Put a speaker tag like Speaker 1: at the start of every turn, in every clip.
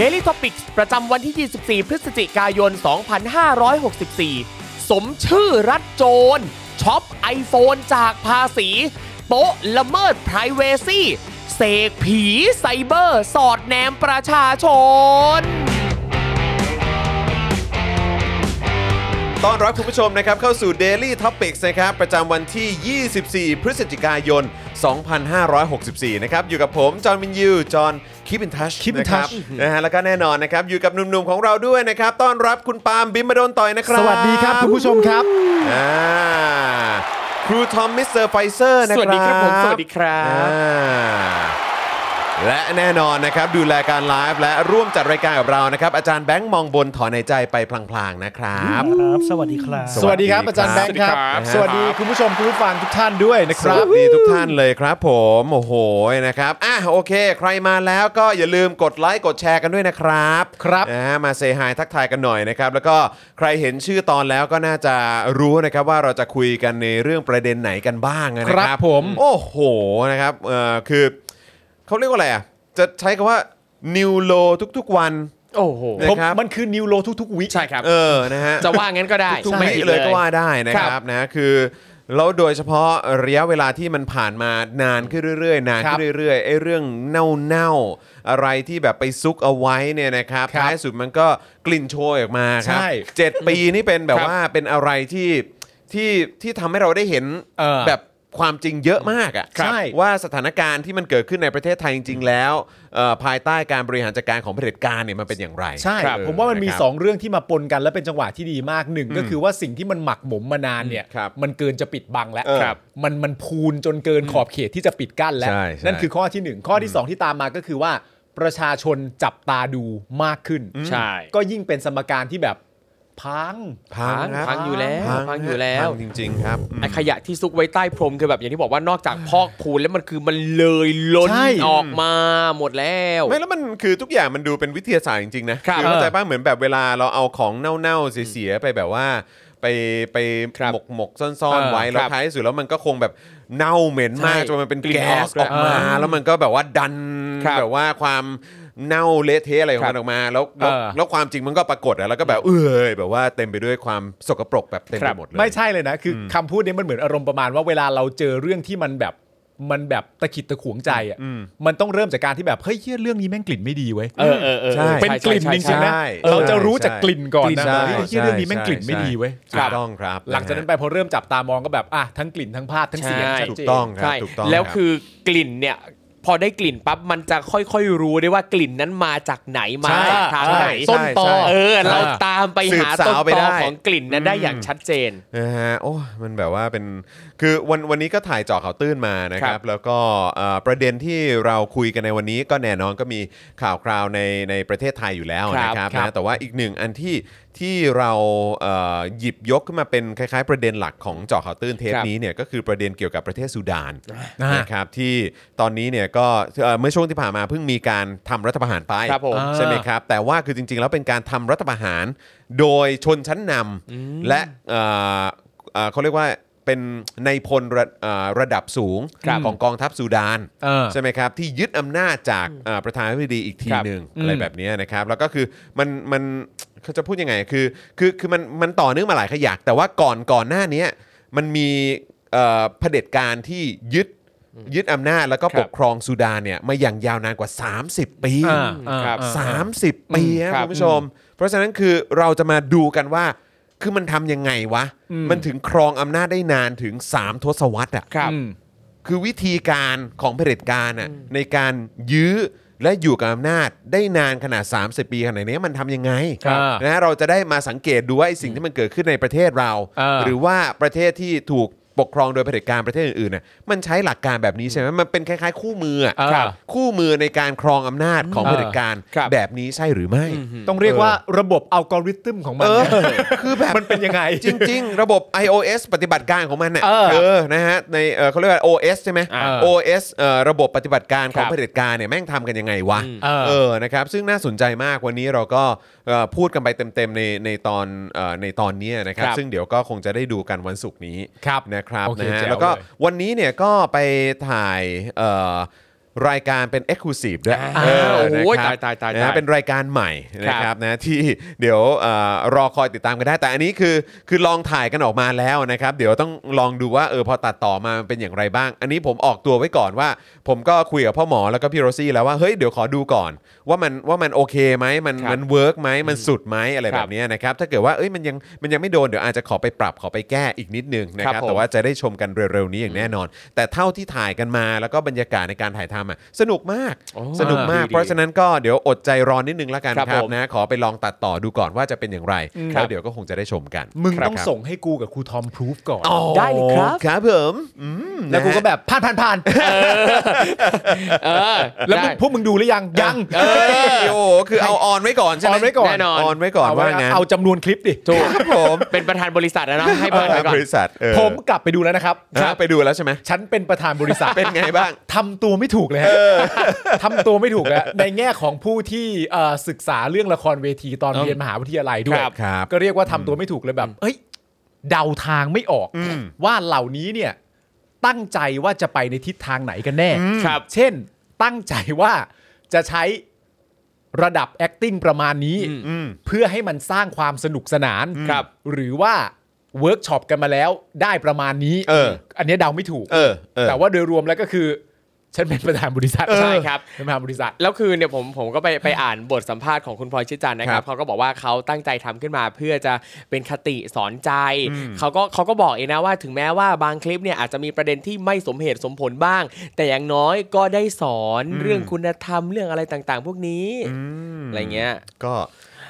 Speaker 1: Daily Topics ประจำวันที่ 24 พฤศจิกายน 2564 สมชื่อรัฐโจรช็อป iPhone จากภาษี โป๊ะละเมิด p r i เวซีเสกผีไซเบอร์ สอดแนมประชาชน
Speaker 2: ต้อนรับคุณผู้ชมนะครับเข้าสู่ Daily Topics นะครับประจำวันที่ 24 พฤศจิกายน 2564 นะครับอยู่กับผม จอห์นวินยูจอห์นคิปินทัช
Speaker 3: Keep in
Speaker 2: นะครั
Speaker 3: touch
Speaker 2: นะฮะแล้วก็แน่นอนนะครับอยู่กับหนุ่มๆของเราด้วยนะครับต้อนรับคุณปาล์มบิมมาโดนต่อยนะครับ
Speaker 3: สวัสดีครับคุณผู้ชมครับ
Speaker 2: อ่าครูทอมมิสเตอร์ไฟเซอร์นะครับ
Speaker 1: สวัสดีครับผมสวัสดีครับ
Speaker 2: อ่าและแน่นอนนะครับดูแลการไลฟ์และร่วมจัดรายการกับเรานะครับอาจารย์แบงค์มองบนถอนในใจไปพลางๆนะครับ
Speaker 4: ครับสวัสดีครับ
Speaker 2: ส
Speaker 3: ส
Speaker 2: วั
Speaker 3: วั
Speaker 2: ส
Speaker 3: ส
Speaker 2: ดี
Speaker 3: ดี
Speaker 2: ค
Speaker 3: ค
Speaker 2: รั
Speaker 3: รั
Speaker 2: บบ
Speaker 3: อาจารย์แบงค์ครับ
Speaker 2: ส
Speaker 3: ส
Speaker 2: วั
Speaker 3: วั
Speaker 2: ส
Speaker 3: ส
Speaker 2: ดี
Speaker 3: ดี
Speaker 2: ครับ
Speaker 3: คุณผู้ชมคุณผู้ฟังทุกท่านด้วยนะค
Speaker 2: ค
Speaker 3: รั
Speaker 2: รับ บดีทุกท่านเลยครับผมโอ้โหนะครับอ่ะโอเค ใครมาแล้วก็อย่าลืมกดไลค์กดแชร์กันด้วยนะครับ
Speaker 3: ครับ
Speaker 2: นะฮะมาเซฮายทักทายกันหน่อยนะครับ แล้วก็ใครเห็นชื่อตอนแล้วก็น่าจะรู้นะครับว่าเราจะคุยกันในเรื่องประเด็นไหนกันบ้างนะค
Speaker 3: ค
Speaker 2: รับ
Speaker 3: รั
Speaker 2: บ
Speaker 3: ผม
Speaker 2: โอ้โหนะครับเอ่อคือเขาเรียกว่าอะไรอ่ะจะใช้คำว่านิวโลทุกๆวัน
Speaker 1: โอ้โห
Speaker 2: นะ
Speaker 3: ผม
Speaker 2: ครับ
Speaker 3: มันคือนิวโลทุกๆวิ
Speaker 1: ใช่ครับ
Speaker 2: เออนะฮะ
Speaker 1: จะว่างั้นก็ได้
Speaker 2: ทุก
Speaker 1: ไม่
Speaker 2: มิ
Speaker 1: ผิ
Speaker 2: ติ
Speaker 1: ด
Speaker 2: เลยก็ว่าได้นะค
Speaker 1: ค
Speaker 2: รั
Speaker 1: รั
Speaker 2: บบ นะคือแล้วโดยเฉพาะระยะเวลาที่มันผ่านมานานขึ้นเรื่อยๆนานขึ้นเรื่อยๆไอ้เรื่องเน่าๆอะไรที่แบบไปซุกเอาไว้เนี่ยนะครับท้ายสุดมันก็กลิ่นโชยออกมาครับ
Speaker 3: ใช่
Speaker 2: เจ็ดปีนี่เป็นแบบว่าเป็นอะไรที่ที่ที่ทำให้เราได้เห็น
Speaker 3: เออ
Speaker 2: แบบความจริงเยอะมากอ่ะ
Speaker 3: ครับใช่
Speaker 2: ว่าสถานการณ์ที่มันเกิดขึ้นในประเทศไทยจริงๆแล้วเอ่อภายใต้การบริหารจัดการของเผด็จการเนี่ยมันเป็นอย่างไร
Speaker 3: ใช่
Speaker 2: ครับ
Speaker 3: ผมว่ามันมี
Speaker 2: ะครับ
Speaker 3: 2 เรื่องที่มาปนกันและเป็นจังหวะที่ดีมากหนึ่งก็คือว่าสิ่งที่มันหมักหมมมานานเนี่ย
Speaker 2: ครับ
Speaker 3: มันเกินจะปิดบังแล้ว
Speaker 2: เออ
Speaker 3: ครับมันมันพูนจนเกินขอบเขตที่จะปิดกั้นแล้ว
Speaker 2: ใช่ใช่
Speaker 3: นั่นคือข้อทีหนึ่งข้อที่สองที่ตามมาก็คือว่าประชาชนจับตาดูมากขึ้น
Speaker 1: ใช่
Speaker 3: ก็ยิ่งเป็นสมการที่แบบพัง
Speaker 2: พังครับ
Speaker 1: พังอยู่แล้วพังอยู่แล้ว
Speaker 2: พังจริง ๆ ครับอืม
Speaker 1: ไอขยะที่ซุกไว้ใต้พรมคือแบบอย่างที่บอกว่านอกจากพอกพูนแล้วมันคือมันเลยล้น
Speaker 3: ใช่
Speaker 1: ออกมาหมดแล้ว
Speaker 2: ไม่แล้วมันคือทุกอย่างมันดูเป็นวิทยาศาสตร์จริงๆนะครับเข้าใจป่ะเหมือนแบบเวลาเราเอาของเน่าๆเสียๆไปแบบว่า ไปไป
Speaker 1: ครับ
Speaker 2: หมกหมกๆซ่อนๆไว้
Speaker 1: เออ
Speaker 2: แล้ว
Speaker 1: ครับ
Speaker 2: ท้ายสุดแล้วมันก็คงแบบเน่าเหม็นมาก
Speaker 1: ใช่
Speaker 2: จนมันเป็น
Speaker 1: กลิ่น
Speaker 2: แก๊ส
Speaker 1: อ
Speaker 2: อ
Speaker 1: อ
Speaker 2: อก ก
Speaker 1: ด้วย
Speaker 2: มา
Speaker 1: เออ
Speaker 2: แล้วมันก็แบบว่าดัน
Speaker 1: ครับ
Speaker 2: แบบว่าความเน่าเละเทะอะไรของ
Speaker 1: ครั
Speaker 2: มั
Speaker 1: บ
Speaker 2: นออกมาแล้วแล้ว
Speaker 1: เออ
Speaker 2: แล้วความจริงมันก็ปรากฏอะแล้วก็แบบเออแบบว่าเต็มไปด้วยความสกปรกแบบเต็ม
Speaker 1: ค
Speaker 2: ไป
Speaker 1: รับ
Speaker 2: หมดเลย
Speaker 3: ไม่ใช่เลยนะ คืออคำพูดนี้มันเหมือนอารมณ์ประมาณว่าเวลาเราเจอเรื่องที่มันแบบมันแบบตะขิดตะขวงใจอ่ะมันต้องเริ่มจากการที่แบบเฮ้ยเหี้ยเรื่องนี้แม่งกลิ่นไม่ดีเว้ย
Speaker 1: เออเออออ
Speaker 2: ใช่
Speaker 3: เป็นกลิ่น
Speaker 1: ใช่
Speaker 3: จริ
Speaker 1: ใช่
Speaker 3: งๆนะ
Speaker 1: ใช่
Speaker 2: ใช่
Speaker 3: เราจะรู้จากกลิ่นก่อนนะ
Speaker 2: ใช่
Speaker 3: เฮ้ยเหี้ยเรื่องนี้แม่งกลิ่นไม่
Speaker 2: ใช่
Speaker 3: ดีเว้ย
Speaker 2: ถูกต้องครับ
Speaker 3: หลังจากนั้นไปพอเริ่มจับตามองก็แบบอ่ะทั้งกลิ่นทั้งภาพทั้งเสียง
Speaker 1: ใช่
Speaker 3: ชัด
Speaker 2: ถูก
Speaker 3: เจน
Speaker 2: ต้องครับ
Speaker 1: ใช่
Speaker 2: ถูกต้อง
Speaker 1: แล้ว
Speaker 2: รับ
Speaker 1: คือกลิ่นเนี่ยพอได้กลิ่นปั๊บมันจะค่อยๆรู้ได้ว่ากลิ่นนั้นมาจากไหนมา
Speaker 3: ใช่
Speaker 1: จากทาง
Speaker 3: ใช่
Speaker 1: ไหน
Speaker 3: ต้นตอ
Speaker 1: ใช่เออ เรา
Speaker 3: ใช่
Speaker 1: ตามไปหา
Speaker 2: สืบสาว
Speaker 1: ต้น
Speaker 2: ไป
Speaker 1: ต
Speaker 2: ได้
Speaker 1: อของกลิ่นนั้นได้อย่างชัดเจน
Speaker 2: นะฮะโอ้ยมันแบบว่าเป็นคือวันวันนี้ก็ถ่ายเจาะข่าวตื้นมานะค
Speaker 1: ค
Speaker 2: รั
Speaker 1: รับ บ
Speaker 2: แล้วก็เอ่อประเด็นที่เราคุยกันในวันนี้ก็แน่นอนก็มีข่าวคราวในในประเทศไทยอยู่แล้วนะค
Speaker 1: ครั
Speaker 2: รับบ
Speaker 1: ครับ
Speaker 2: นะแต่ว่าอีกหนึ่งอันที่ที่เราเอ่อหยิบยกขึ้นมาเป็นคล้ายๆ ประเด็นหลักของเจาะข่าวตื้นเทป
Speaker 1: ครับ
Speaker 2: นี้เนี่ยก็คือประเด็นเกี่ยวกับประเทศสุดาน
Speaker 3: อ่าน
Speaker 2: นะครับที่ตอนนี้เนี่ย ก็เอ่อเมื่อช่วงที่ผ่านมาเพิ่งมีการทำรัฐประหารไป
Speaker 1: ครับผม
Speaker 2: ใช่ไหมครับ แต่ว่าคือจริง ๆ แล้วเป็นการทำรัฐประหาร โดยชนชั้นนำและเอ่อเอ่อเขาเรียกว่าเป็นในพลระเอ่อระดับสูง
Speaker 3: ครับ
Speaker 2: ของกองทัพซูดาน
Speaker 3: เออ
Speaker 2: ใช่ไหมครับ ที่ยึดอำนาจจากเอ่อประธานาธิบดีอีกที
Speaker 3: ครับ
Speaker 2: หนึ่ง
Speaker 3: อืม
Speaker 2: อะไรแบบนี้นะครับ แล้วก็คือมันมันเขาจะพูดยังไงคือคือคือมันมันต่อเนื่องมาหลายขยักแต่ว่าก่อนก่อนหน้าเนี้ยมันมีเอ่อเผด็จการที่ยึดยึดอำนาจแล้วก็
Speaker 1: ครับ
Speaker 2: ปกครองซูดานเนี่ยมาอย่างยาวนานกว่า 30 ปี
Speaker 3: อ่าอ่า
Speaker 1: ครับ
Speaker 3: อ่
Speaker 2: 30 ปีนะ
Speaker 1: ครั
Speaker 2: คุ
Speaker 1: บ
Speaker 2: ณผู้ชม เพราะฉะนั้นคือเราจะมาดูกันว่า คือมันทำยังไงวะ
Speaker 3: อืม
Speaker 2: มันถึงครองอำนาจได้นานถึง 3 ทศวรรษอ่ะ
Speaker 1: ครับ
Speaker 3: อืม
Speaker 2: คือวิธีการของเผด็จการน่ะในการยื้อและอยู่กับอำนาจได้นานขนาด 30 ปีขนาดนี้มันทำยังไง
Speaker 3: ครับ
Speaker 2: นะเราจะได้มาสังเกตดูว่าไอ้สิ่งที่มันเกิดขึ้นในประเทศเรา
Speaker 3: อ่า
Speaker 2: หรือว่าประเทศที่ถูกปกครองโดยเผด็จการประเทศอื่นๆน่ะมันใช้หลักการแบบนี้ใช่ไหมมันเป็นคล้ายๆ คู่มืออะ
Speaker 3: เออ
Speaker 1: ครับ
Speaker 2: คู่มือในการครองอำนาจของเผด็จการ
Speaker 1: ครับ
Speaker 2: แบบนี้ใช่หรือไม่
Speaker 3: ต้องเรียกว่าระบบอัลกอริทึมของมัน
Speaker 2: เออ
Speaker 3: คือแบบมันเป็นยังไง
Speaker 2: จริง ๆ ระบบ iOS ปฏิบัติการของมันน่ะ
Speaker 1: เออ
Speaker 2: เออนะฮะในเอ่อเขาเรียกว่า OS ใช่ไหม
Speaker 3: อ่า
Speaker 2: OS เอ่อระบบปฏิบัติการของ
Speaker 1: ครับ
Speaker 2: เผด็จการเนี่ยแม่งทำกันยังไงวะ
Speaker 1: อืม
Speaker 3: เออ
Speaker 2: เออนะครับซึ่งน่าสนใจมากวันนี้เราก็เอ่อพูดกันไปเต็มๆในในตอนเอ่อในตอนเนี้ยนะครับ
Speaker 1: ครับ
Speaker 2: ซึ่งเดี๋ยวก็คงจะได้ดูกันวันศุกร์นี้
Speaker 3: ครับ
Speaker 2: นะครับ
Speaker 3: โอเค
Speaker 2: นะฮะ
Speaker 3: แจ๋ว
Speaker 2: แล้วก็
Speaker 3: เลย
Speaker 2: วันนี้เนี่ยก็ไปถ่ายเอ่อรายการเป็น Exclusive ด้วย
Speaker 1: อ่า
Speaker 2: เ
Speaker 1: โอ้ย
Speaker 2: นะครับ
Speaker 1: ตายๆตายๆ
Speaker 2: นะฮะ
Speaker 1: ตาย
Speaker 2: เป็น เป็นรายการใหม่นะค
Speaker 1: ครั
Speaker 2: รับบ นะที่เดี๋ยวเออรอคอยติดตามกันได้ แต่อันนี้คือคือลองถ่ายกันออกมาแล้วนะครับ เดี๋ยวต้องลองดูว่าเออพอตัดต่อมามันเป็นอย่างไรบ้าง อันนี้ผมออกตัวไว้ก่อนว่า ผมก็คุยกับพ่อหมอแล้วก็พี่โรซี่แล้วว่าเฮ้ยเดี๋ยวขอดูก่อน ว่ามันว่ามันโอเคไหมมัน
Speaker 1: ครับ
Speaker 2: มันเวิร์กไหมมันสุดไหมอะไร
Speaker 1: ครั
Speaker 2: แบบ บเนี้ยนะครับถ้าเกิดว่าเอ้ยมันยังมันยังไม่โดนเดี๋ยวอาจจะขอไปปรับขอไปแก้อีกนิดนึงนะค
Speaker 1: ค
Speaker 2: รั
Speaker 1: รั
Speaker 2: บบ
Speaker 1: ผม
Speaker 2: แต่ว่าจะได้ชมกันเร็วๆนี้อย่างแน่นอน แต่เท่าที่ถ่ายกันมาแล้วก็บรรยากาศในการถ่ายทำอะสนุกมากสนุกมาก
Speaker 1: ดีๆ
Speaker 2: เพราะฉะนั้นก็เดี๋ยวอดใจรอนิดนึงละกัน
Speaker 1: ครับ
Speaker 2: ครับ
Speaker 1: ผม
Speaker 2: นะขอไปลองตัดต่อดูก่อนว่าจะเป็นอย่างไร
Speaker 3: อืม
Speaker 2: แล้วเดี๋ยวก็คงจะได้ชมกัน
Speaker 3: มึง
Speaker 2: ครับ
Speaker 3: ต้องส่งให้กูกับครูทอมพรูฟก่อน
Speaker 1: ได้เลยครับ
Speaker 2: ครับผมอืม
Speaker 3: แล้วกู
Speaker 2: นะ
Speaker 3: ก็
Speaker 2: ฮะ
Speaker 3: แบบผ่านผ่านผ่าน
Speaker 1: เออ
Speaker 3: แล้วมึง
Speaker 1: ได้
Speaker 3: พวกมึงดูหรือยังยัง
Speaker 2: เอ้ยโอ้โหคือเอาออนไว้ก่อนใช่ไหม
Speaker 3: ออนไว้ก่อน
Speaker 1: แน่นอน
Speaker 2: ออนไว้ก่อน
Speaker 3: เไ
Speaker 2: ว่างั้น
Speaker 3: เอาจำนวนคลิปดิ
Speaker 1: ถูก
Speaker 2: ครับผม
Speaker 1: เป็นประธานบริษัทนะเนาะให้เปิดไว้ก่อบ น
Speaker 2: ริษัทเออ
Speaker 3: ผมกลับไปดูแล้วนะครับ
Speaker 2: นะไปดูแล้วใช่ไหม
Speaker 3: ฉันเป็นประธานบริษัท
Speaker 2: เป็นไงบ้าง
Speaker 3: ทำตัวไม่ถูกเลยฮะทำตัวไม่ถูกแล้ว ในแง่ของผู้ที่เอ่อศึกษาเรื่องละครเวทีตอนเรียนมหาวิทยาลัยด้วย
Speaker 2: ครับครับ
Speaker 3: ก็เรียกว่าทำตัวไม่ถูกเลยแบบเอ้ย เดาทางไม่ออก
Speaker 2: อืม
Speaker 3: ว่าเหล่านี้เนี่ย ตั้งใจว่าจะไปในทิศทางไหนกันแน่
Speaker 2: อืมครับ
Speaker 3: เช่น ตั้งใจว่าจะใช้ระดับ acting ประมาณนี้
Speaker 2: อืม
Speaker 3: เพื่อให้มันสร้างความสนุกสนาน
Speaker 1: ครับ
Speaker 3: หรือว่าเวิร์กช็อปกันมาแล้วได้ประมาณนี้
Speaker 2: เออ
Speaker 3: อันเนี้ยเดาไม่ถูก
Speaker 2: เออเออ
Speaker 3: แต่ว่าโดยรวมแล้วก็คือ ฉันเป็นประธานบริษัท
Speaker 2: เออ
Speaker 1: ใช่ครับ
Speaker 3: เป็นประธานบริษัท
Speaker 1: แล้วคือเนี่ยผมผมก็ไปไปอ่านบทสัมภาษณ์ของคุณพลอยชิดจันทร์นะค
Speaker 2: ครั
Speaker 1: รั
Speaker 2: บบ
Speaker 1: เขาก็บอกว่าเขาตั้งใจทำขึ้นมาเพื่อจะเป็นคติสอนใจเขาก็เขาก็บอกเองนะว่าถึงแม้ว่าบางคลิปเนี่ยอาจจะมีประเด็นที่ไม่สมเหตุสมผลบ้าง แต่อย่างน้อยก็ได้สอนเรื่องคุณธรรมเรื่องอะไรต่างๆ พวกนี้
Speaker 2: ม
Speaker 1: อะไรเงี้ย
Speaker 2: ก็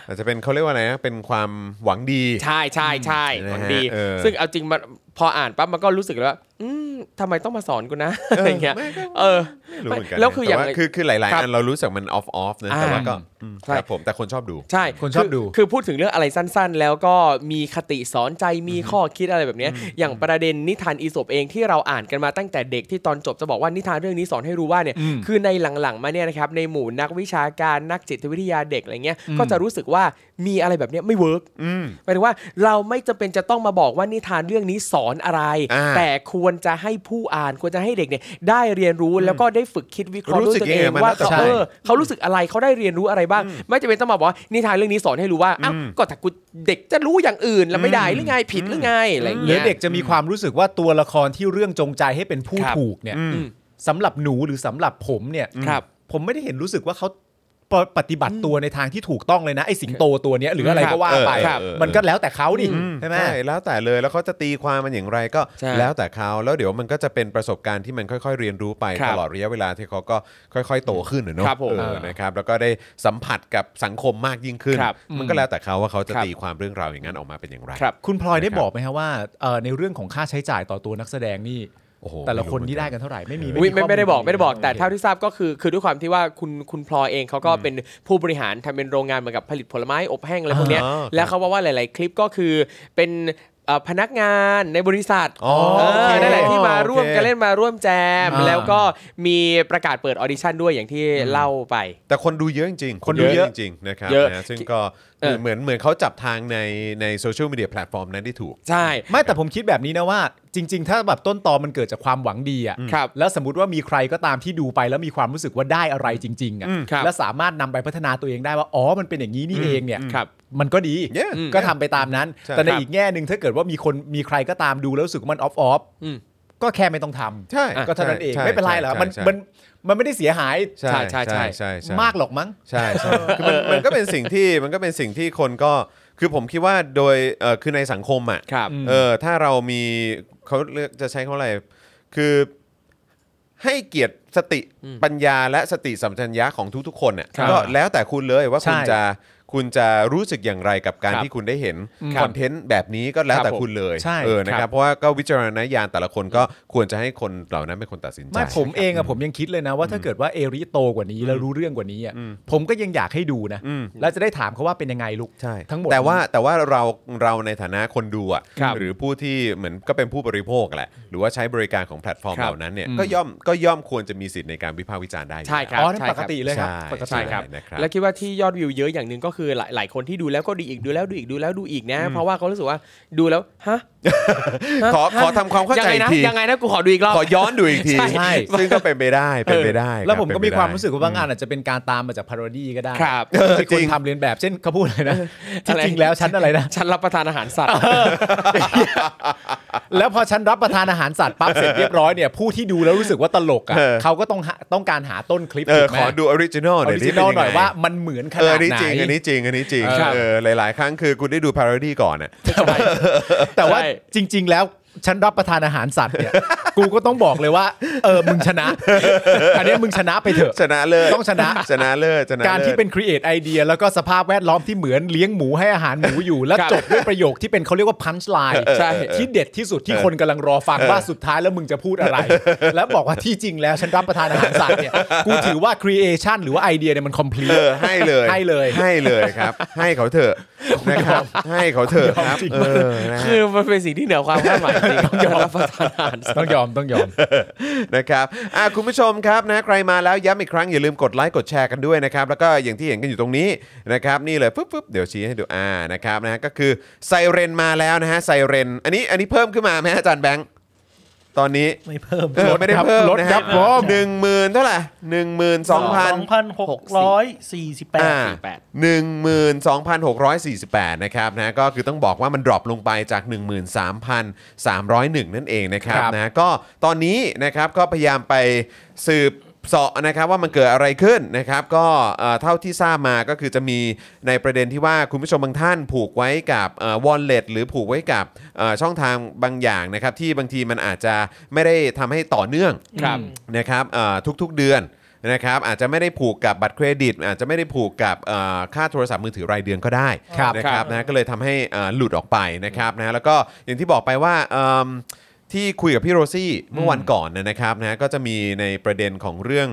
Speaker 2: อาจจะเป็นเขาเรียกว่าอะไรนะเป็นความหวังดี
Speaker 1: ใช่ใช่ใช่
Speaker 2: นะฮะ
Speaker 1: หวังดี
Speaker 2: เออ
Speaker 1: ซึ่งเอาจริงมันพออ่านปั๊บมันก็รู้สึกเลยว่า อืมทำไมต้องมาสอนกูนะอะไรเงี้ย
Speaker 2: ไม่ก็
Speaker 1: เออ
Speaker 2: ไม่รู้เหมือนกันนะ
Speaker 1: แล้วคืออย่าง
Speaker 2: ต่คือคือหลายๆ
Speaker 1: ครับ
Speaker 2: อันเรารู้สึกมันออฟออฟนะแต่ว่าก็อืม
Speaker 1: ใช่
Speaker 2: ครับผมแต่คนชอบดู
Speaker 1: ใช่
Speaker 3: คนชอบ
Speaker 1: อ
Speaker 3: ดู
Speaker 1: คือพูดถึงเรื่องอะไรสั้นๆ แล้วก็มีคติสอนใจมีข้อคิดอะไรแบบเนี้ยอย่างประเด็นนิทานอีสปเองที่เราอ่านกันมาตั้งแต่เด็กที่ตอนจบจะบอกว่านิทานเรื่องนี้สอนให้รู้ว่าเนี่ยคือในหลังๆมาเนี่ยนะครับในหมู่นักวิชาการนักจิตวิทยาเด็กอะไรเงี้ยก็จะรู้สึกว่ามีอะไรแบบเนี้ยไม่เวิร์ก
Speaker 2: อืม
Speaker 1: หมายถึงว่าเราไม่จำเป็นจะต้องมาบอกว่านิทานเรื่องนี้สอนอะไร
Speaker 2: อ่า
Speaker 1: แต่ควรจะให้ผู้อ่านควรจะให้เด็กเนี่ยได้เรียนรู้แล้วก็ได้ฝึกคิดวิเคราะห์ด้วยตัวเองว่าเขาเออเขารู้สึกอะไรเขาได้เรียนรู้อะไรบ้าง ไม่จำเป็นต้องมาบอกว่านิทานเรื่องนี้สอนให้รู้ว่าอ้าวก็ถ้ากูเด็กจะรู้อย่างอื่นแล้วไม่ได้หรือไงผิดหรือไงอะไรอย่าง
Speaker 3: หรื
Speaker 1: เงี้
Speaker 3: อย เด็กจะมีความรู้สึกว่าตัวละครที่เรื่องจงใจให้เป็นผู้
Speaker 1: ครับ
Speaker 3: ถูกเนี่ย
Speaker 2: อืม
Speaker 3: สำหรับหนูหรือสำหรับผมเนี่ย
Speaker 1: ครับ
Speaker 3: ผมไม่ได้เห็นรู้สึกว่าเขาปปฏิบัติตัวในทางที่ถูกต้องเลยนะไอ้สิงโตตัวเนี้ยหรืออะไร
Speaker 1: ครับ
Speaker 3: ก็ว่าไป
Speaker 2: ครับเออ
Speaker 3: มันก็แล้วแต่เขาดิใช่ไหม
Speaker 2: ใช่แล้วแต่เลยแล้วเขาจะตีความมันอย่างไรก็
Speaker 1: ใช่
Speaker 2: แล้วแต่เขาแล้วเดี๋ยวมันก็จะเป็นประสบการณ์ที่มันค่อยๆ เรียนรู้ไป
Speaker 1: ครับ
Speaker 2: ตลอดระยะเวลาที่เขาก็ค่อย ๆ โตขึ้นน่ะเนอะ
Speaker 1: ครับผม
Speaker 2: เออนะครับแล้วก็ได้สัมผัสกับสังคมมากยิ่งขึ้น
Speaker 1: ครับ
Speaker 2: มันก็แล้วแต่เขาว่าเขาจะ
Speaker 1: ครับ
Speaker 2: ตีความเรื่องราวอย่างนั้นออกมาเป็นอย่างไร
Speaker 1: ครับ
Speaker 3: คุณพลอยได้
Speaker 2: นะครับ
Speaker 3: บอกไหมฮะว่าเอ่อในเรื่องของค่าใช้จ่ายต่อตัวนักแสดงนี่
Speaker 2: โอ้โห
Speaker 3: แต่ละคน
Speaker 2: ม่รู้
Speaker 3: นี่ได้กันเท่าไหร่ไม่มี
Speaker 1: อุ๊ยไม่
Speaker 3: ข้ล
Speaker 1: ไม่ได้บอกไม่ได้บอกแต่
Speaker 3: โเค
Speaker 1: เท่าที่ทราบก็คือคือด้วยความที่ว่าคุณคุณพลอยเองเขาก็เป็นผู้บริหารทำเป็นโรงงานเหมือนกับผลิตผลไม้อบแห้งอะไรพวกเนี้ย
Speaker 2: อ่า
Speaker 1: แล้วเขาบอกว่าหลาย ๆ คลิปก็คือเป็น เอ่อพนักงานในบริษัท
Speaker 2: อ๋อ
Speaker 1: เอ
Speaker 2: โอเค
Speaker 1: อนั่นแหละที่มาร่วม
Speaker 2: โอเค
Speaker 1: กันเล่นมาร่วมแจม
Speaker 2: อ่า
Speaker 1: แล้วก็มีประกาศเปิดออดิชั่นด้วยอย่างที่เล่าไป
Speaker 2: แต่คนดูเยอะจริงๆ
Speaker 3: คนดูเยอะ
Speaker 2: จริงๆนะครับ
Speaker 1: เยอะ
Speaker 2: นะซึ่งก็
Speaker 1: เออ
Speaker 2: เหมือนเหมือนเขาจับทางในในโซเชียลมีเดียแพลตฟอร์มนั้นได้ถูก
Speaker 1: ใช่
Speaker 3: ไม่แต่ผมคิดแบบนี้นะว่า จริง ๆ ถ้าแบบต้นตอมันเกิดจากความหวังดีอ่ะ
Speaker 1: ครับ
Speaker 3: แล้วสมมติว่ามีใครก็ตามที่ดูไป แล้วมีความรู้สึกว่าได้อะไรจริงๆอ่ะ
Speaker 1: อืมครับ
Speaker 3: และสามารถนำไปพัฒนาตัวเองได้ว่าอ๋อมันเป็นอย่างนี้นี่เองเนี่ย
Speaker 1: ครับ
Speaker 3: มันก็ดี
Speaker 2: Yeah
Speaker 3: ก็ทำไปตามนั้น
Speaker 2: ใช่
Speaker 3: แต่ใน
Speaker 1: ครับ
Speaker 3: อีกแง่หนึ่งถ้าเกิดว่ามีคนมีใครก็ตามดูแล้วรู้สึกว่ามันออฟออฟ
Speaker 1: อืม
Speaker 3: ก็แค่ไม่ต้องทำ
Speaker 2: ใช่
Speaker 3: ก็เท่านั้นเอง
Speaker 2: ใช่
Speaker 3: ไม่เป็นไร
Speaker 2: ใช่
Speaker 3: หรอก
Speaker 2: ใช่
Speaker 3: มัน
Speaker 2: ใช่
Speaker 3: มันมันไม่ได้เสียหาย
Speaker 2: ใช่
Speaker 1: ใช่
Speaker 2: ใช่ใช่
Speaker 1: ใช่
Speaker 2: ใช่ใช่
Speaker 3: มากหรอกมั้ง
Speaker 2: ใช่ใช่คือมันมันก็เป็นสิ่งที่มันก็เป็นสิ่งที่คนก็คือผมคิดว่าโดยเอ่อคือในสังคมอ่ะ
Speaker 1: ครับ
Speaker 2: เออถ้าเรามีเขาเลือกจะใช้เขาอะไร คือให้เกียรติสติปัญญาและสติสัมปชัญญะของทุกๆคนเนี่ย
Speaker 1: ครับ
Speaker 2: ก็แล้วแต่คุณเลยว่าคุณ
Speaker 3: ใช่
Speaker 2: จะคุณจะรู้สึกอย่างไรกับการ
Speaker 1: ครับ
Speaker 2: ที่คุณได้เห็น
Speaker 1: ครับ
Speaker 2: คอนเทนต์แบบนี้ก็แล้วแต่
Speaker 1: ครับผม
Speaker 2: คุณเลย
Speaker 3: ใช่
Speaker 2: เออนะค
Speaker 1: ครั
Speaker 2: รับบ เพราะว่าก็วิจารณญาณแต่ละคนก็ควรจะให้คนเหล่านั้นเป็นคนตัดสินใจ
Speaker 3: ไม่ผมเองอะผมยังคิดเลยนะว่าถ้าเกิดว่าเอริโตกว่านี้แล้วรู้เรื่องกว่านี้อะผมก็ยังอยากให้ดูนะ
Speaker 2: อืม
Speaker 3: แล้วจะได้ถามเขาว่าเป็นยังไงลูก
Speaker 2: ใช่
Speaker 3: ทั้งหมด
Speaker 2: แต่ว่าแต่ว่าเราเราในฐานะคนดูอ่ะ
Speaker 1: ครับ
Speaker 2: หรือผู้ที่เหมือนก็เป็นผู้บริโภคแหละหรือว่าใช้บริการของแพลตฟอร์ม
Speaker 1: ครับ
Speaker 2: เหล่านั้นเนี่ย
Speaker 3: อืม
Speaker 2: ก็ย่อมก็ย่อมควรจะมีสิทธิ์ในการวิพากษ์วิจารณ์ได้อยู่
Speaker 1: ใช่ค
Speaker 2: แล้ว
Speaker 3: อ๋
Speaker 1: รับ
Speaker 3: อนั่น
Speaker 1: ใช่
Speaker 3: ปกติเลยครับ
Speaker 2: ใช่
Speaker 3: ปกติ
Speaker 1: ใช่ครับ
Speaker 2: นะครับ
Speaker 1: แล้วคิดว่าที่ยอดวิวเยอะอย่างหนึ่งก็คือหลายหลายคนที่ดูแล้วก็ดูอีกดูแล้วดูอีกดูแล้วดูอีกนะ เพราะว่าเขารู้สึกว่าดูแล้วฮะฮะ
Speaker 2: ขอ
Speaker 1: ฮะ
Speaker 2: ขอทำความเข้าใจ
Speaker 1: ยังไงนะ
Speaker 2: อีกที
Speaker 1: ยังไงนะกูขอดูอีกรอบ
Speaker 2: ขอย้อนดูอีกที
Speaker 1: ใช่
Speaker 2: ซึ่งก็เป็นไปได้เป็นไปได้
Speaker 3: แล้วผม
Speaker 2: รับ
Speaker 3: ก็มี
Speaker 2: เป็นไปได้
Speaker 3: ความรู้สึกว่าบางงานอาจจะเป็นการตามมาจากพาร o ดีก็ได้
Speaker 1: ครับ
Speaker 3: ที่
Speaker 2: จ
Speaker 3: ค
Speaker 2: ริ
Speaker 3: น
Speaker 2: ง
Speaker 3: ทำเรียนแบบเช่นเขาพูดเลยนะที่
Speaker 1: อะไร
Speaker 3: จริงแล้วฉันอะไรนะ
Speaker 1: ฉันรับประทานอาหารสัตว์
Speaker 3: แล้วพอฉันรับประทานอาหารสัตว์ปั๊บเสร็จเรียบร้อยเนี่ยผู้ที่ดูแล้วรู้สึกว่าตลกอ่ะ
Speaker 2: เออ
Speaker 3: เขาก็ต้องหาต้องการหาต้นคลิป
Speaker 2: เออ
Speaker 3: ถูกไห
Speaker 2: ข
Speaker 3: ม
Speaker 2: อดูออริจินอล
Speaker 3: อ
Speaker 2: หน่
Speaker 3: อ
Speaker 2: อย
Speaker 3: ริ
Speaker 2: ดิ
Speaker 3: จินอล
Speaker 2: เป็
Speaker 3: หน่อย
Speaker 2: งไง
Speaker 3: ว่ามันเหมือนข
Speaker 2: เออ
Speaker 3: นาด
Speaker 2: อันนี้
Speaker 3: ไหน
Speaker 2: จริงอันนี้จริงอันนี้จริง
Speaker 1: ครับ
Speaker 2: เออหลาย ๆ ครั้งคือคุณได้ดูพาราดีก่อนอ่ะ
Speaker 3: แต่ว่า
Speaker 1: ใช่
Speaker 3: จริง ๆ แล้วฉันรับประทานอาหารสัตว์เนี่ย กูก็ต้องบอกเลยว่า เออมึงชนะ อันเนี้ยมึงชนะไปเถอะ
Speaker 2: ชนะเลิศ
Speaker 3: ต้องชนะ
Speaker 2: ชนะเลิศชนะ
Speaker 3: การที่
Speaker 2: ลิศ
Speaker 3: เป็นครีเอทไอเดียแล้วก็สภาพแวดล้อมที่เหมือนเลี้ยงหมูให้อาหารหมูอยู่ และ
Speaker 1: ครับ
Speaker 3: จบด้วยประโยคที่เป็นเขาเรียกว่าพันช์ไลน์
Speaker 1: ใช่
Speaker 3: ที่เด็ดที่สุดที่คนกำลังรอฟังว่าสุดท้ายแล้วมึงจะพูด อะไร แล้วบอกว่าที่จริงแล้วฉันรับประทานอาหารสัตว์เนี่ยกูถือว่าครีเอชันหรือว่าไอเดียเนี่ยมันคอมพลี
Speaker 2: เออให้เลย
Speaker 3: ให้เลย
Speaker 2: ให้เลย ครับ ให้เขาเถอะนะครับ ให้เขาเถอะครับเออนะ
Speaker 1: คือมันเป็นสิ่งที่เหนือความคาดหมายจริงการรับประทานอาหารสัตว์
Speaker 3: ต้องยอมต้องยอม
Speaker 2: นะครับอ่ะคุณผู้ชมครับนะใครมาแล้วย้ำอีกครั้งอย่าลืมกดไลค์กดแชร์กันด้วยนะครับ แล้วก็อย่างที่เห็นกันอยู่ตรงนี้นะครับนี่เลยปุ๊บปุ๊บเดี๋ยวชี้ให้ดูอ่านะครับนะก็คือไซเรนมาแล้วนะฮะไซเรนอันนี้อันนี้เพิ่มขึ้นมาไหมฮะอาจารย์แบงค์ตอนนี้
Speaker 4: ไม่เพิ่ม
Speaker 2: เออไม่ได้เพิ่ม
Speaker 3: ลด
Speaker 2: นะ
Speaker 3: ครั
Speaker 2: ฮะ
Speaker 3: บผม
Speaker 2: หนึ่งหมื่นเท่าไหร่หนึ่งหมื่นสองพัน
Speaker 4: หกร้อยสี่สิบแปด
Speaker 2: หนึ่งหมื่นสองพันหกร้อยสี่สิบแปดนะครับนะก็คือต้องบอกว่ามันดรอปลงไปจาก 13,301 นั่นเองนะครับ
Speaker 3: ครับ
Speaker 2: นะก็ตอนนี้นะครับก็พยายามไปสืบเสาะนะครับว่ามันเกิดอะไรขึ้นนะครับก็เอ่อเท่าที่ทราบมาก็คือจะมีในประเด็นที่ว่าคุณผู้ชมบางท่านผูกไว้กับวอลเล็ตหรือผูกไว้กับเอ่อช่องทางบางอย่างนะครับที่บางทีมันอาจจะไม่ได้ทำให้ต่อเนื่อง
Speaker 1: ครับ
Speaker 2: นะครับเอ่อทุกๆเดือนนะครับอาจจะไม่ได้ผูกกับบัตรเครดิต อาจจะไม่ได้ผูกกับเอ่อค่าโทรศัพท์มือถือรายเดือนก็ได้
Speaker 3: ครับ
Speaker 2: นะครับนะก็เลยทำให้เอ่อหลุดออกไปนะครับนะแล้วก็อย่างที่บอกไปว่าเอิ่มที่คุยกับพี่โรซี่เมื่อวันก่อนนะครับนะก็จะมีในประเด็นของเรื่อง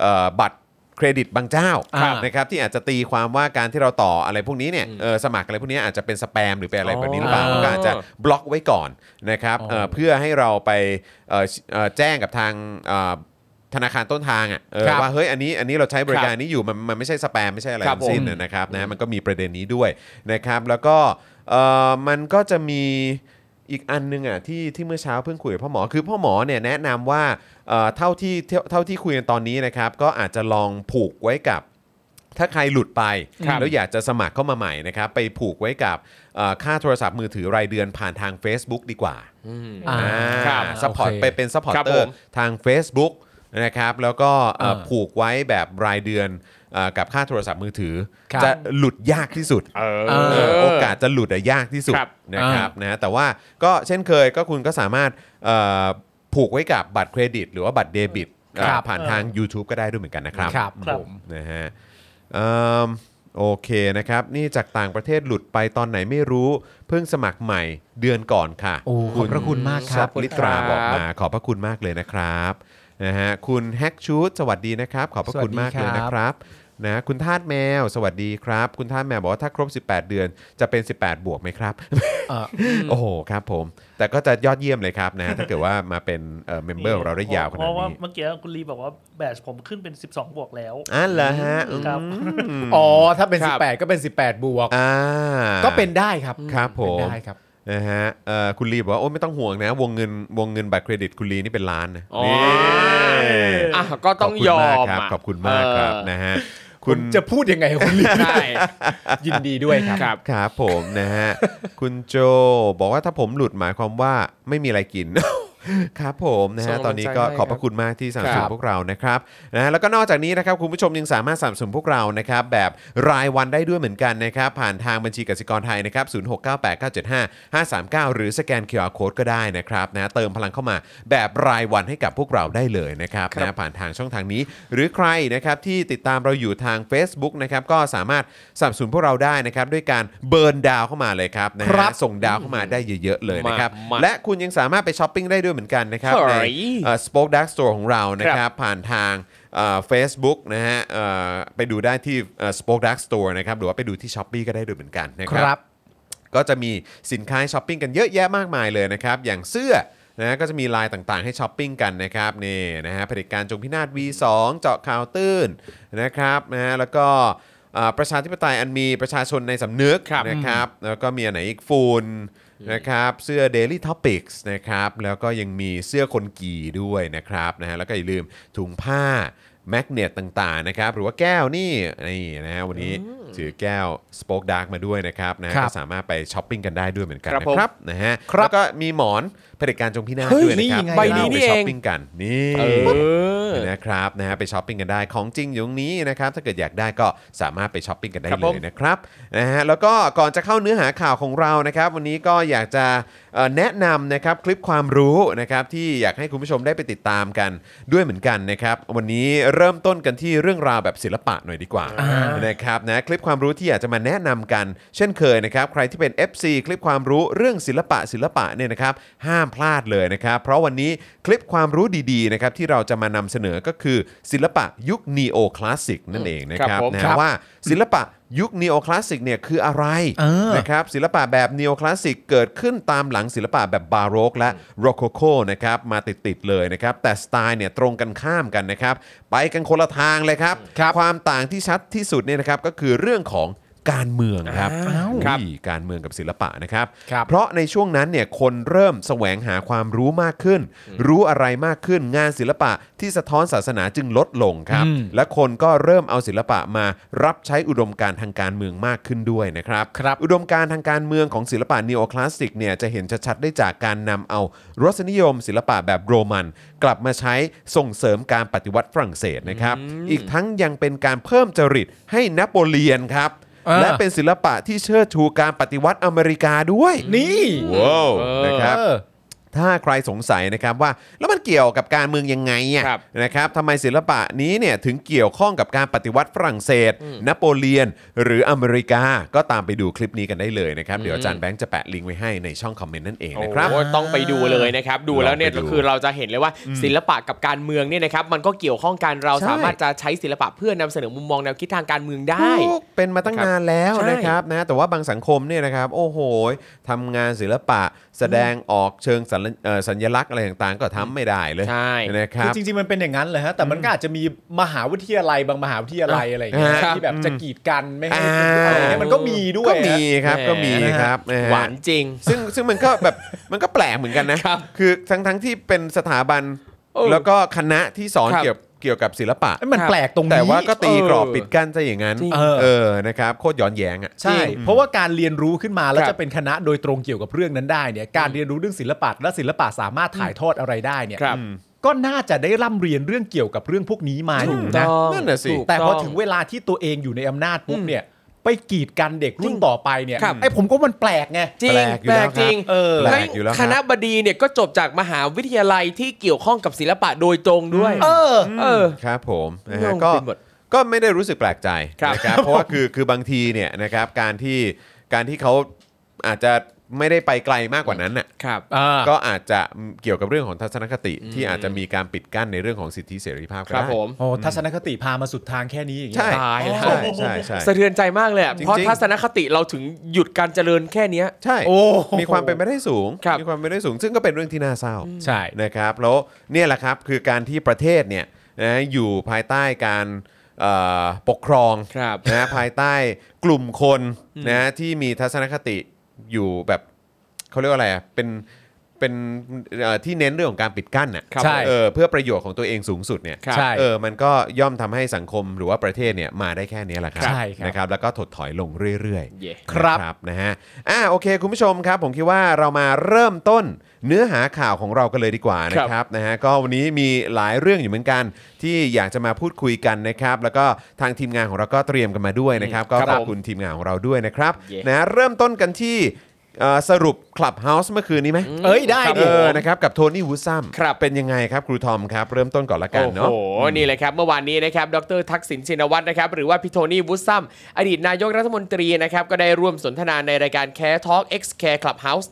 Speaker 2: เอ่อบัตรเครดิตบางเจ้า
Speaker 3: ครับ
Speaker 2: นะครับที่อาจจะตีความว่าการที่เราต่ออะไรพวกนี้เนี่ยเอ่อสมัครอะไรพวกนี้อาจจะเป็นสแปมหรือเป็นอะไรแบบนี้หรือเปล่า
Speaker 3: อ๋อ
Speaker 2: ก็อาจจะ บล็อกไว้ก่อนนะครับ
Speaker 3: อ๋อ
Speaker 2: เอ่อเพื่อให้เราไปเอ่อเอ่อแจ้งกับทางเอ่อธนาคารต้นทางอ่ะเออ
Speaker 3: ครับ
Speaker 2: ว่าเฮ้ยอันนี้อันนี้เราใช้บริการนี้อยู่มันมันไม่ใช่สแปมไม่ใช่อะไร
Speaker 1: ครั
Speaker 2: ทั้
Speaker 1: บ
Speaker 2: งสิ้นนะนะครับนะมันก็มีประเด็นนี้ด้วยนะครับแล้วก็เอ่อมันก็จะมีอีกอันนึงอ่ะที่ที่เมื่อเช้าเพิ่งคุยกับพ่อหมอคือพ่อหมอเนี่ยแนะนำว่าเอ่อเท่าที่เท่าเท่าที่คุยกันตอนนี้นะครับก็อาจจะลองผูกไว้กับ ถ้าใครหลุดไป
Speaker 3: ครับ
Speaker 2: แล้วอยากจะสมัครเข้ามาใหม่นะครับไปผูกไว้กับเอ่อค่าโทรศัพท์มือถือรายเดือนผ่านทาง Facebook ดีกว่า
Speaker 3: อ่า
Speaker 1: ครับ
Speaker 2: สปอร์ต
Speaker 3: โเค
Speaker 2: ไปเป็นซัพพอร์
Speaker 1: ครั
Speaker 2: เต
Speaker 1: บ
Speaker 2: อ
Speaker 1: ผ
Speaker 2: ร์
Speaker 1: ม
Speaker 2: ทาง Facebook นะครับแล้วก็เอ่อ
Speaker 3: เออ
Speaker 2: ผูกไว้แบบรายเดือนเอ่อกับค่าโทรศัพท์มือถือ
Speaker 3: ครับ
Speaker 2: จะหลุดยากที่สุด
Speaker 3: เออ
Speaker 2: เออโอกาสจะหลุดอะยากที่สุด
Speaker 1: ครับ
Speaker 2: นะครับนะแต่ว่าก็เช่นเคยก็คุณก็สามารถเอ่อผูกไว้กับบัตรเครดิต หรือว่าบัตรเดบิต
Speaker 3: ครับ
Speaker 2: เอ่อผ่านทาง YouTube ก็ได้ด้วยเหมือนกันนะครับ
Speaker 3: ครับ
Speaker 4: ครับ
Speaker 3: ผม
Speaker 2: นะฮะเอิ่มโอเคนะครับ นี่จากต่างประเทศหลุดไปตอนไหนไม่รู้ เพิ่งสมัครใหม่เดือนก่อนค่ะ
Speaker 3: โอ้ขอบพระคุณมากครับ
Speaker 2: ซัลิตรา
Speaker 1: ขอบคุณครับ
Speaker 2: บอกมาขอบพระคุณมากเลยนะครับนะฮะคุณแฮกชูดสวัสดีนะครับ ขอบพระคุณมากเลยนะครับ นะคุณทาดแมว สวัสดีครับ คุณทาดแมวบอกว่าถ้าครบ 18 เดือนจะเป็น 18 บวกไหมครับ โอ้โหครับผม แต่ก็จะยอดเยี่ยมเลยครับนะถ้าเกิดว่ามาเป็นเมมเบอร์ของเราได้ยาวข
Speaker 4: เพ
Speaker 2: นาด
Speaker 4: ราะว่า
Speaker 2: นี้
Speaker 4: เมื่อกี้คุณลีบอกว่าแบตผมขึ้นเป็น 12 บวกแล้ว
Speaker 2: อ่ะเหรอฮะอืม
Speaker 4: ครับ
Speaker 3: อ๋อ ถ้าเป็น
Speaker 1: ครับ
Speaker 3: 18 ก็เป็น 18 บวก
Speaker 2: อ่า
Speaker 3: ก็เป็นได้ครับ
Speaker 2: ครับผม
Speaker 3: เป็นได้ครับ
Speaker 2: นะฮะเอ่อคุณลีบอกว่าโอ้ไม่ต้องห่วงนะ วงเงินวงเงินบัตรเครดิตคุณลีนี่เป็นล้านนะ
Speaker 1: อ๋อ
Speaker 2: นี่
Speaker 1: อ่ะก็ต้องยอมะ
Speaker 2: ขอบคุณมากครับขอบคุณมากครับ
Speaker 1: เออ
Speaker 2: นะฮะ
Speaker 3: คุ
Speaker 2: คุณ ณ
Speaker 3: จะพูดยังไงคุณลิ
Speaker 1: ใช่
Speaker 3: ยินดีด้วยครับ
Speaker 1: ครับ
Speaker 2: ครับผมนะ ฮะ คุณโจบอกว่าถ้าผมหลุดหมายความว่าไม่มีอะไรกิน ครับผมนะฮะ
Speaker 1: ส่งกำลัง
Speaker 2: ตอนนี้ก็
Speaker 1: ใจให้
Speaker 2: ขอบพระคุณมากที่สนับสนุ
Speaker 1: ครั
Speaker 2: น
Speaker 1: บ
Speaker 2: พวกเรานะครับนะฮะแล้วก็นอกจากนี้นะครับคุณผู้ชมยังสามารถสนับสนุนพวกเรานะครับแบบรายวันได้ด้วยเหมือนกันนะครับผ่านทางบัญชีกสิกรไทยนะครับ0698975539 หรือสแกน QR Code ก็ได้นะครับนะเติมพลังเข้ามาแบบรายวันให้กับพวกเราได้เลยนะครับนะผ่านทางช่องทางนี้ หรือใครนะครับที่ติดตามเราอยู่ทาง Facebook นะครับก็สามารถสนับสนุนพวกเราได้นะครับด้วยการเบิร์นดาวเข้ามาเลยครับนะฮะ
Speaker 3: ครับ
Speaker 2: ส่งดาวเข้ามาได้เยอะๆเลยนะครับ
Speaker 1: มา
Speaker 2: และคุณยังสามารถไปช้อปปิ้งได้ด้วยเหมือนกันนะครับ นะครับ
Speaker 1: เฮ้
Speaker 2: ใน
Speaker 1: ย
Speaker 2: สป็อคดักสโตร์ของเรานะครับผ่านทางเฟซบุ๊กนะฮะเอ่อไปดูได้ที่สป็อคดักสโตร์นะครับหรือว่าไปดูที่ช้อปปีก็ได้ด้วยเหมือนกันนะค
Speaker 3: ค
Speaker 2: รั
Speaker 3: รับ บ
Speaker 2: ก็จะมีสินค้าให้ช้อปปิ้งกันเยอะแยะมากมายเลยนะครับ อย่างเสื้อนะก็จะมีลายต่างๆ ให้ช้อปปิ้งกันนะครับนี่นะฮะเผด็จการจงพินาศ V2 เจาะข่าวตื้นนะครับนะฮะแล้วก็อ่าประชาธิปไตยอันมีประชาชนในสำนึก
Speaker 1: ครับ
Speaker 2: นะครับ แล้วก็มีอันไหนอีกฝุ่นนะครับเสื้อ Daily Topics นะครับแล้วก็ยังมีเสื้อคนกี่ด้วยนะครับนะฮะแล้วก็อย่าลืมถุงผ้าแมกเนตต่างๆนะครับหรือว่าแก้วนี่นี่นะฮะวันนี้ถือแก้ว Spoke Dark มาด้วยนะครับนะฮะ
Speaker 3: ครับ
Speaker 2: ก็สามารถไปช้อปปิ้งกันได้ด้วยเหมือนกัน
Speaker 1: ครับผม
Speaker 2: นะครับนะฮะ
Speaker 3: ครับ
Speaker 2: แล้วก็มีหมอนเผด็จการจงพินาศ
Speaker 3: เฮ้ย
Speaker 2: ด้วยนะครับ
Speaker 3: นี่ไง
Speaker 1: ใบนี้นี่
Speaker 2: ไป
Speaker 1: เอง
Speaker 2: ช้อปปิ้งกันนี่
Speaker 1: เออ
Speaker 2: นะครับนะฮะไปช้อปปิ้งกันได้ของจริงอยู่ตรงนี้นะครับถ้าเกิดอยากได้ก็สามารถไปช้อปปิ้งกันได้
Speaker 1: ครับ
Speaker 2: เล
Speaker 1: ผม
Speaker 2: ยนะครับนะฮะแล้วก็ก่อนจะเข้าเนื้อหาข่าวของเรานะครับ วันนี้ก็อยากจะเอ่อแนะนำนะครับคลิปความรู้นะครับที่อยากให้คุณผู้ชมได้ไปติดตามกันด้วยเหมือนกันนะครับ วันนี้เริ่มต้นกันที่เรื่องราวแบบศิลปะหน่อยดีกว่านะครับนะคลิปความรู้ที่อยากจะมาแนะนำกัน เช่นเคยนะครับใครที่เป็น FC คลิปความรู้เรื่องศิลปะศิลปะเนี่ยนะครับห้ามพลาดเลยนะครับ เพราะวันนี้คลิปความรู้ดีๆนะครับที่เราจะมานำเสนอก็คือศิลปะยุคนีโอคลาสสิกนั่นเองนะค
Speaker 1: ครั
Speaker 2: รับบ
Speaker 1: ผม
Speaker 2: นะ
Speaker 1: ครั
Speaker 2: ฮะ
Speaker 1: บ
Speaker 2: ว่าศิลปะยุคนีโอคลาสสิกเนี่ยคืออะไร
Speaker 3: เออ
Speaker 2: นะครับศิลปะแบบนีโอคลาสสิกเกิดขึ้นตามหลังศิลปะแบบบาโรกและโรโคโคนะครับมาติดๆเลยนะครับแต่สไตล์เนี่ยตรงกันข้ามกันนะครับไปกันคนละทางเลยครับความต่างที่ชัดที่สุดเนี่ยนะครับก็คือเรื่องของการเมืองครับ
Speaker 3: อ้าว
Speaker 2: คการเมืองกับศิลปะนะครับ
Speaker 3: ครับ
Speaker 2: เพราะในช่วงนั้นเนี่ยคนเริ่มแสวงหาความรู้มากขึ้น รู้อะไรมากขึ้น งานศิลปะที่สะท้อนศาสนาจึงลดลงครับ
Speaker 3: อืม
Speaker 2: และคนก็เริ่มเอาศิลปะมารับใช้อุดมการณ์ทางการเมืองมากขึ้นด้วยนะครับ
Speaker 3: ครับ
Speaker 2: อุดมการณ์ทางการเมืองของศิลปะนีโอคลาสสิกเนี่ยจะเห็นชัดๆได้จากการนำเอารสนิยมศิลปะแบบโรมัน กลับมาใช้ส่งเสริมการปฏิวัติฝรั่งเศสนะครับ อีกทั้งยังเป็นการเพิ่มจริตให้นโปเลียนครับ
Speaker 3: อ่า
Speaker 2: และเป็นศิลปะที่เชิดชูการปฏิวัติอเมริกาด้วย
Speaker 3: นี่
Speaker 2: ว้าวนะครับ
Speaker 3: เออ
Speaker 2: ถ้าใครสงสัยนะครับว่าแล้วมันเกี่ยวกับการเมืองยังไงอ่ะ
Speaker 1: ครับ
Speaker 2: นะครับทำไมศิลปะนี้เนี่ยถึงเกี่ยวข้องกับการปฏิวัติฝรั่งเศส นโปเลียน หรืออเมริกา ก็ตามไปดูคลิปนี้กันได้เลยนะครับ เดี๋ยวอาจารย์แบงค์จะแปะลิงก์ไว้ให้ในช่องคอมเมนต์นั่นเองนะครับ
Speaker 1: โอ้ต้องไปดูเลยนะครับ ดูแล้วเนี่ย
Speaker 2: ลองไปดู
Speaker 1: ก็คือเราจะเห็นเลยว่าศิลปะกับการเมืองเนี่ยนะครับ มันก็เกี่ยวข้องกันเรา
Speaker 2: ใช่
Speaker 1: สามารถจะใช้ศิลปะเพื่อนำเสนอมุมมองแนวคิดทางการเมืองได้
Speaker 2: ถูกเป็นมาตั้งนานแล้ว
Speaker 1: ใช่
Speaker 2: นะครับนะแต่ว่าบางสังคมเนี่ยนะครับ โอ้โหทำงานศิลปะแสดงออกเชิงสัญเอ่อสัญลักษณ์อะไรต่างๆ ก็ทำไม่ได้เลย
Speaker 1: ใช่
Speaker 2: นะค
Speaker 3: คื
Speaker 2: รั
Speaker 3: อบ จริงๆมันเป็นอย่างนั้นเลยฮะแต่มันก็อาจจะมีมหาวิทยาลัยบางมหาวิทยาลัยอะไรอย่างเงี้ย
Speaker 2: ครับ
Speaker 3: ที่แบบจะกีดกันไม่ให้
Speaker 2: อ่า
Speaker 3: อะไรเงี้ยมันก็มีด้วย
Speaker 2: ก็มีครับก็มี
Speaker 1: แหม
Speaker 2: ครับะฮะ
Speaker 1: หวานจริง
Speaker 2: ซึ่งซึ่งมันก็แบบ มันก็แปลกเหมือนกันนะครับ คือทั้งทั้งที่เป็นสถาบัน
Speaker 1: เออ
Speaker 2: แล้วก็คณะที่สอน
Speaker 1: ครับ
Speaker 2: เกี่ยวเกี่ยวกับศิลปะ
Speaker 3: เอ้ยมันแปลกตรงนี้
Speaker 2: แต่ว่าก็ตีกรอบ
Speaker 1: เออ
Speaker 2: ปิดกั้นซะอย่างนั้น
Speaker 1: จริง
Speaker 3: เออ
Speaker 2: เออนะครับโคตรย้อนแย้งอ่ะ
Speaker 3: ใช่ เพราะว่าการเรียนรู้ขึ้นมาแล้ว
Speaker 1: ครับ
Speaker 3: จะเป็นคณะโดยตรงเกี่ยวกับเรื่องนั้นได้เนี่ยการเรียนรู้เรื่องศิลปะและศิลปะสามารถถ่ายทอดอะไรได้เนี่ย
Speaker 1: ครับ
Speaker 3: ก็น่าจะได้ร่ำเรียนเรื่องเกี่ยวกับเรื่องพวกนี้มาอยู่นะ
Speaker 1: ต้อง
Speaker 2: นั่นน่ะสิ
Speaker 1: ถูก
Speaker 3: แต่พอ
Speaker 1: อง
Speaker 3: ถึงเวลาที่ตัวเองอยู่ในอำนาจปุ๊บเนี่ย ไปกีดกันเด็กรุ่นต่อไปเนี่ย
Speaker 1: ครับ
Speaker 3: ไอ้ผมก็มันแปลกไง
Speaker 1: จริง
Speaker 2: แปลกอยู่
Speaker 1: แปล
Speaker 2: แล้ว
Speaker 1: ก
Speaker 2: ครับ
Speaker 1: จริง
Speaker 2: เออแปล
Speaker 1: แล้ว
Speaker 2: กอยู่แล้วค
Speaker 1: ครับ ณะบดีเนี่ยก็จบจากมหาวิทยาลัยที่เกี่ยวข้องกับศิลปะโดยตรงด้วย
Speaker 3: เออ
Speaker 1: เออ
Speaker 2: ครับผมนะฮะ
Speaker 1: งง
Speaker 2: ก็
Speaker 1: ไปหมด
Speaker 2: ก็ไม่ได้รู้สึกแปลกใจ
Speaker 1: ครับ
Speaker 2: นะครับ เพราะว่าคือคือบางทีเนี่ยนะครับการที่การที่เขาอาจจะ ไม่ได้ไปไกลมากกว่านั้นน่ะ
Speaker 1: ครับ
Speaker 3: อ่า
Speaker 2: ก็อาจจะเกี่ยวกับเรื่องของทัศนคติที่อาจจะมีการปิดกั้นในเรื่องของสิทธิเสรีภาพก็
Speaker 1: ครับ
Speaker 2: ได้
Speaker 1: ผม
Speaker 3: โอ้ทัศนคติพามาสุดทางแค่นี้อย่างเงี้
Speaker 2: ใช่
Speaker 3: ย
Speaker 1: ตายแล้ว
Speaker 2: ใช่ใช่ใช่
Speaker 1: สะเทือนใจมากเลยอะ
Speaker 2: จริงๆ
Speaker 1: เพราะทัศนคติเราถึงหยุดการเจริญแค่เนี้ย
Speaker 2: ใช่
Speaker 3: โอ้
Speaker 2: มีความเป็นไปได้สูง
Speaker 1: ครับ
Speaker 2: มีความเป็นไปได้สูง ซึ่งก็เป็นเรื่องที่น่าเศร้า
Speaker 3: ใช่
Speaker 2: นะครับแล้วเนี่ยแหละครับคือการที่ประเทศเนี่ยนะอยู่ภายใต้การเอ่อปกครอง
Speaker 1: ครับ
Speaker 2: นะภายใต้กลุ่มคนนะที่มีทัศนคติอยู่แบบเขาเรียกว่าอะไรอะเป็นเป็นเอ่อที่เน้นเรื่องของการปิดกั้นน่ะ
Speaker 1: ครับ
Speaker 3: ใช่
Speaker 2: เออเพื่อประโยชน์ของตัวเองสูงสุดเนี่ย
Speaker 1: ครับ
Speaker 3: ใช่
Speaker 2: เออมันก็ย่อมทำให้สังคมหรือว่าประเทศเนี่ยมาได้แค่เนี้ยแหละครั
Speaker 3: ใช่ครับ
Speaker 2: นะครับแล้วก็ถดถอยลงเรื่อยๆ
Speaker 1: เย่
Speaker 3: ครับ
Speaker 2: นะครับนะฮะอ่าโอเค คุณผู้ชมครับ ผมคิดว่าเรามาเริ่มต้นเนื้อหาข่าวของเรากันเลยดีกว่านะค
Speaker 1: ครั
Speaker 2: รับบนะฮะก็วันนี้มีหลายเรื่องอยู่เหมือนกัน ที่อยากจะมาพูดคุยกันนะครับ แล้วก็ทางทีมงานของเราก็เตรียมกันมาด้วยนะครับ ก็
Speaker 1: ครับ
Speaker 2: ขอบ
Speaker 1: ผม
Speaker 2: คุณทีมงานของเราด้วยนะครับ
Speaker 1: เย้
Speaker 2: นะฮะเริ่มต้นกันที่เอ่อสรุป Clubhouse เมื่อคืนนี้ไหม
Speaker 3: เอ้ยได้
Speaker 1: ครับ
Speaker 3: ดิ
Speaker 2: เอ
Speaker 1: ผ
Speaker 2: อ
Speaker 1: ม
Speaker 2: นะครับกับโทนี่วูซัม
Speaker 1: ครับ
Speaker 2: เป็นยังไงครับครูทอมครับ เริ่มต้นก่อนละกันเนาะ
Speaker 1: โอ้โห นี่เลยครับ เมื่อวานนี้นะครับ ดรทักษิณชินวัตรนะครับ หรือว่าพี่โทนี่วุฒซัม อดีตนายกรัฐมนตรีนะครับ ก็ได้ร่วมสนทนาในรายการแคร์ทอล์กเอ็กซ์แคร์คลับเฮาส์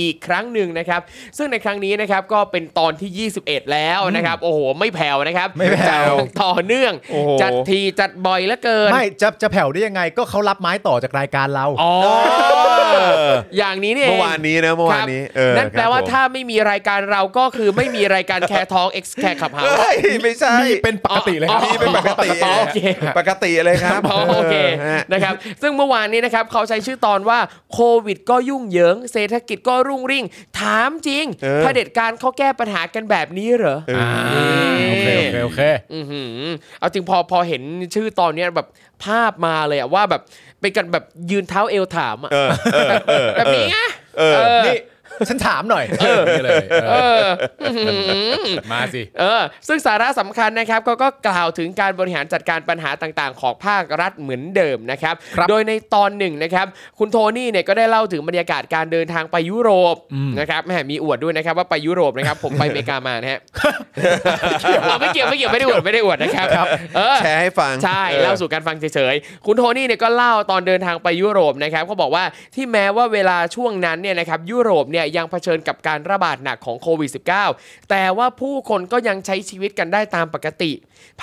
Speaker 1: อีกครั้งหนึ่งนะครับ ซึ่งในครั้งนี้นะครับ ก็เป็นตอนที่ 21 แล้วนะครับ โอ้โห ไม่แผ่วนะครับ
Speaker 3: ไม่แผ่ว
Speaker 1: จัดต่อเนื่อง
Speaker 2: โอ้โห
Speaker 1: จัดทีจัดบ่อยเหลือเกิน
Speaker 3: ไม่จะจะแผ่วได้ยังไงก็เขารับไม้ต่อจากรายการเรา
Speaker 1: อ๋อ
Speaker 2: เออ
Speaker 1: อย่างนี้นี่เอง
Speaker 2: เมื่อวานนี้นะเมื่อวานนี้เออ
Speaker 1: นั่นแปลว่า
Speaker 2: ครับผม
Speaker 1: ถ้าไม่มีรายการเราก็คือไม่มีรายการแคร์ทองเอ็กซ์แคร์ขับเฮา
Speaker 2: เฮ้ยไม่ใช่
Speaker 3: มีเป็นปกติเลยครับ
Speaker 1: อ๋อ
Speaker 2: นี่เป็นปกติ
Speaker 1: อ๋อโอเค
Speaker 2: ปกติเลยครับ
Speaker 1: อ๋อโอเค
Speaker 2: ออฮะ
Speaker 1: นะครับ ซึ่งเมื่อวานนี้นะครับเขาใช้ชื่อตอนว่าโควิดก็ยุ่งเหยิง เศรษฐกิจก็รุ่งริ่ง ถามจริง
Speaker 2: เออ
Speaker 1: เผด็จการเขาแก้ปัญหากันแบบนี้เหรอ
Speaker 2: เอออ
Speaker 3: โอเคโอเคโอเค
Speaker 1: อือหือเอาจริงพอพอเห็นชื่อตอนเนี้ยแบบภาพมาเลยอะว่าแบบเป็นกันแบบยืนเท้าเอวถามอะแบบแบบนี้ไง
Speaker 2: เออ
Speaker 1: เออ
Speaker 3: นี่ ฉันถามหน่อยเออนี่เลย เออ มาสิ
Speaker 1: เออซึ่งสาระสำคัญนะครับเขาก็กล่าวถึงการบริหารจัดการปัญหาต่างๆ ของภาครัฐเหมือนเดิมนะครับ
Speaker 3: ครับ
Speaker 1: โดยในตอนหนึ่งนะครับ คุณโทนี่เนี่ยก็ได้เล่าถึงบรรยากาศการเดินทางไปยุโรปนะครับแหมมีอวดด้วยนะครับว่าไปยุโรปนะครับ ผมไปอเมริกามานะฮะ เอาไม่เกี่ยวไม่เกี่ยวไม่ได้อวดไม่ได้อวดนะครับเออ
Speaker 2: แชร์ให้ฟัง
Speaker 1: ใช่
Speaker 2: ออ
Speaker 1: เล่าสู่การฟังเฉยๆ คุณโทนี่เนี่ยก็เล่าตอนเดินทางไปยุโรปนะครับเขาบอกว่าที่แม้ว่าเวลาช่วงนั้นเนี่ยนะครับยุโรปเนี่ยยังเผชิญกับการระบาดหนักของโควิด -19 แต่ว่าผู้คนก็ยังใช้ชีวิตกันได้ตามปกติ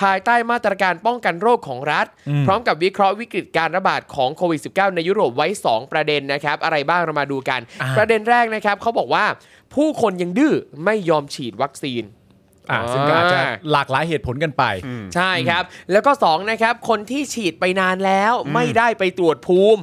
Speaker 1: ภายใต้มาตรการป้องกันโรคของรัฐ พร้อมกับวิเคราะห์วิกฤตการระบาดของโควิด -19 ในยุโรปไว้ 2 ประเด็นนะครับอะไรบ้างเรามาดูกัน
Speaker 3: อ่า
Speaker 1: ประเด็นแรกนะครับเขาบอกว่าผู้คนยังดื้อไม่ยอมฉีดวัคซีน
Speaker 3: อ่ะซึ่งก็อาจจะหลากหลายเหตุผลกันไป
Speaker 1: ใช่ครับ แล้วก็ 2 นะครับ คนที่ฉีดไปนานแล้วไม่ได้ไปตรวจภูมิ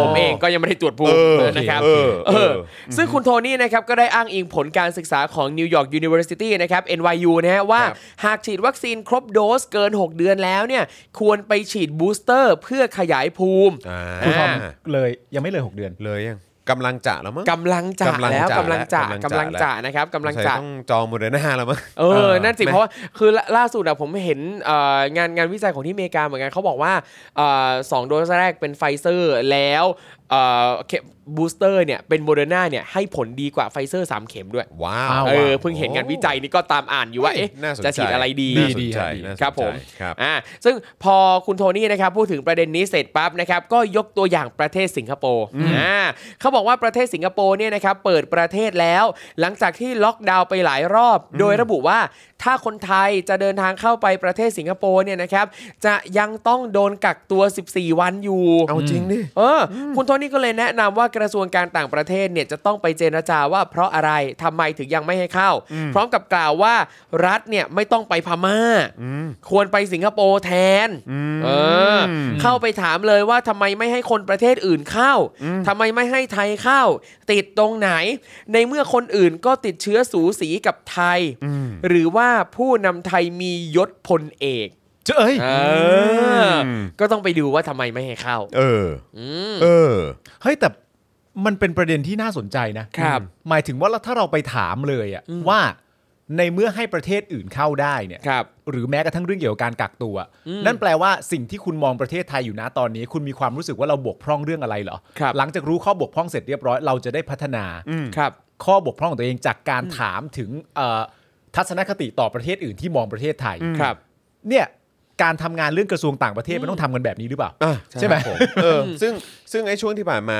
Speaker 1: ผมเองก็ยังไม่ได้ตรวจภู
Speaker 2: เ
Speaker 1: มิ
Speaker 2: ออ
Speaker 1: นะครับ
Speaker 2: เออ
Speaker 1: เอ
Speaker 2: เอ
Speaker 1: อ
Speaker 2: อ
Speaker 1: ซึ่งคุณโทนี่นะครับ ก็ได้อ้างอิงผลการศึกษาของ New York University นะครับ NYU นะฮะว่าหากฉีดวัคซีนครบโดสเกิน 6 เดือนแล้วเนี่ย ควรไปฉีดบูสเตอร์เพื่อขยายภูมิ
Speaker 2: อ่า
Speaker 1: คุณทอม
Speaker 3: เลยยังไม่เลย 6 เดือน
Speaker 2: เลยยังกำลังจะแล้วมั้ง
Speaker 1: กำลังจะแล้วกำ
Speaker 2: กำลั
Speaker 1: ลัง
Speaker 2: ง
Speaker 1: จะ
Speaker 2: จะ
Speaker 1: กำลัง
Speaker 2: แล้ว
Speaker 1: จะนะครับกำลัง
Speaker 2: สง
Speaker 1: จะ
Speaker 2: สัยต้องจองโมเดอร์นาแล้วมั้ง
Speaker 1: เอ
Speaker 3: เอ
Speaker 1: อ
Speaker 3: อ
Speaker 1: นั่นสิ
Speaker 2: ไหม
Speaker 1: เพราะว่าคือล่าล่าสุดอะผมเห็นเอ่องานงานวิจัยของที่อเมริกาเหมือนกันเขาบอกว่าเอ่อสองโดสแรกเป็นไฟเซอร์แล้วเอ่อเข็มบูสเตอร์เนี่ยเป็นโมเดอร์นาเนี่ยให้ผลดีกว่าไฟเซอร์ 3 เข็มด้วย
Speaker 2: ว้าว
Speaker 3: เอา
Speaker 1: เออ
Speaker 3: ว่ะ
Speaker 1: เพิ่งเห็นงานวิจัยนี่ก็ตามอ่านอยู่ว่า เอ๊ะ
Speaker 2: น่สนใ
Speaker 1: จะฉีดอะไรดี
Speaker 2: น่าสนใจ
Speaker 3: ดีดี
Speaker 2: น่าสนใจ
Speaker 1: ครับผม
Speaker 2: ครับ
Speaker 1: อ่าซึ่งพอคุณโทนี่นะครับพูดถึงประเด็นนี้เสร็จปั๊บนะครับก็ยกตัวอย่างประเทศสิงคโปร์อ่าเขาบอกว่าประเทศสิงคโปร์เนี่ยนะครับเปิดประเทศแล้ว หลังจากที่ล็อกดาวน์ไปหลายรอบ โดยระบุว่าถ้าคนไทยจะเดินทางเข้าไปประเทศสิงคโปร์เนี่ยนะครับจะยังต้องโดนกักตัว 14 วันอยู่
Speaker 2: เอาจริงดิ
Speaker 1: เอออคุณโทนี่ก็เลยแนะนำว่ากระทรวงการต่างประเทศเนี่ยจะต้องไปเจรจาว่าเพราะอะไรทำไมถึงยังไม่ให้เข้า พร้อมกับกล่าวว่ารัฐเนี่ยไม่ต้องไปพม่า ควรไปสิงคโปร์แทนเอออเข้าไปถามเลยว่าทำไมไม่ให้คนประเทศอื่นเข้าทำไมไม่ให้ไทยเข้า ติดตรงไหน ในเมื่อคนอื่นก็ติดเชื้อสูสีกับไทย หรือว่าผู้นำไทยมียศพลเอก
Speaker 3: เจ้เอ้ย
Speaker 1: เอออก็ต้องไปดูว่าทำไมไม่ให้เข้า
Speaker 2: เอออเออ
Speaker 3: เฮ้ย แต่มันเป็นประเด็นที่น่าสนใจนะครับ หมายถึงว่าถ้าเราไปถามเลยอะว่าในเมื่อให้ประเทศอื่นเข้าได้เนี่ย
Speaker 1: ครับ
Speaker 3: หรือแม้กระทั่งเรื่องเกี่ยวกับการกักตัว นั่นแปลว่าสิ่งที่คุณมองประเทศไทยอยู่นะตอนนี้ คุณมีความรู้สึกว่าเราบกพร่องเรื่องอะไรเหรอ
Speaker 1: ครับ
Speaker 3: หลังจากรู้ข้อบกพร่องเสร็จเรียบร้อยเราจะได้พัฒนา
Speaker 1: ครับ
Speaker 3: ข้อบกพร่องของตัวเองจากการถามถึงเอ่อทัศนคติต่อประเทศอื่นที่มองประเทศไทย
Speaker 1: ครับ
Speaker 3: เนี่ยการทำงานเรื่องกระทรวงต่างประเทศมันต้องทำกันแบบนี้หรือเปล่า
Speaker 2: อ่ะ
Speaker 3: ใช่ไหม
Speaker 2: เออซึ่งซึ่งไอ้ช่วงที่ผ่านมา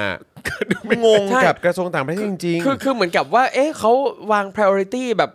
Speaker 2: งงกับกระทรวงต่างประเทศจริง
Speaker 1: คือคือเหมือนกับว่า เอ๊ะเขาวาง priority แบบ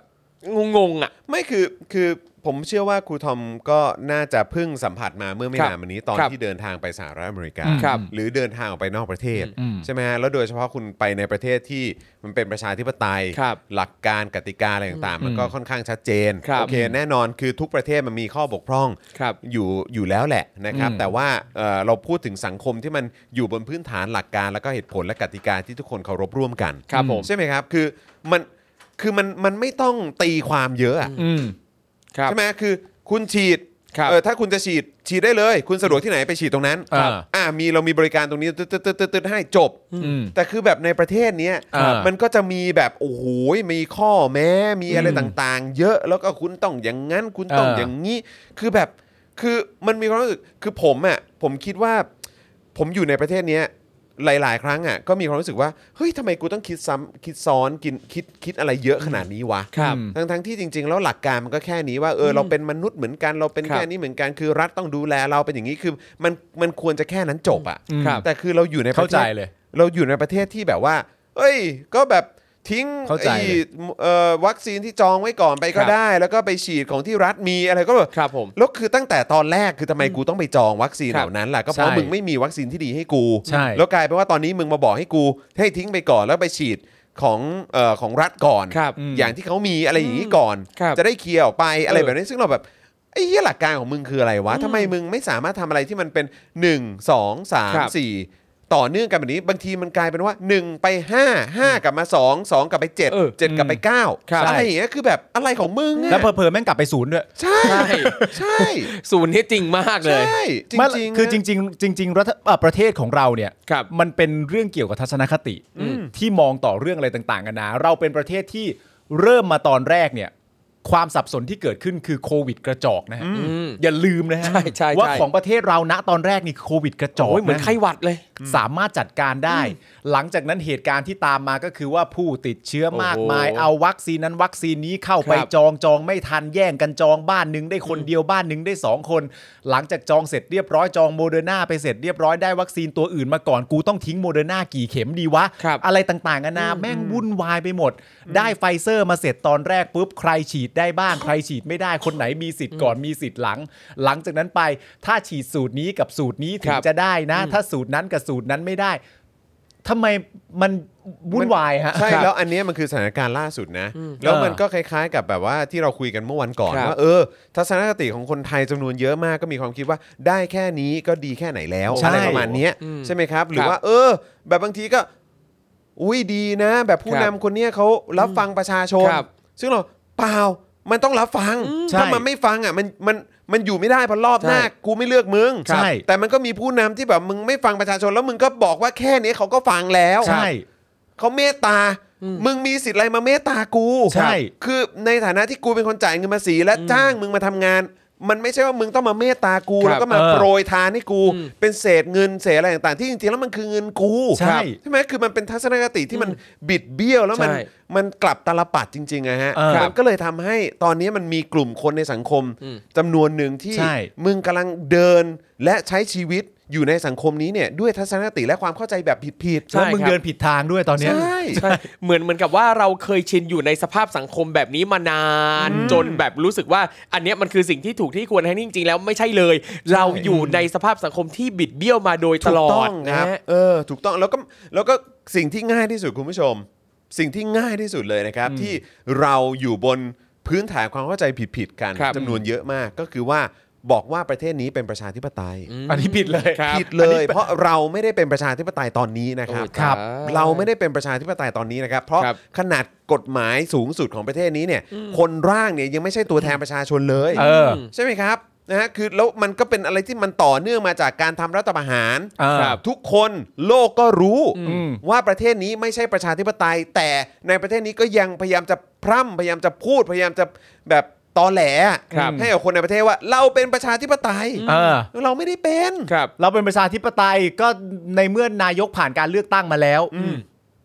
Speaker 1: งงๆอ่ะ
Speaker 2: ๆ ไม่คือคือผมเชื่อว่าครูทอมก็น่าจะเพิ่งสัมผัสมาเมื่อไม่
Speaker 1: ครับ
Speaker 2: นานมานี้ตอน
Speaker 1: ครับ
Speaker 2: ที่เดินทางไปสหรัฐอเมริกา
Speaker 1: ครับ
Speaker 2: หรือเดินทางออกไปนอกประเทศ
Speaker 3: อืม
Speaker 2: ใช่ไหมฮะแล้วโดยเฉพาะคุณไปในประเทศที่มันเป็นประชาธิปไตย
Speaker 1: ครับ
Speaker 2: หลักการกติกาอะไรต่างๆ มันก็ค่อนข้างชัดเจน
Speaker 1: ครับ
Speaker 2: โอเคแน่นอนคือทุกประเทศมันมีข้อบกพร่อง
Speaker 1: ครับ
Speaker 2: อยู่อยู่แล้วแหละนะครับ
Speaker 3: อืม
Speaker 2: แต่ว่าเอ่อเราพูดถึงสังคมที่มันอยู่บนพื้นฐานหลักการ แล้วก็เหตุผลและกติกาที่ทุกคนเคารพร่วมกัน
Speaker 1: ครับผม
Speaker 2: ใช่ไหมครับคือมันคือมันมันไม่ต้องตีความเยอะอะ
Speaker 1: ครับ
Speaker 2: ใช่ไหมคือคุณฉีด
Speaker 1: ครับ
Speaker 2: เออถ้าคุณจะฉีดฉีดได้เลย คุณสะดวกที่ไหนไปฉีดตรงนั้น
Speaker 3: ครับ
Speaker 2: อ่ามีเรามีบริการตรงนี้ตึ๊ดตึ๊ดตึ๊ดตึ๊ดตึ๊ดให้จบ
Speaker 3: อืม
Speaker 2: แต่คือแบบในประเทศเนี้ย
Speaker 3: อ่ามั
Speaker 2: มันก็จะมีแบบโอ้โหมีข้อแม้มีอะไร
Speaker 3: อืม
Speaker 2: ต่างๆ เยอะแล้วก็คุณต้องอย่างนั้น คุณต้อง
Speaker 3: อ่า
Speaker 2: อย่างนี้ คือแบบคือมันมีความรู้สึกคือผมอ่ะผมคิดว่า ผมอยู่ในประเทศเนี้ยหลาย ๆ ครั้งอ่ะก็มีความรู้สึกว่าเฮ้ยทำไมกูต้องคิดซ้ำคิดซ้อนกินคิดคิดอะไรเยอะขนาดนี้วะ
Speaker 1: ครับ
Speaker 2: ทั้งทั้งๆที่จริง ๆ แล้วหลักการมันก็แค่นี้ว่าเออเราเป็นมนุษย์เหมือนกันเราเป็น
Speaker 1: ครับ
Speaker 2: แค่นี้เหมือนกันคือรัฐต้องดูแลเราเป็นอย่างนี้คือมันมันควรจะแค่นั้นจบอ่ะ
Speaker 3: ครับ
Speaker 2: แต่คือเราอยู่ในประ
Speaker 3: เข้า
Speaker 2: เท
Speaker 3: ใจ
Speaker 2: ศ
Speaker 3: เลย
Speaker 2: เราอยู่ในประเทศที่แบบว่า เอ้ย ก็แบบทิ้ง
Speaker 3: เข้าใจ
Speaker 2: ไอ้
Speaker 3: เลย
Speaker 2: เอ่อวัคซีนที่จองไว้ก่อนไป
Speaker 1: ครั
Speaker 2: ก็
Speaker 1: บ
Speaker 2: ได้ แล้วก็ไปฉีดของที่รัฐมีอะไรก็แบบ
Speaker 1: ครับผม
Speaker 2: แล้วคือตั้งแต่ตอนแรกคือทำไมกูต้องไปจองวัคซีน
Speaker 1: ครั
Speaker 2: เห
Speaker 1: บ
Speaker 2: ล่านั้นล่ะก็เพราะ
Speaker 3: ใช่
Speaker 2: มึงไม่มีวัคซีนที่ดีให้กู
Speaker 3: ใช่
Speaker 2: แล้วกลายเป็นว่าตอนนี้มึงมาบอกให้กูให้ทิ้งไปก่อนแล้วไปฉีดของเอ่อของรัฐก่อน
Speaker 1: ครับ
Speaker 2: อย่างที่เขามีอะไรอย่างนี้ก่อน
Speaker 1: ครับ
Speaker 2: จะได้เคลียร์ออกไปอะไร
Speaker 3: เออ
Speaker 2: แบบนี้ซึ่งเราแบบไอ้เหี้ยหลักการของมึงคืออะไรวะทำไมมึงไม่สามารถทำอะไรที่มันเป็น 1 2
Speaker 1: ครั
Speaker 2: 3
Speaker 1: บ
Speaker 2: 4 ต่อเนื่องกันแบบนี้ บางทีมันกลายเป็นว่า 1 ไป 5 5 กลับมา 2 2 กลับไป
Speaker 1: เออ
Speaker 2: 7 7 กลับไป
Speaker 1: ครับ
Speaker 2: 9 อะไรอย่างเงี้ยคือแบบอะไรของมึงอะ
Speaker 3: แล้วเพอเพอๆแม่งกลับไปศูนย์ด้วย
Speaker 2: ใช่
Speaker 1: ใช่
Speaker 2: ใช่
Speaker 1: ศูนย์นี่จริงมากเลย
Speaker 2: ใช่จ
Speaker 3: ไม่
Speaker 2: ริงๆ
Speaker 3: คือจ
Speaker 2: นะ
Speaker 3: ริง ๆ จริง ๆ รัฐเอ่อประเทศของเราเนี่ย
Speaker 1: ครับ
Speaker 3: มันเป็นเรื่องเกี่ยวกับทัศนคติที่มองต่อเรื่องอะไรต่างๆกันนะ เราเป็นประเทศที่เริ่มมาตอนแรกเนี่ย ความสับสนที่เกิดขึ้นคือโควิดกระจอกนะฮะอย่าลืมนะฮะ
Speaker 1: ใช่ใช่
Speaker 3: ว่า
Speaker 1: ใช่
Speaker 3: ของประเทศเราณตอนแรกนี่คือโควิดกระจอก
Speaker 1: โอ้ยเหมือนะ ไข้หวัดเลย
Speaker 3: สามารถจัดการได้ หลังจากนั้นเหตุการณ์ที่ตามมาก็คือว่าผู้ติดเชื้อมากมาย
Speaker 1: โอ้โห
Speaker 3: เอาวัคซีนนั้นวัคซีนนี้เข้าไป
Speaker 1: ครับ
Speaker 3: จองจองไม่ทันแย่งกันจองบ้านหนึงได้คนเดียวบ้านหนึงได้สองคน หลังจากจองเสร็จเรียบร้อยจองโมเดอร์นาไปเสร็จเรียบร้อยได้วัคซีนตัวอื่นมาก่อนกูต้องทิ้งโมเดอร์นากี่เข็มดีวะ
Speaker 1: ครับ
Speaker 3: อะไรต่างๆนานาแม่งวุ่นวายไปหมด ได้ไฟเซอร์มาเสร็จตอนแรกปุ๊บใครฉีดได้บ้างใครฉีดไม่ได้คนไหนมีสิทธิ์ก่อนมีสิทธิ์หลัง หลังจากนั้นไปถ้าฉีดสูตรนี้กับสูตรนี้ถึง
Speaker 1: ครับ
Speaker 3: จะ ได้นะถ้าสูตรนั้นกับสูตรนั้นไม่ได้ทำไมมันวุ่นวายฮะ
Speaker 2: ใช่แล้วอันเนี้ยมันคือสถานการณ์ล่าสุดนะ แล้วมันก็คล้ายๆกับแบบว่าที่เราคุยกันเมื่อวันก่อน
Speaker 1: ครับ
Speaker 2: ว่าเออทัศนคติของคนไทยจำนวนเยอะมากก็มีความคิดว่าได้แค่นี้ก็ดีแค่ไหนแล้ว
Speaker 3: ใช่
Speaker 2: อะไรประมาณเนี้ย
Speaker 1: อืม
Speaker 2: ใช่ไหมครับ หรือ
Speaker 1: ครับ
Speaker 2: ว่า เออ แบบบางทีก็ อุ้ยดีนะ แบบผู้
Speaker 1: ครั
Speaker 2: นำ
Speaker 1: บ
Speaker 2: คนเนี้ยเขารับฟังประชาชน
Speaker 1: ครับ
Speaker 2: ซึ่งเราเปล่ามันต้องรับฟัง
Speaker 3: ใช่
Speaker 2: ถ้ามันไม่ฟังอ่ะมันมันมันอยู่ไม่ได้เพราะรอบหน้า
Speaker 1: ใช่
Speaker 2: กูไม่เลือกมึง
Speaker 3: ใช่
Speaker 2: แต่มันก็มีผู้นำที่แบบมึงไม่ฟังประชาชนแล้วมึงก็บอกว่าแค่นี้เขาก็ฟังแล้ว
Speaker 3: ใช่
Speaker 2: เขาเมตตา มึงมีสิทธิ์อะไรมาเมตตากู
Speaker 3: ใช่
Speaker 2: คือในฐานะที่กูเป็นคนจ่ายเงินภาษีและจ้างมึงมาทำงาน มันไม่ใช่ว่ามึงต้องมาเมตตากู
Speaker 1: ครับ
Speaker 2: แล้วก็มา
Speaker 3: เออ
Speaker 2: โปรยทานให้กู เป็นเศษเงินเศษอะไรต่างๆ ที่จริงๆแล้วมันคือเงินกู
Speaker 3: ใช่
Speaker 2: ใช่ไหมคือมันเป็นทัศนคติที่มันบิดเบี้ยวแล้วมัน
Speaker 1: ใช่
Speaker 2: มันกลับตาลปัดจริงๆนะฮะ
Speaker 3: เออ
Speaker 2: มันก็เลยทำให้ตอนนี้มันมีกลุ่มคนในสังคม
Speaker 1: อืม
Speaker 2: จำนวนหนึ่งที่
Speaker 3: ใช่
Speaker 2: มึงกำลังเดินและใช้ชีวิตอยู่ในสังคมนี้เนี่ยด้วยทัศนคติและความเข้าใจแบบผิดๆ
Speaker 1: ใช่
Speaker 3: แล้วมึงเดินผิดทางด้วยตอนเนี้ย
Speaker 2: ใช่
Speaker 1: ใช่ เหมือนเหมือนกับว่าเราเคยชินอยู่ในสภาพสังคมแบบนี้มานาน จนแบบรู้สึกว่าอันเนี้ยมันคือสิ่งที่ถูกที่ควรให้จริงๆแล้วไม่ใช่เลย เราอยู่ในสภาพสังคมที่บิดเบี้ยวมาโดยตลอ
Speaker 2: ถูกต้
Speaker 1: ด
Speaker 2: ง
Speaker 1: นะครับ ฮะ
Speaker 2: เออถูกต้องแล้วก็แล้วก็สิ่งที่ง่ายที่สุดคุณผู้ชม สิ่งที่ง่ายที่สุดเลยนะครับ ที่เราอยู่บนพื้นฐานความเข้าใจผิดๆกัน
Speaker 1: ครับ
Speaker 2: จำนวนเยอะมากก็คือว่าบอกว่าประเทศนี้เป็นประชาธิปไตย
Speaker 3: อันนี้ผิดเลย
Speaker 1: ครับ
Speaker 2: ผิดเลย เพราะเราไม่ได้เป็นประชาธิปไตยตอนนี้นะครับ
Speaker 1: โอ้ยครับ
Speaker 2: เราไม่ได้เป็นประชาธิปไตยตอนนี้นะครับ เพราะ
Speaker 1: ครับ
Speaker 2: ขนาดกฎหมายสูงสุดของประเทศนี้เนี่ย คนร่างเนี่ยยังไม่ใช่ตัวแทนประชาชนเลย
Speaker 3: เออ
Speaker 2: ใช่ไหมครับนะฮะคือแล้วมันก็เป็นอะไรที่มันต่อเนื่องมาจากการทำรัฐประหาร
Speaker 3: อ่า
Speaker 2: ทุกคนโลกก็รู้
Speaker 3: อืม
Speaker 2: ว่าประเทศนี้ไม่ใช่ประชาธิปไตย แต่ในประเทศนี้ก็ยังพยายามจะพร่ำพยายามจะพูดพยายามจะแบบตอแหล
Speaker 3: ครับ
Speaker 2: ให้กับคนในประเทศว่าเราเป็นประชาธิปไตย
Speaker 3: เออ
Speaker 2: เราไม่ได้เป็น
Speaker 1: ครับ
Speaker 3: เราเป็นประชาธิปไตยก็ในเมื่อนายกผ่านการเลือกตั้งมาแล้ว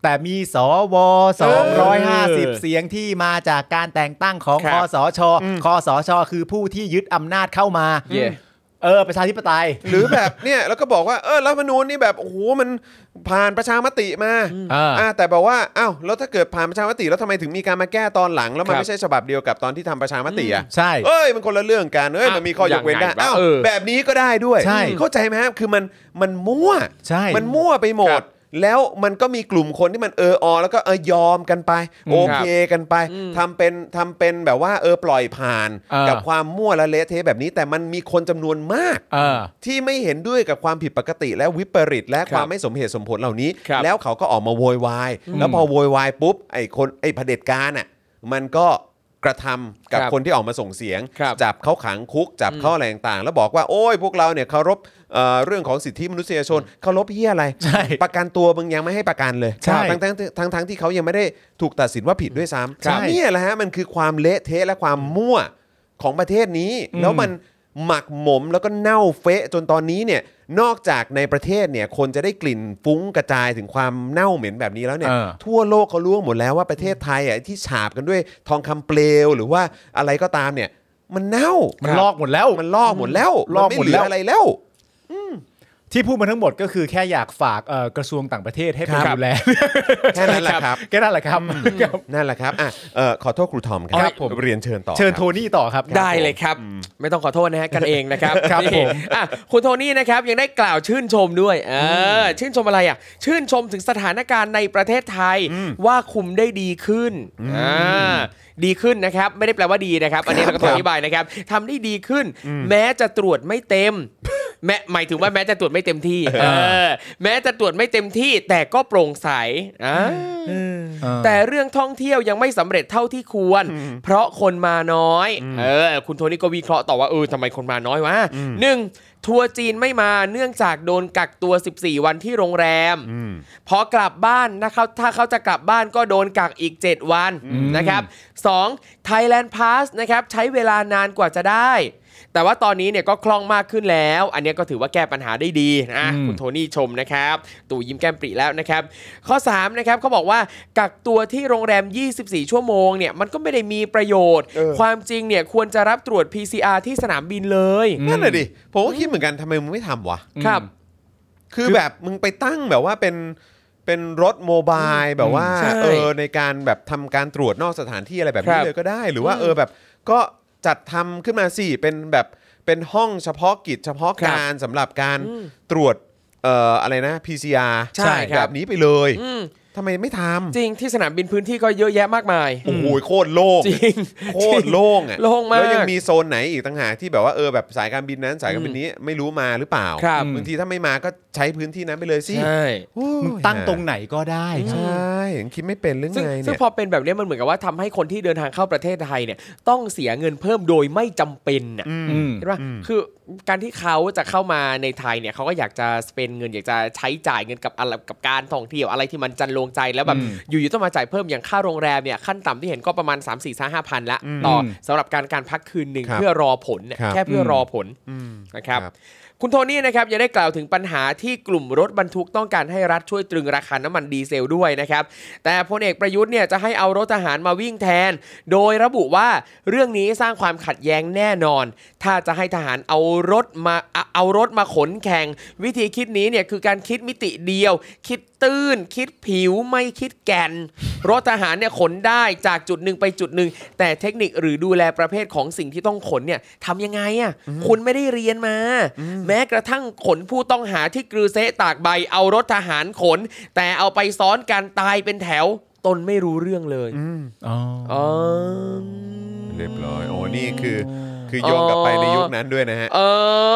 Speaker 3: แต่มีสว250 เสียงที่มาจากการแต่งตั้งของ
Speaker 1: ค
Speaker 3: ครับ อสชคอสช คือผู้ที่ยึดอำนาจเข้ามา
Speaker 1: เย่
Speaker 3: เออประชาธิปไตย
Speaker 2: หรือแบบเนี่ยแล้วก็บอกว่าเออรัฐธรรมนูญนี่แบบโอ้โหมันผ่านประชามติมา
Speaker 3: อ่า
Speaker 2: อ่าแต่บอกว่าอ้าวแล้วถ้าเกิดผ่านประชามติแล้วทำไมถึงมีการมาแก้ตอนหลัง แล้วมัน
Speaker 3: ครับ
Speaker 2: ไม่ใช่ฉบับเดียวกับตอนที่ทำประชามติอ่ะ
Speaker 3: ใช่
Speaker 2: เอ้ยมันคนละเรื่องกันเอ้ย
Speaker 1: อ่ะ
Speaker 2: มันมีข้อยกเว้นได้
Speaker 1: ยังไงวะ
Speaker 2: อ้าว
Speaker 1: เออ
Speaker 2: แบบนี้ก็ได้ด้วย
Speaker 3: ใช่
Speaker 2: เข้าใจไหมครับคือมันมันมั่ว
Speaker 3: ใช่
Speaker 2: มันมั่วไปหม
Speaker 1: ครั
Speaker 2: ด
Speaker 1: บ
Speaker 2: แล้วมันก็มีกลุ่มคนที่มันเอออแล้วก็เออยอมกันไป
Speaker 1: อืม
Speaker 2: โอเคกันไป
Speaker 1: อืม
Speaker 2: ทำเป็นทำเป็นแบบว่าเออปล่อยผ่าน
Speaker 3: อ่ากั
Speaker 2: กับความมั่วและเละเทะแบบนี้ แต่มันมีคนจำนวนมาก
Speaker 3: เออ
Speaker 2: ที่ไม่เห็นด้วยกับความผิดปกติและวิปริต และ
Speaker 1: ครับ
Speaker 2: ความไม่สมเหตุสมผลเหล่านี้
Speaker 1: ครับ
Speaker 2: แล้วเขาก็ออกมาโวยวาย
Speaker 3: อืม
Speaker 2: แล้วพอโวยวายปุ๊บไอ้คนไอ้เผด็จการอ่ะมันก็กระทำกับ
Speaker 1: ครับ
Speaker 2: คนที่ออกมาส่งเสียง
Speaker 1: ครับ
Speaker 2: จับเขาขังคุก จับเขาอะไรต่างๆแล้วบอกว่าโอ้ยพวกเราเนี่ยเคารพเอ่อเรื่องของสิทธิมนุษยชนเคารพเฮียอะไร
Speaker 3: ใช่
Speaker 2: ประกันตัวมึงยังไม่ให้ประกันเลย
Speaker 3: ใช่
Speaker 2: ทั้งทั้งทั้งทั้งที่เขายังไม่ได้ถูกตัดสินว่าผิดด้วยซ้
Speaker 3: ใช่
Speaker 2: ำเนี่ยแหละฮะมันคือความเละเทะและความมั่วของประเทศนี้
Speaker 3: อืม
Speaker 2: แล้วมันหมักหมมแล้วก็เน่าเฟะจนตอนนี้เนี่ยนอกจากในประเทศเนี่ยคนจะได้กลิ่นฟุ้งกระจายถึงความเน่าเหม็นแบบนี้แล้วเนี่ย
Speaker 3: เออ
Speaker 2: ทั่วโลกเขารู้หมดแล้วว่าประเทศไทยอ่ะที่ฉาบกันด้วยทองคำเปลวหรือว่าอะไรก็ตามเนี่ย มันเน่า
Speaker 3: มั
Speaker 2: มัน
Speaker 3: ลอกหมดแล้ว
Speaker 2: มันลอกหมดแล้ว
Speaker 3: ลอ
Speaker 2: น
Speaker 3: ก
Speaker 2: ไห
Speaker 3: มดแล้ว
Speaker 2: เอะไรแล้ว
Speaker 3: ที่พูดมาทั้งหมดก็คือแค่อยากฝากเอ่อกระทรวงต่างประเทศให้ไป
Speaker 2: ครับ
Speaker 3: ดูแล
Speaker 2: แค่นั้นแหละครับ
Speaker 3: แค่นั้นแหละครับครับ
Speaker 2: นั่นแหละครับอ่ะเอ่อขอโทษครูทอมค
Speaker 3: ครั
Speaker 2: รับ
Speaker 3: ผม
Speaker 2: เรียนเชิญต่อ
Speaker 3: เชิญ
Speaker 2: ครับ
Speaker 3: โทนี่ต่อครับ
Speaker 1: ได้เลยครับ ไม่ต้องขอโทษนะฮะ กันเองนะครับ
Speaker 3: ครับ
Speaker 1: นี่
Speaker 3: ผม
Speaker 1: อ่ะคุณโทนี่นะครับยังได้กล่าวชื่นชมด้วยเอออชื่นชมอะไรอ่ะ ชื่นชมถึงสถานการณ์ในประเทศไทยว่าคุมได้ดีขึ้นอ่าดีขึ้นนะครับ ไม่ได้แปลว่าดีนะครับ อันนี้เราก็ต้องอธิบายนะครับทำได้ดีขึ้น แม้จะตรวจไม่เต็ม แม้หมายถึงว่าแม้จะตรวจไม่เต็มที่
Speaker 3: เออ
Speaker 1: เออแม้จะตรวจไม่เต็มที่ แต่ก็โปร่งใสอ่า
Speaker 3: เออ
Speaker 1: แต่เรื่องท่องเที่ยวยังไม่สำเร็จเท่าที่ควร เพราะคนมาน้อย เออ คุณโทนี่ก็วิเคราะห์ต่อว่าเออทำไมคนมาน้อยวะหนึ่งทัวร์จีนไม่มาเนื่องจากโดนกักตัว 14 วันที่โรงแรม พอกลับบ้านนะครับ ถ้าเขาจะกลับบ้านก็โดนกักอีก 7 วันนะครับ 2. Thailand Pass นะครับ ใช้เวลานานกว่าจะได้ แต่ว่าตอนนี้เนี่ยก็คล่องมากขึ้นแล้ว อันเนี้ยก็ถือว่าแก้ปัญหาได้ดีนะ
Speaker 3: อืม
Speaker 1: คุณโทนี่ชมนะครับ ตู่ยิ้มแก้มปรีแล้วนะครับ ข้อ 3 นะครับเขาบอกว่ากักตัวที่โรงแรม 24 ชั่วโมงเนี่ยมันก็ไม่ได้มีประโยชน์
Speaker 2: เออ
Speaker 1: ความจริงเนี่ยควรจะรับตรวจ PCR ที่สนามบินเลย
Speaker 2: นั่นแหละดิผมก็คิดเหมือนกันทำไมมึงไม่ทำวะ
Speaker 1: ครับ
Speaker 2: คือแบบมึงไปตั้งแบบว่าเป็นเป็นรถโมบายแบบว่า
Speaker 1: ใช่
Speaker 2: เออในการแบบทำการตรวจนอกสถานที่อะไรแบบ
Speaker 1: ค
Speaker 2: นี้
Speaker 1: รับ
Speaker 2: เลยก็ได้ หรือว่าเออแบบก็จัดทำขึ้นมาสิเป็นแบบเป็นห้องเฉพาะกิจเฉพาะการสำหรับการตรวจเอ่ออะไรนะ PCR
Speaker 1: ใช่ครับ
Speaker 2: แบบนี้ไปเลย
Speaker 1: อืม
Speaker 2: ทำไมไม่ทำ
Speaker 1: จริงที่สนามบินพื้นที่ก็เยอะแยะมากมาย
Speaker 2: โอ้โหโคตรโล่ง
Speaker 1: จริง
Speaker 2: โคตรโล่งอ่ะ
Speaker 1: โล่งมาก
Speaker 2: แล้วยังมีโซนไหนอีกต่างหากที่แบบว่าเออแบบสายการบินนั้นสายการบินนี้ไม่รู้มาหรือเปล่า
Speaker 1: ครับ
Speaker 2: บางทีถ้าไม่มาก็ใช้พื้นที่นั้นไปเลยสิ
Speaker 1: ใช่
Speaker 3: มึงตั้งตรงไหนก็ได้ค
Speaker 2: ใช
Speaker 3: รับ
Speaker 2: ่ยังคิดไม่เป็นหรือ
Speaker 1: ซึ่ง
Speaker 2: ไง
Speaker 1: ซึ่
Speaker 2: เนี่
Speaker 1: ง
Speaker 2: ย
Speaker 1: พอเป็นแบบเนี้ยมันเหมือนกับว่าทำให้คนที่เดินทางเข้าประเทศไทยเนี่ยต้องเสียเงินเพิ่มโดยไม่จำเป็นน่ะ
Speaker 3: อืม
Speaker 1: เห็นป่ะคือการที่เขาจะเข้ามาในไทยเนี่ยเขาก็อยากจะสเปนเงินอยากจะใช้จ่ายเงินกับอะไรกับการท่องเที่ยวอะไรที่มันจันลงใจแล้วแบบ
Speaker 3: อืม
Speaker 1: อยู่ๆต้องมาจ่ายเพิ่มอย่างค่าโรงแรมเนี่ยขั้นต่ำที่เห็นก็ประมาณ 3 4มสี่ห้าพันละต่ออ
Speaker 3: ม
Speaker 1: สำหรับการการพักคืนหนึ่ง
Speaker 2: ครับ
Speaker 1: เพื่อรอผลเนี่ย
Speaker 2: ครับ
Speaker 1: แค่เพื่อรอผลนะครับ คุณโทนี่นะครับยังได้กล่าวถึงปัญหาที่กลุ่มรถบรรทุกต้องการให้รัฐช่วยตรึงราคาน้ำมันดีเซลด้วยนะครับ แต่พลเอกประยุทธ์เนี่ยจะให้เอารถทหารมาวิ่งแทน โดยระบุว่าเรื่องนี้สร้างความขัดแย้งแน่นอน ถ้าจะให้ทหารเอารถมาเอาเอารถมาขนแข่ง วิธีคิดนี้เนี่ยคือการคิดมิติเดียว คิดตื้น คิดผิวไม่คิดแก่น รถทหารเนี่ยขนได้จากจุดหนึ่งไปจุดหนึ่งแต่เทคนิคหรือดูแลประเภทของสิ่งที่ต้องขนเนี่ยทำยังไงอะ่ะคุณไม่ได้เรียนมา แม้กระทั่งขนผู้ต้องหาที่กรือเซะตากใบเอารถทหารขน แต่เอาไปซ้อนการตายเป็นแถว ตนไม่รู้เรื่องเลย
Speaker 3: อ๋อ
Speaker 1: อ๋อ
Speaker 2: เรียบร้อยโอ้นี่คือ คือโยงกลับไปในยุคนั้นด้วยนะฮะ
Speaker 1: เอ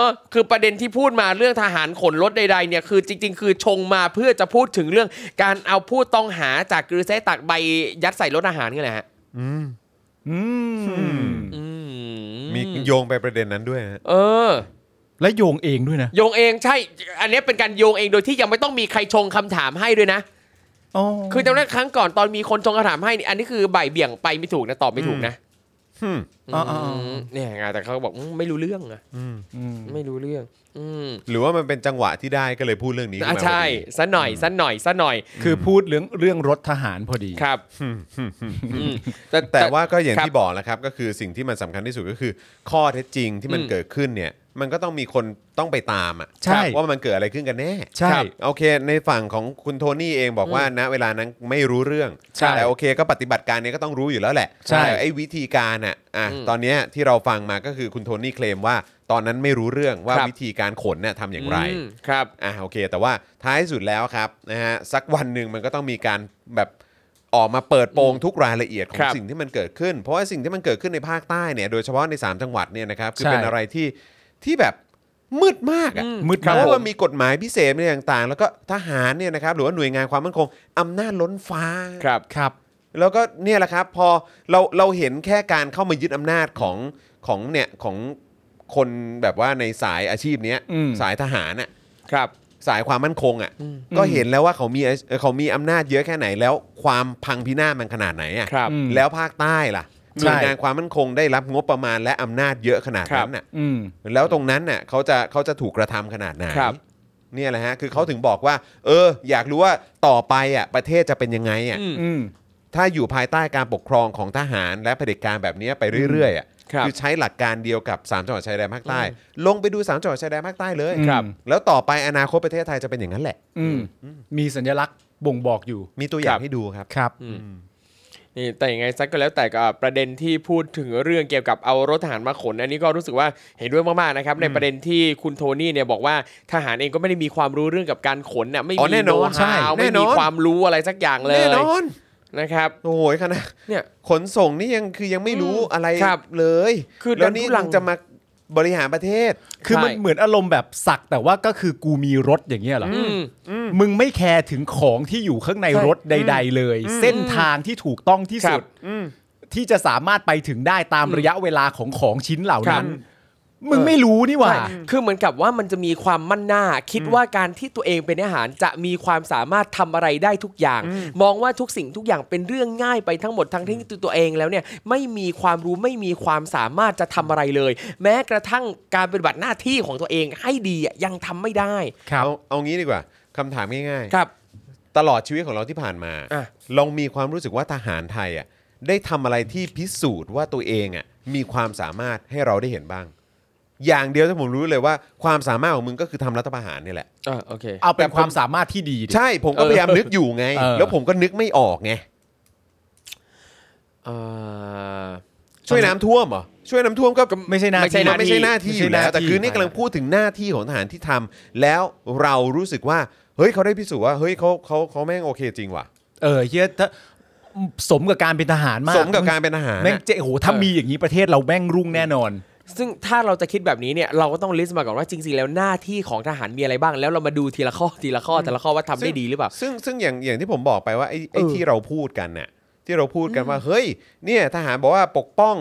Speaker 1: อ คือประเด็นที่พูดมาเรื่องทหารขนรถใดๆเนี่ยคือจริง ๆ คือชงมาเพื่อจะพูดถึงเรื่องการเอาผู้ต้องหาจากกรือเซะตักใบยัดใส่รถอาหารกันแหละฮะ
Speaker 3: อืม
Speaker 1: อืม
Speaker 2: มีโยงไปประเด็นนั้นด้วยนะฮะ
Speaker 1: เออ
Speaker 3: และโยงเองด้วยนะ
Speaker 1: โยงเองใช่ อันเนี้ยเป็นการโยงเองโดยที่ยังไม่ต้องมีใครชงคำถามให้ด้วยนะ
Speaker 3: อ๋อ
Speaker 1: คือจำได้ครั้งก่อนตอนมีคนชงคำถามให้นี่อันนี้คือบ่ายเบี่ยงไปไม่ถูกนะตอบไม่ถูกนะ
Speaker 2: อืม
Speaker 3: อ๋ออ๋ออ๋ออื
Speaker 1: มเนี่ยไงแต่เขาบอกอืมไม่รู้เรื่องอะ
Speaker 3: อืม
Speaker 1: ไม่รู้เรื่อง อืม
Speaker 2: หรือว่ามันเป็นจังหวะที่ได้ก็เลยพูดเรื่องนี้ขึ้น
Speaker 1: อ่ะ
Speaker 2: มาพ
Speaker 1: ใช่
Speaker 2: อดี
Speaker 1: ซะหน่อยซะหน่อยซะหน่อย
Speaker 3: คือพูดเรื่องเรื่องรถทหารพอดี
Speaker 1: ครับอืม
Speaker 2: แต่ว่าก็อย่าง
Speaker 1: ครับ
Speaker 2: ที่บอกแล้วครับ ก็คือสิ่งที่มันสำคัญที่สุดก็คือ ข้อเท็จจริงที่มัน
Speaker 1: อืม
Speaker 2: เกิดขึ้นเนี่ย มันก็ต้องมีคนต้องไปตามอ่ะ
Speaker 3: ใช่
Speaker 2: ว่ามันเกิดอะไรขึ้นกันแน่
Speaker 3: ใช่
Speaker 2: ครับโอเค ในฝั่งของคุณโทนี่เองบอกว่าณเวลานั้นไม่รู้เรื่อง
Speaker 3: ใช่
Speaker 2: แต่โอเคก็ปฏิบัติการเนี้ก็ต้องรู้อยู่แล้วแหละ
Speaker 3: ใช่
Speaker 2: แต่ไอ้วิธีการอ่ะอ่ะ
Speaker 1: อืม
Speaker 2: ตอนเนี้ยที่เราฟังมาก็คือคุณโทนี่เคลมว่า ตอนนั้นไม่รู้เรื่องว่า
Speaker 1: ครับ
Speaker 2: วิธีการขนเนี่ยทำอย่างไร
Speaker 1: อืมครับ
Speaker 2: อ่ะโอเค แต่ว่าท้ายสุดแล้วครับนะฮะสักวันหนึ่งมันก็ต้องมีการแบบออกมาเปิดโปงทุกรายละเอียดขอ
Speaker 1: ค
Speaker 2: ง
Speaker 1: รับ
Speaker 2: สิ่งที่มันเกิดขึ้น เพราะว่าสิ่งที่มันเกิดขึ้นในภาคใต้เนี่ยโดยเฉพาะใน 3 จังหวัดเนี่ยนะครับคือ
Speaker 3: ใช่
Speaker 2: เป็นอะไรที่ที่แบบมืดมากอะ
Speaker 1: อืม
Speaker 3: มืดมาก
Speaker 2: เพราะว่ามีกฎหมายพิเศษอะไรต่างๆ แล้วก็ทหารเนี่ยนะครับหรือว่าหน่วยงานความมั่นคงอำนาจล้นฟ้า
Speaker 1: ครับ
Speaker 3: ครับ
Speaker 2: แล้วก็เนี่ยแหละครับพอเราเราเห็นแค่การเข้ามายึดอำนาจของของเนี่ยของคนแบบว่าในสายอาชีพเนี้ย
Speaker 3: อืม
Speaker 2: สายทหารน่ะ
Speaker 1: ครับ
Speaker 2: สายความมั่นคงอ่ะก็เห็นแล้วว่าเขามีเอ่อเขามีอำนาจเยอะแค่ไหนแล้วความพังพินาศมันขนาดไหนอ่ะ
Speaker 1: ครับ
Speaker 3: อืม
Speaker 2: แล้วภาคใต้ล่ะห
Speaker 3: ใช่
Speaker 2: น่วยงานความมั่นคงได้รับงบประมาณและอำนาจเยอะขนาดนั้นน่ะ
Speaker 3: อืม
Speaker 2: แล้วตรงนั้นน่ะเขาจะเขาจะถูกกระทำขนาดไหน
Speaker 1: ครับ
Speaker 2: เนี่ยแหละฮะคือเขาถึงบอกว่า เออ อยากรู้ว่าต่อไปอ่ะประเทศจะเป็นยังไงอ่ะ
Speaker 1: อืม
Speaker 3: อืม
Speaker 2: ถ้าอยู่ภายใต้การปกครองของทหารและเผด็จการแบบเนี้ยไปเรื่อยๆอ่ะ
Speaker 1: ครับ
Speaker 2: อใช้หลักการเดียวกับ3จังหวัดชายแดนภาคใต้ ลงไปดู3จังหวัดชายแดนภาคใต้เลย
Speaker 3: ครับ
Speaker 2: แล้วต่อไปอนาคตประเทศไทยจะเป็นอย่างนั้นแหละ
Speaker 3: อืม มีสัญลักษณ์บ่งบอกอยู่
Speaker 2: มีตัวอย่า
Speaker 1: ครั
Speaker 2: ง
Speaker 1: บ
Speaker 2: ให้ดูครับ
Speaker 3: ครับ
Speaker 1: นี่แต่ยังไงซักก็แล้วแต่กับประเด็นที่พูดถึงเรื่องเกี่ยวกับเอารถทหารมาขนอันนี้ก็รู้สึกว่าเห็นด้วยมากๆนะครับในประเด็นที่คุณโทนี่เนี่ยบอกว่าทหารเองก็ไม่ได้มีความรู้เรื่องกับการขนน่ะไม่
Speaker 2: อ๋อ
Speaker 1: มี
Speaker 2: แน่น
Speaker 1: โน้
Speaker 2: อน
Speaker 1: ต
Speaker 2: ใช่
Speaker 1: ฮาว
Speaker 2: แน่
Speaker 1: ไม่
Speaker 2: น
Speaker 1: มี
Speaker 2: อน
Speaker 1: ความรู้อะไรสักอย่างเล
Speaker 2: แน่
Speaker 1: ย
Speaker 2: นอน
Speaker 1: นะครับ
Speaker 2: โอ้ยขนาด
Speaker 1: เนี่ย
Speaker 2: ขนส่งนี่ยังคือยังไม่รู้อะไร
Speaker 1: ครับ
Speaker 2: เลย
Speaker 1: คือ
Speaker 2: แล้วนี่
Speaker 1: ดันทุรั
Speaker 2: ยัง
Speaker 1: ง
Speaker 2: จะมาบริหารประเทศ
Speaker 3: คือมัน
Speaker 1: ใช่
Speaker 3: เหมือนอารมณ์แบบสักแต่ว่าก็คือกูมีรถอย่างเงี้ยเหรออ
Speaker 1: อืม
Speaker 3: มึงไม่แคร์ถึงของที่อยู่ข้างในรถใด ๆ เลย เส้นทางที่ถูกต้องที่สุด
Speaker 2: อืม
Speaker 3: ที่จะสามารถไปถึงได้ตามระยะเวลาของของชิ้นเหล่านั้น
Speaker 1: ครับ
Speaker 3: มึงไม่รู้นี่หว่า
Speaker 1: ใช่คือเหมือนกับว่ามันจะมีความมั่นหน้า คิดว่าการที่ตัวเองเป็นอาหารจะมีความสามารถทำอะไรได้ทุกอย่าง มองว่าทุกสิ่งทุกอย่างเป็นเรื่องง่ายไปทั้งหมดทั้งที่ตัวเองแล้วเนี่ยไม่มีความรู้ไม่มีความสามารถจะทำอะไรเลย แม้กระทั่งการปฏิบัติหน้าที่ของตัวเองให้ดีอะยังทำไม่ได้
Speaker 2: เอาเอางี้ดีกว่าคำถามง่าย
Speaker 1: ครับ
Speaker 2: ๆ ตลอดชีวิตของเราที่ผ่านมา
Speaker 1: อ่ะ
Speaker 2: ลองมีความรู้สึกว่าทหารไทยอ่ะได้ทำอะไรที่พิสูจน์ว่าตัวเองอ่ะมีความสามารถให้เราได้เห็นบ้าง อย่างเดียวที่ผมรู้เลยว่าความสามารถของมึงก็คือทำรัฐประหารเนี่ยแหละ
Speaker 1: อ่าโอเค
Speaker 3: เอาเป็นความสามารถที่ดีดิ
Speaker 2: ใช่ผมก็พยายามนึกอยู่ไง
Speaker 3: เออ
Speaker 2: แล้วผมก็นึกไม่ออกไง
Speaker 1: เอ่อ
Speaker 2: ช่วยน้ำท่วมเหรอช่วยน้ำท่วมก็
Speaker 3: ไม่ใช่หน้า
Speaker 1: ไม่ใช่
Speaker 3: ที่
Speaker 2: มันไม่ใช่หน้าที่อยู่แล้วแต่คือนี่กำลังพูดถึงหน้าที่ของทหารที่ทำแล้วเรารู้สึกว่า เฮ้ยเขาได้พิสูจน์ว่าเฮ้ยเขาเขาเขาแม่งโอเคจริงว่ะ
Speaker 3: เออเฮียถ้าสมกับการเป็นทหารมาก
Speaker 2: สมกับการเป็นทหาร
Speaker 3: แม่ง
Speaker 2: น่ะ
Speaker 3: เจ๊โหถ้ามีอย่างนี้ประเทศเราแม่งรุ่งแน่นอน
Speaker 1: ซึ่งถ้าเราจะคิดแบบนี้เนี่ยเราก็ต้องลิสต์มาก่อนว่าจริงๆแล้วหน้าที่ของทหารมีอะไรบ้าง แล้วเรามาดูทีละข้อทีละข้อแต่ละข้อว่าทำได้ดีหรือเปล่า
Speaker 2: ซึ่งซึ่งอย่างอย่างที่ผมบอกไปว่าไอ้ไอ้
Speaker 1: เออ
Speaker 2: ที่เราพูดกันน่ะที่เราพูดกันว่าเฮ้ยเนี่ยทหารบอกว่าปกป้อง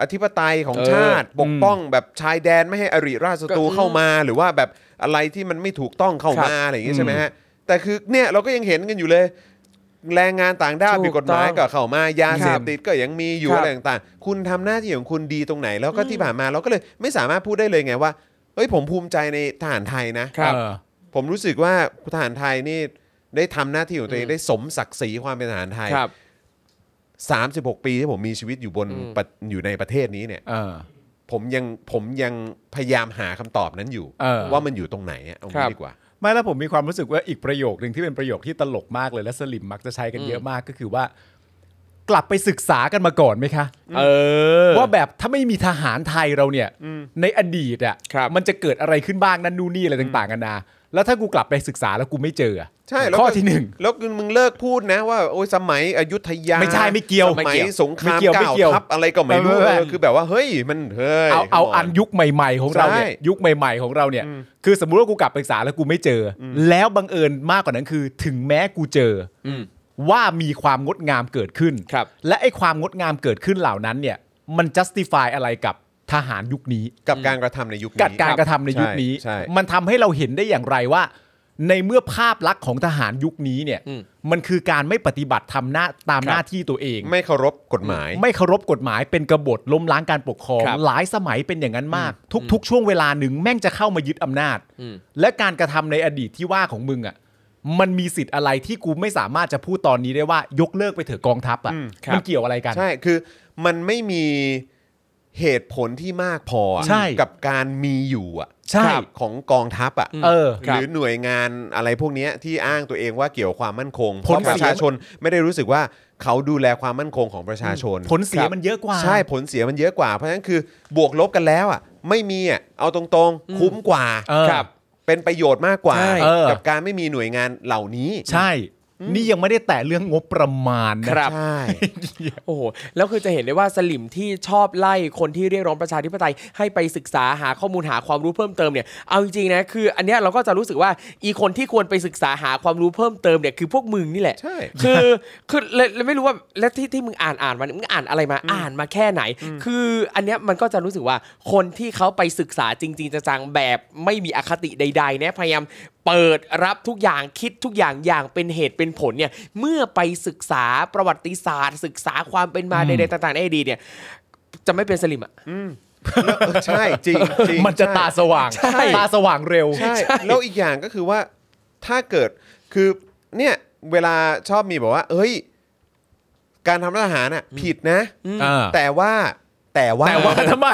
Speaker 2: อธิปไตยของ
Speaker 1: เออ
Speaker 2: ชาติ ปกป้องแบบชายแดนไม่ให้อริราชศัตรู
Speaker 1: ก็อืม
Speaker 2: เข้ามา หรือว่าแบบอะไรที่มันไม่ถูกต้องเข้า
Speaker 1: ครับ
Speaker 2: มาอะไรอย่างงี้ใช่ไหมฮะแต่คือเนี่ยเราก็ยังเห็นกันอยู่เลย แรงงานต่างด้าว
Speaker 1: ถูก
Speaker 2: ผิดกฎหมาย
Speaker 1: ต้อง
Speaker 2: ก็เข้ามายาเสพติดก็ยังมีอยู่
Speaker 1: ครับ
Speaker 2: อะไรต่างๆ คุณทำหน้าที่ของคุณดีตรงไหน แล้วก็
Speaker 1: อืม
Speaker 2: ที่ผ่านมาเราก็เลยไม่สามารถพูดได้เลยไงว่าเฮ้ยผมภูมิใจในทหารไทยนะ
Speaker 1: ครับ
Speaker 3: เออ
Speaker 2: ผมรู้สึกว่าทหารไทยนี่ได้ทำหน้าที่ของตัวเอง
Speaker 1: อืม
Speaker 2: ได้สมศักดิ์ศรีความเป็นทหารไทย
Speaker 1: ครับ
Speaker 2: 36 ปีที่ผมมีชีวิตอยู่บน
Speaker 1: อืม
Speaker 2: ประอยู่ในประเทศนี้เนี่ย
Speaker 3: เออ
Speaker 2: ผมยังผมยังพยายามหาคำตอบนั้นอยู่
Speaker 3: เออ
Speaker 2: ว่ามันอยู่ตรงไหนอะเอา
Speaker 1: ครั
Speaker 2: งี้
Speaker 1: บ
Speaker 2: ดีกว่า
Speaker 3: ไม่แล้วผมมีความรู้สึกว่าอีกประโยคหนึ่งที่เป็นประโยคที่ตลกมากเลยและสลิมมักจะใช้กันเยอะมากก็คือว่า กลับไปศึกษากันมาก่อนไหมคะ
Speaker 1: เออ
Speaker 3: ว่าแบบถ้าไม่มีทหารไทยเราเนี่ย ในอดีตอ่ะ
Speaker 1: ครับ
Speaker 3: มันจะเกิดอะไรขึ้นบ้างนั่นนู่นนี่อะไรต่างๆกันานาแล้วถ้ากูกลับไปศึกษาแล้วกูไม่เจออะ
Speaker 2: ใช่แล้วก็
Speaker 3: ข้อที่หนึ่ง
Speaker 2: แล้วมึงเลิกพูดนะว่าโอ้ยสมัยอยุธยา
Speaker 3: ไม่ใช่ไม่เกี่ยว
Speaker 2: สมัยสงค
Speaker 3: ไม่
Speaker 2: ราม
Speaker 3: เกี่ยวไม่
Speaker 2: เก่า
Speaker 3: เกี่ยว
Speaker 2: ทับอะไรก็ไม่รู้
Speaker 3: ไม่ไม่ไม่
Speaker 2: เออคือแบบว่าเฮ้ยมันเฮ้ย
Speaker 3: เอาเอาอันยุคใหม่ๆของเราเนี่
Speaker 2: ใช่
Speaker 3: ยยุคใหม่ๆของเราเนี่ย คือสมมุติว่ากูกลับไปศึกษาแล้วกูไม่เจออแล้วบังเอิญมากกว่านั้นคือ ถึงแม้กูเจออ
Speaker 1: ม
Speaker 3: ว่ามีความงดงามเกิดขึ้น
Speaker 1: ครับ
Speaker 3: และไอ้ความงดงามเกิดขึ้นเหล่านั้นเนี่ย มัน justify อะไรกับทหารยุคนี้
Speaker 2: กับการกระทำในยุคนี้
Speaker 3: กัดการกระทำในยุคนี้
Speaker 2: ใช่ใช่
Speaker 3: มันทำให้เราเห็นได้อย่างไรว่า ในเมื่อภาพลักษณ์ของทหารยุคนี้เนี่ย
Speaker 1: อืม
Speaker 3: มันคือการไม่ปฏิบัติทำหน้าตาม
Speaker 1: ครับ
Speaker 3: หน้าที่ตัวเอง
Speaker 2: ไม่เคารพกฎหมาย
Speaker 3: ไม่เคารพกฎหมายเป็นกบฏล้มล้างการปกครอง
Speaker 1: ครับ
Speaker 3: หลายสมัยเป็นอย่างนั้นมาก ทุก ๆ ช่วงเวลาหนึ่งแม่งจะเข้ามายึดอำนาจ
Speaker 1: อืม
Speaker 3: และการกระทำในอดีตที่ว่าของมึงอ่ะมันมีสิทธิ์อะไรที่กูไม่สามารถจะพูดตอนนี้ได้ว่ายกเลิกไปเถอะกองทัพอ่ะ
Speaker 2: อืม
Speaker 3: มันเกี่ยวอะไรกัน
Speaker 2: ใช่ คือมันไม่มี เหตุผลที่มากพออะ
Speaker 3: ใช่
Speaker 2: กับการมีอยู่อะ
Speaker 3: ใช่
Speaker 2: ครับของกองทัพอะ
Speaker 3: เออ
Speaker 2: ห
Speaker 1: ครับ
Speaker 2: รือหน่วยงานอะไรพวกเนี้ยที่อ้างตัวเองว่าเกี่ยวความมั่นคงเพ
Speaker 3: ผล
Speaker 2: ราะป
Speaker 3: เสีย
Speaker 2: ระชาชนไม่ได้รู้สึกว่าเขาดูแลความมั่นคงของประชาชน
Speaker 3: ผลเสียมันเยอะกว่า
Speaker 2: ใช่ผลเสียมันเยอะกว่า เพราะฉะนั้นคือบวกลบกันแล้วอ่ะไม่มีอ่ะเอาตรงๆ คุ้มกว่า
Speaker 3: เออ
Speaker 2: ครับ เป็นประโยชน์มากกว่า
Speaker 1: ใช่
Speaker 3: เออ
Speaker 2: กับการไม่มีหน่วยงานเหล่านี้
Speaker 3: ใช่ นี่ยังไม่ได้แตะเรื่องงบประมาณนะ
Speaker 2: ใช่
Speaker 1: โอ้โห แล้วคือจะเห็นได้ว่าสลิมที่ชอบไล่คนที่เรียกร้องประชาธิปไตย ให้ไปศึกษาหาข้อมูลหาความรู้เพิ่มเติมเนี่ย เอาจริงๆนะ คืออันเนี้ยเราก็จะรู้สึกว่าอีคนที่ควรไปศึกษาหาความรู้เพิ่มเติมเนี่ยคือพวกมึงนี่แหละ
Speaker 2: ใช่
Speaker 1: คือคือเลยเลยไม่รู้ว่าแล้วที่ที่มึงอ่านอ่านมันมึงอ่านอะไรมาอ่านมาแค่ไหน คืออันเนี้ยมันก็จะรู้สึกว่าคนที่เขาไปศึกษาจริง ๆจังๆแบบไม่มีอคติใดๆนะพยายามเปิดรับทุกอย่างคิดทุกอย่างอย่างเป็นเหตุเป็นผลเนี่ยเมื่อไปศึกษาประวัติศาสตร์ ศึกษาความเป็นมาใดๆต่างๆในอดีตเนี่ยจะไม่เป็นสลิมอ่ะ
Speaker 2: เออใช่จริงจริง
Speaker 3: มันจะ
Speaker 2: ใช่
Speaker 3: ตาสว่าง
Speaker 1: ใช่
Speaker 3: ตาสว่างเร็ว
Speaker 2: ใช่แล้วอีกอย่างก็คือว่าถ้าเกิดคือเนี่ยเวลาชอบมีบอกว่า เอ้ย การทำรัฐประหารน่ะผิดนะ
Speaker 3: อ่า
Speaker 2: แต่ว่าแต่ว่า
Speaker 3: แต่ว่าทำไม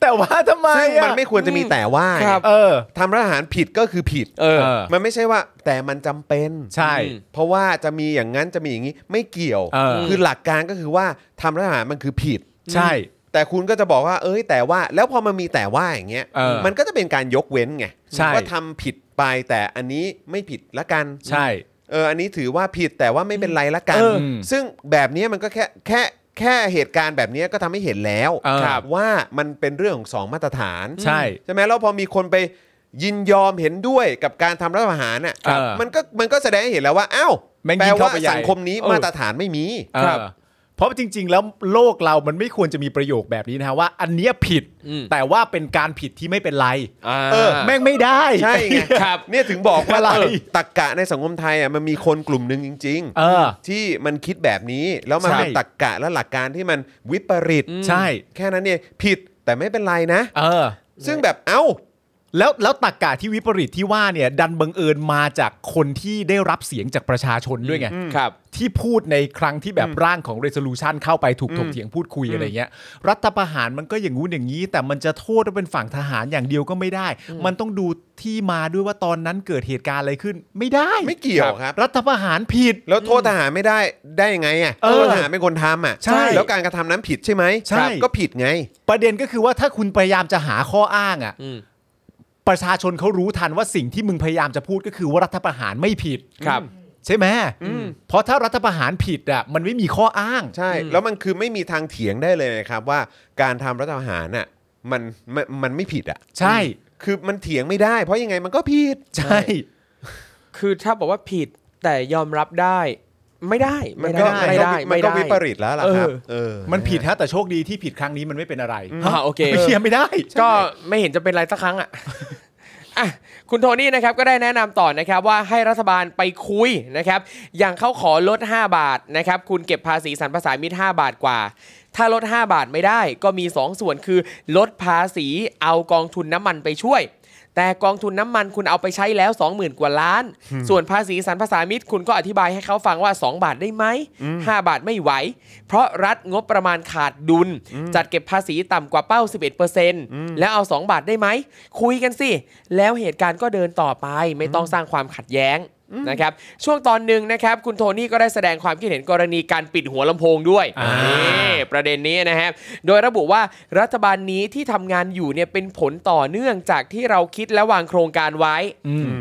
Speaker 3: แต่ว่าทำไม
Speaker 2: ซึ่ง
Speaker 3: อะ
Speaker 2: มันไม่ควรจะมีแต่ว่าไง
Speaker 1: ครับ
Speaker 3: เออ
Speaker 2: ทำรัฐประหารผิดก็คือผิด
Speaker 1: เออ
Speaker 3: เออ
Speaker 2: มันไม่ใช่ว่า แต่มันจำเป็น
Speaker 3: ใช่
Speaker 1: อืม
Speaker 2: เพราะว่าจะมีอย่างนั้นจะมีอย่างนี้ไม่เกี่ยว
Speaker 3: เออ
Speaker 2: คือหลักการก็คือว่าทำรัฐประหารมันคือผิด
Speaker 3: ใช่
Speaker 2: แต่คุณก็จะบอกว่า เอ้ย แต่ว่า แล้วพอมันมีแต่ว่าอย่างเงี้ย
Speaker 3: เออ
Speaker 2: มันก็จะเป็นการยกเว้นไง
Speaker 3: ใช่
Speaker 2: ว่าทำผิดไปแต่อันนี้ไม่ผิดละกัน
Speaker 3: ใช่
Speaker 2: เออ อันนี้ถือว่าผิดแต่ว่าไม่เป็นไรละกัน
Speaker 3: เออ
Speaker 2: ซึ่งแบบเนี้ยมันก็แค่แค่แค่เหตุการณ์แบบเนี้ยก็ทำให้เห็นแล้ว
Speaker 3: เออ
Speaker 2: ครับว่ามันเป็นเรื่องของสองมาตรฐาน
Speaker 3: ใช่
Speaker 2: ใช่ไหมแล้วพอมีคนไปยินยอมเห็นด้วยกับการทำรัฐประหารน่ะ
Speaker 3: เออ
Speaker 2: มันก็มันก็แสดงให้เห็นแล้วว่าอ้าว
Speaker 3: แม่ง
Speaker 2: แปล
Speaker 3: ยิ่ง
Speaker 2: ว่า
Speaker 3: เข้าไปใหญ่
Speaker 2: สังคมนี้
Speaker 3: เออ
Speaker 2: มาตรฐานไม่มี
Speaker 3: เออเพราะจริง ๆ แล้วโลกเรามันไม่ควรจะมีประโยคแบบนี้นะฮะว่าอันเนี้ยผิด
Speaker 1: อืม
Speaker 3: แต่ว่าเป็นการผิดที่ไม่เป็นไร
Speaker 1: อ่า
Speaker 2: เออ
Speaker 3: แม่งไม่ได้
Speaker 2: ใช่ไง
Speaker 1: ครับ
Speaker 2: เนี่ยถึงบอกว่า
Speaker 3: อะไร
Speaker 2: เออตักกะในสังคมไทยอ่ะมันมีคนกลุ่มหนึ่งจริง
Speaker 3: เออ
Speaker 2: ๆ ที่มันคิดแบบนี้แล้วมัน
Speaker 3: ใช่
Speaker 2: เป็นตักกะและหลักการที่มันวิปริต
Speaker 3: อใช่
Speaker 2: แค่นั้นเนี่ยผิดแต่ไม่เป็นไรนะ
Speaker 3: เออ
Speaker 2: ซึ่งแบบเอ้า
Speaker 3: แล้วแล้วตักกะที่วิปริตที่ว่าเนี่ย ดันบังเอิญมาจากคนที่ได้รับเสียงจากประชาชนด้วยไง
Speaker 1: ครับ
Speaker 3: ที่พูดในครั้งที่แบบร่างของ resolution เข้าไปถูกถกเถียงพูดคุยอะไรเงี้ย รัฐประหารมันก็อย่างงู้นอย่างนี้ แต่มันจะโทษว่าเป็นฝั่งทหารอย่างเดียวก็ไม่ได้ มันต้องดูที่มาด้วยว่าตอนนั้นเกิดเหตุการณ์อะไรขึ้น ไม่ได้
Speaker 2: ไม่เกี่ยวครับ
Speaker 3: รัฐประหารผิด
Speaker 2: แล้วโทษทหารไม่ได้ได้ยังไงอ่ะ
Speaker 3: เออ
Speaker 2: ทหารเป็นคนทำอ่ะ
Speaker 3: ใช่
Speaker 2: แล้วการกระทำนั้นผิดใช่ไหม
Speaker 3: ใช่
Speaker 2: ครับก็ผิดไง
Speaker 3: ประเด็นก็คือว่าถ้าคุณพยายามจะหาข้ออ้างอ่ะ
Speaker 1: อืม
Speaker 3: ประชาชนเขารู้ทันว่าสิ่งที่มึงพยายามจะพูดก็คือว่ารัฐประหารไม่ผิด
Speaker 1: ครับ
Speaker 3: ใช่ไหมเพราะถ้ารัฐประหารผิดอ่ะมันไม่มีข้ออ้าง
Speaker 2: ใช่ แล้วมันคือไม่มีทางเถียงได้เลยนะครับว่าการทำรัฐประหารน่ะมันมันมันไม่ผิดอ่ะ
Speaker 3: ใช่
Speaker 2: คือมันเถียงไม่ได้ เพราะยังไงมันก็ผิด
Speaker 3: ใช่
Speaker 1: คือถ้าบอกว่าผิดแต่ยอมรับได้ ไม่ได้
Speaker 2: มัน
Speaker 1: ไม่
Speaker 2: ก็
Speaker 1: ได้ไม่ได้
Speaker 2: มัน
Speaker 1: ไม่
Speaker 2: ก็
Speaker 1: ได้
Speaker 2: วิปริตแล้วล่ะครับ
Speaker 1: เออ
Speaker 2: เออ
Speaker 3: มันผิดฮะแต่โชคดีที่ผิดครั้งนี้มันไม่เป็นอะไร
Speaker 1: อ่าโอเค
Speaker 3: เชียร์ไม่ได้
Speaker 1: ก็ไม่เห็นจะเป็นไรสักครั้งอ่ะ อ่ะ คุณโทนี่นะครับก็ได้แนะนำต่อนะครับว่าให้รัฐบาลไปคุยนะครับ อย่างเขาขอลด 5 บาทนะครับ คุณเก็บภาษีสรรพสามิต5บาทกว่า ถ้าลด 5 บาทไม่ได้ก็มี 2 ส่วนคือ ลดภาษีเอากองทุนน้ำมันไปช่วย แต่กองทุนน้ำมันคุณเอาไปใช้แล้ว 20,000 กว่าล้าน ส่วนภาษีสรรพสามิตคุณก็อธิบายให้เขาฟังว่า 2 บาทได้ไหม 5 บาทไม่ไหว เพราะรัฐงบประมาณขาดดุล จัดเก็บภาษีต่ำกว่าเป้า 11%แล้วเอา 2 บาทได้ไหม คุยกันสิ แล้วเหตุการณ์ก็เดินต่อไปไม่ต้องสร้างความขัดแย้งนะครับ ช่วงตอนหนึ่งนะครับ คุณโทนี่ก็ได้แสดงความคิดเห็นกรณีการปิดหัวลำโพงด้วย
Speaker 3: อ่า
Speaker 1: นี่ประเด็นนี้นะครับ โดยระบุว่ารัฐบาลนี้ที่ทำงานอยู่เนี่ยเป็นผลต่อเนื่องจากที่เราคิดและวางโครงการไว้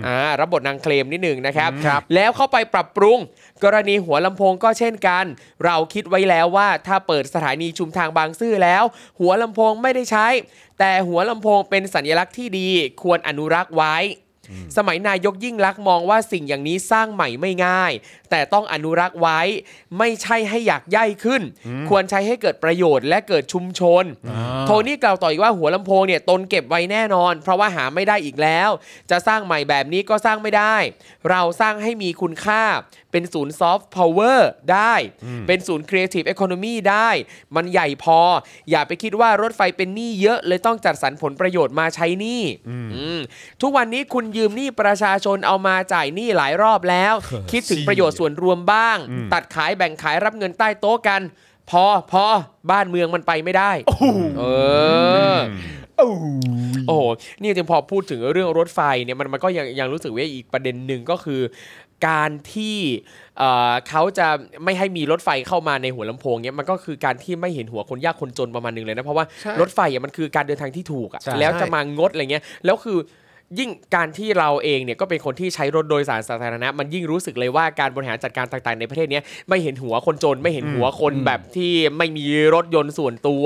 Speaker 1: อ่ารับบทนางเคลมนิดหนึ่งนะครับ แล้วเข้าไปปรับปรุง กรณีหัวลำโพงก็เช่นกัน เราคิดไว้แล้วว่าถ้าเปิดสถานีชุมทางบางซื่อแล้ว หัวลำโพงไม่ได้ใช้ แต่หัวลำโพงเป็นสัญลักษณ์ที่ดี ควรอนุรักษ์ไว้ สมัยนายกยิ่งลักษณ์มองว่าสิ่งอย่างนี้สร้างใหม่ไม่ง่าย แต่ต้องอนุรักษ์ไว้ ไม่ใช่ให้อยากย่ายขึ้น ควรใช้ให้เกิดประโยชน์และเกิดชุมชน โทนี่กล่าวต่ออีกว่าหัวลำโพงเนี่ยตนเก็บไว้แน่นอน เพราะว่าหาไม่ได้อีกแล้ว จะสร้างใหม่แบบนี้ก็สร้างไม่ได้ เราสร้างให้มีคุณค่า เป็นศูนย์ซอฟต์พาวเวอร์ได้ เป็นศูนย์ครีเอทีฟเอคอนมีได้ มันใหญ่พอ อย่าไปคิดว่ารถไฟเป็นหนี้เยอะเลยต้องจัดสรรผลประโยชน์มาใช้หนี้อืมทุกวันนี้คุณยืมหนี้ประชาชนเอามาจ่ายหนี้หลายรอบแล้ว คิดถึงประโยชน์ส่วนรวมบ้าง ตัดขายแบ่งขายรับเงินใต้โต๊ะกัน พอพอบ้านเมืองมันไปไม่ได้เออ
Speaker 3: โอ้ย
Speaker 1: โอ้โหนี่จริงๆพอพูดถึงเรื่องรถไฟเนี่ยมันมันก็ยังยังรู้สึกว่าอีกประเด็นหนึ่งก็คือ การที่เอ่อเขาจะไม่ให้มีรถไฟเข้ามาในหัวลำโพงเนี่ยมันก็คือการที่ไม่เห็นหัวคนยากคนจนประมาณหนึงเลยนะเพราะว่า
Speaker 2: ใช่
Speaker 1: รถไฟอ่ะมันคือการเดินทางที่ถูกอ่ะ
Speaker 3: ใช่
Speaker 1: แล้วจะมางดอะไรเงี้ยแล้วคือยิ่งการที่เราเองเนี่ยก็เป็นคนที่ใช้รถโดยสารสาธารณะ มันยิ่งรู้สึกเลยว่าการบริหารจัดการต่างๆในประเทศเนี้ยไม่เห็นหัวคนจนไม่เห็นหัวคนแบบที่ไม่มีรถยนต์ส่วนตัว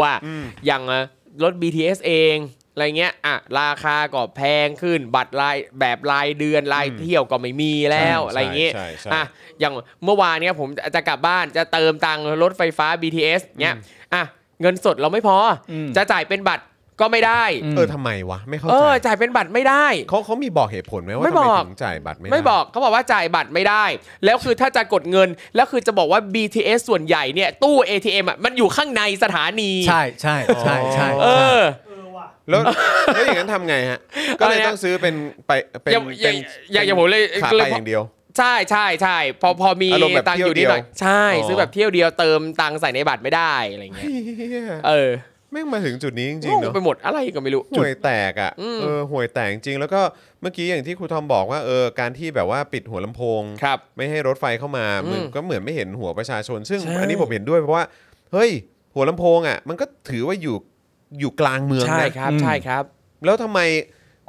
Speaker 1: อย่างเอ่อรถ BTS เองอะไรเงี้ยอ่ะราคาก็แพงขึ้น บัตรรายแบบรายเดือนรายเที่ยวก็ไม่มีแล้วอะไรเงี้ย
Speaker 2: ใช่ใช่
Speaker 1: อ่ะอย่างเมื่อวานเนี้ยผมจะกลับบ้านจะเติมตังค์รถไฟฟ้า BTS เนี้ยอ่ะเงินสดเราไม่พออ
Speaker 3: ม
Speaker 1: จะจ่ายเป็นบัตรก็ไม่ได้
Speaker 2: เออทำไมวะ ไม่เข้า
Speaker 1: เออ
Speaker 2: ใจ
Speaker 1: จ่ายเป็นบัตรไม่ได้
Speaker 2: เขาเขามีบอกเหตุผลไหมว่า
Speaker 1: ไม่
Speaker 2: ทำไม
Speaker 1: บอก
Speaker 2: ถึงจ่ายบัตรไม่
Speaker 1: ไม่
Speaker 2: ด้
Speaker 1: บอกเขาบอกว่าจ่ายบัตรไม่ได้ แล้วคือถ้าจะกดเงิน แล้วคือจะบอกว่า BTS ส่วนใหญ่เนี่ยตู้ ATM อ่ะมันอยู่ข้างในสถานี
Speaker 3: ใช่ใช่ใช่ใช่
Speaker 1: เออ
Speaker 4: เออว่ะ
Speaker 2: แล้ว แล้วอย่างนั้นทำไงฮะ ก็เลย
Speaker 1: อะไรนะ
Speaker 2: ต้องซื้อเป็นไปเป็น
Speaker 1: อย่าอย่า
Speaker 2: เป็น
Speaker 1: อย่าอย่าผมเลย
Speaker 2: ขา
Speaker 1: เล
Speaker 2: ไป
Speaker 1: ย
Speaker 2: อย่างเดียว
Speaker 1: ใช่ใช่ใช่พอพอมี
Speaker 2: อารมณ์แบบ
Speaker 1: ตังค์อยู่นิดหน่อย
Speaker 2: เที่ยวเดียว
Speaker 1: ใช่
Speaker 2: อ๋อ
Speaker 1: ซื้อแบบเที่ยวเดียวเติมตังค์ใส่ในบัตรไม่ได้อะไรเงี้ย
Speaker 2: เหี้ย
Speaker 1: เออ
Speaker 2: แม่งมาถึงจุดนี้จริง
Speaker 1: ง
Speaker 2: ๆเน
Speaker 1: ง
Speaker 2: อะ
Speaker 1: ไปหมดอะไรก็ไม่รู้
Speaker 2: ห่วยแตกอ่ะ
Speaker 1: อืม
Speaker 2: เออห่วยแตกจริงแล้วก็เมื่อกี้อย่างที่ครูทอมบอกว่าเออการที่แบบว่าปิดหัวลำโพง
Speaker 1: ครับ
Speaker 2: ไม่ให้รถไฟเข้ามา
Speaker 1: อืม
Speaker 2: มันก็เหมือนไม่เห็นหัวประชาชน ซึ่ง
Speaker 1: ใช่
Speaker 2: อันนี้ผมเห็นด้วยเพราะว่า เฮ้ย หัวลำโพงอ่ะ มันก็ถือว่าอยู่อยู่กลางเมือง
Speaker 1: ใช่
Speaker 2: นะ
Speaker 1: ครับใช่ครับ
Speaker 2: แล้วทำไม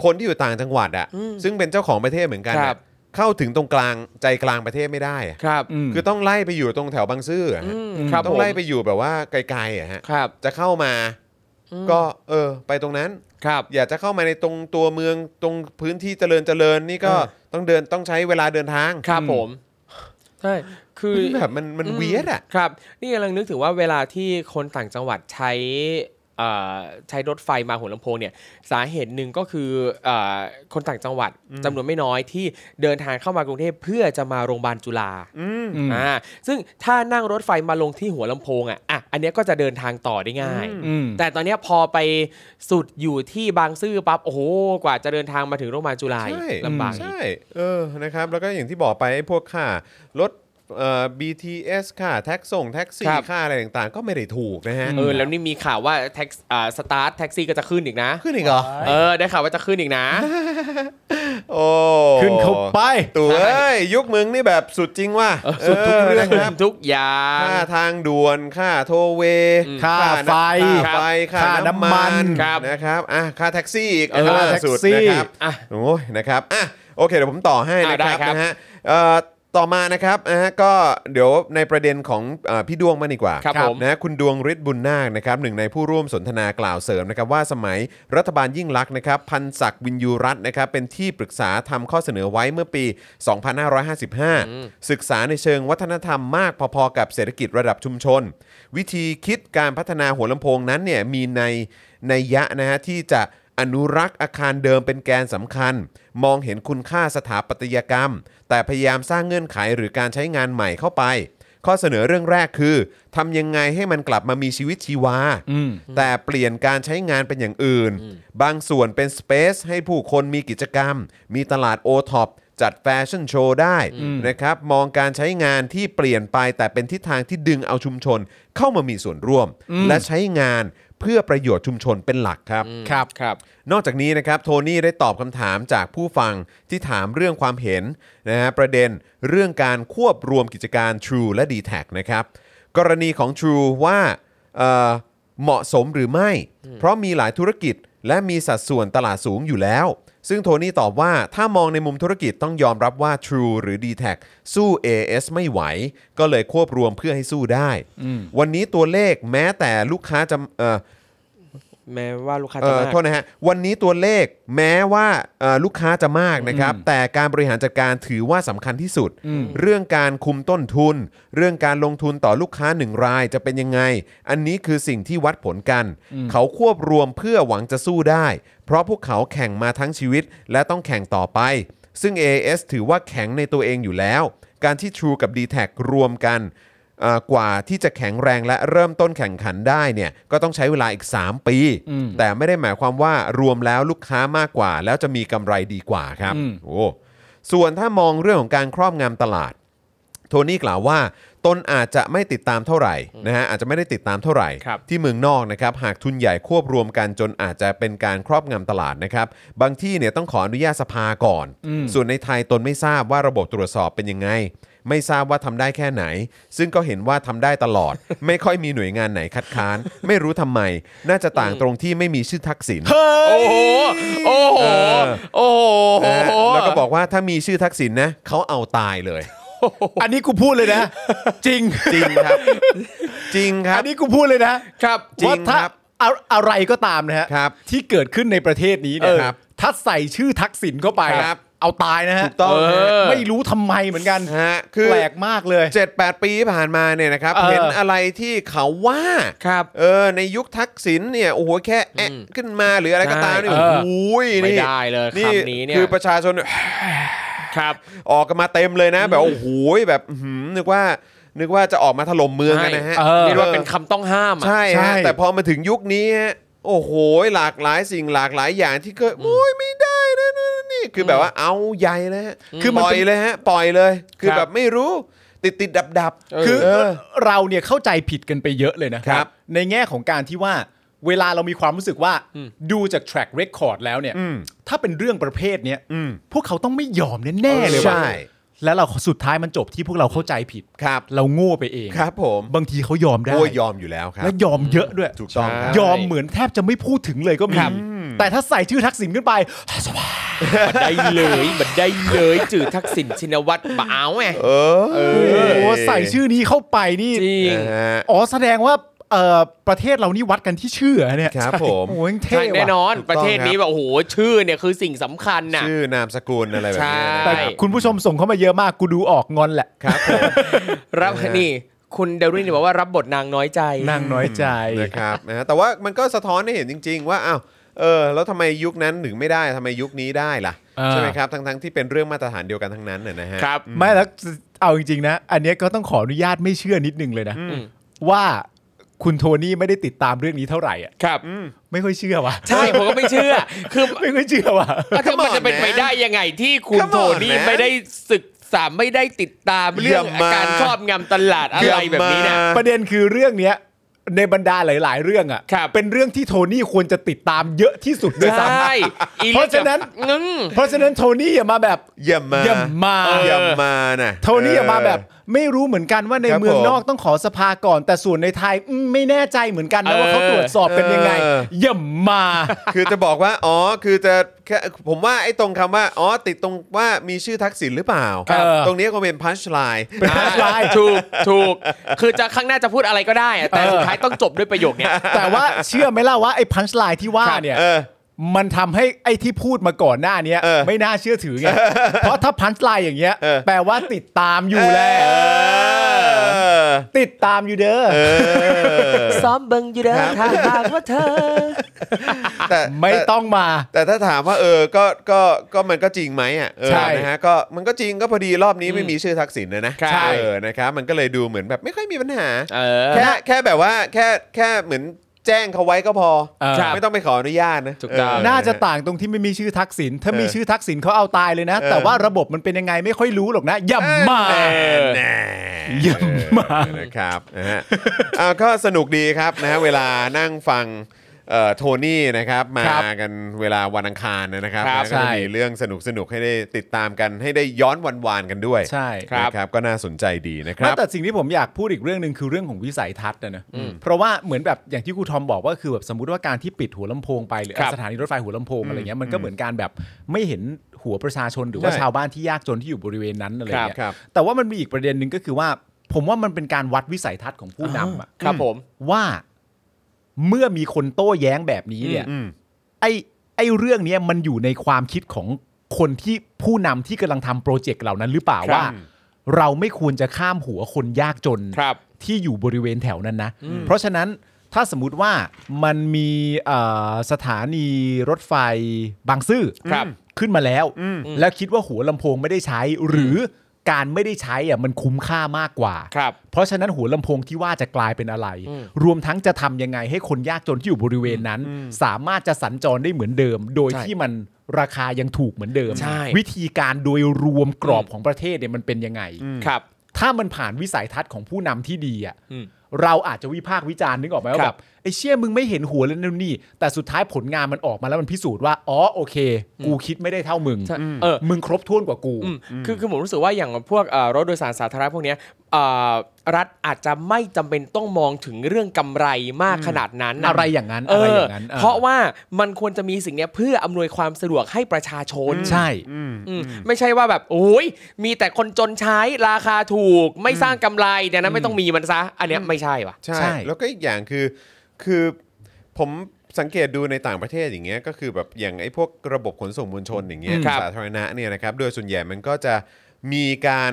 Speaker 2: คนที่อยู่ต่างจังหวัดอ่ะ
Speaker 1: อืม
Speaker 2: ซึ่งเป็นเจ้าของประเทศเหมือนกัน
Speaker 1: ครั
Speaker 2: อะ
Speaker 1: บ
Speaker 2: เข้าถึงตรงกลางใจกลางประเทศไม่ได้อะ
Speaker 1: ครับ
Speaker 3: อืม
Speaker 2: คือต้องไล่ไปอยู่ตรงแถวบางซื่ออะ
Speaker 1: อื
Speaker 2: ฮะ
Speaker 1: มครับ
Speaker 2: ต้อ
Speaker 1: ผ
Speaker 2: ง
Speaker 1: ม
Speaker 2: ไล่ไปอยู่แบบว่าไกลๆอะฮะ
Speaker 1: ครับ
Speaker 2: จะเข้ามา
Speaker 1: อืม
Speaker 2: ก็เออ ไปตรงนั้น
Speaker 1: ครับ
Speaker 2: อยากจะเข้ามาในตรงตัวเมืองตรงพื้นที่เจริญเจริญนี่ก็
Speaker 1: เออ
Speaker 2: ต้องเดินต้องใช้เวลาเดินทาง
Speaker 1: ครับผมใช่คือ
Speaker 2: มันแบบมันมัน
Speaker 1: อืม
Speaker 2: เวียดอ่ะ
Speaker 1: ครับ นี่กำลังนึกถึงว่าเวลาที่คนต่างจังหวัดใช้เอ่อใช้รถไฟมาหัวลำโพงเนี่ยสาเหตุหนึ่งก็คือเออคนต่างจังหวัดจำนวนไม่น้อยที่เดินทางเข้ามากรุงเทพเพื่อจะมาโรงพยาบาลจุฬาอ่าซึ่งถ้านั่งรถไฟมาลงที่หัวลำโพงอ่ะอ่ะอันเนี้ยก็จะเดินทางต่อได้ง่าย
Speaker 3: อืม
Speaker 1: แต่ตอนเนี้ยพอไปสุดอยู่ที่บางซื่อปั๊บโอ้โหกว่าจะเดินทางมาถึงโรงพยาบาลจุฬาอีก
Speaker 2: ใช่
Speaker 1: ลำบากอีก
Speaker 2: ใช่เออนะครับแล้วก็อย่างที่บอกไปไอ้พวกค่ารถเอ่อ BTS ค่าแท็กส่งแท็กซี่
Speaker 1: ครับ
Speaker 2: ค่าอะไรต่างๆ ก็ไม่ได้ถูกนะฮะ
Speaker 1: เออแล้วนี่มีข่าวว่าแท็กอ่าสตาร์ทแท็กซี่ก็จะขึ้นอีกนะ
Speaker 2: ขึ้นอีกเหรอ
Speaker 1: เออได้ข่าวว่าจะขึ้นอีกนะ
Speaker 2: โอ้
Speaker 3: ขึ้นเข้าไป
Speaker 2: ตัวเอ้ยยุคมึงนี่แบบสุดจริงว่ะ
Speaker 1: สุดทุกเรื่อง
Speaker 2: นะคบ
Speaker 1: ทุกอย่าง
Speaker 2: ค่าทางด่วนค่าโทเวย์
Speaker 1: อืม
Speaker 3: ค่า
Speaker 2: น้ำ
Speaker 3: ไฟ
Speaker 2: ค่าไฟ
Speaker 3: ค่าน้ำมัน
Speaker 1: ครับ
Speaker 2: นะครับอ่ะค่าแท็กซี่อีก
Speaker 1: เออ
Speaker 2: ล่าสุด
Speaker 3: แท็กซี่
Speaker 2: นะครับ
Speaker 1: อ่ะ
Speaker 2: โอ้ยนะครับอ่ะโอเคเดี๋ยวผมต่อให้นะ
Speaker 1: อ่ะได้
Speaker 2: ครับ
Speaker 1: ครับ
Speaker 2: นะฮะเอ่อต่อมานะครับนะฮะก็เดี๋ยวในประเด็นของเอ่อพี่ดวงมางดีกว่า
Speaker 1: ครับผม
Speaker 2: นะคุณดวงฤทธิ์บุญนาคนะครับหนึ่งในผู้ร่วมสนทนากล่าวเสริมนะครับว่าสมัยรัฐบาลยิ่งลักษณ์นะครับพันศักดิ์วินยูรัตน์นะครับเป็นที่ปรึกษาทำข้อเสนอไว้เมื่อปี 2555 ศึกษาในเชิงวัฒนธรรมมากพอๆกับเศรษฐกิจระดับชุมชน วิธีคิดการพัฒนาหัวลำโพงนั้นเนี่ยมีในในยยะนะฮะที่จะอนุรักษ์อาคารเดิมเป็นแกนสำคัญ มองเห็นคุณค่าสถาปัตยกรรม แต่พยายามสร้างเงื่อนไขหรือการใช้งานใหม่เข้าไป ข้อเสนอเรื่องแรกคือทำยังไงให้มันกลับมามีชีวิตชีวา
Speaker 3: อืม
Speaker 2: แต่เปลี่ยนการใช้งานเป็นอย่างอื่น บางส่วนเป็นสเปซให้ผู้คนมีกิจกรรม มีตลาดโอท็อปจัดแฟชั่นโชว์ได้นะครับ มองการใช้งานที่เปลี่ยนไปแต่เป็นทิศทางที่ดึงเอาชุมชนเข้ามามีส่วนร่วม และใช้งานเพื่อประโยชน์ชุมชนเป็นหลักครับ
Speaker 1: ครับครับ
Speaker 2: นอกจากนี้นะครับโทนี่ได้ตอบคำถามจากผู้ฟังที่ถามเรื่องความเห็นนะฮะประเด็นเรื่องการควบรวมกิจการ True และ d t แทนะครับกรณีของ True ว่าเอ่อเหมาะสมหรือไม่ เพราะมีหลายธุรกิจและมีสัดส่วนตลาดสูงอยู่แล้ว ซึ่งโทนี่ตอบว่าถ้ามองในมุมธุรกิจต้องยอมรับว่า True หรือ d t แทสู้ AS ไม่ไหว ก็เลยควบรวมเพื่อให้สู้ได้ วันนี้ตัวเลขแม้แต่ลูกค้าจะเอ่อ
Speaker 1: แม้ว่าลูกค้า
Speaker 2: เอ
Speaker 1: จะ
Speaker 2: อ
Speaker 1: มาก
Speaker 2: โทษนะฮะวันนี้ตัวเลขแม้ว่าเอ่อลูกค้าจะมากนะครับ แต่การบริหารจัดการถือว่าสำคัญที่สุด เรื่องการคุมต้นทุน เรื่องการลงทุนต่อลูกค้าหนึ่งรายจะเป็นยังไง อันนี้คือสิ่งที่วัดผลกัน เขาควบรวมเพื่อหวังจะสู้ได้ เพราะพวกเขาแข่งมาทั้งชีวิตและต้องแข่งต่อไป ซึ่ง AS ถือว่าแข็งในตัวเองอยู่แล้ว การที่ True กับ d t แทรวมกัน เอ่อกว่าที่จะแข็งแรงและเริ่มต้นแข่งขันได้เนี่ยก็ต้องใช้เวลาอีก 3 ปี แต่ไม่ได้หมายความว่ารวมแล้วลูกค้ามากกว่า แล้วจะมีกำไรดีกว่าครับ
Speaker 3: อืม
Speaker 2: โอ้ส่วนถ้ามองเรื่องของการครอบงำตลาด โทนี่กล่าวว่า ตนอาจจะไม่ติดตามเท่าไหร่นะฮะอาจจะไม่ได้ติดตามเท่าไหร่
Speaker 1: ครับ
Speaker 2: ที่เมืองนอกนะครับหากทุนใหญ่ควบรวมกันจนอาจจะเป็นการครอบงำตลาดนะครับ บางที่เนี่ยต้องขออนุญาตสภาก่อน ส่วนในไทยตนไม่ทราบว่าระบบตรวจสอบเป็นยังไง ไม่ทราบว่าทำได้แค่ไหน ซึ่งก็เห็นว่าทำได้ตลอ ด ไม่ค่อยมีหน่วยงานไหนคัดค้าน ไม่รู้ทำไม น่าจะต่างตรงที่ไม่มีชื่อทักษิณ
Speaker 1: โอ้โห โอ้โห โอ้โห
Speaker 2: นะฮะแล้วก็บอกว่าถ้ามีชื่อทักษิณนะเขาเอาตายเลย
Speaker 3: อันนี้กูพูดเลยนะ จริง
Speaker 2: จริงครับ จริงครั
Speaker 3: อั
Speaker 2: บ
Speaker 3: นนี้กูพูดเลยนะครับ
Speaker 2: จริง
Speaker 3: ว่าถ้า
Speaker 2: ครับ
Speaker 3: อะอะไรก็ตามนะฮะ
Speaker 2: ครับ
Speaker 3: ที่เกิดขึ้นในประเทศนี้เนี่ย
Speaker 2: เออครับ
Speaker 3: ถ้าใส่ชื่อทักษิณเข้าไป
Speaker 2: ครับ
Speaker 3: เอาตายนะฮะ
Speaker 2: ถูกต้อง
Speaker 3: เ
Speaker 1: อ
Speaker 3: ไม่รู้ทำไมเหมือนกัน
Speaker 2: ฮะคือ
Speaker 3: แปลกมากเลย
Speaker 2: เจ็ดแปดปีที่ผ่านมาเนี่ยนะครับ
Speaker 3: เออ
Speaker 2: เห็นอะไรที่เขาว่า
Speaker 1: ครับ
Speaker 2: เออในยุคทักษิณเนี่ยโอ้โหแค่แอะขึ้นมาหรืออะไรก็ตามเนี่ย
Speaker 3: ใช่
Speaker 2: โอ้
Speaker 3: เออ
Speaker 2: โหนี่
Speaker 1: ไม่ได้เลย
Speaker 2: นี่
Speaker 1: คำนี้เนี่ย
Speaker 2: คือประชาชน
Speaker 1: ครับ
Speaker 2: ออกกันมาเต็มเลยนะ แบบโอ้โหแบบอื้อหือนึกว่านึกว่าจะออกมาถล่มเมืองกันนะฮะ
Speaker 3: ใช่เออ
Speaker 1: เรียกว่าเป็นคำต้องห้ามอะ
Speaker 2: ใช่
Speaker 3: ใช่
Speaker 2: ฮะแต่พอมาถึงยุคนี้ฮะโอ้โห หลากหลายสิ่งหลากหลายอย่างที่ก็โอ้ยไม่ได้นะนะนะนี่คือแบบว่าเอาใหญ่เลยฮะคือปล่อยเลยฮะปล่อยเลย คือ
Speaker 1: ครับ
Speaker 2: แบบไม่รู้ติดติดดับดับๆ
Speaker 3: คือเราเนี่ยเข้าใจผิดกันไปเยอะเลยนะครับ ในแง่ของการที่ว่าเวลาเรามีความรู้สึกว่า
Speaker 1: อืม
Speaker 3: ดูจาก track record แล้วเนี่ย
Speaker 2: อืม
Speaker 3: ถ้าเป็นเรื่องประเภทเนี้ย
Speaker 2: อืม
Speaker 3: พวกเขาต้องไม่ยอมแน่ๆเลยว่ะ
Speaker 2: ใช่
Speaker 3: แล้วเราสุดท้ายมันจบที่พวกเราเข้าใจผิด
Speaker 2: ครับ
Speaker 3: เราโง่ไปเอง
Speaker 2: ครับผม
Speaker 3: บางทีเขายอมได้
Speaker 2: โอ้ยยอมอยู่แล้วครับ
Speaker 3: และยอมเยอะด้วย
Speaker 2: ถูกต้องครับ
Speaker 3: ยอมเหมือนแทบจะไม่พูดถึงเลยก็มี แต่ถ้าใส่ชื่อทักษิณขึ้นไป
Speaker 1: บัดได้เลยบัดได้เลยจืดทักษิณชินวัตรบ่เอาไง
Speaker 2: เออ
Speaker 3: โอ้โหใส่ชื่อนี้เข้าไปนี่
Speaker 1: จริง
Speaker 2: นะฮะ
Speaker 3: อ๋อแสดงว่าเอ่อประเทศเรานี่วัดกันที่ชื่อเหอเนี่ย
Speaker 2: ครับผม
Speaker 3: โอ้โหเท่
Speaker 1: ใช่แน่น
Speaker 3: ว่ะ
Speaker 1: อน
Speaker 2: ถูกต้อง
Speaker 1: ประเทศนี้แบบโอ้โหชื่อเนี่ยคือสิ่งสำคัญน่ะ
Speaker 2: ชื่อนามสกุลอะไรแบบนี้นะ
Speaker 1: ใช่
Speaker 3: แต่คุณผู้ชมส่งเข้ามาเยอะมากกูดูออกงอนแหละ
Speaker 2: ครับผม
Speaker 1: รับ
Speaker 2: นะฮะ
Speaker 1: นี่ คุณเดลรินเนี่ยบอกว่ารับบทนางน้อยใจ
Speaker 3: นางน้อยใจ
Speaker 2: นะครับนะฮะแต่ว่ามันก็สะท้อนให้เห็นจริง ๆ ว่าอ้าวเออแล้วทำไมยุคนั้นถึงไม่ได้ทำไมยุคนี้ได้ล่ะ
Speaker 3: เออ
Speaker 2: ใช่ไหมครับทั้งๆที่เป็นเรื่องมาตรฐานเดียวกันทั้งนั้นน่ะนะฮะ
Speaker 1: ครับ
Speaker 3: ไม่แล้วเอาจริงๆนะ อันเนี้ยก็ต้องขออนุญาตไม่เชื่อนิดนึงเลยนะ
Speaker 1: อืม
Speaker 3: ว่าคุณโทนี่ไม่ได้ติดตามเรื่องนี้เท่าไหร่อ่ะ
Speaker 1: ครับ
Speaker 3: ไม่ค่อยเชื่อว่ะ
Speaker 1: ใช่ผมก็ไม่เชื่อ คือ
Speaker 3: ไม่ค่อยเชื่อว่ะ
Speaker 1: ว่าถ้า
Speaker 2: Come on
Speaker 1: มันจะเป็นไปได้ยังไงที่คุณ
Speaker 2: Come on
Speaker 1: โทนี่
Speaker 2: man
Speaker 1: ไม่ได้ศึกษาไม่ได้ติดตามเรื่อง
Speaker 2: เยี่ยมมาก
Speaker 1: การครอบงำตลาดอะไรแบบนี้นะ
Speaker 3: ประเด็นคือเรื่องเนี้ยในบรรดาหลาย ๆ เรื่องอ่ะ
Speaker 1: ครับ
Speaker 3: เป็นเรื่องที่โทนี่ควรจะติดตามเยอะที่สุดด้วย
Speaker 1: ใช
Speaker 3: ซ้ำ
Speaker 1: ่อี
Speaker 3: เพราะฉะนั้น
Speaker 1: อืม
Speaker 3: เพราะฉะนั้นโทนี่อย่ามาแบบ
Speaker 2: อย่ามา
Speaker 3: อย่ามา
Speaker 2: อย่ามานะ
Speaker 3: โทนี่อย่ามาแบบ
Speaker 2: เอ
Speaker 3: ไม่รู้เหมือนกันว่าใน
Speaker 2: ครับ
Speaker 3: เมือง
Speaker 2: ผม
Speaker 3: นอกต้องขอสภาก่อน แต่ส่วนในไทยอืมไม่แน่ใจเหมือนกันนะว่าเขาต
Speaker 1: เออ
Speaker 3: รวจสอบกันยังไง
Speaker 2: เอออ
Speaker 3: อย่ามา
Speaker 2: อคือจะบอกว่าอ๋อคือจะแค่ผมว่าไอ้ตรงคำว่าอ๋อติดตรงว่ามีชื่อทักษิณหรือเปล่า
Speaker 3: ครับเออ
Speaker 2: ตรงนี้ก็เป็นพันชไลน์
Speaker 3: เป็น
Speaker 1: อ่า
Speaker 3: แไลน์
Speaker 1: ถูกถูก คือจะข้างหน้าจะพูดอะไรก็ได้อะแต่สุดท้ายต้องจบด้วยประโยคเนี้ย
Speaker 3: แต่ว่าเชื่อไหมล่ะว่าไอ้พันช์ไลน์ที่ว่าเนี่ย
Speaker 2: เออ
Speaker 3: มันทำให้ไอ้ที่พูดมาก่อนหน้าเนี้ย
Speaker 2: เออ
Speaker 3: ไม่น่าเชื่อถือไง เพราะถ้าพันช์ไลน์อย่างเงี้ย
Speaker 2: เออ
Speaker 3: แปลว่าติดตามอยู่แล้
Speaker 2: เอ
Speaker 3: ว
Speaker 2: อ
Speaker 3: ติดตามอยู่เด้อ
Speaker 2: เออ
Speaker 1: ซ้อมเบิงอยู่เด้อ
Speaker 2: ครับ
Speaker 1: ถ้าหากว่าเธอ
Speaker 2: แต่
Speaker 3: ไม่ต้องมา
Speaker 2: แต่ถ้าถามว่าเออ ก็ ก็ ก็มันก็จริงไหมอ่ะเออ
Speaker 3: ใช่
Speaker 2: นะฮะ ก็ มันก็จริงก็พอดีรอบนี้ไม่มีชื่อทักษิณนะนะ
Speaker 3: ใช่
Speaker 2: เออ นะครับ มันก็เลยดูเหมือนแบบไม่ค่อยมีปัญหา
Speaker 1: เออ
Speaker 2: แค่ แค่แบบว่า แค่ แค่เหมือนแจ้งเขาไว้ก็พอ
Speaker 3: เออ
Speaker 2: ไม่ต้องไปขออนุญาตนะ
Speaker 1: ถูกต้อง
Speaker 2: เออ
Speaker 3: น่าจะต่างตรงที่ไม่มีชื่อทักษิณถ้ามี
Speaker 2: เออ
Speaker 3: ชื่อทักษิณเขาเอาตายเลยนะ
Speaker 2: เออ
Speaker 3: แต่ว่าระบบมันเป็นยังไงไม่ค่อยรู้หรอกนะอย่ามา
Speaker 2: แน่แน่
Speaker 3: เยี่ยมมาก
Speaker 2: เออนะครับนะฮะเอาก็สนุกดีครับนะฮะเวลานั่งฟังเอ่อโทนี่นะครับมา
Speaker 3: ครับ
Speaker 2: กันเวลาวันอังคารนะครับ
Speaker 1: ครับ
Speaker 2: แล้วก็จะมี
Speaker 3: ใช่
Speaker 2: เรื่องสนุกสนุกๆให้ได้ติดตามกันให้ได้ย้อนวันวานๆกันด้วย
Speaker 3: ใช่
Speaker 2: นะครับก็น่าสนใจดีนะค
Speaker 3: แม้
Speaker 2: รับ
Speaker 3: แต่สิ่งที่ผมอยากพูดอีกเรื่องหนึ่งคือเรื่องของวิสัยทัศน์นะนะเพราะว่าเหมือนแบบอย่างที่ครูทอมบอกว่าคือแบบสมมติว่าการที่ปิดหัวลำโพงไปหรือ
Speaker 1: ครับ
Speaker 3: สถานีรถไฟหัวลำโพงอะไรเงี้ยมันก็เหมือนการแบบไม่เห็นหัวประชาชนหรือว่า
Speaker 2: ใช่
Speaker 3: ชาวบ้านที่ยากจนที่อยู่บริเวณนั้นอะไร
Speaker 1: ครับ
Speaker 3: เงี้ย
Speaker 2: ครับ
Speaker 3: แต่ว่ามันมีอีกประเด็นหนึ่งก็คือว่า ผมว่ามันเป็นการวัดวิสัยทัศน์ของผู้นำอะ
Speaker 1: ครับผม
Speaker 3: ว่าเมื่อมีคนโต้แย้งแบบนี้เนี่ย
Speaker 2: อืม
Speaker 3: ไอ้ไอ้เรื่องเนี้ยมันอยู่ในความคิดของคนที่ผู้นำที่กำลังทำโปรเจกต์เหล่านั้นหรือเปล่า
Speaker 1: ครับ
Speaker 3: ว่า เราไม่ควรจะข้ามหัวคนยากจน
Speaker 1: ครับ
Speaker 3: ที่อยู่บริเวณแถวนั้นนะ เพราะฉะนั้นถ้าสมมุติว่ามันมีเอ่อสถานีรถไฟบางซื่อ
Speaker 1: ครับ
Speaker 3: ขึ้นมาแล้ว แล้วคิดว่าหัวลำโพงไม่ได้ใช้ หรือการไม่ได้ใช้อ่ะมันคุ้มค่ามากกว่า
Speaker 1: ครับ
Speaker 3: เพราะฉะนั้นหัวลำโพงที่ว่าจะกลายเป็นอะไร รวมทั้งจะทำยังไงให้คนยากจนที่อยู่บริเวณนั้น สามารถจะสัญจรได้เหมือนเดิม โดย
Speaker 1: ใช่
Speaker 3: ที่มันราคายังถูกเหมือนเดิม
Speaker 1: ใช่
Speaker 3: วิธีการโดยรวมกรอบของประเทศเนี่ยมันเป็นยังไง
Speaker 1: ครับ
Speaker 3: ถ้ามันผ่านวิสัยทัศน์ของผู้นำที่ดีอ่ะ
Speaker 1: อืม
Speaker 3: เราอาจจะวิพากษ์วิจารณ์นึกออกไหมว่า
Speaker 1: ครับ
Speaker 3: แบบไอ้เชี่ยมึงไม่เห็นหัวเลยนู่นนี่ แต่สุดท้ายผลงานมันออกมาแล้วมันพิสูจน์ว่าอ๋อโอเค กูคิดไม่ได้เท่ามึง
Speaker 1: ใช่เออ
Speaker 3: มึงครบถ้วนกว่ากู
Speaker 1: อืมคือคือผมรู้สึกว่าอย่างพวกเอ่อรถโดยสารสาธารณะพวกเนี้ยเอ่อรัฐอาจจะไม่จำเป็นต้องมองถึงเรื่องกำไรมากขนาดนั้นน
Speaker 3: อะไรอย่างนั้น
Speaker 1: เอ
Speaker 3: อะไรอ
Speaker 1: อย่าง
Speaker 3: นั้นออ
Speaker 1: เพราะว่ามันควรจะมีสิ่งเนี้ยเพื่ออำนวยความสะดวกให้ประชาชน
Speaker 3: ใช่
Speaker 2: อืม
Speaker 1: อืมไม่ใช่ว่าแบบโอ้ยมีแต่คนจนใช้ราคาถูก ไม่สร้างกำไรเดี๋ยวนั้นไม่ต้องมีมันซะ อันเนี้ยไม่ใช่ว่ะ
Speaker 2: ใช่
Speaker 3: ใช่
Speaker 2: แล้วก็อีกอย่างคือ คือผมสังเกตดูในต่างประเทศอย่างเงี้ย ก็คือแบบอย่างไอ้พวกระบบขนส่งมวลชนอย่างเงี้ย
Speaker 1: ครับ
Speaker 2: สาธารณะเนี่ยนะครับ โดยส่วนใหญ่มันก็จะมีการ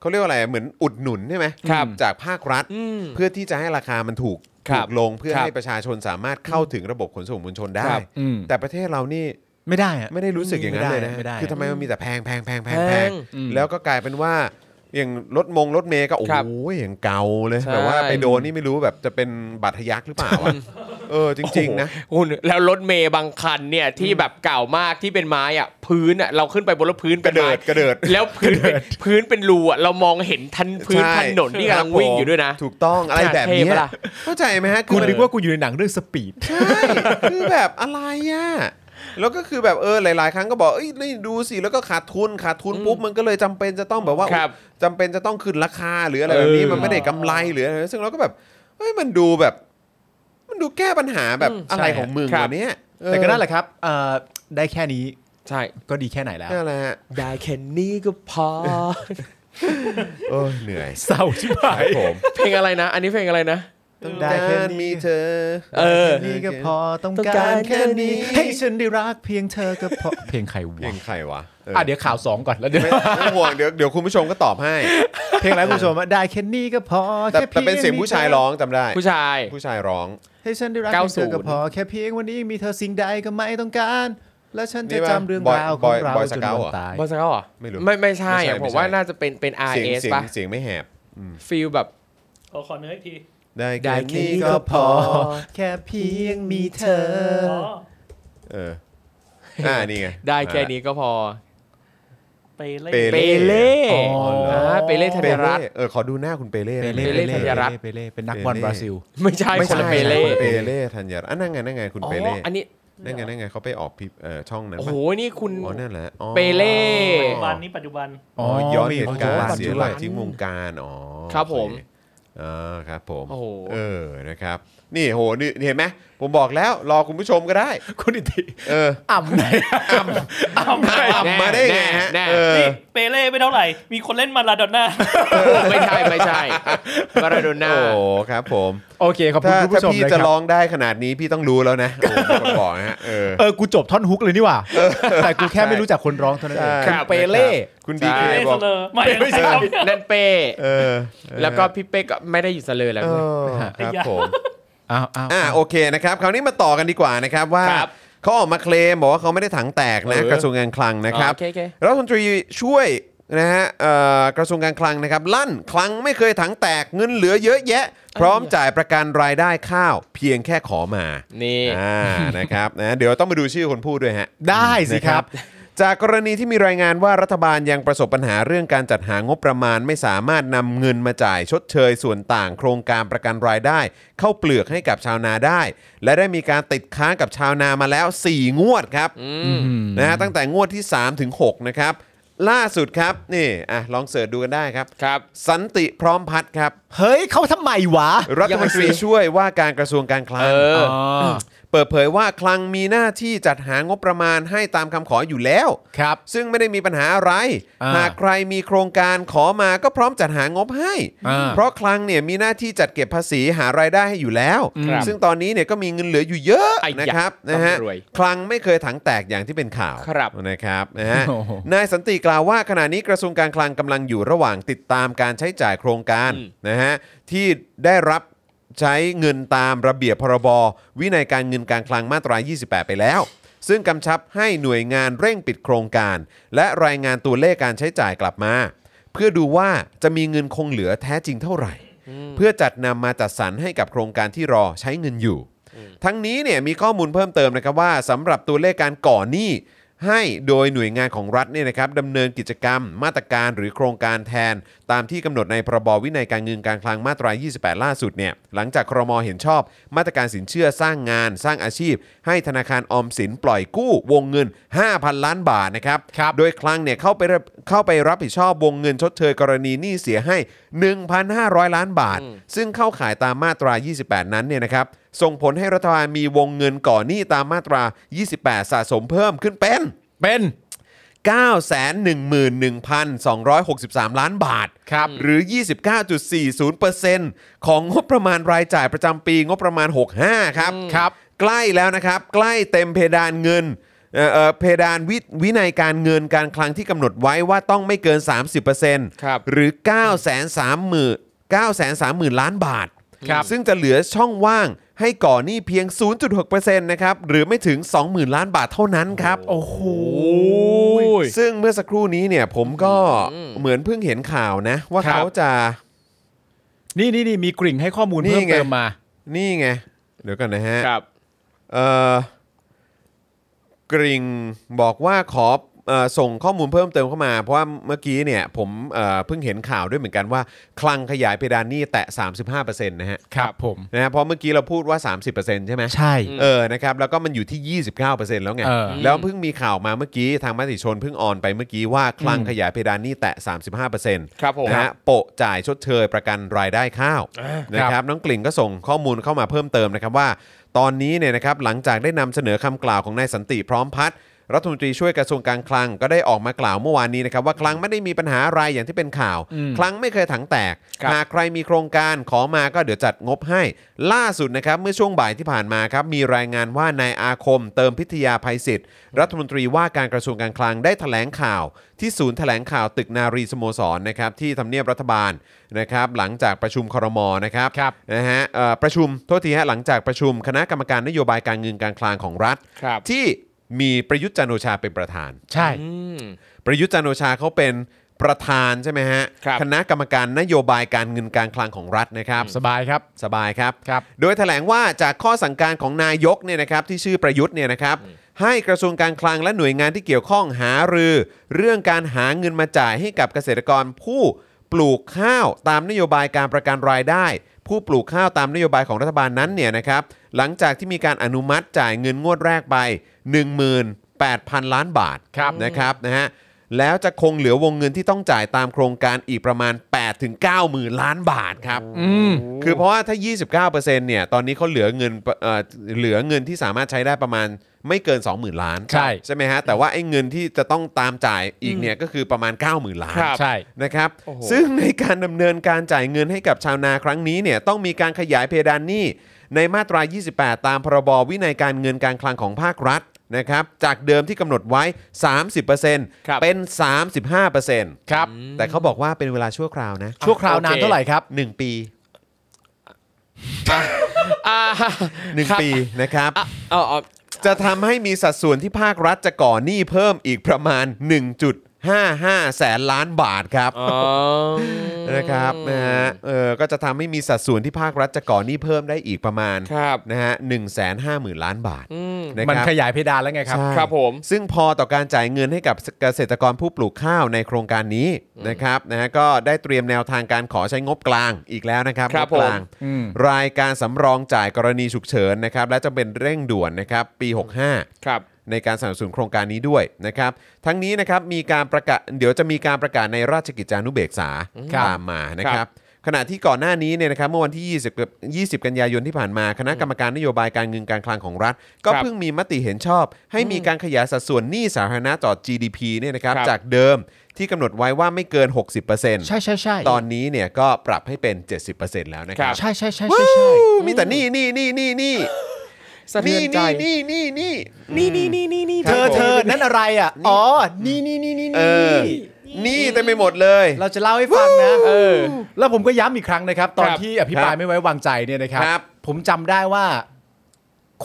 Speaker 2: เขาเรียกว่าอะไร เหมือนอุดหนุนใช่ไหม
Speaker 1: ครับ
Speaker 2: จากภาครัฐ
Speaker 1: อืม
Speaker 2: เพื่อที่จะให้ราคามันถูก
Speaker 1: ครั
Speaker 2: ถู
Speaker 1: บ
Speaker 2: กลง เพื่อ
Speaker 1: ครับ
Speaker 2: ให้ประชาชนสามารถเข้าถึงระบบขนส่งมวลชนได้
Speaker 1: ครับ
Speaker 3: อืม
Speaker 2: แต่ประเทศเรานี่
Speaker 3: ไม่ได้อะ
Speaker 2: ไม่ได้รู้สึกอย่างนั้น
Speaker 3: ไม่
Speaker 2: เล
Speaker 3: ได้
Speaker 2: ยนะ
Speaker 3: ไม่ได้
Speaker 2: คือทำไมมันมีแต่แพงแพงแพงแพง
Speaker 1: แพ
Speaker 2: แพ
Speaker 1: ง
Speaker 2: ง
Speaker 3: อืม
Speaker 2: แล้วก็กลายเป็นว่า อย่างรถมงรถเมย์ก็โอ้
Speaker 1: ค
Speaker 2: โห
Speaker 1: รับ
Speaker 2: อย่างเก่าเลย
Speaker 1: ใช่
Speaker 2: แบบว่าไปโดนนี่ไม่รู้แบบจะเป็นบาดทะยักหรือเปล่าวะเออจริง ๆ นะ
Speaker 1: โอ้โหคุณแล้วรถเมย์บางคันเนี่ยที่แบบเก่ามากที่เป็นไม้อะพื้นอะเราขึ้นไปบนรถพื้น
Speaker 2: ก
Speaker 1: เป็
Speaker 2: ระ
Speaker 1: น
Speaker 2: เดิ
Speaker 1: ไม้
Speaker 2: ดกระเดิด
Speaker 1: แล้วพื้นเป็นพื้นเป็นรูอ่ะเรามองเห็นทันพื้น
Speaker 2: ใช่
Speaker 1: ถนนที่กำลังวิ่งอยู่ด้วยนะ
Speaker 2: ถูกต้องอะไรแบบเนี้ย
Speaker 1: เท่ปะล่ะ
Speaker 2: เข้าใจไหมฮะ
Speaker 3: กู
Speaker 2: มัน
Speaker 3: นึกว่ากูอยู่ในหนังเรื่องสปีด
Speaker 2: ใช่ คือแบบอะไรอ่ะ แล้วก็คือแบบเออหลาย ๆ ครั้งก็บอกเอ้ยนี่ดูสิ แล้วก็ขาดทุนขาดทุนปุ๊บมันก็เลยจำเป็นจะต้องแบบว่า
Speaker 1: ครับ
Speaker 2: จำเป็นจะต้องขึ้นราคาหรืออะไรแบบนี้
Speaker 3: เออ
Speaker 2: มันไม่ได้กำไรหรืออะไรซึ่งเราก็แบบเฮ้ยมันดูแบบ มันดูแก้ปัญหาแบบอะไรของมึง
Speaker 1: ครับ
Speaker 2: วะเนี้ยเออ
Speaker 3: แต่ก็นั่นแหละครับเอ่อได้แค่นี้
Speaker 1: ใช่
Speaker 3: ก็ดีแค่ไหนแล้ว
Speaker 2: นั่นแหละฮะ
Speaker 1: ได้แค่นี้ก็พอ
Speaker 2: โอ้ยเหนื่อย
Speaker 3: เศร้าชิบหา
Speaker 2: ค
Speaker 3: ย
Speaker 2: รับผม
Speaker 1: เพลงอะไรนะ อันนี้เพลงอะไรนะ
Speaker 2: ต้อง
Speaker 3: ได้
Speaker 2: การ
Speaker 3: แค่นี้
Speaker 2: มีเธอ
Speaker 1: เออ
Speaker 3: นี่ก็พอต้อง
Speaker 1: ต้อง
Speaker 3: กา
Speaker 1: การ ร
Speaker 3: แค่
Speaker 1: แค่นี้
Speaker 3: นี้ให้ฉันได้รักเพียงเธอก็พอเพลงใครวะ
Speaker 2: เพลงใครวะเออ
Speaker 3: อ่ะเดี๋ยวข่าวสองก่อนแล้วเดี๋ยว
Speaker 2: ไม่ไม่ห่วงเดี๋ยวเดี๋ยวคุณผู้ชมก็ตอบให้
Speaker 3: เพลงอะไรคุณผู้ชมอ่ะ ได้แค่นี้ก็พอ
Speaker 2: แต่
Speaker 3: ค่
Speaker 2: แต่เป็นเสียงผู้ชายร้องจำได้
Speaker 1: ผู้ชาย
Speaker 2: ผู้ชายร้อง
Speaker 3: ให้ฉันได้รัก
Speaker 1: เก้า
Speaker 3: เพียง
Speaker 1: ศู
Speaker 3: เธ
Speaker 1: นย์
Speaker 3: อก็พอแค่เพียงวันนี้มีเธอสิ่งใดก็ไม่ต้องการ และฉันจะ
Speaker 2: นี่ปะ
Speaker 3: จำเรื่องราวข
Speaker 2: บ
Speaker 3: อ
Speaker 2: อย
Speaker 3: งเรา
Speaker 2: บอย
Speaker 3: จน
Speaker 2: สเกาต์เหร
Speaker 3: วั
Speaker 2: อ
Speaker 3: นตาย
Speaker 1: บอสเก้าเหรอ
Speaker 2: ไม่รู้
Speaker 1: ไม่ไม่ใช่อะ
Speaker 2: ไม่ใช่
Speaker 1: ผมว่า
Speaker 2: ไม่ใช่
Speaker 1: น่าจะเป็นเป็น R
Speaker 2: เสียง
Speaker 1: S
Speaker 2: เสียง
Speaker 1: ป่ะ
Speaker 2: เสียงไม่แหบ
Speaker 1: ฟีลแบบ
Speaker 4: ขอขอเนื้ออีกที
Speaker 2: ได้
Speaker 1: ได้
Speaker 2: แค่
Speaker 1: แค่
Speaker 2: นี้
Speaker 1: นี่
Speaker 2: ก็
Speaker 1: ก็พอ
Speaker 3: แค่เพียงมีเธอ
Speaker 4: อ๋อ
Speaker 2: เออ อ่า นี่ไง
Speaker 1: ได้แค่นี้ก็พอ
Speaker 4: ไปเล่น
Speaker 1: เปเล่
Speaker 3: อ๋อเหรออ่
Speaker 1: าเปเล่ธั
Speaker 2: เป
Speaker 1: ญ
Speaker 2: เล่
Speaker 1: รัตน์
Speaker 2: เออ ขอดูหน้าคุณเปเล่ห
Speaker 3: เป
Speaker 2: น่อย
Speaker 3: เล่
Speaker 1: เปเล่ธัญรัตน์
Speaker 3: เปเล่เป็นนักบอลบราซิล
Speaker 1: ไม่ใช่
Speaker 2: ไม่
Speaker 1: คน
Speaker 2: ใช่
Speaker 1: ละเปเล่
Speaker 2: คุณเปเล่ธัญรัตน์อ่ะนั่งไงนั่งไงคุณ
Speaker 1: อ๋อ
Speaker 2: เปเล่
Speaker 1: อันนี้
Speaker 2: นั่งไงนั่งไงเขาไปออกพิเอ่อช่องนั้น
Speaker 1: โอ้
Speaker 2: ปะ
Speaker 1: โหนี่คุณ
Speaker 2: อ๋อนั่นแหละอ๋อ
Speaker 1: เปเล่
Speaker 4: ปัจจุบันนี้ปัจจุบัน
Speaker 2: อ๋อย้อนเหตุการณ์
Speaker 1: ปัจจุบัน
Speaker 2: เสียหลักทิ้งวงการอ๋อ
Speaker 1: ครับผม
Speaker 2: โอเอ่าครับผม
Speaker 1: โอ้โห
Speaker 2: เออนะครับ นี่โหนี่เห็นไหมผมบอกแล้วรอคุณผู้ชมก็ได้
Speaker 3: คุณอิทธิ
Speaker 2: เออ
Speaker 3: อ่ำไหนอ่
Speaker 2: เอามาได้ไงฮะ
Speaker 1: แน่แน่
Speaker 2: เออ
Speaker 4: นี่เปเล่ไม่เท่าไหร่ มีคนเล่นมาลาดอนน่า
Speaker 1: ไม่ใช่ไม่ใช่ มาราโดน่า
Speaker 2: โอ้โหครับผม
Speaker 3: ำโอเคขอบคุณ
Speaker 2: ถ้า
Speaker 3: คุณ
Speaker 2: ถ้า
Speaker 3: ผู้ชม
Speaker 2: พี่
Speaker 3: เลยค
Speaker 2: จะ
Speaker 3: รับ
Speaker 2: ร้องได้ขนาดนี้พี่ต้องรู้แล้วนะโอ้โหผมบอกนะฮะเออ
Speaker 3: เออ กูจบท่อนฮุกเลยนี่หว่า แต่กูแค่ไม่รู้จักคนร้องเท่านั้นเอง
Speaker 2: ใช่
Speaker 3: คุณเปเล่
Speaker 2: ครับคุณ
Speaker 1: ใช่
Speaker 2: ดีเค
Speaker 4: เล่น
Speaker 2: บอ
Speaker 4: เส
Speaker 2: ก
Speaker 4: ลอไม่
Speaker 3: ไม่ใช่
Speaker 4: ใช่
Speaker 1: นั่นเป้
Speaker 2: เออ
Speaker 1: แล้วก็พี่เป๊กก็ไม่ได้อยู่สะเลยแล้ว
Speaker 2: เอ
Speaker 1: ด้วย
Speaker 2: อครับผม
Speaker 3: อ้าวอ้าว
Speaker 2: อ่าโอเคนะครับ คราวนี้มาต่อกันดีกว่านะครับว่า
Speaker 1: ครับ
Speaker 2: เขาออกมาเคลมบอกว่าเขาไม่ได้ถังแตกนะ
Speaker 1: เออ
Speaker 2: กระทรวงการคลังนะครับ
Speaker 1: โอเคโอเค
Speaker 2: รัฐมนตรีช่วยนะฮะเอ่อกระทรวงการคลังนะครับ ลั่นคลังไม่เคยถังแตกเงินเหลือเยอะแยะ พร้อมจ่ายประกันรายได้ข้าว เพียงแค่ขอมา
Speaker 1: นี่
Speaker 2: อ่านะครับนะเดี๋ยวต้องมาดูชื่อคนพูดด้วยฮะ
Speaker 3: ได้สิครับ
Speaker 2: นะครับจากกรณีที่มีรายงานว่ารัฐบาลยังประสบปัญหาเรื่องการจัดหางบประมาณ ไม่สามารถนำเงินมาจ่ายชดเชยส่วนต่างโครงการประกันรายได้ เข้าเปลือกให้กับชาวนาได้ และได้มีการติดค้างกับชาวนามาแล้ว 4 งวดครับนะฮะตั้งแต่งวดที่ 3 ถึง 6 นะครับ ล่าสุดครับนี่อ่ะลองเสิร์ชดูกันได้ครับ
Speaker 1: ครับ
Speaker 2: สันติพร้อมพัฒน์ครับ
Speaker 3: เฮ้ย เขาทำไมวะ
Speaker 2: รัฐมนตรี
Speaker 1: ยังไงสิ
Speaker 2: ช่วยว่าการกระทรวงการคลัง
Speaker 1: เออ
Speaker 2: เปิดเผยว่าคลังมีหน้าที่จัดหางบประมาณให้ตามคำขออยู่แล้ว
Speaker 3: ครับ
Speaker 2: ซึ่งไม่ได้มีปัญหาอะไร
Speaker 3: อ่า
Speaker 2: หากใครมีโครงการขอมาก็พร้อมจัดหางบให้
Speaker 3: อ่า
Speaker 2: เพราะคลังเนี่ยมีหน้าที่จัดเก็บภาษีหารายได้ให้อยู่แล้ว
Speaker 1: ครับ
Speaker 2: ซึ่งตอนนี้เนี่ยก็มีเงินเหลืออยู่เยอะ
Speaker 1: ไอ้ยะ
Speaker 2: นะครับนะฮะ
Speaker 1: ร่ำรวย
Speaker 2: คลังไม่เคยถังแตกอย่างที่เป็นข่าว
Speaker 1: ครับ
Speaker 2: นะครับนะฮะ
Speaker 3: โอ้โห
Speaker 2: นายสันติกล่าวว่าขณะนี้กระทรวงการคลังกำลังอยู่ระหว่างติดตามการใช้จ่ายโครงการ
Speaker 1: อืม
Speaker 2: นะฮะที่ได้รับใช้เงินตามระเบียบพรบวินัยการเงินการคลังมาตรา 28 ไปแล้ว ซึ่งกำชับให้หน่วยงานเร่งปิดโครงการ และรายงานตัวเลขการใช้จ่ายกลับมา เพื่อดูว่าจะมีเงินคงเหลือแท้จริงเท่าไหร่ เพื่อจัดนำมาจัดสรรให้กับโครงการที่รอใช้เงินอยู่ ทั้งนี้เนี่ยมีข้อมูลเพิ่มเติมนะครับว่าสำหรับตัวเลขการก่อหนี้ให้โดยหน่วยงานของรัฐเนี่ยนะครับดำเนินกิจกรรม มาตรการหรือโครงการแทน ตามที่กำหนดในพรบวินัยการเงินการคลังมาตรา 28 ล่าสุดเนี่ยหลังจากครมเห็นชอบ มาตรการสินเชื่อสร้างงาน สร้างอาชีพ ให้ธนาคารออมสินปล่อยกู้วงเงิน 5,000 ล้านบาทนะครับ โดยคลังเนี่ยเข้าไปรับเข้าไปรับผิดชอบวงเงินชดเชยกรณีหนี้เสียให้ 1,500 ล้านบาท ซึ่งเข้าข่ายตามมาตรา 28 นั้นเนี่ยนะครับส่งผลให้รัฐบาลมีวงเงินก่อนหนี้ตามมาตรา 28 สะสมเพิ่มขึ้นเป็น
Speaker 3: เป็น
Speaker 2: 911,263 ล้านบาท
Speaker 3: ครับ
Speaker 2: หรือ 29.40%ของงบประมาณรายจ่ายประจำปีงบประมาณ 65 ครับ
Speaker 3: ครับ
Speaker 2: ใกล้แล้วนะครับ ใกล้เต็มเพดานเงินเอ่อเอ่อเพดานววินัยการเงินการคลังที่กำหนดไว้ว่าต้องไม่เกิน 30%
Speaker 1: ครับ
Speaker 2: หรือ 9 3 0 0 0 930,000 ล้านบาท
Speaker 3: ครับ
Speaker 2: ซึ่งจะเหลือช่องว่างให้ก่อหนี้เพียง 0.6%นะครับ หรือไม่ถึง 20,000 ล้านบาทเท่านั้นครับ
Speaker 3: โอ้โห
Speaker 2: ซึ่งเมื่อสักครู่นี้เนี่ยผมก็เหมือนเพิ่งเห็นข่าวนะ ว่า
Speaker 3: ครับ
Speaker 2: เขาจะ
Speaker 3: นี่นี่นี่มีกริ่งให้ข้อมูลเพิ่
Speaker 2: นี่
Speaker 3: ม
Speaker 2: ไง
Speaker 3: เติมมา
Speaker 2: นี่ไง เดี๋ยวกันนะฮะ
Speaker 1: ครับ
Speaker 2: เอ่อกริงบอกว่าขอเอ่อส่งข้อมูลเพิ่มเติมเข้ามา เพราะว่าเมื่อกี้เนี่ยผมเอ่อเพิ่งเห็นข่าวด้วยเหมือนกันว่า คลังขยายเพดานหนี้แตะ 35%นะฮะ
Speaker 3: ครับผม
Speaker 2: นะฮะเพราะเมื่อกี้เราพูดว่า 30%ใช่ไหม
Speaker 3: ใช่
Speaker 2: เออ นะครับ แล้วก็มันอยู่ที่ 29%แล้วไง
Speaker 3: เออ
Speaker 2: แล้วเพิ่งมีข่าวมาเมื่อกี้ ทางมติชนเพิ่งออนไปเมื่อกี้ว่าคลังขยายเพดานหนี้แตะ 35%
Speaker 1: ครับผม
Speaker 2: นะฮะ โปะจ่ายชดเชยประกันรายได้ข้าวนะค
Speaker 3: ครั
Speaker 2: รับ
Speaker 3: บ
Speaker 2: น้องกลิ่นก็ส่งข้อมูลเข้ามาเพิ่มเติมนะครับว่า ตอนนี้เนี่ยนะครับ หลังจากได้นำเสนอคำกล่าวของนายสันติพร้อมพัฒน์รัฐมนตรีช่วยกระทรวงการคลังก็ได้ออกมากล่าวเมื่อวานนี้นะครับว่าคลังไม่ได้มีปัญหาอะไรอย่างที่เป็นข่าว คลังไม่เคยถังแตก
Speaker 1: ครับ
Speaker 2: หากใครมีโครงการขอมาก็เดี๋ยวจัดงบให้ ล่าสุดนะครับ เมื่อช่วงบ่ายที่ผ่านมาครับมีรายงานว่านายอาคม เติมพิทยาภัยศิษย์รัฐมนตรีว่าการกระทรวงการคลังได้แถลงข่าว ที่ศูนย์แถลงข่าวตึกนารีสโมสรนะครับที่ทำเนียบรัฐบาลนะครับหลังจากประชุมครมนะครับ
Speaker 3: ครับ
Speaker 2: นะฮะเอ่อประชุมโทษทีฮะหลังจากประชุมคณะกรรมการนโยบายการเงินการคลังของรัฐ
Speaker 1: ครับ
Speaker 2: ที่มีประยุทธ์จันทร์โอชาเป็นประธาน
Speaker 3: ใช่
Speaker 1: อืม
Speaker 2: ประยุทธ์จันทร์โอชาเขาเป็นประธานใช่ไหมฮะ
Speaker 1: ครับ
Speaker 2: ณะกรรมการนโยบายการเงินการคลังของรัฐนะครับ
Speaker 3: สบายครับ
Speaker 2: สบายครับ
Speaker 3: ครับ
Speaker 2: โดยแถลงว่าจากข้อสั่งการของนายกเนี่ยนะครับที่ชื่อประยุทธ์เนี่ยนะครับให้กระทรวงการคลังและหน่วยงานที่เกี่ยวข้องหารือ เรื่องการหาเงินมาจ่ายให้กับเกษตรกรผู้ปลูกข้าวตามนโยบายการประกันรายได้ ผู้ปลูกข้าวตามนโยบายของรัฐบาลนั้นเนี่ยนะครับหลังจากที่มีการอนุมัติจ่ายเงินงวดแรกไป 18,000 ล้านบาท
Speaker 3: ครับ
Speaker 2: นะครับนะฮะแล้วจะคงเหลือวงเงินที่ต้องจ่ายตามโครงการอีกประมาณ 8-9หมื่นล้านบาทครับ
Speaker 3: อืม
Speaker 2: คือเพราะว่าถ้า 29%เนี่ย ตอนนี้เขาเหลือเงินเอ่อเหลือเงินที่สามารถใช้ได้ประมาณไม่เกิน 20,000 ล้าน
Speaker 3: ใช่
Speaker 2: ใช่ไหมฮะ แต่ว่าไอ้เงินที่จะต้องตามจ่ายอีกเนี่ย ก็คือประมาณ 90,000 ล้าน
Speaker 1: ครับ
Speaker 3: ใช่
Speaker 2: นะครับ
Speaker 1: โอ้โห
Speaker 2: ซึ่งในการดำเนินการจ่ายเงินให้กับชาวนาครั้งนี้เนี่ย ต้องมีการขยายเพดานหนี้ในมาตรา 28 ตามพรบวินัยการเงินการคลังของภาครัฐนะครับ จากเดิมที่กำหนดไว้ 30%
Speaker 1: ครับ
Speaker 2: เป็น 35%
Speaker 3: ครับ
Speaker 2: แต่เขาบอกว่าเป็นเวลาชั่วคราวนะ
Speaker 3: ชั่วคราว
Speaker 1: โอเค
Speaker 3: นานเท่าไหร่ครับ
Speaker 2: หนึ่งปี
Speaker 1: อ่า
Speaker 2: หนึ่ง
Speaker 1: ครับ
Speaker 2: ปีนะครับ
Speaker 1: อ่ะเอาเอา
Speaker 2: จะทำให้มีสัดส่วนที่ภาครัฐจะก่อหนี้เพิ่มอีกประมาณ 1.55 แสนล้านบาทครับ
Speaker 1: อ๋อ
Speaker 2: นะครับนะฮะเออก็จะทำให้มีสัดส่วนที่ภาครัฐจะก่อหนี้เพิ่มได้อีกประมาณ
Speaker 1: ครับ
Speaker 2: นะฮะหนึ่งแสนห้าหมื่นล้านบาท
Speaker 1: อืม
Speaker 2: นะ
Speaker 3: มัน
Speaker 2: ครับ
Speaker 3: ขยายเพดานแล้วไงครับ
Speaker 2: ใช่
Speaker 1: ครับผม
Speaker 2: ซึ่งพอต่อการจ่ายเงินให้กับเกษตรกรผู้ปลูกข้าวในโครงการนี้นะครับนะฮะก็ได้เตรียมแนวทางการขอใช้งบกลางอีกแล้วนะครับ
Speaker 1: ครับ
Speaker 2: งกลาง
Speaker 1: ผม
Speaker 3: อืม
Speaker 2: รายการสำรองจ่ายกรณีฉุกเฉินนะครับและจะเป็นเร่งด่วนนะครับปี 65
Speaker 1: ครับ
Speaker 2: ในการสนับสนุนโครงการนี้ด้วยนะครับ ทั้งนี้นะครับมีการประกาศเดี๋ยวจะมีการประกาศในราชกิจจานุเบกษา
Speaker 3: ครับ
Speaker 2: ตามมานะครับ ขณะที่ก่อนหน้านี้เนี่ยนะครับเมื่อวันที่ 20กับ20 กันยายนที่ผ่านมา คณะกรรมการนโยบายการเงินการคลังของรัฐ ก็
Speaker 1: ครับ
Speaker 2: เพิ่งมีมติเห็นชอบ ให้มีการขยายสัดส่วนหนี้สาธารณะต่อ GDP เนี่ยนะครับ
Speaker 1: ครับ
Speaker 2: จากเดิมที่กำหนดไว้ว่าไม่เกิน 60%
Speaker 3: ใช่ใช่ใช่
Speaker 2: ตอนนี้เนี่ยก็ปรับให้เป็น 70%แล้วนะครั
Speaker 1: ครับ บ
Speaker 3: ใช่ใช่ใช่ใช่ใช่
Speaker 2: อู้มีแต่นี่นี่นี่นี่นี่
Speaker 1: สะเทื
Speaker 2: นี่
Speaker 1: อนใจ
Speaker 2: นี่นี่นี่นี่
Speaker 1: นี่นี่นี่นี่นี่
Speaker 2: ค
Speaker 3: เธ
Speaker 2: รับ
Speaker 3: อ
Speaker 2: ผม
Speaker 3: เธอนั่นอะไรอ่ะ อ๋อ นี่นี่นี่นี่
Speaker 2: เอ
Speaker 3: นี่
Speaker 2: อ นี่เต็มไปหมดเลย
Speaker 3: เราจะเล่าให้ฟังนะ
Speaker 1: เออ
Speaker 3: แล้วผมก็ย้ำอีกครั้งนะครับ ตอน
Speaker 1: ครับ
Speaker 3: ที่อภิปรายไม่ไว้วางใจเนี่ยนะครับ
Speaker 2: ครับ
Speaker 3: ผมจำได้ว่า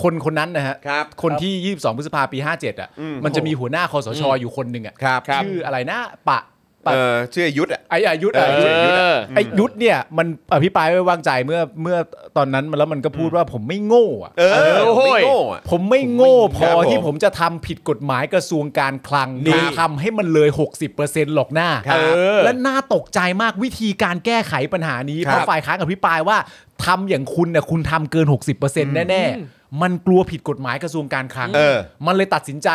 Speaker 3: คนคนนั้นนะฮะ
Speaker 2: ครับ
Speaker 3: นที่ 22 พฤษภาปี 57 อ่ะ
Speaker 2: อืม
Speaker 3: มันจะมีหัวหน้าคอสชอยู่คนหนึ่งอ่ะ
Speaker 2: ครับ
Speaker 1: ครับ
Speaker 3: ชื่ออะไรนะ ปะ ปะ
Speaker 2: เออชื่อไอ้ยุทธอ่ะ
Speaker 3: ไอ้อายุทธ์
Speaker 2: เอ
Speaker 3: ไอ้
Speaker 2: อ
Speaker 3: ยุทธ์
Speaker 1: เออ
Speaker 3: ไอ้ยุทธเนี่ยมันอภิปรายไม่วางใจเมื่อเมื่อตอนนั้นมันแล้วมันก็พูดว่าผมไม่โง่อะ
Speaker 2: เออ
Speaker 1: โอ้โห
Speaker 2: ไม่โง่อ่ะ
Speaker 3: ผมไม่โง่พ
Speaker 2: ครั
Speaker 3: อบ
Speaker 2: ผม
Speaker 3: ที่ผมจะทำผิดกฎหมายกระทรวงการคลัง
Speaker 2: นี่
Speaker 3: มาทำให้มันเลย 60%หรอกหน้า
Speaker 2: ครับ
Speaker 3: เออและน่าตกใจมากวิธีการแก้ไขปัญหานี้
Speaker 2: ครับ
Speaker 3: เพราะฝ่ายค้านอภิปรายว่าทำอย่างคุณน่ะคุณทำเกิน 60%แน่ๆมันกลัวผิดกฎหมายกระทรวงการคลัง
Speaker 2: เออ
Speaker 3: มันเลยตัดสินใจ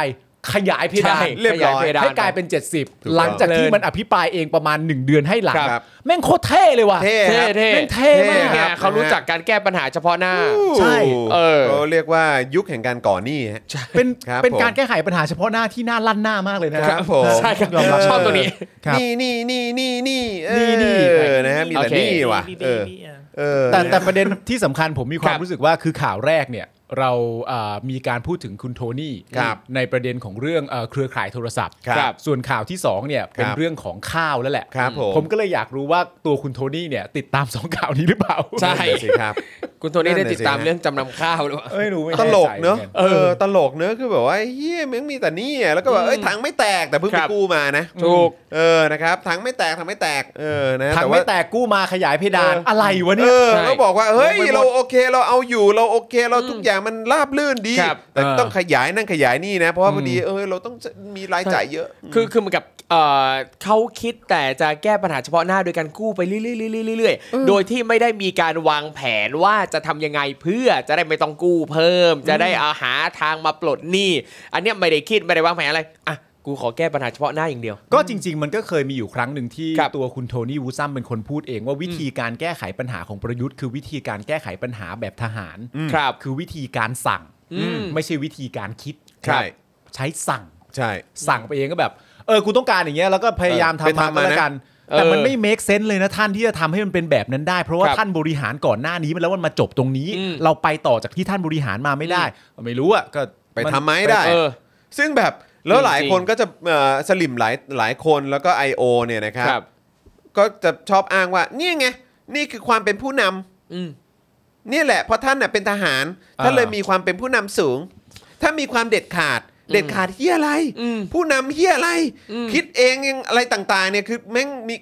Speaker 3: ขยายเพดาน
Speaker 2: เรียบร้อย
Speaker 1: ขพด
Speaker 3: ให้กลายเป็น
Speaker 2: ถูกต้อง
Speaker 3: 70 หลังจากที่มันอภิปรายเองประมาณ 1 เดือนให้หลัง
Speaker 2: ครับ
Speaker 3: แม่งโคตรเท่เลยว่ะ
Speaker 2: เท่ครับ
Speaker 3: แม่
Speaker 1: เท่
Speaker 3: งเท่มาก
Speaker 1: นี่ไง
Speaker 2: ครับ
Speaker 1: เขารู้จักการแก้ปัญหาเฉพาะหน้า
Speaker 3: ใช่
Speaker 1: เออ
Speaker 2: เขาเรียกว่ายุคแห่งการก่อหนี้ฮะ
Speaker 3: เป็น
Speaker 2: ครับ
Speaker 3: เป็นการ
Speaker 2: ผม
Speaker 3: แก้ไขปัญหาเฉพาะหน้าที่หน้าลั่นหน้ามากเลยนะครับ
Speaker 2: ผม
Speaker 1: ใช่ครับ
Speaker 3: ยอมรับ
Speaker 1: ชอบตัวนี้
Speaker 3: ครับ
Speaker 2: นี่นี่นี่นี่นี่เออ
Speaker 3: นี่นี่
Speaker 2: นะฮะมีแต่
Speaker 1: โอเค
Speaker 2: นี่ว่ะ
Speaker 4: ดี
Speaker 2: เอ
Speaker 4: ดี
Speaker 2: อ
Speaker 4: ดีอ่ะ
Speaker 2: เออ
Speaker 3: แต่
Speaker 2: นะ
Speaker 3: แต่ประเด็น ที่สำคัญผมมีความ
Speaker 1: ครับ
Speaker 3: รู้สึกว่าคือข่าวแรกเนี่ยเราอ่ามีการพูดถึงคุณโทนี่
Speaker 2: ครับ
Speaker 3: ในประเด็นของเรื่องเอ่อเครือข่ายโทรศัพท์
Speaker 2: ครับ
Speaker 3: ส่วนข่าวที่สองเนี่ยเป็นเรื่องของข้าวแล้วแหละ
Speaker 2: ครับผม
Speaker 3: ผมก็เลยอยากรู้ว่าตัวคุณโทนี่เนี่ยติดตามสองข่าวนี้หรือเปล่า
Speaker 1: ใช่
Speaker 2: นั่นน่ะสิครับ
Speaker 1: คุณโทนี่ได้ติดตาม
Speaker 2: นั่นน่ะสิฮะ
Speaker 1: เรื่องจำนำข้าวหรือเปล่า
Speaker 3: เอ้ยหนูไม่
Speaker 2: ต
Speaker 3: แใจ
Speaker 2: ลกเนอะ
Speaker 3: หมือกั
Speaker 2: เออตลกเนอะคือแบบว่าเฮียมึงมีแต่นี่อะแล้วก็แบบเอ้ยถังไม่แตกแต่เพิ่ง
Speaker 1: ค
Speaker 2: ไป
Speaker 1: รับ
Speaker 2: กู้มานะ
Speaker 1: ถูก
Speaker 2: เออนะครับถังไม่แตกถังไม่แตกเออนะ
Speaker 3: ทาง
Speaker 2: แต่ว่า
Speaker 3: ไม่แตกกู้มาขยายเพดาน
Speaker 2: เอออ
Speaker 3: อะไรวะ
Speaker 2: เอ
Speaker 3: เนี่ย
Speaker 2: อ
Speaker 1: ใช่
Speaker 2: ก็บอกว่าเฮ้ย
Speaker 3: ลงไปหมด
Speaker 2: เราโอเคเราเอาอยู่เราโอเคเราทุกอย่างมันราบลื่นดี
Speaker 1: ครับ
Speaker 2: แต่
Speaker 3: เออ
Speaker 2: ต้องขยายนั่นขยายนี่นะ เพราะว่าพอดีเออเราต้องมีรายจ่ายเยอะ
Speaker 1: คือคือเหมือนกับเอ่อเขาคิดแต่จะแก้ปัญหาเฉพาะหน้าโดยการกู้ไปเรื่อยๆเรื่อยๆโดยที่ไม่ได้มีการวางแผนว่าจะทำยังไงเพื่อจะได้ไม่ต้องกู้เพิ่ม จะได้เอาหาทางมาปลดหนี้ อันเนี้ยไม่ได้คิดไม่ได้วางแผนอะไรอ่ะกูขอแก้ปัญหาเฉพาะหน้าอย่างเดียว
Speaker 3: ก็จริง ๆ มันก็เคยมีอยู่ครั้งหนึ่งที่
Speaker 1: ครับ
Speaker 3: ตัวคุณโทนี่วูซัมเป็นคนพูดเองว่าวิธีการแก้ไขปัญหาของประยุทธ์ คือวิธีการแก้ไขปัญหาแบบทหาร
Speaker 2: อืม
Speaker 1: ครับ
Speaker 3: คือวิธีการสั่ง
Speaker 1: อืม
Speaker 3: ไม่ใช่วิธีการคิด
Speaker 2: ใช่
Speaker 3: ใช้สั่ง
Speaker 2: ใช่
Speaker 3: สั่งไปเองก็แบบ เออกูต้องการอย่างเงี้ยแล้วก็พยายาม
Speaker 2: เออไป
Speaker 3: ทำมา
Speaker 2: ทำมา
Speaker 3: ก็
Speaker 2: นะ
Speaker 3: แล้วกัน
Speaker 1: เออ
Speaker 3: แต่มันไม่ make sense เลยนะท่านที่จะทำให้มันเป็นแบบนั้นได้ เพราะว่า
Speaker 1: ครับ
Speaker 3: ท่านบริหารก่อนหน้านี้มันแล้วมันมาจบตรงนี้
Speaker 1: อืม
Speaker 3: เราไปต่อจากที่ท่านบริหารมาไม่ได้ ไม่รู้อะก็
Speaker 2: ไป
Speaker 3: น
Speaker 2: ทำไหมได้
Speaker 1: เออ
Speaker 2: ซึ่งแบบแล้วหลาย
Speaker 1: จริงๆ
Speaker 2: คนก็จะเอ่อสลิมหลายหลายคนแล้วก็ I.O. เนี่ยนะครับ
Speaker 1: ครับ
Speaker 2: ก็จะชอบอ้างว่าเนี่ยไง นี่คือความเป็นผู้นำ
Speaker 1: อืม
Speaker 2: เนี่ยแหละเพราะท่านน่ะเป็นทหารท่าน
Speaker 3: อ่า
Speaker 2: เลยมีความเป็นผู้นำสูง ถ้ามีความเด็ดขาด เด็ดขาดเฮียอะไร
Speaker 1: อืม
Speaker 2: ผู้นำเฮียอะไร คิดเองยังอะไรต่างๆเนี่ยคือแม่งมี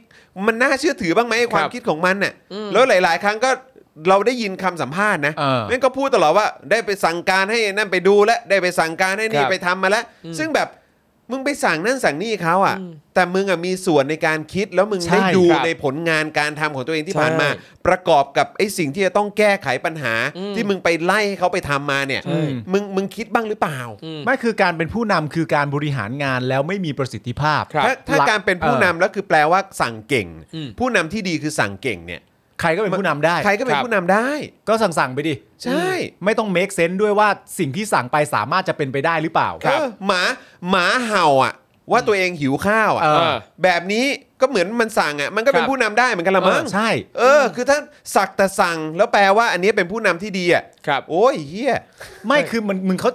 Speaker 2: มันน่าเชื่อถือบ้างไหมไอ้ความ
Speaker 1: ครับ
Speaker 2: คิดของมันน่ะแล้วหลาย ๆ ครั้งก็เราได้ยินคำสัมภาษณ์นะ
Speaker 3: เออ
Speaker 2: แม่งก็พูดตลอดว่าได้ไปสั่งการให้นั่นไปดูแล้วได้ไปสั่งการให้นี่
Speaker 1: ครับ
Speaker 2: ไปทำมาแล้ว ซึ่งแบบมึงไปสั่งนั่นสั่งนี่เขาอ่ะ แต่มึงอ่ะมีส่วนในการคิดแล้วมึงได้
Speaker 3: ใช่
Speaker 2: ดู
Speaker 1: ครับ
Speaker 2: ในผลงานการทำของตัวเองที่
Speaker 1: ใช่
Speaker 2: ผ่านมา ประกอบกับไอ้สิ่งที่จะต้องแก้ไขปัญหา ที่มึงไปไล่ให้เขาไปทำมาเนี่ย มึงมึงคิดบ้างหรือเปล่า
Speaker 3: ไม่คือการเป็นผู้นำคือการบริหารงานแล้วไม่มีประสิทธิภาพ
Speaker 1: ครับ
Speaker 2: ถ้าถ้า
Speaker 3: หลัก
Speaker 2: การเป็นผู้
Speaker 3: เออ
Speaker 2: นำแล้วคือแปลว่าสั่งเก่ง
Speaker 1: อืม
Speaker 2: ผู้นำที่ดีคือสั่งเก่งเนี่ย
Speaker 3: ใครก็เป็นผู้นำได้
Speaker 2: ใครก็เป็
Speaker 1: คน รับ
Speaker 2: ผู้นำได้
Speaker 3: ก็สั่งสั่งๆไปดิ
Speaker 2: ใช่
Speaker 3: ไม่ต้อง make sense ด้วยว่าสิ่งที่สั่งไปสามารถจะเป็นไปได้หรือเปล่า
Speaker 2: เออหมาหมาเห่าอ่ะ ว่าตัวเองหิวข้าวอ่ะ
Speaker 3: เออ
Speaker 2: แบบนี้ก็เหมือนมันสั่งอ่ะมันก็เป็น
Speaker 1: ครับ
Speaker 2: ผู้นำได้เหมือนกันละ
Speaker 3: เอ
Speaker 2: มั้
Speaker 3: องใช่
Speaker 2: เออ คือถ้าสักแต่สั่งแล้วแปลว่าอันนี้เป็นผู้นำที่ดีอ่ะ
Speaker 1: ครับ
Speaker 2: โอ้ยเฮีย
Speaker 3: ไม่ คือมันมึงเขา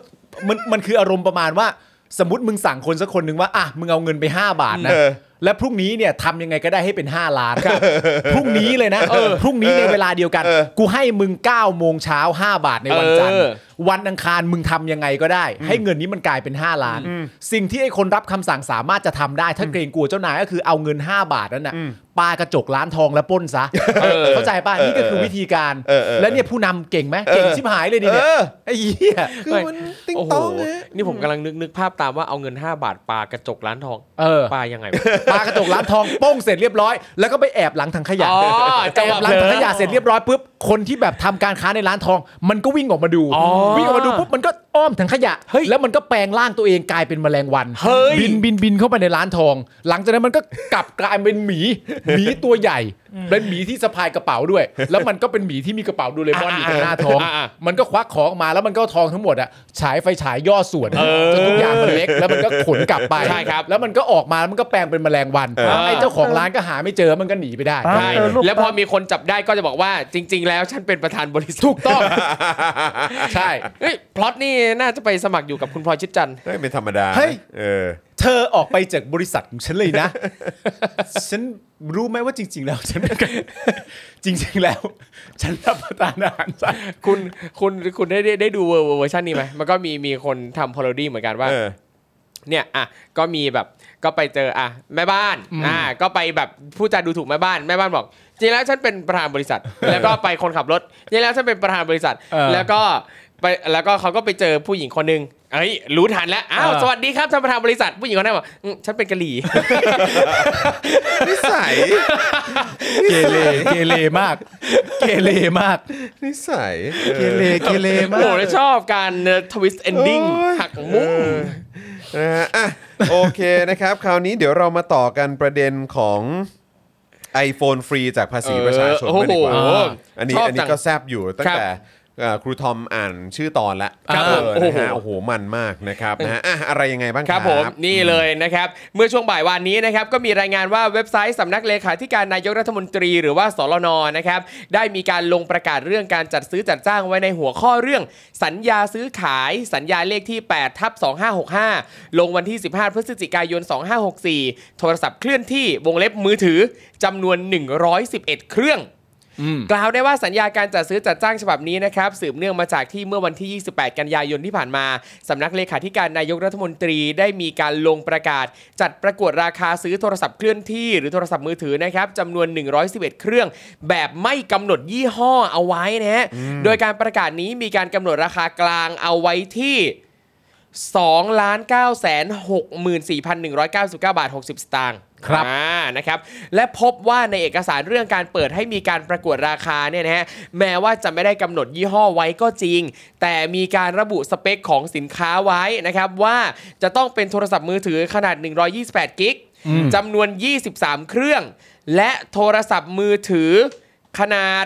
Speaker 3: มันมันคืออารมณ์ประมาณว่า สมมติมึงสั่งคนสักคนหนึ่งว่าอ่ะมึงเอาเงินไป 5 บาทนะ
Speaker 2: เออ
Speaker 3: และพรุ่งนี้เนี่ยทำยังไงก็ได้ให้เป็น 5 ล้านพรุ่งนี้เลยนะพรุ่งนี้ในเวลาเดียวกัน กูให้มึง9โมงเช้า5บาทในวันจันทร์
Speaker 1: เออ
Speaker 3: วันอังคารมึงทำยังไงก็ได้ ให้เงินนี้มันกลายเป็น 5 ล้าน สิ่งที่ไอ้คนรับคำสั่งสามารถจะทำได้ ถ้าเกรงกลัวเจ้านายก็คือเอาเงิน 5 บาทนั้นน่ะปากระจกร้านทองแล้วปล้นซะเข้าใจป่ะนี่ก็คือวิธีการ
Speaker 2: เออเออ
Speaker 3: และเนี่ยผู้นำเก่งไหมเก่งชิบหายเลยดิ
Speaker 2: เอ
Speaker 3: เนี่ย
Speaker 2: อ
Speaker 3: ไอ้เหี้ย
Speaker 2: คือมันติ๊ง
Speaker 1: โอ้โห
Speaker 2: ต้องนะ
Speaker 1: นี่ผมกำลังนึกนึกภาพตามว่าเอาเงิน 5 บาทปากระจกร้านทอง
Speaker 3: เออ
Speaker 1: ปายังไงวะ
Speaker 3: ปากระจกร้านทอง โป้งเสร็จเรียบร้อย แล้วก็ไปแอบหลังถังขยะ
Speaker 1: อ๋อจั
Speaker 3: แองบ
Speaker 1: หวะ
Speaker 3: หลังถังขยะเสร็จเรียบร้อยปุ๊บคนที่แบบทำการค้าในร้านทอง มันก็วิ่งออกมาดู
Speaker 1: อ๋อ
Speaker 3: วิ่งออกมาดูปุ๊บมันก็อ้อมถังขยะ
Speaker 1: เฮ้ย
Speaker 3: แล้วมันก็แปลงร่างตัวเองกลายเป็นแมลงวัน
Speaker 1: เฮ้ย
Speaker 3: บินบินบินเข้าไปในร้านทอง หลังจากนั้นมันก็กลับกลายเป็นหมีหมีตัวใหญ่เป็นหมีที่สะพายกระเป๋าด้วย แล้วมันก็เป็นหมีที่มีกระเป๋าดูเลมอนอยู่ข้างหน้าท้อง
Speaker 1: อ่า
Speaker 3: มันก็ควักของออกมาแล้วมันก็เอาทองทั้งหมดอะฉายไฟฉายย่อส่วนจนทุกอย่างมันเล็กแล้วมันก็ขนกลับไป
Speaker 1: ใช่ครับ
Speaker 3: แล้วมันก็ออกมาแล้วมันก็แปลงเป็นแมลงวันไอ้เจ้าของร้านก็หาไม่เจอมันก็หนีไปได้
Speaker 1: ใช่
Speaker 4: เออรูป
Speaker 1: แล้วพอมีคนจับได้ก็จะบอกว่าจริง ๆ แล้วฉันเป็นประธานบริษัท
Speaker 3: ถูกต้อง ใช่
Speaker 1: เฮ้ยพล็อตนี่น่าจะไปสมัครอยู่กับคุณพลอยชิดจันทร์
Speaker 2: เฮ้ยเป็นธรรมดา
Speaker 3: เฮ้ย
Speaker 2: เออ
Speaker 3: เธอออกไปจากบริษัทของฉันเลยนะ ฉันรู้ไหมว่าจริง ๆ แล้ว ฉันจริง ๆ แล้ว ฉันรับประทานอาหารสัตว์
Speaker 1: คุณคุณคุณได้ได้ได้ดูเวอร์เวอร์ชันนี้ไหมมันก็มีมีคนทำพอลดีเหมือนกันว่า
Speaker 2: เออ
Speaker 1: เนี่ยอ่ะก็มีแบบก็ไปเจออ่ะแม่บ้านอ่าก็ไปแบบผู้จาดูถูกแม่บ้านแม่บ้านบอกจริงแล้วฉันเป็นประธานบริษัท แล้วก็ไปคนขับรถจริงแล้วฉันเป็นประธานบริษัท
Speaker 3: เออ
Speaker 1: แล้วก็ไปแล้วก็เขาก็ไปเจอผู้หญิงคนหนึ่งเอ้ยรู้ทันแล้วอ้าว
Speaker 3: เออ
Speaker 1: สวัสดีครับท่านประธานบริษัทผู้หญิงคนนั้นบอกอืมฉันเป็นกะหรี่
Speaker 2: นิสัย
Speaker 3: เกเรเกเรมาก เกเรมาก
Speaker 2: นิสัยออ
Speaker 3: เกเรเกเรมา
Speaker 1: โอ้
Speaker 3: ก
Speaker 1: แล้วชอบการทวิสต์เอนดิ้ง
Speaker 2: โอ้ย
Speaker 1: หักมุม
Speaker 2: เออนะฮะอ่ะโอเคนะครับ คราวนี้เดี๋ยวเรามาต่อกันประเด็นของ iPhone ฟรีจากภาษี
Speaker 1: เออ
Speaker 2: ประชาชนบ้างดีกว่า
Speaker 1: โอ้โห
Speaker 2: อ่าอันนี้
Speaker 1: ชอบ
Speaker 2: อันนี้ก็แซบอยู่ตั้ง
Speaker 1: ครับ
Speaker 2: แต่เอ่อครูทอมอ่านชื่อตอนละ
Speaker 1: ครับ
Speaker 2: เออ
Speaker 1: ผมโอ้โห
Speaker 2: นะฮะโอ้โห มันมากนะครับนะฮะอ่ะอะไรยังไงบ้างค
Speaker 1: ค
Speaker 2: รั
Speaker 1: รับ บผมนี่เลยนะครับเมื่อช่วงบ่ายวันนี้นะครับก็มีรายงานว่าเว็บไซต์สำนักเลขาธิการนายกรัฐมนตรีหรือว่าสรนนะครับได้มีการลงประกาศเรื่องการจัดซื้อจัดจ้างไว้ในหัวข้อเรื่อง สัญญาซื้อขาย สัญญาเลขที่8ทับ2565 ลงวันที่ 15 พฤศจิกายน 2564 โทรศัพท์เคลื่อนที่วงเล็บมือถือจำนวน 111 เครื่อง กล่าวได้ว่าสัญญาการจัดซื้อจัดจ้างฉบับนี้นะครับสืบเนื่องมาจากที่เมื่อวันที่ 28 กันยายนที่ผ่านมาสำนักเลขาธิการนายกรัฐมนตรีได้มีการลงประกาศ จัดประกวดราคาซื้อโทรศัพท์เคลื่อนที่หรือโทรศัพท์มือถือนะครับจำนวน 111 เครื่อง แบบไม่กำหนดยี่ห้อเอาไว้นะฮะโดยการประกาศนี้มีการกำหนดราคากลางเอาไว้ที่ 2ล้าน9 6 4 1 9 9 บาท 60 สตางค์
Speaker 3: ครับ
Speaker 1: อ่านะครับ และพบว่าในเอกสารเรื่องการเปิดให้มีการประกวดราคาเนี่ยนะฮะ แม้ว่าจะไม่ได้กำหนดยี่ห้อไว้ก็จริง แต่มีการระบุสเปคของสินค้าไว้นะครับ ว่าจะต้องเป็นโทรศัพท์มือถือขนาด 128 กิก จำนวน 23 เครื่อง และโทรศัพท์มือถือขนาด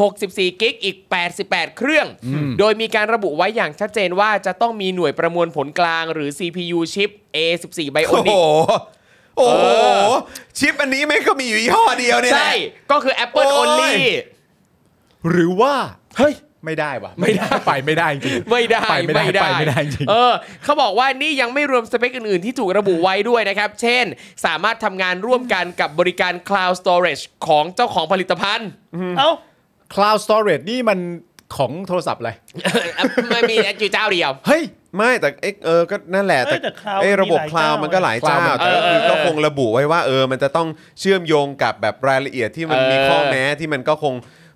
Speaker 1: 64 กิก อีก 88 เครื่อง โดยมีการระบุไว้อย่างชัดเจนว่าจะต้องมีหน่วยประมวลผลกลางหรือ CPU ชิป A14
Speaker 2: โอ้โห
Speaker 1: Bionic
Speaker 2: โอ้โห
Speaker 1: เออ
Speaker 2: ชิปอันนี้แม่งก็มีอยู่ยี่ห้อเดียวเนี่ยแหละ
Speaker 1: ใช่ ก็คือ Apple
Speaker 2: โอ้ย
Speaker 1: Only
Speaker 3: หรือว่า
Speaker 1: เฮ้ย
Speaker 3: ไม่ได้วะ
Speaker 1: ไม่ได้
Speaker 3: ไปไม่ได้จริง
Speaker 1: ไม่ได้
Speaker 3: ไปไม่ได้ไปไม่ได้จริง
Speaker 1: เออเขาบอกว่านี่ยังไม่รวมสเปคอื่น ๆ ที่ถูกระบุไว้ด้วยนะครับ เช่น สามารถทำงานร่วมกันกับบริการ Cloud Storage ของเจ้าของผลิตภัณฑ์
Speaker 4: เอ้า
Speaker 3: Cloud Storage นี่มันของโทรศัพท์อะไร
Speaker 1: มันมีอยู่เจ้าเดียว
Speaker 3: เฮ้ย
Speaker 2: ไม่แต่เอ๊ะเออก็นั่นแหละ
Speaker 4: เอ้ยแต่ cloud
Speaker 2: เอ้ยระบบ
Speaker 4: มีหลาย
Speaker 2: คลาว
Speaker 4: เจ้า
Speaker 2: มันก็หลายเจ้า
Speaker 3: cloud มัน
Speaker 2: แต่ก็คือ
Speaker 1: เออเออ
Speaker 2: ก็คงระบุไว้ว่าเออมันจะต้องเชื่อมโยงกับแบบรายละเอียดที่มัน
Speaker 1: เออ
Speaker 2: มีข้อแม้ที่มันก็คง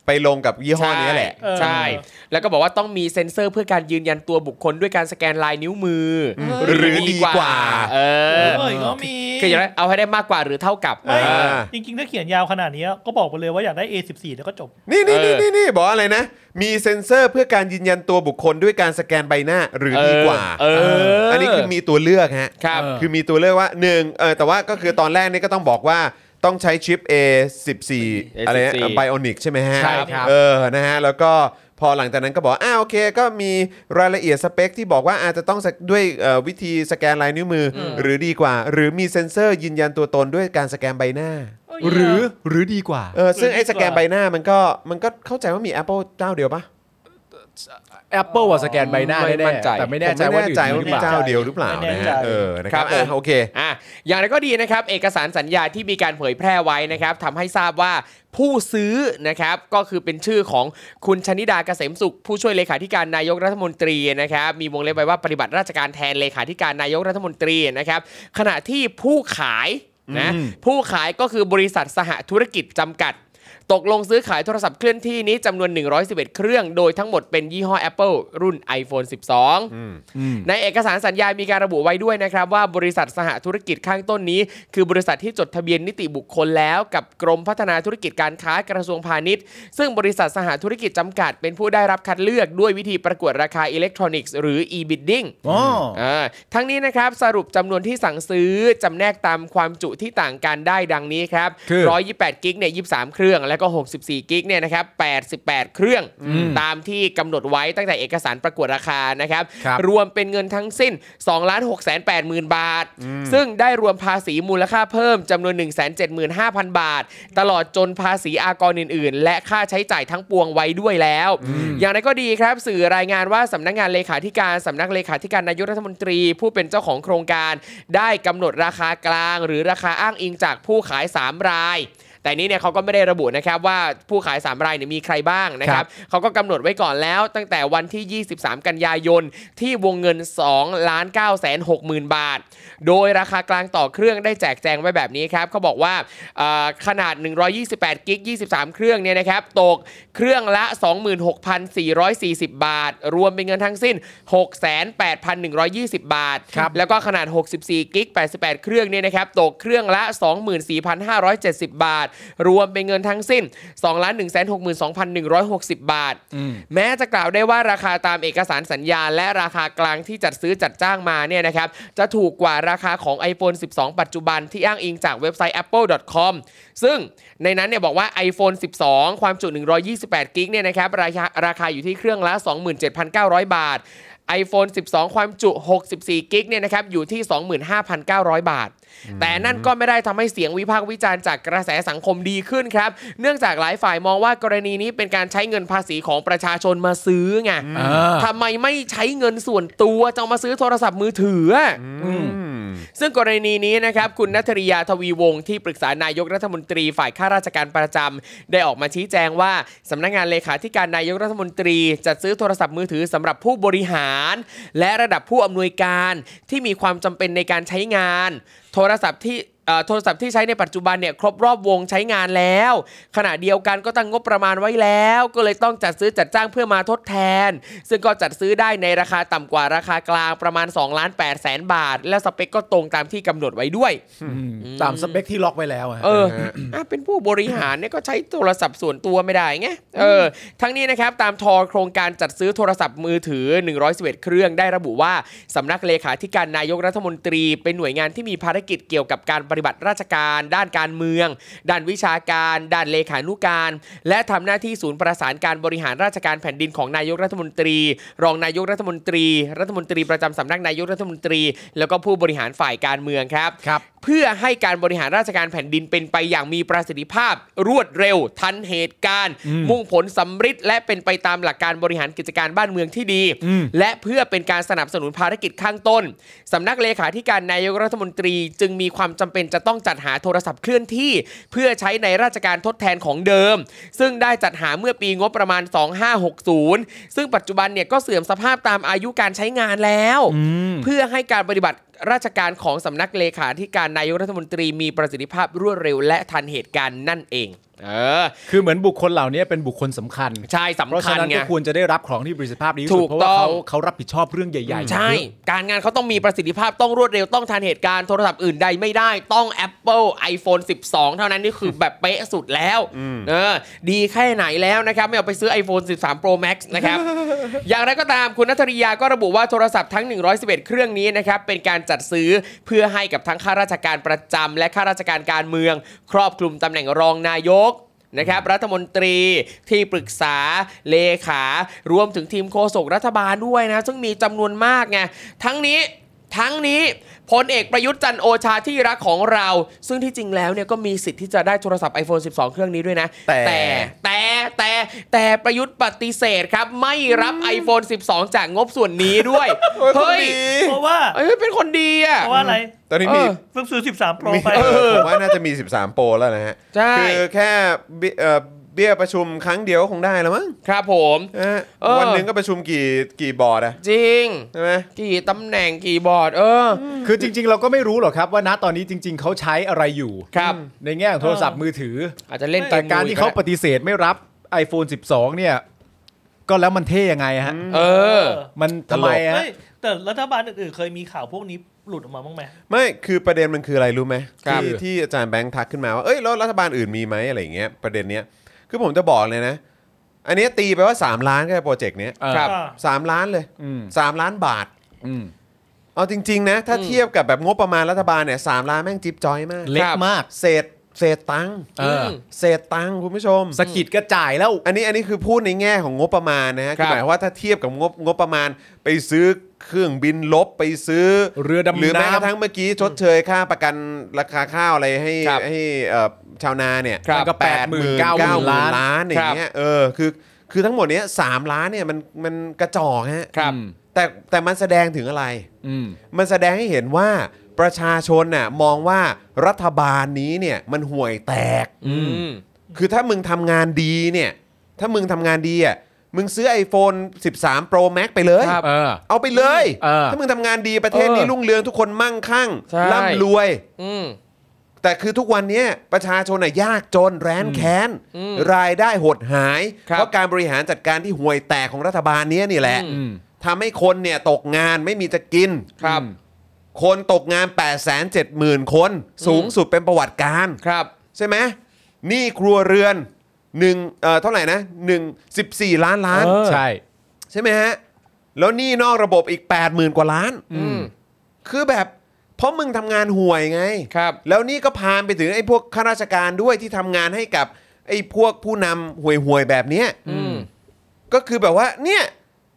Speaker 2: ไปลงกับยี่ห้อนี้แหละ
Speaker 1: ใช่ใช่
Speaker 4: เออ
Speaker 1: แล้วก็บอกว่าต้องมีเซ็นเซอร์เพื่อการยืนยันตัวบุคคลด้วยการสแกนลายนิ้วมืออ
Speaker 2: หรือดีกว่า
Speaker 1: เออ
Speaker 4: เอ้ยก็มี
Speaker 1: คืออย่างไรเอาให้ได้มากกว่าหรือเท่ากับ
Speaker 4: ไม่
Speaker 1: เออ
Speaker 4: จริงๆ ถ้าเขียนยาวขนาดนี้ก็บอกไปเลยว่าอยากได้ A14 แล้วก็จบ
Speaker 2: นี่นี่
Speaker 1: เอ
Speaker 2: นี่
Speaker 1: อ
Speaker 2: นี่นี่บอกอะไรนะ มีเซ็นเซอร์เพื่อการยืนยันตัวบุคคลด้วยการสแกนใบหน้าหรือดีกว่า
Speaker 1: เออเออั
Speaker 2: อันนี้คือมีตัวเลือกฮะ
Speaker 1: ครับ
Speaker 2: เออคือมีตัวเลือกว่าหนึ่งเออแต่ว่าก็คือตอนแรกนี่ก็ต้องบอกว่าต้องใช้ชิป A 14
Speaker 1: A14
Speaker 2: อะไรนะไบโอนิกใช่ไหมฮะ
Speaker 1: ใช่ครับ
Speaker 2: เออนะฮะแล้วก็พอหลังจากนั้นก็บอกอ้าวโอเค ก็มีรายละเอียดสเปคที่บอกว่าอาจจะต้องสักด้วยเอ่อวิธีสแกนลายนิ้วมืออหรือดีกว่า หรือมีเซ็นเซอร์ยืนยันตัวตนด้วยการสแกนใบหน้า
Speaker 3: หรือหรือดีกว่า
Speaker 2: เออซึ่งไอ้
Speaker 4: หรือ
Speaker 2: ส
Speaker 4: ดีกว่า
Speaker 2: แกนใบหน้ามันก็มันก็เข้าใจว่ามี Apple เจ้าเดียวปะ
Speaker 3: Apple ว่าสแกนใบหน้า
Speaker 1: ไม่
Speaker 3: แน่
Speaker 1: มั่นใจ
Speaker 3: ๆแต่ไม่แน่ใจ
Speaker 2: ผม
Speaker 3: ว่า
Speaker 2: ไม่แน่
Speaker 3: อื่
Speaker 2: ใจ
Speaker 3: นห
Speaker 2: ว่า
Speaker 3: รือ
Speaker 2: มี
Speaker 3: เปล่า
Speaker 2: เจ้าเดียวหรือเปล่า
Speaker 4: ไม่แน่
Speaker 2: นะ
Speaker 4: ใจ
Speaker 2: ฮะเออนะครับ
Speaker 1: ครับผม
Speaker 2: อ่ะโอเค
Speaker 1: อ่ะอย่างไรก็ดีนะครับ เอกสารสัญญาที่มีการเผยแพร่ไว้นะครับทำให้ทราบว่าผู้ซื้อนะครับก็คือเป็นชื่อของคุณชนิดาเกษมสุข ผู้ช่วยเลขาธิการนายกรัฐมนตรีนะครับ มีวงเล็บไว้ว่าปฏิบัติราชการแทนเลขาธิการนายกรัฐมนตรีนะครับ ขณะที่ผู้ขายนะผู้ขายก็คือบริษัทสหธุรกิจจำกัด ตกลงซื้อขายโทรศัพท์เคลื่อนที่นี้จำนวน 111 เครื่องโดยทั้งหมดเป็นยี่ห้อ Apple รุ่น iPhone 12 ในเอกสารสัญญา มีการระบุไว้ด้วยนะครับ ว่าบริษัทสหธุรกิจข้างต้นนี้ คือบริษัทที่จดทะเบียนนิติบุคคลแล้วกับกรมพัฒนาธุรกิจการค้ากระทรวงพาณิชย์ ซึ่งบริษัทสหธุรกิจจำกัด เป็นผู้ได้รับคัดเลือกด้วยวิธีประกวดราคาอิเล็กทรอนิกส์หรือ e-bidding
Speaker 3: อ๋ออ
Speaker 1: อ่าทั้งนี้นะครับสรุปจำนวนที่สั่งซื้อจำแนกตามความจุที่ต่างกันได้ดังนี้ครับ
Speaker 3: คือ
Speaker 1: 128 กิกเนี่ย23 เครื่อง แล้วก็ 64 กิกเนี่ยนะครับ88 เครื่อง ตามที่กำหนดไว้ตั้งแต่เอกสารประกวดราคานะครับ
Speaker 3: ครับ
Speaker 1: รวมเป็นเงินทั้งสิ้น 2 6 8 0 0 0 บาท ซึ่งได้รวมภาษีมูลค่าเพิ่มจำนวน 175,000 บาท ตลอดจนภาษีอากรอื่น ๆ และค่าใช้จ่ายทั้งปวงไว้ด้วยแล้ว อย่างไรก็ดีครับ สื่อรายงานว่าสำนักงานเลขาธิการสำนักเลขาธิการนายกรัฐมนตรี ผู้เป็นเจ้าของโครงการ ได้กำหนดราคากลาง หรือราคาอ้างอิงจากผู้ขาย 3 ราย แต่นี้เนี่ยเขาก็ไม่ได้ระบุนะครับว่าผู้ขายสามรายเนี่ยมีใครบ้างนะครับเขาก็กำหนดไว้ก่อนแล้วตั้งแต่วันที่ 23 กันยายนที่วงเงิน2ล้าน9 6 0 0 0 0 บาท โดยราคากลางต่อเครื่องได้แจกแจงไว้แบบนี้ครับเขาบอกว่าเอ่อขนาด 128 กิก 23 เครื่องเนี่ยนะครับตกเครื่องละ 26,440 บาท รวมเป็นเงินทั้งสิ้น 68,120 บาท
Speaker 3: ครับ
Speaker 1: แล้วก็ขนาด 64 กิก 88 เครื่องเนี่ยนะครับ ตกเครื่องละ 24,570 บาท รวมเป็นเงินทั้งสิ้น 2,162,160 บาท แม้จะกล่าวได้ว่าราคาตามเอกสารสัญญา และราคากลางที่จัดซื้อจัดจ้างมาเนี่ยนะครับ จะถูกกว่าราคาของ iPhone 12 ปัจจุบันที่อ้างอิงจากเว็บไซต์ apple.com ซึ่งในนั้นเนี่ยบอกว่า iPhone 12 ความจุ 128 กิกเนี่ยนะครับราคาราคาอยู่ที่เครื่องละ 27,900 บาท iPhone 12 ความจุ 64 กิกเนี่ยนะครับอยู่ที่ 25,900 บาท แต่นั่นก็ไม่ได้ทำให้เสียงวิพากษ์วิจารณ์จากกระแสสังคมดีขึ้นครับ เนื่องจากหลายฝ่ายมองว่ากรณีนี้เป็นการใช้เงินภาษีของประชาชนมาซื้อไง
Speaker 3: อ่า
Speaker 1: ทำไมไม่ใช้เงินส่วนตัวจะเอามาซื้อโทรศัพท์มือถืออะ ซึ่งกรณีนี้นะครับคุณนัทริยาทวีวงศ์ที่ปรึกษานายกรัฐมนตรีฝ่ายข้าราชการประจำได้ออกมาชี้แจงว่าสำนักงานเลขาธิการนายกรัฐมนตรีจัดซื้อโทรศัพท์มือถือสำหรับผู้บริหาร และระดับผู้อำนวยการที่มีความจำเป็นในการใช้งาน โทรศัพท์ที่เอ่อโทรศัพท์ที่ใช้ในปัจจุบันเนี่ยครบรอบวงใช้งานแล้ว ขณะเดียวกันก็ตั้งงบประมาณไว้แล้ว ก็เลยต้องจัดซื้อจัดจ้างเพื่อมาทดแทน ซึ่งก็จัดซื้อได้ในราคาต่ำกว่าราคากลางประมาณ2ล้าน8แสนบาท และสเปคก็ตรงตามที่กำหนดไว้ด้วย
Speaker 3: ตามสเปคที่ล็อกไว้แล้วอะ
Speaker 1: เอออ่ะเป็นผู้บริหารเนี่ยก็ใช้โทรศัพท์ส่วนตัวไม่ได้ไง เออ ทั้งนี้นะครับ ตามทอโครงการจัดซื้อโทรศัพท์มือถือ 111 เครื่องได้ระบุว่าสำนักเลขาธิการนายกรัฐมนตรี เป็นหน่วยงานที่มีภารกิจเกี่ยวกับการปฏิบัติราชการ ด้านการเมือง ด้านวิชาการ ด้านเลขานุการ และทำหน้าที่ศูนย์ประสานการบริหารราชการแผ่นดินของนายกรัฐมนตรี รองนายกรัฐมนตรี รัฐมนตรีประจำสำนักนายกรัฐมนตรี แล้วก็ผู้บริหารฝ่ายการเมืองครับ
Speaker 3: ครับ
Speaker 1: เพื่อให้การบริหารราชการแผ่นดินเป็นไปอย่างมีประสิทธิภาพ รวดเร็ว ทันเหตุการณ์ มุ่งผลสำฤทธิ์และเป็นไปตามหลักการบริหารกิจการบ้านเมืองที่ดี และเพื่อเป็นการสนับสนุนภารกิจข้างต้นสำนักเลขาธิการนายกรัฐมนตรี จึงมีความจำเป็นจะต้องจัดหาโทรศัพท์เคลื่อนที่ เพื่อใช้ในราชการทดแทนของเดิม ซึ่งได้จัดหาเมื่อปีงบประมาณ 2560 ซึ่งปัจจุบันเนี่ยก็เสื่อมสภาพตามอายุการใช้งานแล้ว เพื่อให้การปฏิบัติราชการของสำนักเลขาธิการนายกรัฐมนตรีมีประสิทธิภาพรวดเร็วและทันเหตุการณ์นั่นเอง เออ
Speaker 3: คือเหมือนบุคคลเหล่านี้เป็นบุคคลสำคัญ
Speaker 1: ใช่
Speaker 3: เพราะ
Speaker 1: สำคั
Speaker 3: ฉะ
Speaker 1: ญ
Speaker 3: นั้น
Speaker 1: ไง
Speaker 3: ก็ควรจะได้รับของที่ประสิทธิภาพดีที่
Speaker 1: ถู
Speaker 3: สุด
Speaker 1: ก
Speaker 3: เพราะว่า
Speaker 1: ต้
Speaker 3: เขา
Speaker 1: อง
Speaker 3: เขารับผิดชอบเรื่องใหญ่ๆ
Speaker 1: ใช่ การงานเขาต้องมีประสิทธิภาพต้องรวดเร็วต้องทันเหตุการณ์โทรศัพท์อื่นใดไม่ได้ต้อง Apple iPhone 12 เท่านั้นนี่คือแบบเป๊ะสุดแล้วเออดีแค่ไหนแล้วนะครับ ไม่เอาไปซื้อ iPhone 13 Pro Max นะครับ อย่างไรก็ตามคุณนัทริยาก็ระบุว่าโทรศัพท์ทั้ง 111 เครื่องนี้นะครับ เป็นการจัดซื้อเพื่อให้กับทั้งข้าราชการประจำและข้าราชการการเมือง ครอบคลุมตำแหน่งรองนายก นะครับรัฐมนตรีที่ปรึกษาเลขารวมถึงทีมโฆษกรัฐบาลด้วยนะ ซึ่งมีจำนวนมากไงทั้งนี้ทั้งนี้พลเอกประยุทธ์จันทร์โอชาที่รักของเรา ซึ่งที่จริงแล้วเนี่ยก็มีสิทธิ์ที่จะได้โทรศัพท์ iPhone 12 เครื่องนี้ด้วยนะ
Speaker 3: แต่
Speaker 1: แต่แต่แต่แต่ประยุทธ์ปฏิเสธครับ ไม่รับ iPhone 12 จากงบส่วนนี้ด้วย เฮ้ย
Speaker 4: เพราะว่า
Speaker 1: เอ้ยเป็นคนดีอ่ะ
Speaker 4: เพราะว่าอะไร
Speaker 2: ตอนนี้มี
Speaker 1: เออ
Speaker 4: เพิ่งซื้อ 13 Pro
Speaker 2: มี
Speaker 4: ไป
Speaker 2: เออผมว่าน่าจะมี 13 โปรแล้วนะฮะ
Speaker 1: ใช่
Speaker 2: คือแค่เบี้ยเอ่อเบี้ยประชุมครั้งเดียวก็คงได้แล้วมั้ง
Speaker 1: ครับผม
Speaker 2: นะฮะ
Speaker 1: เออ
Speaker 2: วันหนึ่งก็ประชุมกี่กี่บอร์ดอะ
Speaker 1: จริง
Speaker 2: ใช่ไหม
Speaker 1: กี่ตำแหน่งกี่บอร์ดเอออ
Speaker 3: คือจริง ๆ เราก็ไม่รู้หรอกครับว่าณตอนนี้จริง ๆ เขาใช้อะไรอยู่
Speaker 1: ครับ
Speaker 3: ในแง่ของโทรศัพท์มือถือ
Speaker 1: อาจจะเล่นเก
Speaker 3: แต่
Speaker 1: ม
Speaker 3: การที่เขาปฏิเสธไม่รับ iPhone 12 เนี่ย ก็แล้วมันเท่ยังไงฮะ
Speaker 1: เออ
Speaker 3: มันทำไมฮะ
Speaker 4: ไม่แต่รัฐบาลอื่นๆเคยมีข่าวพวกนี้หลุดออกมาบ้างไหม
Speaker 2: ไม่คือประเด็นมันคืออะไรรู้ไหม
Speaker 1: ครับ
Speaker 2: ที่ที่อาจารย์แบงค์ทักขึ้นมาว่าเอ้ยแล้วรัฐบาลอื่นมีไหมอะไรอย่างเงี้ยประเด็นเนี้ยคือผมจะบอกเลยนะ อันเนี้ยตีไปว่า 3 ล้านก็ได้โปรเจกต์เนี้ย
Speaker 3: เออ
Speaker 1: ครับ
Speaker 2: สามล้านเลย
Speaker 3: อืม
Speaker 2: สามล้านบาท
Speaker 3: อืม
Speaker 2: เอาจริง ๆ นะ ถ้าเทียบกับแบบงบประมาณรัฐบาลเนี่ยสามล้านแม่งจิ๊บจอยมาก
Speaker 3: เล็
Speaker 1: ค
Speaker 3: ก
Speaker 1: รับ
Speaker 3: มาก
Speaker 2: เศษเศษตังค์
Speaker 3: เอออ
Speaker 1: ม
Speaker 2: เศษตังค์คุณผู้ชม
Speaker 3: สกิดก็จ่ายแล้ว
Speaker 2: อันนี้อันนี้คือพูดในแง่ของงบประมาณนะฮะ
Speaker 1: ครั
Speaker 2: คือบ หมายความว่าถ้าเทียบกับงบงบประมาณไปซื้อเครื่องบินลบไปซื้อ
Speaker 3: เรือดำน้ำ
Speaker 2: หรือแม้กระทั่งเมื่อกี้ชดเชยค่าประกันราคาข้าวอะไรให้
Speaker 1: ครับ
Speaker 2: ให้เอ่อชาวนาเนี่ย
Speaker 1: ครับ
Speaker 2: มันก็
Speaker 3: แป
Speaker 2: แป
Speaker 3: ด
Speaker 2: ด
Speaker 3: ห
Speaker 2: ห
Speaker 3: มื่
Speaker 2: มื่
Speaker 3: น
Speaker 2: น
Speaker 3: เก้า
Speaker 2: เก้า
Speaker 3: หมื่
Speaker 2: หมื่
Speaker 3: นล้าน น
Speaker 2: ล้านอย่างเงี้ยเออคือคือทั้งหมดเนี้ยสามล้านเนี่ยมันมันกระจอกฮะ
Speaker 1: ครับ
Speaker 2: แต่แต่มันแสดงถึงอะไร
Speaker 3: อืม
Speaker 2: มันแสดงให้เห็นว่า ประชาชนน่ะมองว่ารัฐบาลนี้เนี่ยมันห่วยแตก
Speaker 1: อืม
Speaker 2: คือถ้ามึงทำงานดีเนี่ย ถ้ามึงทำงานดีอ่ะมึงซื้อ iPhone 13 Pro Max ไปเลย
Speaker 1: ครับ
Speaker 3: เออ
Speaker 2: เอาไปเลย
Speaker 3: เออ
Speaker 2: ถ้ามึงทำงานดีประเทศนี้
Speaker 1: เออ
Speaker 2: รุ่งเรืองทุกคนมั่งคั่ง
Speaker 1: ใช่
Speaker 2: ร่ำรวย
Speaker 1: อืม
Speaker 2: แต่คือทุกวันเนี้ยประชาชนน่ะยากจนแร้นแค้น รายได้หดหาย
Speaker 1: ครับ
Speaker 2: เพราะการบริหารจัดการที่ห่วยแตกของรัฐบาลเนี้ยนี่แหละ
Speaker 1: อืม
Speaker 2: ทำให้คนเนี่ยตกงานไม่มีจะกิน
Speaker 1: ครับ
Speaker 2: คนตกงาน 8 7 0 0 0 0 คน สูงสุดเป็นประวัติการณ์
Speaker 1: ครับ
Speaker 2: ใช่ไหมหนี่ครัวเรือนหนึ่งเอ่อเท่าไหร่นะหนึ่งสิบสี่ล้านล้าน
Speaker 1: เออ
Speaker 3: ใช่
Speaker 2: ใช่ไหมฮะ แล้วหนี่นอกระบบอีก 8 0,000 กว่าล้าน
Speaker 1: อืม
Speaker 2: คือแบบ เพราะมึงทำงานห่วยไง
Speaker 1: ครับ
Speaker 2: แล้วนี่ก็พานไปถึงไอ้พวกข้าราชการด้วยที่ทำงานให้กับ ไอ้พวกผู้นำห่วยห่วยๆแบบเนี้ย
Speaker 1: อืม
Speaker 2: ก็คือแบบว่าเนี่ย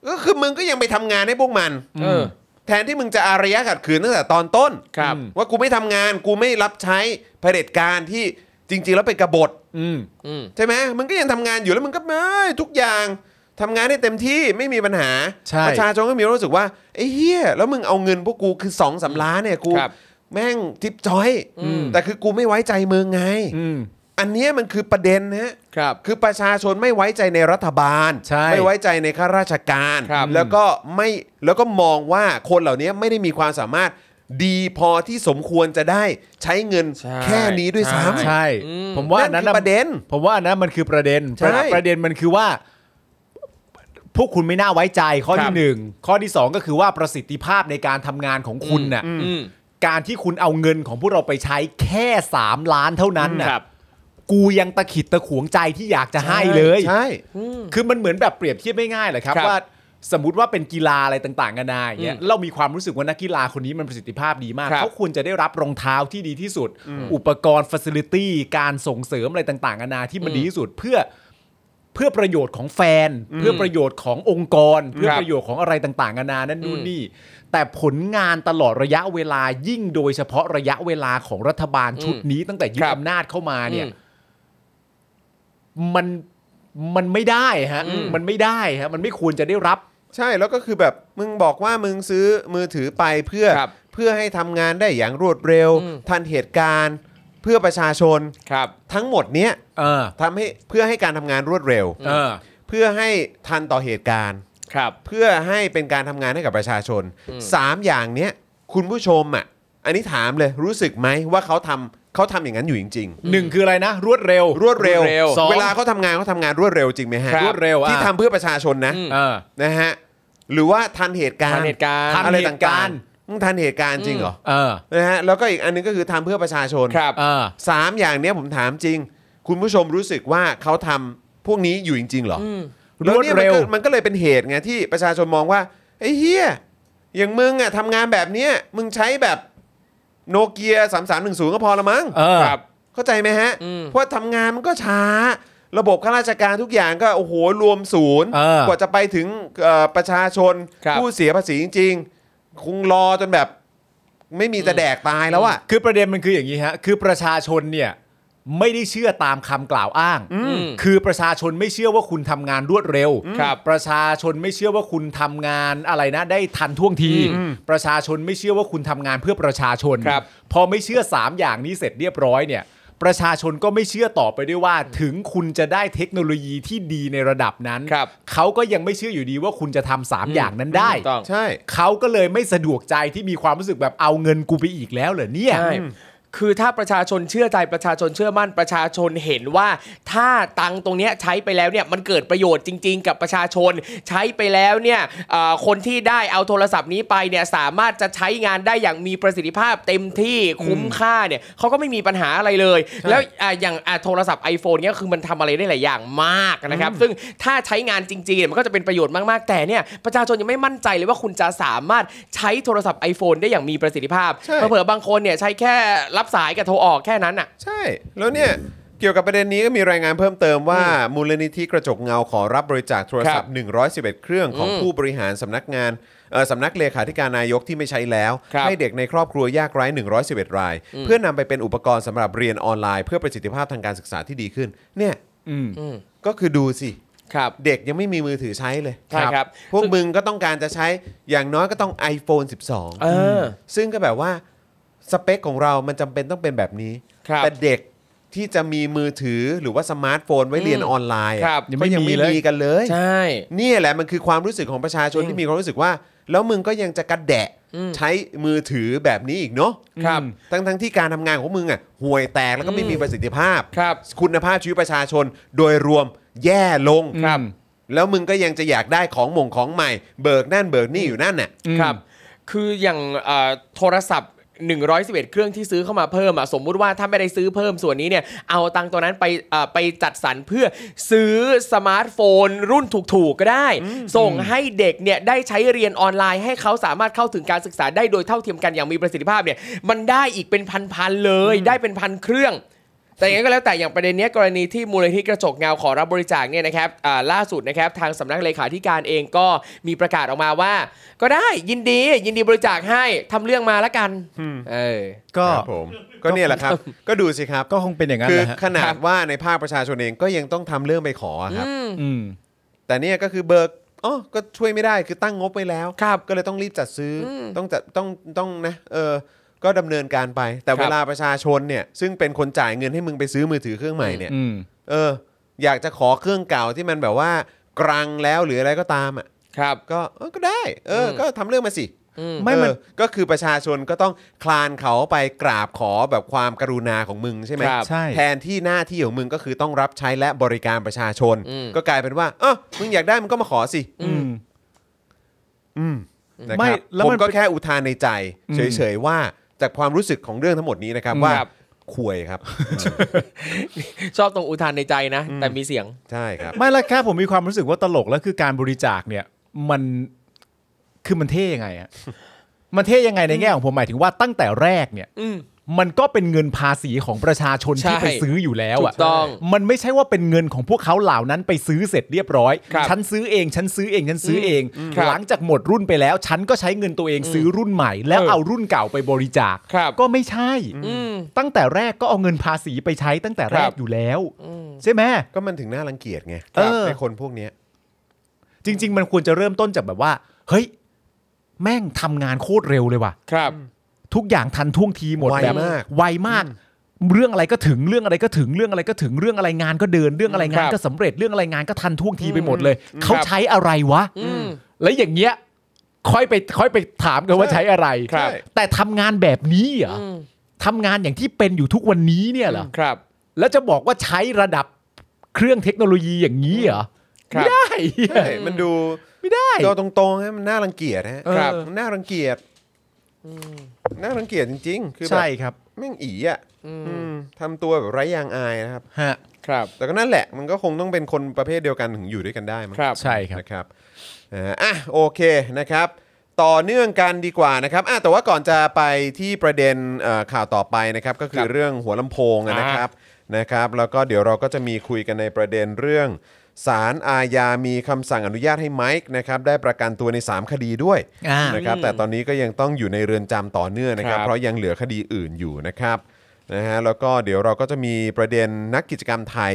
Speaker 2: ก็คือมึงก็ยังไปทำงานให้พวกมัน
Speaker 1: เออ
Speaker 2: แทนที่มึงจะอารยะขัดขืนตั้งแต่ตอนต้น
Speaker 1: ครับ
Speaker 2: ว่ากูไม่ทำงานกูไม่รับใช้เผด็จการที่จริง ๆ แล้วเป็นกบฏ
Speaker 3: อืม
Speaker 1: อืม
Speaker 2: ใช่ไหมมึงก็ยังทำงานอยู่แล้วมึงก็เอ้ยทุกอย่างทำงานให้เต็มที่ไม่มีปัญหา
Speaker 3: ใช่
Speaker 2: ประชาชนก็มีรู้สึกว่าไอ้เฮียแล้วมึงเอาเงินพวกกูคือ2องสามล้านเนี่ยกู
Speaker 1: ครับ
Speaker 2: แม่งทิปจอย
Speaker 1: อืม
Speaker 2: แต่คือกูไม่ไว้ใจมึงไง
Speaker 3: อืม
Speaker 2: อันเนี้ยมันคือประเด็นนะฮะ
Speaker 1: ครับ
Speaker 2: คือประชาชนไม่ไว้ใจในรัฐบาล
Speaker 3: ใช่
Speaker 2: ไม่ไว้ใจในข้าราชการ
Speaker 1: ครับ
Speaker 2: แล้วก็ไม่แล้วก็มองว่าคนเหล่านี้ไม่ได้มีความสามารถดีพอที่สมควรจะได้ใช้เงิน
Speaker 1: ใช่
Speaker 2: แค่นี้ด้วยซ้ำ
Speaker 3: ใช่
Speaker 1: อืม
Speaker 3: ผมว่าอัน
Speaker 2: นั่
Speaker 3: นั้น
Speaker 2: คือ
Speaker 3: นน่ะ
Speaker 2: ประเด็น
Speaker 3: ผมว่าอันนั้นมันคือประเด็น
Speaker 2: ใช่
Speaker 3: ประประเด็นมันคือว่า พวกคุณไม่น่าไว้ใจข้อ
Speaker 1: ครั
Speaker 3: ที่
Speaker 1: บ
Speaker 3: หนึ่งข้อที่สองก็คือว่าประสิทธิภาพในการทำงานของคุณน่ะ
Speaker 1: อืม
Speaker 3: การที่คุณเอาเงินของพวกเราไปใช้แค่ 3 ล้านเท่านั้นน่ะ
Speaker 1: ครับ
Speaker 3: กูยังตะขิดตะขวงใจที่อยากจะให้เลย
Speaker 2: ใช่
Speaker 1: อืม
Speaker 3: คือมันเหมือนแบบเปรียบเทียบง่ายๆเลยครับ
Speaker 1: ครับ
Speaker 3: ว่าสมมติว่าเป็นกีฬาอะไรต่างๆกันานาอย่างเงี้ย
Speaker 1: อืม
Speaker 3: เรามีความรู้สึกว่านักกีฬาคนนี้มันประสิทธิภาพดีมาก
Speaker 1: ครับ
Speaker 3: เขาควรจะได้รับรองเท้าที่ดีที่สุด อุปกรณ์ฟัซิลิตี้การส่งเสริมอะไรต่างๆกันานาที่มัน
Speaker 1: อืม
Speaker 3: ดีที่สุดเพื่อเพื่อประโยชน์ของแฟน เพื่อประโยชน์ขององค์กร เพื่อ
Speaker 1: ครับ
Speaker 3: ประโยชน์ของอะไรต่างๆกันานานั่นนู่น
Speaker 1: อืม
Speaker 3: นี่ แต่ผลงานตลอดระยะเวลายิ่งโดยเฉพาะระยะเวลาของรัฐบาลชุดนี้ตั้งแต่ยึดอำนาจเข้ามาเนี่ย
Speaker 1: อืม
Speaker 3: มันมันไม่ได้ฮะ
Speaker 1: อืม
Speaker 3: มันไม่ได้ฮะ มันไม่ควรจะได้รับ
Speaker 2: ใช่แล้วก็คือแบบมึงบอกว่ามึงซื้อมือถือไปเพื่อ
Speaker 1: ครับ
Speaker 2: เพื่อให้ทำงานได้อย่างรวดเร็ว
Speaker 1: อืม
Speaker 2: ทันเหตุการณ์ เพื่อประชาชน
Speaker 1: ครับ
Speaker 2: ทั้งหมดเนี้ย
Speaker 3: เออ
Speaker 2: ทำให้เพื่อให้การทำงานรวดเร็ว
Speaker 3: เออ
Speaker 2: เพื่อให้ทันต่อเหตุการณ์
Speaker 1: ครับ
Speaker 2: เพื่อให้เป็นการทำงานให้กับประชาชน 3 อย่างเนี้ยคุณผู้ชมอ่ะอันนี้ถามเลยรู้สึกไหมว่าเขาทำเขาทำอย่างนั้นอยู่จริง
Speaker 3: หนึ่งคืออะไรนะ รวดเร็ว
Speaker 2: ๆ รวดเร็ว
Speaker 1: รวดเร็ว
Speaker 3: สอง
Speaker 2: เวลาเขาทำงานเขาทำงานรวดเร็วจริงไหมฮะ
Speaker 1: ครับ
Speaker 3: รวดเร็วอ่ะ
Speaker 2: ที่ทำเพื่อประชาชนนะ
Speaker 1: อืม
Speaker 3: เออ
Speaker 2: นะฮะหรือว่าทันเหตุการณ์
Speaker 1: ทันเหตุการณ์
Speaker 3: ทัน
Speaker 2: อะไร
Speaker 3: เหตุกา
Speaker 2: ต่าง
Speaker 3: รณ์
Speaker 2: ๆมึงทันเหตุการณ์จริงเหรอ
Speaker 3: เออ
Speaker 2: นะฮะแล้วก็อีกอันหนึงก็คือทำเพื่อประชาชน
Speaker 1: ครับ
Speaker 3: เออ
Speaker 2: สามอย่างเนี้ยผมถามจริง คุณผู้ชมรู้สึกว่าเขาทำพวกนี้อยู่จริงๆเหรอ
Speaker 1: อืม
Speaker 2: แล้
Speaker 3: รวด
Speaker 2: เนี่ยมัน
Speaker 3: เร็ว
Speaker 2: ก็มันก็เลยเป็นเหตุไงที่ประชาชนมองว่าไอ้เฮียอย่างมึงอ่ะทำงานแบบเนี้ยมึงใช้แบบโนเกียสามสามหนึ่งศูนย์ก็พอละมั้ง
Speaker 3: เออ
Speaker 1: ครับ
Speaker 2: เข้าใจไหมฮะ
Speaker 1: อืม
Speaker 2: เพราะทำงานมันก็ช้า ระบบข้าราชการทุกอย่างก็โอ้โหรวมศูนย์
Speaker 3: เออก
Speaker 2: ว่าจะไปถึงเอ่อประชาชน
Speaker 1: ครับ
Speaker 2: ผู้เสียภาษีจริงๆคงรอจนแบบ ไม่มีจะแดกตายแล้วอ่ะ
Speaker 3: คือประเด็นมันคืออย่างนี้ฮะ คือประชาชนเนี่ย ไม่ได้เชื่อตามคำกล่าวอ้าง
Speaker 1: ม
Speaker 3: คือประชาชนไม่เชื่อว่าคุณทำงานรวดเร็ว
Speaker 1: ครับ
Speaker 3: ประชาชนไม่เชื่อว่าคุณทำงานอะไรนะ ได้ทันท่วงที
Speaker 2: อืม
Speaker 3: ประชาชนไม่เชื่อว่าคุณทำงานเพื่อประชาชน
Speaker 1: ครับ
Speaker 3: พอไม่เชื่อ 3 อย่างนี้เสร็จเรียบร้อยเนี่ย ประชาชนก็ไม่เชื่อต่อไปด้วยว่า ถึงคุณจะได้เทคโนโลยีที่ดีในระดับนั้น
Speaker 1: ครับ
Speaker 3: เขาก็ยังไม่เชื่ออยู่ดีว่าคุณจะทำสามอย่างนั้นได้
Speaker 1: ถูกต้อง
Speaker 2: ใช่
Speaker 3: เขาก็เลยไม่สะดวกใจที่มีความรู้สึกแบบเอาเงินกูไปอีกแล้วเหรอเนี่ย
Speaker 1: ใช่ คือถ้าประชาชนเชื่อใจประชาชนเชื่อมั่นประชาชนเห็นว่า ถ้าตังค์ตรงเนี้ยใช้ไปแล้วเนี่ยมันเกิดประโยชน์จริง ๆ กับประชาชน ใช้ไปแล้วเนี่ยเอ่อคนที่ได้เอาโทรศัพท์นี้ไปเนี่ยสามารถจะใช้งานได้อย่างมีประสิทธิภาพเต็มที่คุ้มค่าเนี่ยเขาก็ไม่มีปัญหาอะไรเลย แล้วอ่ะอย่างอ่ะโทรศัพท์ iPhone เนี่ยคือมันทำอะไรได้หลายอย่างมากนะครับ ซึ่งถ้าใช้งานจริงๆเนี่ยมันก็จะเป็นประโยชน์มากๆแต่เนี่ยประชาชนยังไม่มั่นใจเลยว่าคุณจะสามารถใช้โทรศัพท์ iPhone ได้อย่างมีประสิทธิภาพ
Speaker 2: ใช่
Speaker 1: เผื่อบางคนเนี่ยใช้แค่รับสายกับโทรออกแค่นั้นอ่ะ
Speaker 2: ใช่ แล้วเนี่ย เกี่ยวกับประเด็นนี้ก็มีรายงานเพิ่มเติมว่า มูลนิธิกระจกเงาขอรับบริจาคโทรศัพท์ 111 เครื่องของ
Speaker 1: อืม
Speaker 2: ผู้บริหารสำนักงานเอ่อสำนักเลขาธิการนายกที่ไม่ใช้แล้ว
Speaker 1: ครับ
Speaker 2: ให้เด็กในครอบครัวยากไร้ 111 ราย เพื่อนำไปเป็นอุปกรณ์สำหรับเรียนออนไลน์ เพื่อประสิทธิภาพทางการศึกษาที่ดีขึ้น เนี่ย
Speaker 3: อืม
Speaker 2: ก็คือดูสิ
Speaker 1: ครับ
Speaker 2: เด็กยังไม่มีมือถือใช้เลย
Speaker 1: ใช่ครับ
Speaker 2: พวกมึงก็ต้องการจะใช้อย่างน้อยก็ต้อง iPhone 12
Speaker 1: เออ
Speaker 2: ซึ่งก็แบบว่า สเปคของเรามันจำเป็นต้องเป็นแบบนี้
Speaker 1: ครับ
Speaker 2: แต่เด็กที่จะมีมือถือหรือว่าสมาร์ทโฟนไว้เรียน
Speaker 1: อืม
Speaker 2: ออนไลน์
Speaker 1: ครั
Speaker 2: อะ
Speaker 1: บ
Speaker 2: ก็ยังไม่
Speaker 3: ยังไม่มีเลย
Speaker 2: มีกันเลย
Speaker 1: ใช่
Speaker 2: เนี่ยแหละมันคือความรู้สึกของประชาชน
Speaker 1: จริง
Speaker 2: ที่มีความรู้สึกว่า แล้วมึงก็ยังจะกระแดะ
Speaker 1: อืม
Speaker 2: ใช้มือถือแบบนี้อีกเนาะ
Speaker 1: ครับ
Speaker 2: ทั้งทั้งๆที่การทำงานของมึงอ่ะห่วยแตกแล้วก็ไม่มีประสิทธิภาพ
Speaker 1: ครับ
Speaker 2: คุณภาพชีวิตประชาชนโดยรวมแย่ลง
Speaker 3: ครับ
Speaker 2: แล้วมึงก็ยังจะอยากได้ของหม่งของใหม่ เบิกนั่นเบิกนี่อยู่นั่นน่ะ
Speaker 1: ครับ คืออย่างเอ่อโทรศัพท์ 111 เครื่องที่ซื้อเข้ามาเพิ่มอ่ะ สมมุติว่าถ้าไม่ได้ซื้อเพิ่มส่วนนี้เนี่ย เอาตังค์ตัวนั้นไปเอ่อไปจัดสรรเพื่อซื้อสมาร์ทโฟน รุ่นถูกๆก็ได้ ส่งให้เด็กเนี่ยได้ใช้เรียนออนไลน์ให้เขาสามารถเข้าถึงการศึกษาได้โดยเท่าเทียมกันอย่างมีประสิทธิภาพเนี่ย มันได้อีกเป็นพันๆเลย ได้เป็นพันเครื่อง แต่อย่างไรก็แล้วแต่อย่างประเด็นเนี้ยกรณีที่มูลนิธิกระจกเงาขอรับบริจาคเนี่ยนะครับอ่าล่าสุดนะครับทางสำนักเลขาธิการเองก็มีประกาศออกมาว่า ก็ได้ยินดียินดีบริจาคให้ทำเรื่องมาละกันเออ
Speaker 3: ก็
Speaker 2: ครับผมก็เนี่ยแหละครับ ก็ดูสิครับ
Speaker 3: ก็คงเป็นอย่างนั้น
Speaker 2: คือ
Speaker 3: แหละฮะ
Speaker 2: ขนา
Speaker 1: ครั
Speaker 2: ด
Speaker 1: บ
Speaker 2: ว่าในภาคประชาชนเองก็ยังต้องทำเรื่องไปขออะครับ
Speaker 3: อืม
Speaker 2: แต่เนี่ยก็คือเบิกอ๋อก็ช่วยไม่ได้คือตั้งงบไว้แล้ว
Speaker 1: ครับ
Speaker 2: ก็เลยต้องรีบจัดซื้ออต้องจัดต้องต้องนะเออก็ดำเนินการไป แต่
Speaker 1: ครับ
Speaker 2: เวลาประชาชนเนี่ยซึ่งเป็นคนจ่ายเงินให้มึงไปซื้อมือถือเครื่องใหม่เนี่ย
Speaker 3: อืม
Speaker 2: เอออยากจะขอเครื่องเก่าที่มันแบบว่ากรังแล้วหรืออะไรก็ตามอ่ะ
Speaker 1: ครับ
Speaker 2: ก็เออก็ได้เอออ
Speaker 1: ม
Speaker 2: ก็ทำเรื่องมาสิ
Speaker 1: อืม
Speaker 3: ไม่มัน
Speaker 2: เออก็คือประชาชนก็ต้องคลานเขาไปกราบขอแบบความกรุณาของมึงใช่ไหม
Speaker 1: ครับ
Speaker 3: ใช่
Speaker 2: แทนที่หน้าที่ของมึงก็คือต้องรับใช้และบริการประชาชน
Speaker 1: อืม
Speaker 2: ก็กลายเป็นว่าเออมึงอยากได้มึงก็มาขอสิ
Speaker 3: อืม
Speaker 2: นะครับ
Speaker 3: ไม่แล้ว
Speaker 2: ผม
Speaker 3: มัน
Speaker 2: ก็แค่อุทานในใจ
Speaker 3: อืม
Speaker 2: เฉยๆว่าจากความรู้สึกของเรื่องทั้งหมดนี้นะครับ
Speaker 1: อืม
Speaker 2: ว่า
Speaker 1: ครับ
Speaker 2: ควยครับ
Speaker 1: ชอบตรงอุทานในใจนะ แต่มีเสียง
Speaker 2: ใช่ครับ
Speaker 3: ไม่ละแค่ผมมีความรู้สึกว่าตลกแล้วคือการบริจาคเนี่ย มันคือมันเท่ยังไงอะ มันเท่ยังไงในแง่ของผมหมายถึงว่าตั้งแต่แรกเนี่ย
Speaker 1: อืม
Speaker 3: มันก็เป็นเงินภาษีของประชาชนที่
Speaker 1: ใช่
Speaker 3: ไปซื้ออยู่แล้วอ่ะ
Speaker 1: ถูกต้อง
Speaker 3: มันไม่ใช่ว่าเป็นเงินของพวกเขาเหล่านั้นไปซื้อเสร็จเรียบร้อย
Speaker 1: ครับ
Speaker 3: ฉันซื้อเอง ฉันซื้อเอง ฉันซื้อเอง
Speaker 1: ครับ
Speaker 3: หลังจากหมดรุ่นไปแล้ว ฉันก็ใช้เงินตัวเองซื้อรุ่นใหม่ แล้ว
Speaker 1: เออ
Speaker 3: เอารุ่นเก่าไปบริจาค
Speaker 1: ครับ
Speaker 3: ก็ไม่ใช่
Speaker 1: อืม
Speaker 3: ตั้งแต่แรกก็เอาเงินภาษีไปใช้ตั้งแต่แร
Speaker 1: ครั
Speaker 3: ก
Speaker 1: บ
Speaker 3: อยู่แล้ว ใช่ไหม
Speaker 2: ก็มันถึงน่ารังเกียจไง
Speaker 3: เออ
Speaker 2: ไอ้คนพวกเนี้ย
Speaker 3: จริง ๆ มันควรจะเริ่มต้นจากแบบว่า เฮ้ย แม่งทำงานโคตรเร็วเลยว่ะ
Speaker 1: ครับ
Speaker 3: ทุกอย่างทันท่วงทีหมด
Speaker 2: ไว
Speaker 3: แบบ
Speaker 2: มาก
Speaker 3: ไวมาก เรื่องอะไรก็ถึงเรื่องอะไรก็ถึงเรื่องอะไรก็ถึงเรื่องอะไรงานก็เดิน เรื่องอะไรงาน
Speaker 1: ครับ
Speaker 3: ก็สำเร็จเรื่องอะไรงานก็ทันท่วงทีไปหมดเลย เขา
Speaker 1: ครับ
Speaker 3: ใช้อะไรวะ
Speaker 1: อืม
Speaker 3: แล้วอย่างเงี้ยค่อยไปค่อยไปถามกันว่าใช้อะไร
Speaker 1: ครับ
Speaker 3: แต่ทำงานแบบนี้เหรอ
Speaker 1: อืม
Speaker 3: ทำงานอย่างที่เป็นอยู่ทุกวันนี้เนี่ยเหรอ
Speaker 1: ครับ
Speaker 3: แล้วจะบอกว่าใช้ระดับเครื่องเทคโนโลยีอย่างนี้เหรอ
Speaker 1: ครับ
Speaker 3: ไม่ได้
Speaker 2: ใช่มันดู
Speaker 3: ไม่ได้
Speaker 2: ก็ตรงๆฮะมันน่ารังเกียจฮะ
Speaker 1: ครับ
Speaker 2: มันน่ารังเกียจน่ารังเกียจจริง ๆ คือแบบ
Speaker 3: ใช่ครับ
Speaker 2: แม่งอีอ่ะอืมทำตัวแบบไร้ยางอายนะครับ
Speaker 3: ฮะ
Speaker 1: ครับ
Speaker 2: แต่ก็นั่นแหละ มันก็คงต้องเป็นคนประเภทเดียวกันถึงอยู่ด้วยกันได้มั้ง
Speaker 1: ครับ
Speaker 3: ใช่ครับ
Speaker 2: นะครับอ่าอ่ะโอเคนะครับ ต่อเนื่องกันดีกว่านะครับอ่ะแต่ว่าก่อนจะไปที่ประเด็นเอ่อข่าวต่อไปนะครับ ก็คื
Speaker 1: ครั
Speaker 2: อบ เรื่องหัวลำโพงอะ
Speaker 1: อ่าน
Speaker 2: นะครับนะครับ แล้วก็เดี๋ยวเราก็จะมีคุยกันในประเด็นเรื่องศาลอาญามีคำสั่งอนุญาตให้ไมค์นะครับได้ประกันตัวใน 3 คดีด้วย
Speaker 3: อ่า
Speaker 2: นะครับแต่ตอนนี้ก็ยังต้องอยู่ในเรือนจำต่อเนื่องนะครับ
Speaker 1: ครับ
Speaker 2: เพราะยังเหลือคดีอื่นอยู่นะครับนะฮะแล้วก็เดี๋ยวเราก็จะมีประเด็นนักกิจกรรมไทย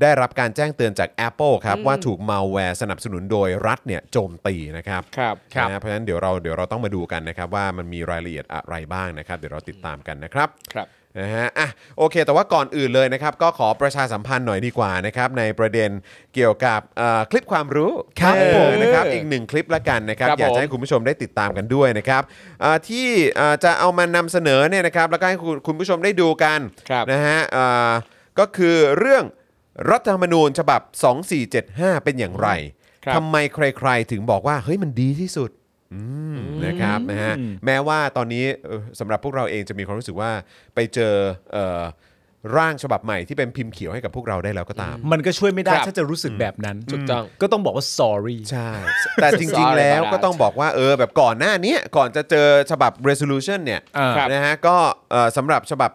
Speaker 2: ได้รับการแจ้งเตือนจาก Apple ครับ ว่าถูกมาแวร์สนับสนุนโดยรัฐเนี่ยโจมตีนะครับ
Speaker 1: ครับครับ
Speaker 2: นะฮะเพราะฉะนั้นเดี๋ยวเราเดี๋ยวเราต้องมาดูกันนะครับ ว่ามันมีรายละเอียดอะไรบ้างนะครับ เดี๋ยวเราติดตามกันนะครับ
Speaker 1: ครับ
Speaker 2: นะฮะอ่ะโอเค แต่ว่าก่อนอื่นเลยนะครับ ก็ขอประชาสัมพันธ์หน่อยดีกว่านะครับ ในประเด็นเกี่ยวกับเอ่อคลิปความรู้
Speaker 3: ครับ
Speaker 2: เออ
Speaker 3: ผม
Speaker 2: นะครับอีกหนึ่งคลิปละกันนะครับ
Speaker 1: ครับ
Speaker 2: อยาก
Speaker 1: ผม
Speaker 2: จะให้คุณผู้ชมได้ติดตามกันด้วยนะครับเอ่อที่เอ่อจะเอามานำเสนอเนี่ยนะครับ แล้วก็ให้คุณคุณผู้ชมได้ดูกัน
Speaker 1: ครับ
Speaker 2: นะฮะเอ่อก็คือเรื่องรัฐธรรมนูญฉบับ 2475 เป็นอย่างไร
Speaker 1: ครับ
Speaker 2: ทำไมใครๆถึงบอกว่าเฮ้ยมันดีที่สุด อืมนะครับนะฮะ
Speaker 3: อืม
Speaker 2: แม้ว่าตอนนี้เอ่อสำหรับพวกเราเองจะมีความรู้สึกว่าไปเจอเอ่อร่างฉบับใหม่ที่เป็นพิมพ์เขียวให้กับพวกเราได้แล้วก็ตาม
Speaker 3: มันก็ช่วยไม่ได้
Speaker 1: ครับ
Speaker 3: ถ้าจะรู้สึกแบบนั้น
Speaker 1: ถูกต้อง
Speaker 3: ก็ต้องบอกว่า sorry
Speaker 2: ใช่ แต่จริง
Speaker 1: Sorry
Speaker 2: ๆ แล้ว
Speaker 1: about
Speaker 2: ก็ต้องบอกว่าเออแบบก่อนหน้าเนี้ยก่อนจะเจอฉบับ resolution เนี่ย
Speaker 3: อ่า
Speaker 1: ครับ
Speaker 2: นะฮะก็เอ่อสำหรับฉบับ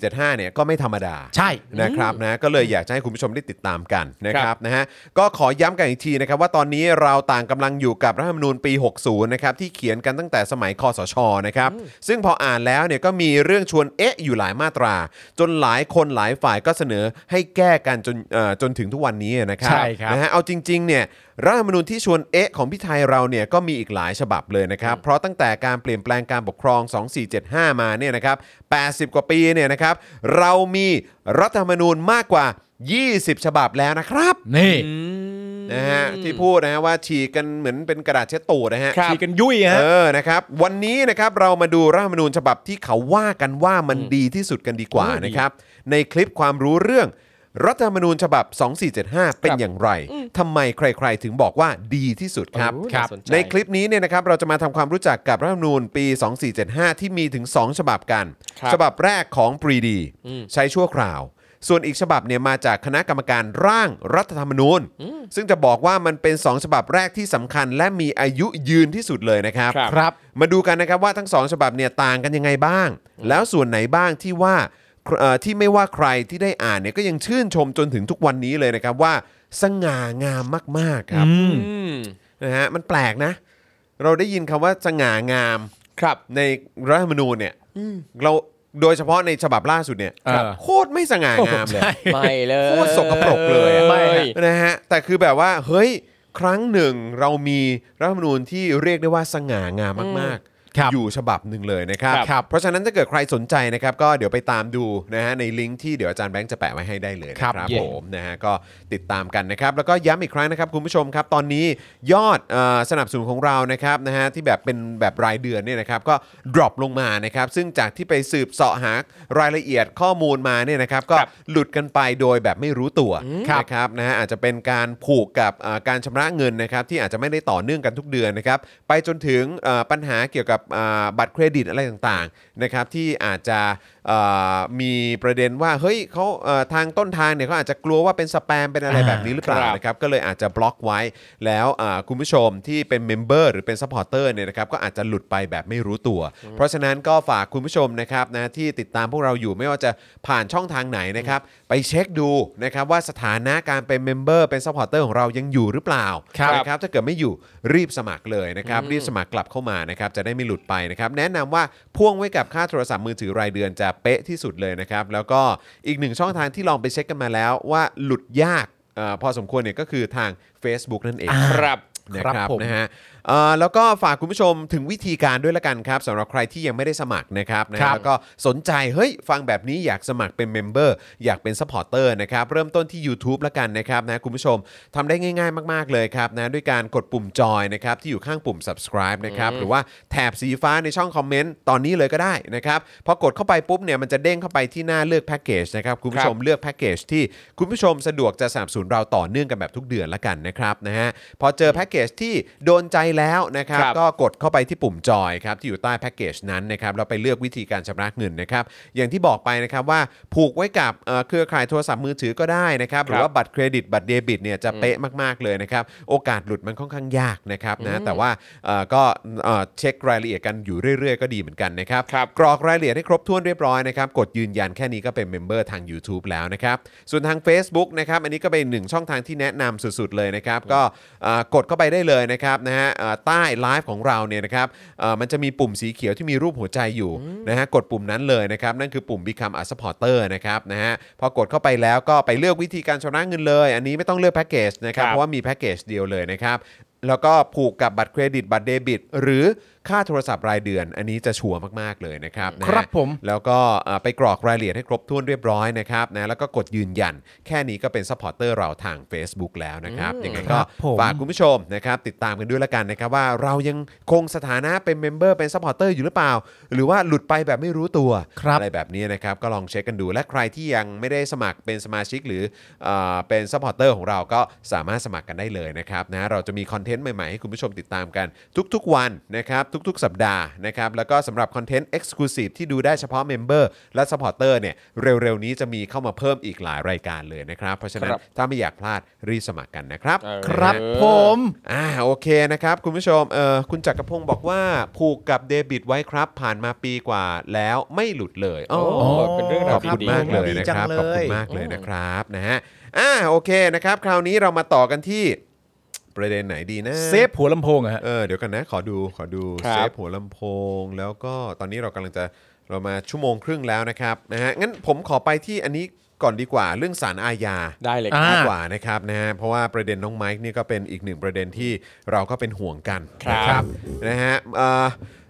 Speaker 2: 2475เนี่ยก็ไม่ธรรมดา
Speaker 3: ใช่
Speaker 2: นะครับนะก็เลยอยากจะให้คุณผู้ชมได้ติดตามกันนะครับนะฮะก็ขอย้ำกันอีกทีนะครับว่าตอนนี้เราต่างกำลังอยู่กับรัฐธรรมนูญปี 60 นะครับที่เขียนกันตั้งแต่สมัยคอสชนะครับซึ่งพออ่านแล้วเนี่ยก็มีเรื่องชวนเอ๊ะอยู่หลายมาตรา จนหลายคนหลายฝ่ายก็เสนอให้แก้กันจนเอ่อจนถึงทุกวันนี้นะครั
Speaker 3: ใช่ครับ
Speaker 2: นะฮะเอาจริงๆเนี่ยรัฐธรรมนูญที่ชวนเอ๊ะของพี่ไทยเราเนี่ยก็มีอีกหลายฉบับเลยนะครับเพราะตั้งแต่การเปลี่ยนแปลงการปกครอง 2475 มาเนี่ยนะครับ80 กว่าปีเนี่ยนะครับเรามี รัฐธรรมนูญมากกว่า 20 ฉบับแล้วนะครับ
Speaker 3: นี่
Speaker 2: นะฮะที่พูดนะฮะว่าฉีกกันเหมือนเป็นกระดาษเช็ดตูดนะฮะ
Speaker 1: ครับ
Speaker 3: ฉีกกันยุ่ยฮะ
Speaker 2: เออนะครับวันนี้นะครับเรามาดูรัฐธรรมนูญฉบับที่เขาว่ากันว่ามันดีที่สุดกันดีกว่า
Speaker 3: อืม
Speaker 2: นะครับ ในคลิปความรู้เรื่อง รัฐธรรมนูญฉบับ 2475 เป็นอย่างไรทำไมใครๆ ถึงบอกว่าดีที่สุดครับ
Speaker 3: ครับ
Speaker 1: โอ้าสนใจ
Speaker 2: ในคลิปนี้เนี่ยนะครับเราจะมาทำความรู้จักกับรัฐธรรมนูญปี 2475 ที่มีถึง 2 ฉบับกัน
Speaker 1: ครับ
Speaker 2: ฉบับแรกของปรีดี ใช้ชั่วคราว ส่วนอีกฉบับเนี่ยมาจากคณะกรรมการร่างรัฐธรรมนูญ ซึ่งจะบอกว่ามันเป็น 2 ฉบับแรกที่สำคัญ และมีอายุยืนที่สุดเลยนะครับ
Speaker 1: ครับ
Speaker 3: ครับ
Speaker 2: มาดูกันนะครับว่าทั้งสองฉบับเนี่ยต่างกันยังไงบ้าง แล้วส่วนไหนบ้างที่ว่าเอ่อที่ไม่ว่าใครที่ได้อ่านเนี่ยก็ยังชื่นชมจนถึงทุกวันนี้เลยนะครับว่าสง่างามมากๆครับ
Speaker 1: อืม
Speaker 2: นะฮะมันแปลกนะ เราได้ยินคำว่าสง่างาม
Speaker 1: ครับ
Speaker 2: ในรัฐธรรมนูญเนี่ยเราโดยเฉพาะในฉบับล่าสุดเนี่ย
Speaker 3: ครับ
Speaker 2: โคตรไม่สง่างามเลย
Speaker 1: ไม่เลย
Speaker 2: โคตรสกปรกเลยอะ
Speaker 1: ไม่
Speaker 2: นะฮะแต่คือแบบว่าเฮ้ยครั้งหนึ่งเรามีรัฐธรรมนูญที่เรียกได้ว่าสง่างามมาก
Speaker 3: ครับ
Speaker 2: อยู่ฉบับหนึ่งเลยนะครับ
Speaker 3: ครับ
Speaker 2: เพราะฉะนั้นถ้าเกิดใครสนใจนะครับก็เดี๋ยวไปตามดูนะฮะในลิงก์ที่เดี๋ยวอาจารย์แบงค์จะแปะไว้ให้ได้เลยนะครับ ครับ
Speaker 1: เย้
Speaker 2: ผมนะฮะก็ติดตามกันนะครับ แล้วก็ย้ำอีกครั้งนะครับคุณผู้ชมครับ ตอนนี้ยอดเอ่อสนับสนุนของเรานะครับนะฮะที่แบบเป็นแบบรายเดือนเนี่ยนะครับก็ drop ลงมานะครับซึ่งจากที่ไปสืบเสาะหารายละเอียดข้อมูลมาเนี่ยนะครับก็หลุดกันไปโดยแบบไม่รู้ตัวนะครับนะฮะอาจจะเป็นการผูกกับเอ่อการชำระเงินนะครับที่อาจจะไม่ได้ต่อเนื่องกันทุกเดือนนะครับไปจนถึงเอ่อปัญหาเกี่ยวกับเอ่อบัตรเครดิตอะไรต่างๆนะครับที่อาจจะ เอ่อมีประเด็นว่าเฮ้ยเขาเอ่อทางต้นทางเนี่ยเขาอาจจะกลัวว่าเป็นสแปมเป็นอะไร
Speaker 3: อ่า
Speaker 2: แบบนี้หรือเปล่า
Speaker 1: ครับ
Speaker 2: นะครับก็เลยอาจจะบล็อกไว้แล้วอ่าคุณผู้ชมที่เป็นเมมเบอร์หรือเป็นซัพพอร์เตอร์เนี่ยนะครับก็อาจจะหลุดไปแบบไม่รู้ตัว เพราะฉะนั้นก็ฝากคุณผู้ชมนะครับนะที่ติดตามพวกเราอยู่ไม่ว่าจะผ่านช่องทางไหนนะครับไปเช็คดูนะครับว่าสถานะการเป็นเมมเบอร์เป็นซัพพอร์เตอร์ของเรายังอยู่หรือเปล่า
Speaker 1: ครับ
Speaker 2: นะ นะครับถ้าเกิดไม่อยู่รีบสมัครเลยนะครับ รีบสมัครกลับเข้ามานะครับ จะได้ไม่หลุดไปนะครับ แนะนำว่าพ่วงไว้กับค่าโทรศัพท์มือถือรายเดือนจะเป๊ะที่สุดเลยนะครับ แล้วก็อีกหนึ่งช่องทางที่ลองไปเช็คกันมาแล้วว่าหลุดยากเออพอสมควรเนี่ยก็คือทาง Facebook นั่นเอง
Speaker 1: ครับ
Speaker 2: นะค
Speaker 3: ครั
Speaker 2: รับบ
Speaker 3: ผม
Speaker 2: นะฮะเอ่อแล้วก็ฝากคุณผู้ชมถึงวิธีการด้วยละกันครับสำหรับใครที่ยังไม่ได้สมัครนะครับนะฮะ
Speaker 3: ครับ
Speaker 2: แล้วก็สนใจเฮ้ยฟังแบบนี้อยากสมัครเป็นเมมเบอร์อยากเป็นซัพพอร์เตอร์นะครับเริ่มต้นที่ YouTube ละกันนะครับนะคุณผู้ชมทำได้ง่ายๆ มาก ๆ เลยครับนะด้วยการกดปุ่มจอยนะครับที่อยู่ข้างปุ่ม subscribe นะครับหรือว่าแถบสีฟ้าในช่องคอมเมนต์ตอนนี้เลยก็ได้นะครับพอกดเข้าไปปุ๊บเนี่ยมันจะเด้งเข้าไปที่หน้าเลือกแพ็กเกจนะครับคุณผู้ชม ผมเลือกแพ็กเกจที่คุณผู้ชมสะดวกจะสนับสนุนเราต่อเนื่องกันแบบทุกเดือนละกันนะครับนะฮะพอเจอแพ็กเกจที่โดนใจแล้วนะครับ
Speaker 1: ครับ
Speaker 2: ก็กดเข้าไปที่ปุ่มจอยครับที่อยู่ใต้แพ็กเกจนั้นนะครับเราไปเลือกวิธีการชำระเงินนะครับอย่างที่บอกไปนะครับว่าผูกไว้กับเอ่อเครือข่ายโทรศัพท์มือถือก็ได้นะครับหรือว่าบัตรเครดิตบัตรเดบิตเนี่ยจะเป๊ะมากๆเลยนะครับโอกาสหลุดมันค่อนข้างยากนะครับนะแต่ว่าเอ่อก็เอ่อเช็ครายละเอียดกันอยู่เรื่อย ๆ ก็ดีเหมือนกันนะครับ
Speaker 1: ครับ
Speaker 2: กรอกรายละเอียดให้ครบถ้วนเรียบร้อยนะครับ กดยืนยันแค่นี้ก็เป็นเมมเบอร์ทาง YouTube แล้วนะครับ ส่วนทาง Facebook นะครับ อันนี้ก็เป็นหนึ่งช่องทางที่แนะนำสุดๆเลยนะครับ ก็เอ่อกดเข้าไปได้เลยนะครับนะฮะเอ่อใต้ไลฟ์ของเราเนี่ยนะครับเอ่อมันจะมีปุ่มสีเขียวที่มีรูปหัวใจอยู่นะฮะกดปุ่มนั้นเลยนะครับ นั่นคือปุ่ม Become a supporter นะครับนะฮะพอกดเข้าไปแล้วก็ไปเลือกวิธีการชำระเงินเลย อันนี้ไม่ต้องเลือกแพ็กเกจนะครับ
Speaker 1: ครับ
Speaker 2: เพราะว่ามีแพ็กเกจเดียวเลยนะครับ แล้วก็ผูกกับบัตรเครดิต บัตรเดบิต หรือค่าโทรศัพท์รายเดือน อันนี้จะชัวร์มาก ๆ เลยนะครับนะฮะ
Speaker 3: ครับผม
Speaker 2: แล้วก็เอ่อไปกรอกรายละเอียดให้ครบถ้วนเรียบร้อยนะครับนะแล้วก็กดยืนยัน แค่นี้ก็เป็นซัพพอร์ตเตอร์เราทาง Facebook แล้วนะครับยังไงก็
Speaker 3: ครับผม
Speaker 2: ฝากคุณผู้ชมนะครับติดตามกันด้วยละกันนะครับว่าเรายังคงสถานะเป็นเมมเบอร์เป็นซัพพอร์ตเตอร์อยู่หรือเปล่า หรือว่าหลุดไปแบบไม่รู้ตัว
Speaker 3: ครับ
Speaker 2: อะไรแบบนี้นะครับ ก็ลองเช็คกันดู และใครที่ยังไม่ได้สมัครเป็นสมาชิกหรือเออเป็นซัพพอร์เตอร์ของเราก็สามารถสมัครกันได้เลยนะครับนะเราจะมีคอนเทนต์ใหม่ ๆ ให้คุณผู้ชมติดตามกันทุกๆวันนะครับ ทุกๆ สัปดาห์นะครับ แล้วก็สำหรับคอนเทนต์ Exclusive ที่ดูได้เฉพาะเมมเบอร์และสปอร์เตอร์เนี่ยเร็วๆ นี้จะมีเข้ามาเพิ่มอีกหลายรายการเลยนะครับ เพราะฉะนั้น
Speaker 1: ครับ
Speaker 2: ถ้าไม่อยากพลาดรีบสมัครกันนะครับ
Speaker 3: ครับผม
Speaker 2: อ่าโอเคนะครับ คุณผู้ชมเออคุณจักรพงศ์บอกว่าผูกกับเดบิตไว้ครับ ผ่านมาปีกว่าแล้วไม่หลุดเลยโอ้
Speaker 1: โอ้เป็นเรื่อง
Speaker 2: ขอ
Speaker 1: ราว
Speaker 2: บ
Speaker 1: ที่
Speaker 2: คุณ
Speaker 1: ดี
Speaker 2: มากเลย
Speaker 3: ดี
Speaker 2: นะ
Speaker 3: จั
Speaker 2: ค
Speaker 3: ง
Speaker 2: รับ
Speaker 3: เล
Speaker 2: ข
Speaker 3: ย
Speaker 2: อบคุณมากเลยนะครับนะฮะอ่าโอเคนะครับ คราวนี้เรามาต่อกันที่ประเด็นไหนดีนะ
Speaker 3: เซฟหัวลำโพงอะฮะ
Speaker 2: เออเดี๋ยวกันนะขอดูขอดู
Speaker 1: ครับ
Speaker 2: เซฟหัวลำโพง แล้วก็ตอนนี้เรากำลังจะเรามาชั่วโมงครึ่งแล้วนะครับนะฮะงั้นผมขอไปที่อันนี้ก่อนดีกว่าเรื่องสารอาญา
Speaker 1: ได้เลย
Speaker 3: อ่
Speaker 1: ครับ
Speaker 2: มากกว่านะครับนะฮะเพราะว่าประเด็นน้องไมค์นี่ก็เป็นอีกหนึ่งประเด็นที่เราก็เป็นห่วงกัน
Speaker 1: ครับ
Speaker 2: นะครับนะฮะเอ่อ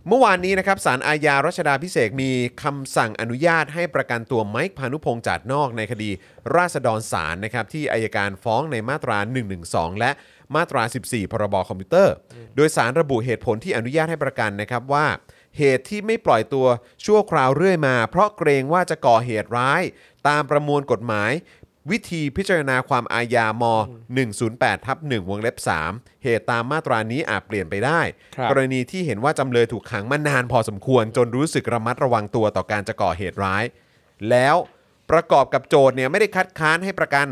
Speaker 2: เมื่อวานนี้นะครับสารอาญารัชดาพิเศษกมีคำสั่งอนุญาตให้ประกันตัวไมค์พานุพงษ์จัดนอกในคดี ราษฎรศาลนะครับที่อายการฟ้องในมาตรา 112 และมาตรา 14 พรบคอมพิวเตอร์ โดยสารระบุเหตุผลที่อนุญาตให้ประกันนะครับว่า เหตุที่ไม่ปล่อยตัวชั่วคราวเรื่อยมา เพราะเกรงว่าจะก่อเหตุร้าย ตามประมวลกฎหมาย วิธีพิจารณาความอาญาม108ทับ1วงเล็บ 3 เหตุตามมาตรานี้อาจเปลี่ยนไปได้
Speaker 1: ครับ
Speaker 2: กรณีที่เห็นว่าจำเลยถูกขังมานานพอสมควร จนรู้สึกระมัดระวังตัวต่อการจะก่อเหตุร้าย แล้วประกอบกับโจทย์เนี่ยไม่ได้คัดค้านให้ประกัน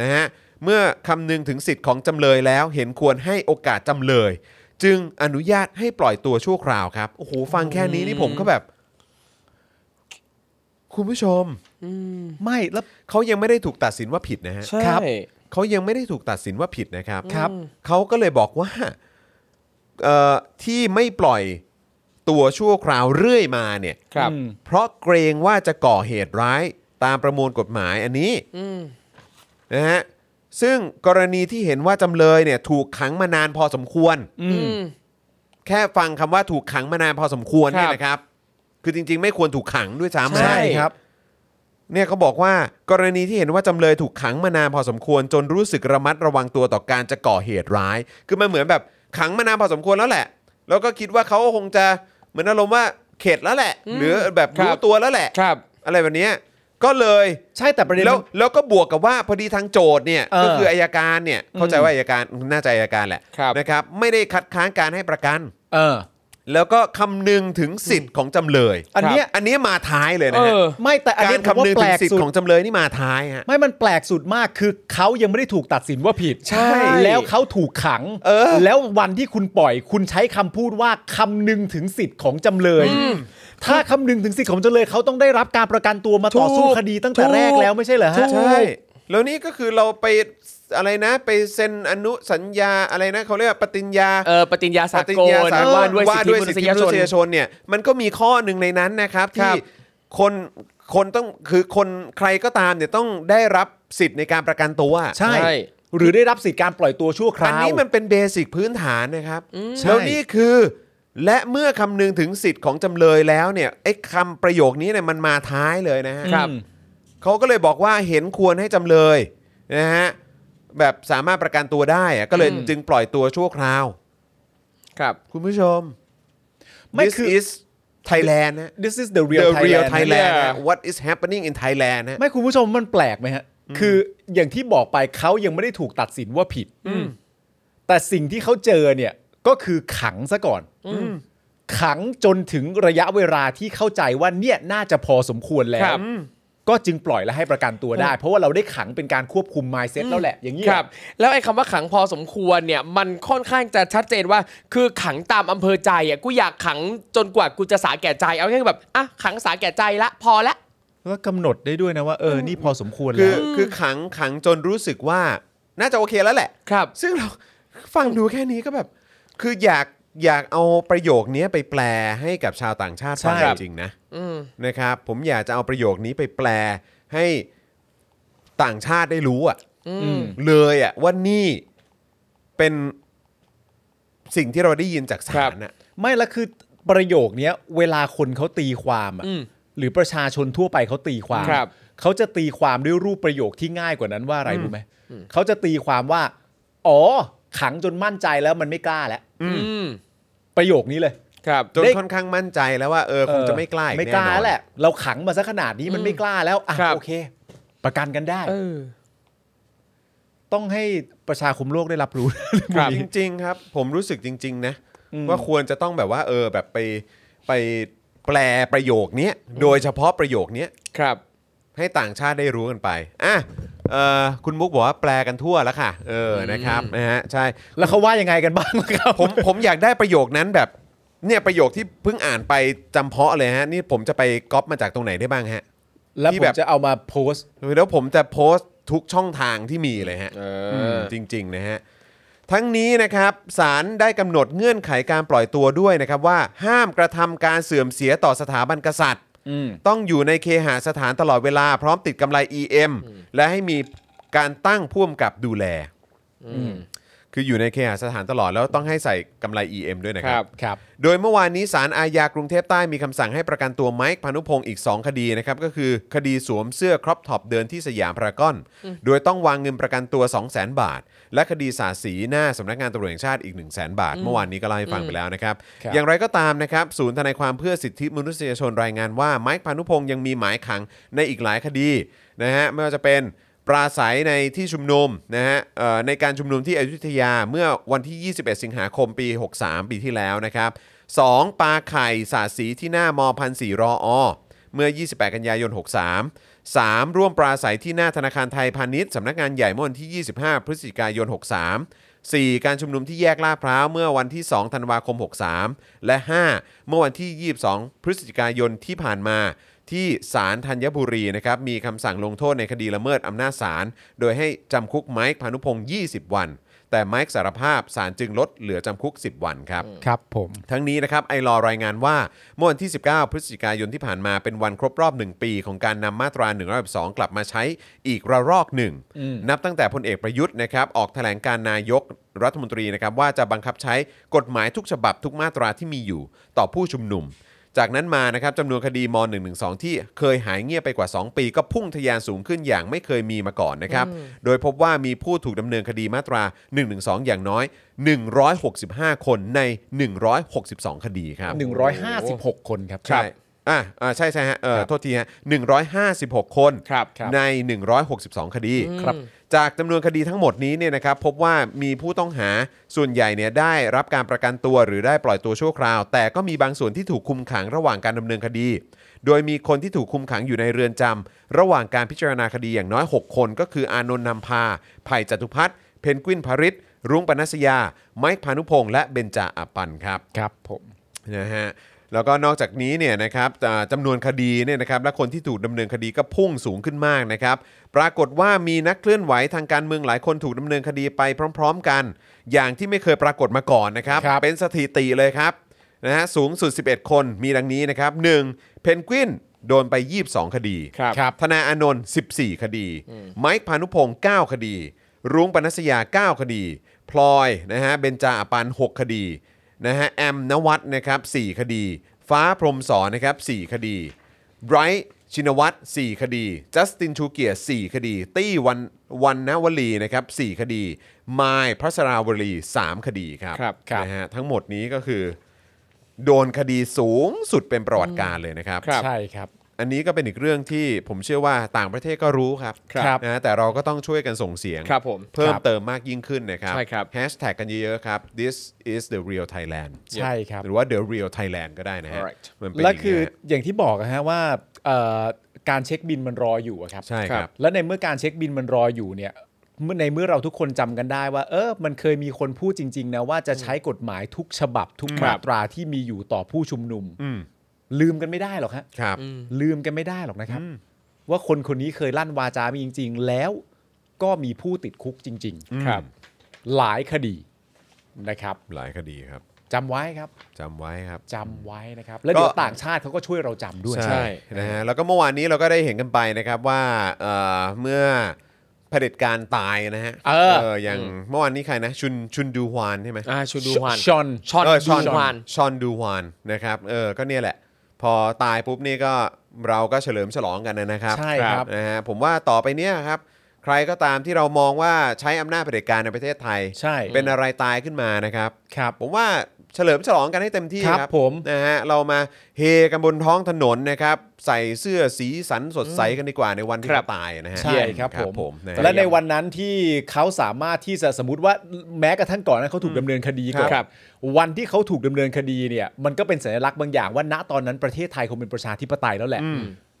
Speaker 2: นะฮะเมื่อคำนึงถึงสิทธิ์ของจำเลยแล้วเห็นควรให้โอกาสจำเลย จึงอนุญาตให้ปล่อยตัวชั่วคราวครับโอ้โหฟังแค่นี้นี่ผมก็แบบ คุณผู้ชม
Speaker 3: ไม่แล้ว
Speaker 2: เขายังไม่ได้ถูกตัดสินว่าผิดนะฮะ
Speaker 1: ใช่
Speaker 3: ครับ
Speaker 2: เขายังไม่ได้ถูกตัดสินว่าผิดนะครับ
Speaker 3: ครับ
Speaker 2: เขาก็เลยบอกว่าเอ่อที่ไม่ปล่อยตัวชั่วคราวเรื่อยมาเนี่ย
Speaker 1: ครับ
Speaker 3: อืม
Speaker 2: เพราะเกรงว่าจะก่อเหตุร้ายตามประมวลกฎหมายอันนี้นะฮะ ซึ่งกรณีที่เห็นว่าจำเลยเนี่ยถูกขังมานานพอสมควร
Speaker 3: อืม
Speaker 2: แค่ฟังคำว่าถูกขังมานานพอสมควร
Speaker 1: ครับ
Speaker 2: เนี่ยนะครับ คือจริง ๆ ไม่ควรถูกขังด้วยซ้ำนะ
Speaker 1: ใช่
Speaker 3: ใช่ครับ
Speaker 2: เนี่ยเขาบอกว่ากรณีที่เห็นว่าจำเลยถูกขังมานานพอสมควร จนรู้สึกระมัดระวังตัวต่อการจะก่อเหตุร้าย คือมันเหมือนแบบขังมานานพอสมควรแล้วแหละ แล้วก็คิดว่าเขาคงจะเหมือนอารมณ์ว่าเข็ดแล้วแหละ หรือแบบ
Speaker 1: ครั
Speaker 2: รู้
Speaker 1: บ
Speaker 2: ตัวแล้วแหละ
Speaker 1: ครับ
Speaker 2: อะไรแบบเนี้ยก็เลย
Speaker 3: ใช่แต่ประเด็น
Speaker 2: แล้ว
Speaker 3: มัน
Speaker 2: แล้วก็บวกกับว่าพอดีทางโจทย์เนี่ย
Speaker 3: เออ
Speaker 2: ก็คืออายการเนี่ยเข้าใจว่าอายการน่าจะอายการแหละ
Speaker 1: ครับ
Speaker 2: นะครับไม่ได้คัดค้านการให้ประกัน
Speaker 3: เออ
Speaker 2: แล้วก็คำนึงถึงสิทธิ์ของจำเลย
Speaker 3: อันเนี้ย
Speaker 2: อันเนี้ยมาท้ายเลย
Speaker 1: เอ
Speaker 2: นะฮะ
Speaker 1: อ
Speaker 3: ไม่แต่อัน
Speaker 2: กา
Speaker 3: นี้
Speaker 2: ร
Speaker 3: ผม
Speaker 2: คำ
Speaker 3: ว่า
Speaker 2: นึง
Speaker 3: แป
Speaker 2: ถึง
Speaker 3: ลก
Speaker 2: สิท
Speaker 3: สุ
Speaker 2: ธิ์
Speaker 3: ด
Speaker 2: ของจำเลยนี่มาท้ายฮะ
Speaker 3: ไม่มันแปลกสุดมากคือเขายังไม่ได้ถูกตัดสินว่าผิด
Speaker 2: ใช่
Speaker 3: แล้วเขาถูกขัง
Speaker 2: เออ
Speaker 3: แล้ววันที่คุณปล่อย คุณใช้คำพูดว่าคำนึงถึงสิทธิ์ของจำเลย ถ้าคำนึงถึงสิทธิ์ของจำเลยเขาต้องได้รับการประกันตัวมาต่อสู้
Speaker 1: ถูก
Speaker 3: คดีตั้งแต่
Speaker 1: ถูก
Speaker 3: แรกแล้วไม่ใช่เหรอฮะ
Speaker 2: ใช่ แล้วนี่ก็คือเราไปอะไรนะ ไปเซ็นอนุสัญญาอะไรนะเขาเรียกว่าปฏิญญา
Speaker 1: เออปฏิญญาสา
Speaker 2: ปฏิ
Speaker 1: ก
Speaker 2: ญ
Speaker 1: ล
Speaker 2: ญาสากล
Speaker 1: ว่า
Speaker 2: ว่า
Speaker 1: ด้วย
Speaker 2: ด้
Speaker 1: สิ
Speaker 2: วย
Speaker 1: ท
Speaker 2: สิท
Speaker 1: ธิ
Speaker 2: ธิ
Speaker 1: ม
Speaker 2: ม
Speaker 1: นุ
Speaker 2: นุ
Speaker 1: ษ
Speaker 2: ษ
Speaker 1: ย
Speaker 2: ย
Speaker 1: ช
Speaker 2: ช
Speaker 1: น
Speaker 2: นเนี่ยมันก็มีข้อหนึ่งในนั้นนะครับ
Speaker 1: ครั
Speaker 2: ที่
Speaker 1: บ
Speaker 2: คนคนต้องคือคนใครก็ตามเนี่ยต้องได้รับสิทธิ์ในการประกันตัว
Speaker 3: ใช่ หรือได้รับสิทธิ์การปล่อยตัวชั่วค
Speaker 2: อั
Speaker 3: ราน ว
Speaker 2: นี้มันเป็นเบสิกพื้นฐานนะครับ
Speaker 3: ใช่
Speaker 2: แล้วนี่คือ และเมื่อคำนึงถึงสิทธิ์ของจำเลยแล้วเนี่ยไอ้คำประโยคนี้เนี่ยมันมาท้ายเลยนะฮะ
Speaker 3: อืม
Speaker 1: ครับ
Speaker 2: เขาก็เลยบอกว่าเห็นควรให้จำเลยนะฮะแบบสามารถประกันตัวได้อะก็เลย
Speaker 3: อืม
Speaker 2: จึงปล่อยตัวชั่วคราว
Speaker 1: ครับ
Speaker 2: คุณผู้ชม
Speaker 3: ไม่
Speaker 2: This
Speaker 3: คือ
Speaker 2: is Thailand นะ
Speaker 3: this is the real
Speaker 2: The real
Speaker 3: Thailand นะ
Speaker 2: Thailand นะ
Speaker 1: Yeah
Speaker 2: What is happening in Thailand นะ
Speaker 3: ไม่คุณผู้ชมมันแปลกไหมฮะ คืออย่างที่บอกไปเขายังไม่ได้ถูกตัดสินว่าผิดแต่สิ่งที่เขาเจอเนี่ยก็คือขังซะก่อนขังจนถึงระยะเวลาที่เข้าใจว่าเนี่ยน่าจะพอสมควรแล้
Speaker 1: คว รับ
Speaker 3: ก็จึงปล่อยและให้ประกันตัวได้ เพราะว่าเราได้ขังเป็นการควบคุม mindset แล้วแหละ อย่างนี้ย
Speaker 1: ครับ แล้วไอ้คำว่าขังพอสมควรเนี่ย มันค่อนข้างจะชัดเจนว่า คือขังตามอำเภอใจอ่ะกูอยากขังจนกว่ากูจะสาแก่ใจ เอาแค่แบบอ่ะขังสาแก่ใจละ พอละ
Speaker 3: ก็กำหนดได้ด้วยนะว่าเออ นี่พอสมควร
Speaker 2: คื
Speaker 3: แล้
Speaker 2: อ
Speaker 3: ว
Speaker 2: คือขังขังจนรู้สึกว่า น่าจะโอเคแล้วแหละ
Speaker 1: ครับ
Speaker 2: ซึ่งเราฟังดูแค่นี้ก็แบบ คืออยากอยากเอาประโยคนี้ไปแปลให้กับชาวต่างชาติฟัง
Speaker 3: ใช่
Speaker 2: จริงๆนะ
Speaker 1: อืม
Speaker 2: นะครับผมอยากจะเอาประโยคนี้ไปแปลให้ต่างชาติได้รู้อะ
Speaker 3: ม
Speaker 2: เลยอะว่านี่เป็นสิ่งที่เราได้ยินจากศาลน่ะ
Speaker 3: ไม่และคือประโยคเนี้ยเวลาคนเขาตีความอะ
Speaker 1: อืม
Speaker 3: หรือประชาชนทั่วไปเขาตีความ
Speaker 1: ครับ
Speaker 3: เขาจะตีความด้วยรูปประโยคที่ง่ายกว่านั้นว่าอะไรรู้ไหมเขาจะตีความว่า อ๋อ ขังจนมั่นใจแล้วมันไม่กล้าแล้ว
Speaker 2: อืม
Speaker 1: อืม
Speaker 3: ประโยคนี้เลย
Speaker 1: ครับ
Speaker 2: จน
Speaker 3: ได้
Speaker 2: ค่อนข้างมั่นใจแล้วว่าเออคงจะไม่กล้าอีก
Speaker 3: ไม่
Speaker 2: แน่
Speaker 3: ก
Speaker 2: น
Speaker 3: ล้า
Speaker 2: อน
Speaker 3: แหละ เราขังมาซะขนาดนี้มันไม่กล้าแล้วอ่ะ
Speaker 1: ครับ
Speaker 3: โอเค ประกันกันได้
Speaker 1: เออ
Speaker 3: ต้องให้ประชาคมโลกได้รับรู้
Speaker 1: ครับ
Speaker 2: จริง ๆ ครับ ผมรู้สึกจริง ๆ นะ ว่าควรจะต้องแบบว่าเออแบบไปไปแปลประโยคเนี้ยโดยเฉพาะประโยคเนี้ย
Speaker 1: ครับ
Speaker 2: ให้ต่างชาติได้รู้กันไปอ่ะเออคุณมุกบอกว่าแปลกันทั่วแล้วค่ะ เออนะครับนะฮะใช่
Speaker 3: แล้วเขาว่ายังไงกันบ้างล่ะครับ
Speaker 2: ผมผมอยากได้ประโยคนั้นแบบเนี่ยประโยคที่เพิ่งอ่านไปจำเพาะเลยฮะ นี่ผมจะไปก๊อปมาจากตรงไหนได้บ้างฮะ
Speaker 3: แล้ว
Speaker 2: ที่
Speaker 3: ผม
Speaker 2: แบบ
Speaker 3: จะเอามาโพสต์
Speaker 2: แล้วผมจะโพสต์ทุกช่องทางที่มีเลยฮะ
Speaker 1: เอ
Speaker 2: มจริง ๆ นะฮะ ทั้งนี้นะครับศาลได้กำหนดเงื่อนไขการปล่อยตัวด้วยนะครับว่าห้ามกระทำการเสื่อมเสียต่อสถาบันกษัตริย์ ต้องอยู่ในเคหสถานตลอดเวลา พร้อมติดกำไร EM และให้มีการตั้งพ่วมกับดูแล คืออยู่ในเคหสถานตลอดแล้วต้องให้ใส่กำไร EM ด้วยนะค
Speaker 1: ค
Speaker 2: รั
Speaker 1: รับ บ
Speaker 3: ครับ
Speaker 2: โดยเมื่อวานนี้ศาลอาญากรุงเทพใต้มีคำสั่งให้ประกันตัวไมค์พานุพงศ์อีก 2 คดีนะครับก็คือคดีสวมเสื้อครอปท็อปเดินที่สยามพารากอน โดยต้องวางเงินประกันตัว 200,000 บาท และคดีสาดสีหน้าสำนักงานตำรวจแห่งชาติอีก 1 0 0 0 0แบาท เมื่อวานนี้ก็เล่าให้ฟังไปแล้วนะครับ
Speaker 3: ครับ
Speaker 2: อย่างไรก็ตามนะครับศูนย์ทนายความเพื่อสิทธิมนุษยชนรายงานว่าไมค์พานุพงศ์ยังมีหมายขังในอีกหลายคดีนะฮะไม่ว่าจะเป็น ปราศัยในที่ชุมนุมนะฮะเอ่อในการชุมนุมที่อยุธยาเมื่อวันที่ 21 สิงหาคมปี 63 ปีที่แล้วนะครับ 2. ปลาไข่สาดสีที่หน้ามพันสี่รออเมื่อ 28 กันยายน 63 3. ร่วมปราศัยที่หน้าธนาคารไทยพาณิชย์สำนักงานใหญ่เมื่อวันที่ 25 พฤศจิกายน 63 4. การชุมนุมที่แยกลาดพร้าวเมื่อวันที่ 2 ธันวาคม 63 และ 5 เมื่อวันที่ 22 พฤศจิกายนที่ผ่านมา ที่ศาลธัญบุรีนะครับมีคำสั่งลงโทษในคดีละเมิดอำนาจศาลโดยให้จำคุกไมค์พานุพงศ์20 วัน แต่ไมค์สารภาพศาลจึงลดเหลือจำคุก 10 วันครับ
Speaker 3: ครับผม
Speaker 2: ทั้งนี้นะครับไอรอรายงานว่าเมื่อวันที่ 19 พฤศจิกายนที่ผ่านมาเป็นวันครบรอบ 1 ปีของการนำมาตรา1นึกลับมาใช้อีกระลอกหนึ่ง นับตั้งแต่พลเอกประยุทธ์นะครับออกแถลงการนายกรัฐมนตรีนะครับว่าจะบังคับใช้กฎหมายทุกฉบับทุกมาตราที่มีอยู่ต่อผู้ชุมนุม จากนั้นมานะครับจำนวนคดีม .112 ที่เคยหายเงียบไปกว่า 2 ปี ก็พุ่งทะยานสูงขึ้นอย่างไม่เคยมีมาก่อนนะครับ โดยพบว่ามีผู้ถูกดำเนินคดีมาตรา 112 อย่างน้อย 165 คนใน 162 คดีครับ
Speaker 3: หนึ่งร้อยห้าสิบหกคนครับ
Speaker 2: ใช่อ่ะอ่าใช่ใช่ฮะเออ
Speaker 3: ครับ
Speaker 2: โทษทีฮะ156 คน
Speaker 1: ครับครับ
Speaker 2: ใน 162 คดี
Speaker 3: ครับ
Speaker 2: จากจำนวนคดีทั้งหมดนี้เนี่ยนะครับพบว่ามีผู้ต้องหาส่วนใหญ่เนี่ยได้รับการประกันตัวหรือได้ปล่อยตัวชั่วคราว แต่ก็มีบางส่วนที่ถูกคุมขังระหว่างการดำเนินคดี โดยมีคนที่ถูกคุมขังอยู่ในเรือนจำระหว่างการพิจารณาคดีอย่างน้อย 6 คน ก็คืออานนท์นำพาไผ่จตุพัฒน์เพนกวินพาริศรุ้งปนัสยา ไมค์พานุพงษ์และเบนจาอาปันครับ
Speaker 3: ครับผม
Speaker 2: นะฮะแล้วก็นอกจากนี้เนี่ยนะครับอ่าจำนวนคดีเนี่ยนะครับและคนที่ถูกดำเนินคดีก็พุ่งสูงขึ้นมากนะครับปรากฏว่ามีนักเคลื่อนไหวทางการเมืองหลายคนถูกดำเนินคดีไปพร้อม ๆ กัน อย่างที่ไม่เคยปรากฏมาก่อนนะครับเป็นสถิติเลยครับนะฮะสูงสุด 11 คนมีดังนี้นะครับ 1. เพนกวินโดนไป 22 คดี
Speaker 1: ครับ
Speaker 3: ครับ
Speaker 2: ธนาอานนท์14 คดี ไมค์พานุพงศ์9คดี รุ้งปนัสยา 9 คดี พลอยนะฮะ เบนจาอปัน 6 คดี นะฮะ แอมนวัตนะครับ 4 คดี ฟ้าพรหมสอนนะครับ 4 คดีไบรท์ชินวัตร4คดี จัสตินชูเกียร์4คดี ตี้วันวันนวลีนะครับ 4 คดี มายพระสราวลี 3 คดีครับ
Speaker 1: ครับครับ
Speaker 2: นะฮะ ทั้งหมดนี้ก็คือ โดนคดีสูงสุดเป็นประวัติการณ์เลยนะครับ
Speaker 1: ครับ
Speaker 3: ใช่ครับ
Speaker 2: อันนี้ก็เป็นอีกเรื่องที่ผมเชื่อว่าต่างประเทศก็รู้ครับ
Speaker 3: ครับ
Speaker 2: นะแต่เราก็ต้องช่วยกันส่งเสียง
Speaker 1: ครับผม
Speaker 2: เพิ่ม
Speaker 3: ครับ
Speaker 2: เติมมากยิ่งขึ้นนะครับ
Speaker 1: ใช่ครับ
Speaker 2: แฮชแท็กกันเยอะๆครับ this is the real Thailand
Speaker 3: ใช่ครับ
Speaker 2: หรือว่า the real Thailand ก็ได้นะฮะ
Speaker 1: Alright
Speaker 2: มันเป็น
Speaker 3: และ
Speaker 2: ย่าง
Speaker 3: คื
Speaker 2: เงี้
Speaker 3: อย อย่างที่บอกนะฮะว่าเอ่อการเช็คบินมันรออยู่อะครับ
Speaker 2: ใช่ค
Speaker 1: ครั
Speaker 2: รับ
Speaker 1: บ
Speaker 3: และในเมื่อการเช็คบินมันรออยู่เนี่ยเมื่อในเมื่อเราทุกคนจำกันได้ว่า เออมันเคยมีคนพูดจริง ๆ นะ ว่าจะใช้กฎหมายทุกฉบับทุก
Speaker 1: ครั
Speaker 3: มา
Speaker 1: บ
Speaker 3: ตราที่มีอยู่ต่อผู้ชุมนุม
Speaker 2: อืม
Speaker 3: ลืมกันไม่ได้หรอกฮะ
Speaker 2: ครับ
Speaker 3: ลืมกันไม่ได้หรอกนะครับ ว่าคนคนนี้เคยลั่นวาจามีจริง ๆ แล้วก็มีผู้ติดคุกจริง
Speaker 2: ครับ
Speaker 3: ๆ หลายคดีนะครับ
Speaker 2: หลายคดีครับ
Speaker 3: จำไว้ครับ
Speaker 2: จำไว้ครับ
Speaker 3: จำไว้นะครับ แล้วเดี๋ย
Speaker 2: ก็
Speaker 3: วต่างชาติเขาก็ช่วยเราจำด้วย
Speaker 1: ใช่
Speaker 2: นะฮะแล้วก็เมื่อวานนี้เราก็ได้เห็นกันไปนะครับว่าเอ่อเมื่อเผด็จการตายนะฮะ
Speaker 3: เออ
Speaker 2: อย่างเมื่อวานนี้ใครนะชุนชุนดูฮวานใช่ไหม
Speaker 1: อ่าชูดูฮวาน
Speaker 3: ชอน
Speaker 1: ชอน
Speaker 2: เ
Speaker 1: ดูฮวาน
Speaker 2: ชอนดูฮวานนะครับเออก็เนี่ยแหละ พอตายปุ๊บนี่ก็เราก็เฉลิมฉลองกันนะครับ
Speaker 3: ใช่ครับ
Speaker 2: นะฮะผมว่าต่อไปเนี่ยครับ ใครก็ตามที่เรามองว่าใช้อำนาจเผด็จการในประเทศไทย
Speaker 3: ใช่
Speaker 2: เป็นอะไรตายขึ้นมานะครับ
Speaker 3: ครับ
Speaker 2: ผมว่า เฉลิมฉลองกันให้เต็มที่
Speaker 3: ครับ
Speaker 2: ครับ
Speaker 3: ผม
Speaker 2: นะฮะเรามาเฮกันบนท้องถนนนะครับใส่เสื้อสีสันสดใสกันดีกว่าในวันที่
Speaker 1: ครับ
Speaker 2: เขาตายนะฮะ
Speaker 3: ใช่ครับผม
Speaker 2: นะ
Speaker 3: และ
Speaker 2: ฮะ
Speaker 3: ในวันนั้นที่เขาสามารถที่จะสมมติว่าแม้กระทั่งก่อนนั้นเขาถูกดำเนินคดีก่อน
Speaker 1: ครับ
Speaker 3: วันที่เขาถูกดำเนินคดีเนี่ยมันก็เป็นสัญลักษณ์บางอย่างว่าณตอนนั้นประเทศไทยคงเป็นประชาธิปไตยแล้วแหละ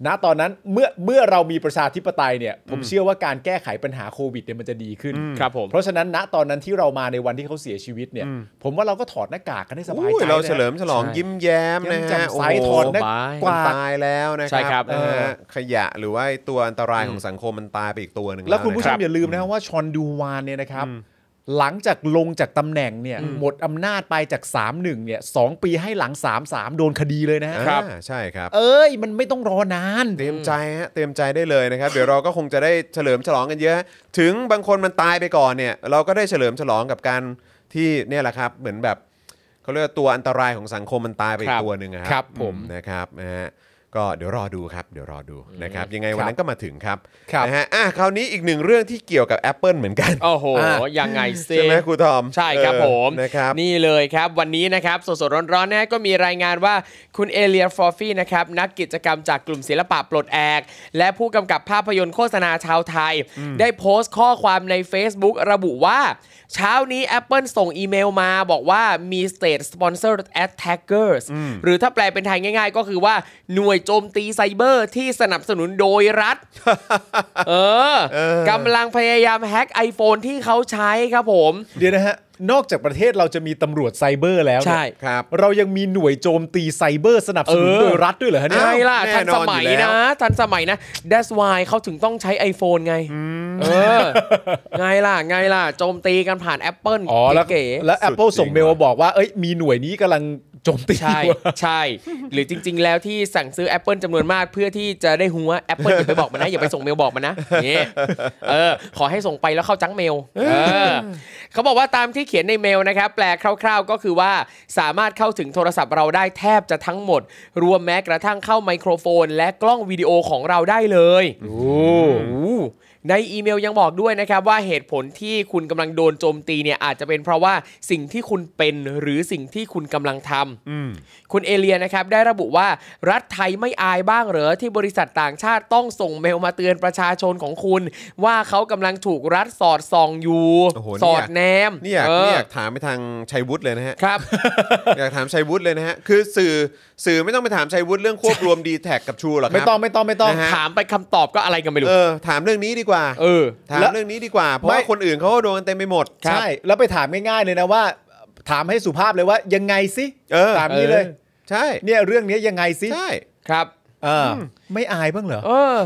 Speaker 3: ณตอนนั้นเมื่อเมื่อเรามีประชาธิปไตยเนี่ยผมเชื่อว่าการแก้ไขปัญหาโควิดเนี่ยมันจะดีขึ้น
Speaker 1: ครับผม
Speaker 3: เพราะฉะนั้นณตอนนั้นที่เรามาในวันที่เขาเสียชีวิตเนี่ย ผมว่าเราก็ถอดหน้ากากกันได้สบาย
Speaker 2: อุ้
Speaker 3: ใจ
Speaker 2: ยเราเฉลิ
Speaker 3: นะ
Speaker 2: มฉลอง
Speaker 1: ใช่
Speaker 2: ยิ้มแย้ม
Speaker 3: ยิ้ม
Speaker 2: นะ
Speaker 3: แจ่
Speaker 2: ฮะ
Speaker 3: มใส
Speaker 2: โอ้โห
Speaker 3: ถอดหน้า
Speaker 2: มัน
Speaker 3: กาก
Speaker 2: ตายแล้วนะค
Speaker 1: ใช่ครั
Speaker 2: รับ นะฮะขยะหรือว่าไอ้ตัวอันตรายของสังคมมันตายไปอีกตัวหนึ่ง
Speaker 3: แล้วคุณผู้ช
Speaker 2: นะ
Speaker 3: มอย่าลืมนะครับว่าชอนดูวานเนี่ยนะครับ หลังจากลงจากตำแหน่งเนี่ยหมดอำนาจไปจาก 3-1เนี่ยสองปีให้หลัง 3-3 โดนคดีเลยนะฮะ
Speaker 2: ครับอ่าใช่ครับ
Speaker 3: เอ้ย มันไม่ต้องรอนาน
Speaker 2: เตรียมใจฮะเตรียมใจได้เลยนะครับ เดี๋ยวเราก็คงจะได้เฉลิมฉลองกันเยอะ ถึงบางคนมันตายไปก่อนเนี่ย เราก็ได้เฉลิมฉลองกับการที่เนี่ยแหละครับ เหมือนแบบเขาเรียกว่าตัวอันตรายของสังคมมันตายไปอี
Speaker 1: ครั
Speaker 2: ก
Speaker 1: บ
Speaker 2: ตัวหนึ่งอะครั
Speaker 3: ครับผม
Speaker 2: อืนะครับนะฮะก็เดี๋ยวรอดูครับเดี๋ยวรอดูนะครับ ยังไงวัน
Speaker 3: ครับ
Speaker 2: นั้นก็มาถึงครับ
Speaker 3: ครับ
Speaker 2: นะฮะอ่ะคราวนี้อีกหนึ่งเรื่องที่เกี่ยวกับ Apple เหมือนกัน
Speaker 1: โอ้โห
Speaker 3: อ่ะ
Speaker 1: ยังไงเซ
Speaker 2: ใช่ไหมครูทอม
Speaker 1: ใช่ครับ
Speaker 2: เออ
Speaker 1: ผม
Speaker 2: นะครับ
Speaker 1: นี่เลยครับวันนี้นะครับสดๆร้อนๆนะก็มีรายงานว่าคุณเอเลียฟอร์ฟี่นะครับนักกิจกรรมจากกลุ่มศิลปะปลดแอก และผู้กำกับภาพยนตร์โฆษณาชาวไทย ได้โพสต์ข้อความใน Facebook ระบุว่า เช้านี้ Apple ส่งอีเมลมาบอกว่ามี State Sponsored Attackers หรือถ้าแปลเป็นไทยง่ายๆ ก็คือว่าหน่วยโจมตีไซเบอร์ที่สนับสนุนโดยรัฐ เออกำลังพยายามแฮ็ก iPhone ที่เขาใช้ครับผม
Speaker 3: เดี๋ยวนะฮะ นอกจากประเทศเราจะมีตำรวจไซเบอร์แล้วเนี่ย
Speaker 1: ใช่
Speaker 2: ครับ
Speaker 3: เรายังมีหน่วยโจมตีไซเบอร์สนับสนุน
Speaker 1: เออ
Speaker 3: โดยรัฐด้วยเหรอฮะเนี่ย
Speaker 1: ใช่ล่ะ
Speaker 2: แน่
Speaker 1: ทัน
Speaker 2: น
Speaker 1: ส
Speaker 2: อน
Speaker 1: มัย
Speaker 2: อยู่แล้ว
Speaker 1: นะ ทันสมัยนะ that's why เขาถึงต้องใช้ iPhone ไงเออ ไงล่ะ ไงล่ะ โจมตีกันผ่าน Apple
Speaker 3: อ๋อแล้ว
Speaker 1: เก๋
Speaker 3: แล้ว Apple
Speaker 2: สุดจริง
Speaker 3: ส่งเมลมาบอกว่าเอ้ยมีหน่วยนี้กำลังโจมตี
Speaker 1: ๆใช่ ใช่ หรือจริง ๆ แล้วที่สั่งซื้อ Apple จำนวนมากเพื่อที่จะได้หัว Apple อย่าไปบอกมันนะ อย่าไปส่งเมลบอกมันนะเนี่ยเออ ขอให้ส่งไปแล้วเข้าจังเมล เออ เขาบอกว่าตามที่เขียนในเมลนะครับ แปลคร่าวๆ ก็คือว่าสามารถเข้าถึงโทรศัพท์เราได้แทบจะทั้งหมด รวมแม้กระทั่งเข้าไมโครโฟน และกล้องวิดีโอของเราได้เลย
Speaker 3: โอ้
Speaker 1: โอ้โหในอีเมลยังบอกด้วยนะครับว่าเหตุผลที่คุณกำลังโดนโจมตีเนี่ยอาจจะเป็นเพราะว่าสิ่งที่คุณเป็นหรือสิ่งที่คุณกำลังทำคุณเอเลียนะครับได้ระบุว่ารัฐไทยไม่อายบ้างเหรอที่บริษัทต่างชาติต้องส่งเมลมาเตือนประชาชนของคุณ ว่าเขากำลังถูกรัฐสอดส่องอยู่
Speaker 2: โอ้โหนี่
Speaker 1: สอดแนม
Speaker 2: นี่อยาก
Speaker 1: เอ
Speaker 2: นี่
Speaker 1: อ
Speaker 2: อยากถามไปทางชัยวุฒิเลย นะฮะ
Speaker 1: ครับ
Speaker 2: อยากถามชัยวุฒิเลยนะฮะ คือสื่อสื่อไม่ต้องไปถามชัยวุฒิเรื่องควบรวมดีแท็กกับชูหรอกค
Speaker 3: ไม่
Speaker 2: รั
Speaker 3: ต้องไม่ต้องไม่ต้อง
Speaker 2: นะฮะ
Speaker 1: ถามไปคำตอบก็อะไรกันไม่รู้
Speaker 2: เออถามเรื่องนี้ดีกว่า
Speaker 1: เออ
Speaker 2: ถาม
Speaker 3: แล้ว
Speaker 2: เรื่องนี้ดีกว่า เพราะ
Speaker 3: ไม่
Speaker 2: ว่าคนอื่นเขาก็โดนกันเต็มไปหมด
Speaker 3: ใช่ แล้วไปถามง่ายๆเลยนะว่า ถามให้สุภาพเลยว่ายังไงสิ
Speaker 2: เออ
Speaker 3: ถามนี้เลย
Speaker 1: เอ
Speaker 2: ใช่
Speaker 3: เนี่ยเรื่องเนี้ยยังไงสิ
Speaker 2: ใช่
Speaker 1: ครับ
Speaker 3: เอออไม่อายบ้างเหรอ
Speaker 1: เออ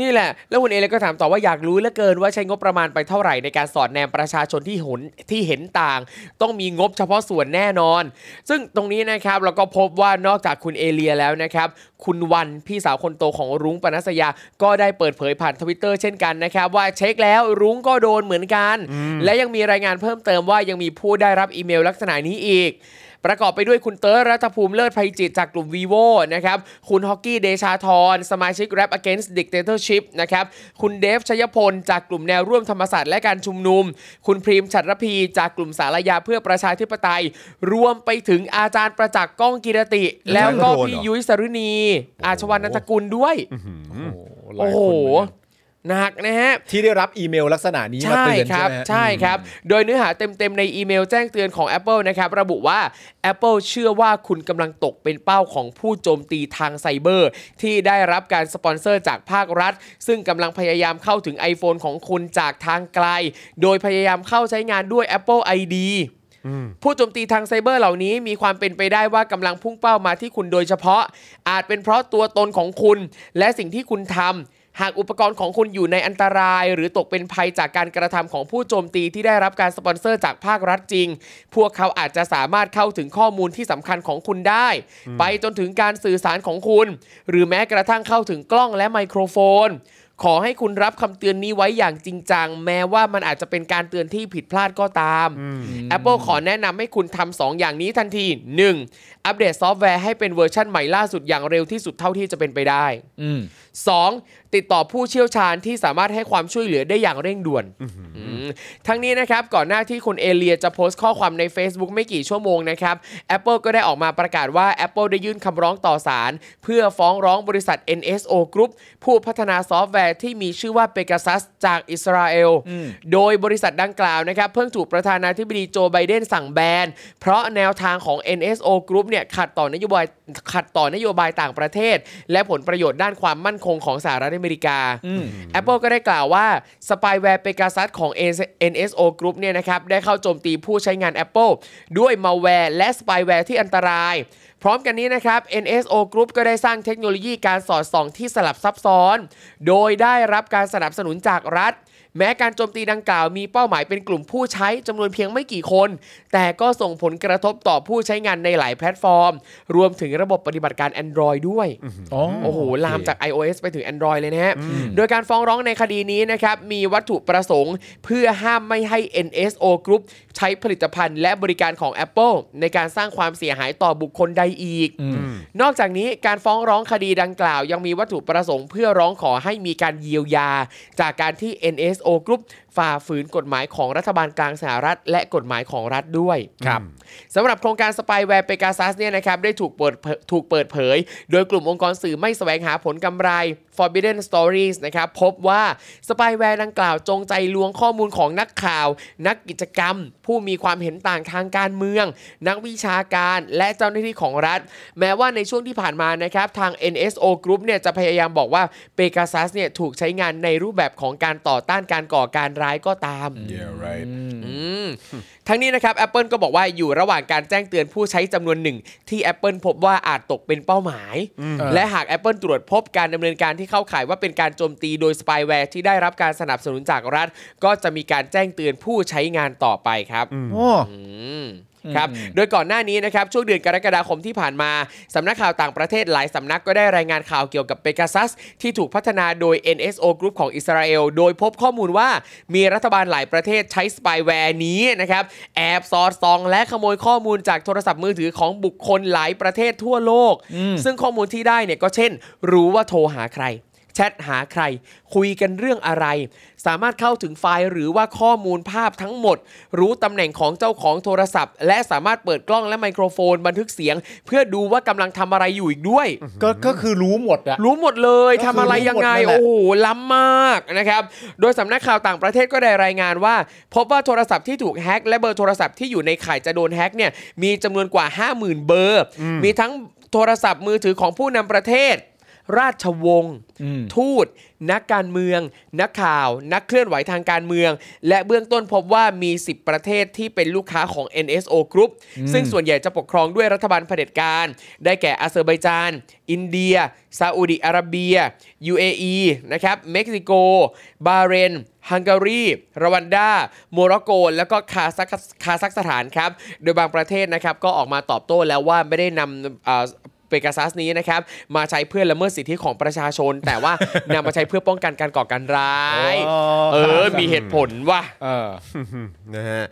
Speaker 1: นี่แหละ แล้วคุณเอเลยก็ถามต่อว่าอยากรู้เหลือเกินว่าใช้งบประมาณไปเท่าไหร่ในการสอดแนมประชาชนที่หนที่เห็นต่าง ต้องมีงบเฉพาะส่วนแน่นอน ซึ่งตรงนี้นะครับเราก็พบว่านอกจากคุณเอเลียแล้วนะครับ คุณวันพี่สาวคนโตของรุ้งปนัสยา ก็ได้เปิดเผยผ่านทวิตเตอร์เช่นกันนะครับ ว่าเช็คแล้วรุ้งก็โดนเหมือนกัน และยังมีรายงานเพิ่มเติมว่ายังมีผู้ได้รับอีเมลลักษณะนี้อีก ประกอบไปด้วยคุณเตอร์รัฐภูมิเลิศภัยจิตจากกลุ่ม vivo นะครับ คุณฮอกกี้เดชาธร สมาชิก Rap Against Dictatorship นะครับ คุณเดฟชยพล จากกลุ่มแนวร่วมธรรมศาสตร์และการชุมนุม คุณพรีมฉัตรพีจากกลุ่มสารยาเพื่อประชาธิปไตย รวมไปถึงอาจารย์ประจักษ์ก้องกิรติ แล้วก็พี่ยุ้ยสรุณี อาชวันนันตกุลด้วย
Speaker 3: โอ้
Speaker 1: โอ้
Speaker 3: โห
Speaker 1: โห หนักนะฮะ
Speaker 3: ที่ได้รับอีเมลลักษณะนี้มา
Speaker 1: ใช่
Speaker 3: เตือน
Speaker 1: ค
Speaker 3: ใช่
Speaker 1: รับ
Speaker 3: ไหมฮะ
Speaker 1: ใช่ครับ โดยเนื้อหาเต็มๆในอีเมลแจ้งเตือนของ Apple นะครับ ระบุว่า Apple เชื่อว่าคุณกำลังตกเป็นเป้าของผู้โจมตีทางไซเบอร์ ที่ได้รับการสปอนเซอร์จากภาครัฐ ซึ่งกำลังพยายามเข้าถึง iPhone ของคุณจากทางไกล โดยพยายามเข้าใช้งานด้วย Apple ID ผู้โจมตีทางไซเบอร์เหล่านี้มีความเป็นไปได้ว่ากำลังพุ่งเป้ามาที่คุณโดยเฉพาะ อาจเป็นเพราะตัวตนของคุณ และสิ่งที่คุณทำหากอุปกรณ์ของคุณอยู่ในอันตราย หรือตกเป็นภัยจากการกระทำของผู้โจมตีที่ได้รับการสปอนเซอร์จากภาครัฐจริง พวกเขาอาจจะสามารถเข้าถึงข้อมูลที่สำคัญของคุณได้ ไปจนถึงการสื่อสารของคุณ หรือแม้กระทั่งเข้าถึงกล้องและไมโครโฟน ขอให้คุณรับคำเตือนนี้ไว้อย่างจริงจัง แม้ว่ามันอาจจะเป็นการเตือนที่ผิดพลาดก็ตาม Apple ขอแนะนำให้คุณทำสองอย่างนี้ทันที 1. อัปเดตซอฟต์แวร์ให้เป็นเวอร์ชันใหม่ล่าสุดอย่างเร็วที่สุดเท่าที่จะเป็นไปได้
Speaker 3: อืม
Speaker 1: 2. ติดต่อผู้เชี่ยวชาญที่สามารถให้ความช่วยเหลือได้อย่างเร่งด่วนอืมทั้งนี้นะครับก่อนหน้าที่คุณเอเลียจะโพสต์ข้อความใน Facebook ไม่กี่ชั่วโมงนะครับ Apple ก็ได้ออกมาประกาศว่า Apple ได้ยื่นคำร้องต่อศาลเพื่อฟ้องร้องบริษัท NSO Group ผู้พัฒนาซอฟต์แวร์ที่มีชื่อว่า Pegasus จากอิสราเอล โดยบริษัทดังกล่าวนะครับ เพิ่งถูกประธานาธิบดีโจไบเดนสั่งแบน เพราะแนวทางของ NSO Group เนี่ยขัดต่อนโยบายขัดต่อนโยบายต่างประเทศ และผลประโยชน์ด้านความมั่นคงของสหรัฐอเมริกา Apple ก็ได้กล่าวว่าสปายแวร์เปกาซัสของ NSO Group เนี่ยนะครับได้เข้าโจมตีผู้ใช้งาน Apple ด้วยมาแวร์และสปายแวร์ที่อันตราย พร้อมกันนี้นะครับ NSO Group ก็ได้สร้างเทคโนโลยีการสอดส่องที่สลับซับซ้อน โดยได้รับการสนับสนุนจากรัฐ แม้การโจมตีดังกล่าวมีเป้าหมายเป็นกลุ่มผู้ใช้จำนวนเพียงไม่กี่คน แต่ก็ส่งผลกระทบต่อผู้ใช้งานในหลายแพลตฟอร์ม รวมถึงระบบปฏิบัติการ Android ด้วย
Speaker 3: อ๋อ
Speaker 1: โอ้โห ลามจาก iOS ไปถึง Android เลยนะฮะ โดยการฟ้องร้องในคดีนี้นะครับ มีวัตถุประสงค์ เพื่อห้ามไม่ให้ NSO Group ใช้ผลิตภัณฑ์และบริการของ Apple ในการสร้างความเสียหายต่อบุคคลใดอีก นอกจากนี้การฟ้องร้องคดีดังกล่าว ยังมีวัตถุประสงค์เพื่อร้องขอให้มีการเยียวยา จากการที่ NSO Group ฝ่าฝืนกฎหมายของรัฐบาลกลางสหรัฐ และกฎหมายของรัฐด้วย
Speaker 3: ครับ
Speaker 1: สำหรับโครงการสปายแวร์เปกาซัสเนี่ยนะครับได้ถูกเปิดเผยถูกเปิดเผย โดยกลุ่มองค์กรสื่อไม่แสวงหาผลกำไร Forbidden Stories นะครับพบว่าสปายแวร์ดังกล่าวจงใจลวงข้อมูลของนักข่าว นักกิจกรรม ผู้มีความเห็นต่างทางการเมือง นักวิชาการและเจ้าหน้าที่ของรัฐ แม้ว่าในช่วงที่ผ่านมานะครับทาง NSO Group เนี่ยจะพยายามบอกว่าเปกาซัสเนี่ยถูกใช้งานในรูปแบบของการต่อต้านการก่อการร้ายก็ตาม
Speaker 2: yeah right
Speaker 1: อืมทั้งนี้นะครับ Apple ก็บอกว่าอยู่ระหว่างการแจ้งเตือนผู้ใช้จำนวนหนึ่ง ที่ Apple พบว่าอาจตกเป็นเป้าหมาย และหาก Apple ตรวจพบการดำเนินการที่เข้าข่ายว่าเป็นการโจมตีโดยสปายแวร์ที่ได้รับการสนับสนุนจากรัฐ ก็จะมีการแจ้งเตือนผู้ใช้งานต่อไปครับ
Speaker 3: โอ้
Speaker 1: อืมครับโดยก่อนหน้านี้นะครับช่วงเดือนกรกฎาคมที่ผ่านมา สำนักข่าวต่างประเทศหลายสำนักก็ได้รายงานข่าวเกี่ยวกับเปกาซัสที่ถูกพัฒนาโดย NSO Group ของอิสราเอล โดยพบข้อมูลว่ามีรัฐบาลหลายประเทศใช้สปายแวร์นี้นะครับแอบสอดส่องและขโมยข้อมูลจากโทรศัพท์มือถือของบุคคลหลายประเทศทั่วโลก ซึ่งข้อมูลที่ได้เนี่ยก็เช่น รู้ว่าโทรหาใคร แชทหาใคร คุยกันเรื่องอะไร สามารถเข้าถึงไฟล์หรือว่าข้อมูลภาพทั้งหมด รู้ตำแหน่งของเจ้าของโทรศัพท์ และสามารถเปิดกล้องและไมโครโฟนบันทึกเสียง เพื่อดูว่ากำลังทำอะไรอยู่อีกด้วย
Speaker 3: ก็ก็คือรู้หมดอะ
Speaker 1: รู้หมดเลย
Speaker 3: ก็
Speaker 1: ทำ
Speaker 3: คือ
Speaker 1: อะไรยังไง
Speaker 3: รู้หมดนั่นแหละ
Speaker 1: โอ้โห ล้ำมากนะครับ โดยสำนักข่าวต่างประเทศก็ได้รายงานว่า พบว่าโทรศัพท์ที่ถูกแฮ็กและเบอร์โทรศัพท์ที่อยู่ในข่ายจะโดนแฮ็กเนี่ยมีจำนวนกว่า 50,000 เบอร์ มีทั้งโทรศัพท์มือถือของผู้นำประเทศ ราชวงศ์
Speaker 3: อืม
Speaker 1: ทูต นักการเมือง นักข่าว นักเคลื่อนไหวทางการเมือง และเบื้องต้นพบว่ามี 10 ประเทศที่เป็นลูกค้าของ NSO Group ซึ่งส่วนใหญ่จะปกครองด้วยรัฐบาลเผด็จการ ได้แก่อาเซอร์ไบจาน อินเดีย ซาอุดิอาระเบีย UAE นะครับ เม็กซิโก บาห์เรน ฮังการี รวันดา โมร็อกโก แล้วก็คาซัคคาซัคสถานครับ โดยบางประเทศนะครับก็ออกมาตอบโต้แล้วว่าไม่ได้นำเอ่อ เปกาซัสนี้นะครับ มาใช้เพื่อละเมิดสิทธิของประชาช น แต่ว่านำมาใช้เพื่อป้องกันการก่อการร้าย
Speaker 3: อ๋อ
Speaker 1: เอ
Speaker 3: ครั
Speaker 1: อ
Speaker 3: บ
Speaker 1: มีเหตุผลว่ะ
Speaker 3: เออ
Speaker 2: นะฮะ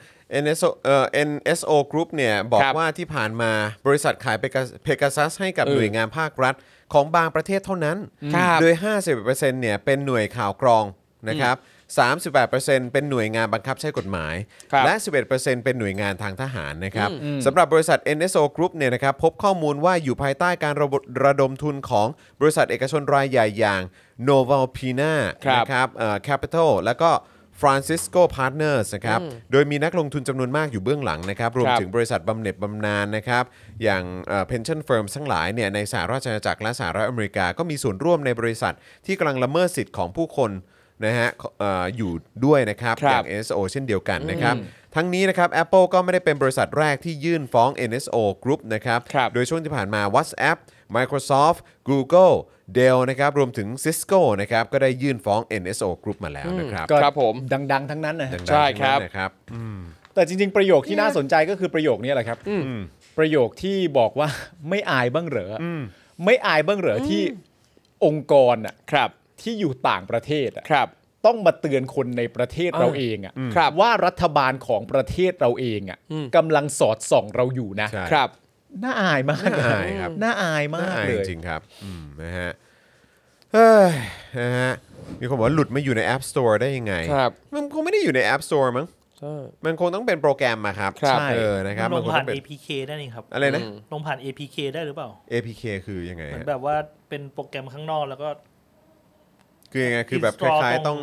Speaker 2: NSO เอ่อ NSO Group เนี่ยบอก
Speaker 1: ครับ
Speaker 2: ว่าที่ผ่านมาบริษัทขายเพกาซัสให้กับ
Speaker 1: เออ
Speaker 2: หน่วยงานภาครัฐของบางประเทศเท่านั้น
Speaker 1: ครับ
Speaker 2: โดย 50%เนี่ยเป็นหน่วยข่าวกรองนะครับ 38%เป็นหน่วยงานบังคับใช้กฎหมาย
Speaker 1: ครับ
Speaker 2: และ 11%เป็นหน่วยงานทางทหารนะครับ
Speaker 1: อืม
Speaker 2: สำหรับบริษัท NSO Group เนี่ยนะครับพบข้อมูลว่าอยู่ภายใต้การระบระดมทุนของบริษัทเอกชนรายใหญ่อย่าง Novalpina
Speaker 1: ครับ
Speaker 2: นะ นะครับเอ่อ Capital แล้วก็ Francisco Partners นะครับ โดยมีนักลงทุนจำนวนมากอยู่เบื้องหลังนะครับ รวม
Speaker 1: ครับ
Speaker 2: ถึงบริษัทบำเหน็จบำนาญนะครับ อย่างเอ่อ pension firm ทั้งหลายเนี่ยในสหราชอาณาจักรและสหรัฐอเมริกา ก็มีส่วนร่วมในบริษัทที่กำลังละเมิดสิทธิ์ของผู้คนนะฮะเอ่ออยู่ด้วยนะครับ
Speaker 1: ครับ
Speaker 2: อย่าง NSO เช่นเดียวกันนะครับ ทั้งนี้นะครับ Apple ก็ไม่ได้เป็นบริษัทแรกที่ยื่นฟ้อง NSO Group นะครับ
Speaker 1: ครับ
Speaker 2: โดยช่วงที่ผ่านมา WhatsApp Microsoft Google Dell นะครับ รวมถึง Cisco นะครับ ก็ได้ยื่นฟ้อง NSO Group มาแล้วนะครับ
Speaker 3: ก็
Speaker 1: ครับผม
Speaker 3: ดัง ๆ ทั้งนั้นนะฮะ
Speaker 2: ดังๆ
Speaker 1: ใช่ครับ
Speaker 2: ทั้งนั้นนะครับ
Speaker 3: แต่จริง ๆ ประโยคที่น่าสนใจก็คือประโยคนี้แหละครับ ประโยคที่บอกว่า ไม่อายบ้างเหรออไม่อายบ้างเหรออที่องค์กรอะ
Speaker 1: ครับ
Speaker 3: ที่อยู่ต่างประเทศอะ
Speaker 1: ครับ
Speaker 3: ต้องมาเตือนคนในประเทศเราเองอะ
Speaker 1: ครับ
Speaker 3: ว่ารัฐบาลของประเทศเราเองอะกำลังสอดส่องเราอยู่นะ
Speaker 2: ใช่
Speaker 1: ครับ
Speaker 3: น่าอายมาก
Speaker 2: น่าอายครับ
Speaker 3: น่าอายมา
Speaker 2: น่ากอาย
Speaker 3: เลย
Speaker 2: จริงๆครับอืมนะฮะ เฮ้ยนะฮะมีคนบอกว่าหลุดมาอยู่ใน App Store ได้ยังไง
Speaker 1: ครับ
Speaker 2: มันคงไม่ได้อยู่ใน App Store มั้ง
Speaker 1: ใช่
Speaker 2: มันคงต้องเป็นโปรแกรมมาครับ
Speaker 1: ครับ
Speaker 2: เออนะครับ
Speaker 4: ล
Speaker 2: มัน
Speaker 4: ง
Speaker 2: คง
Speaker 4: ผ่า
Speaker 2: ต้
Speaker 4: น
Speaker 2: องเป็น
Speaker 4: APK ได้นี่ครับ
Speaker 2: อะไรนะ
Speaker 1: อืม
Speaker 4: ลงผ่าน APK ได้หรือเปล่า
Speaker 2: APK คือยังไง
Speaker 4: เหมือ
Speaker 2: ฮะ
Speaker 4: นแบบว่าเป็นโปรแกรมข้างนอกแล้วก็
Speaker 2: คือยังไงคือแบบค
Speaker 4: install
Speaker 2: ล้าย
Speaker 4: ตรง
Speaker 2: ๆต้อง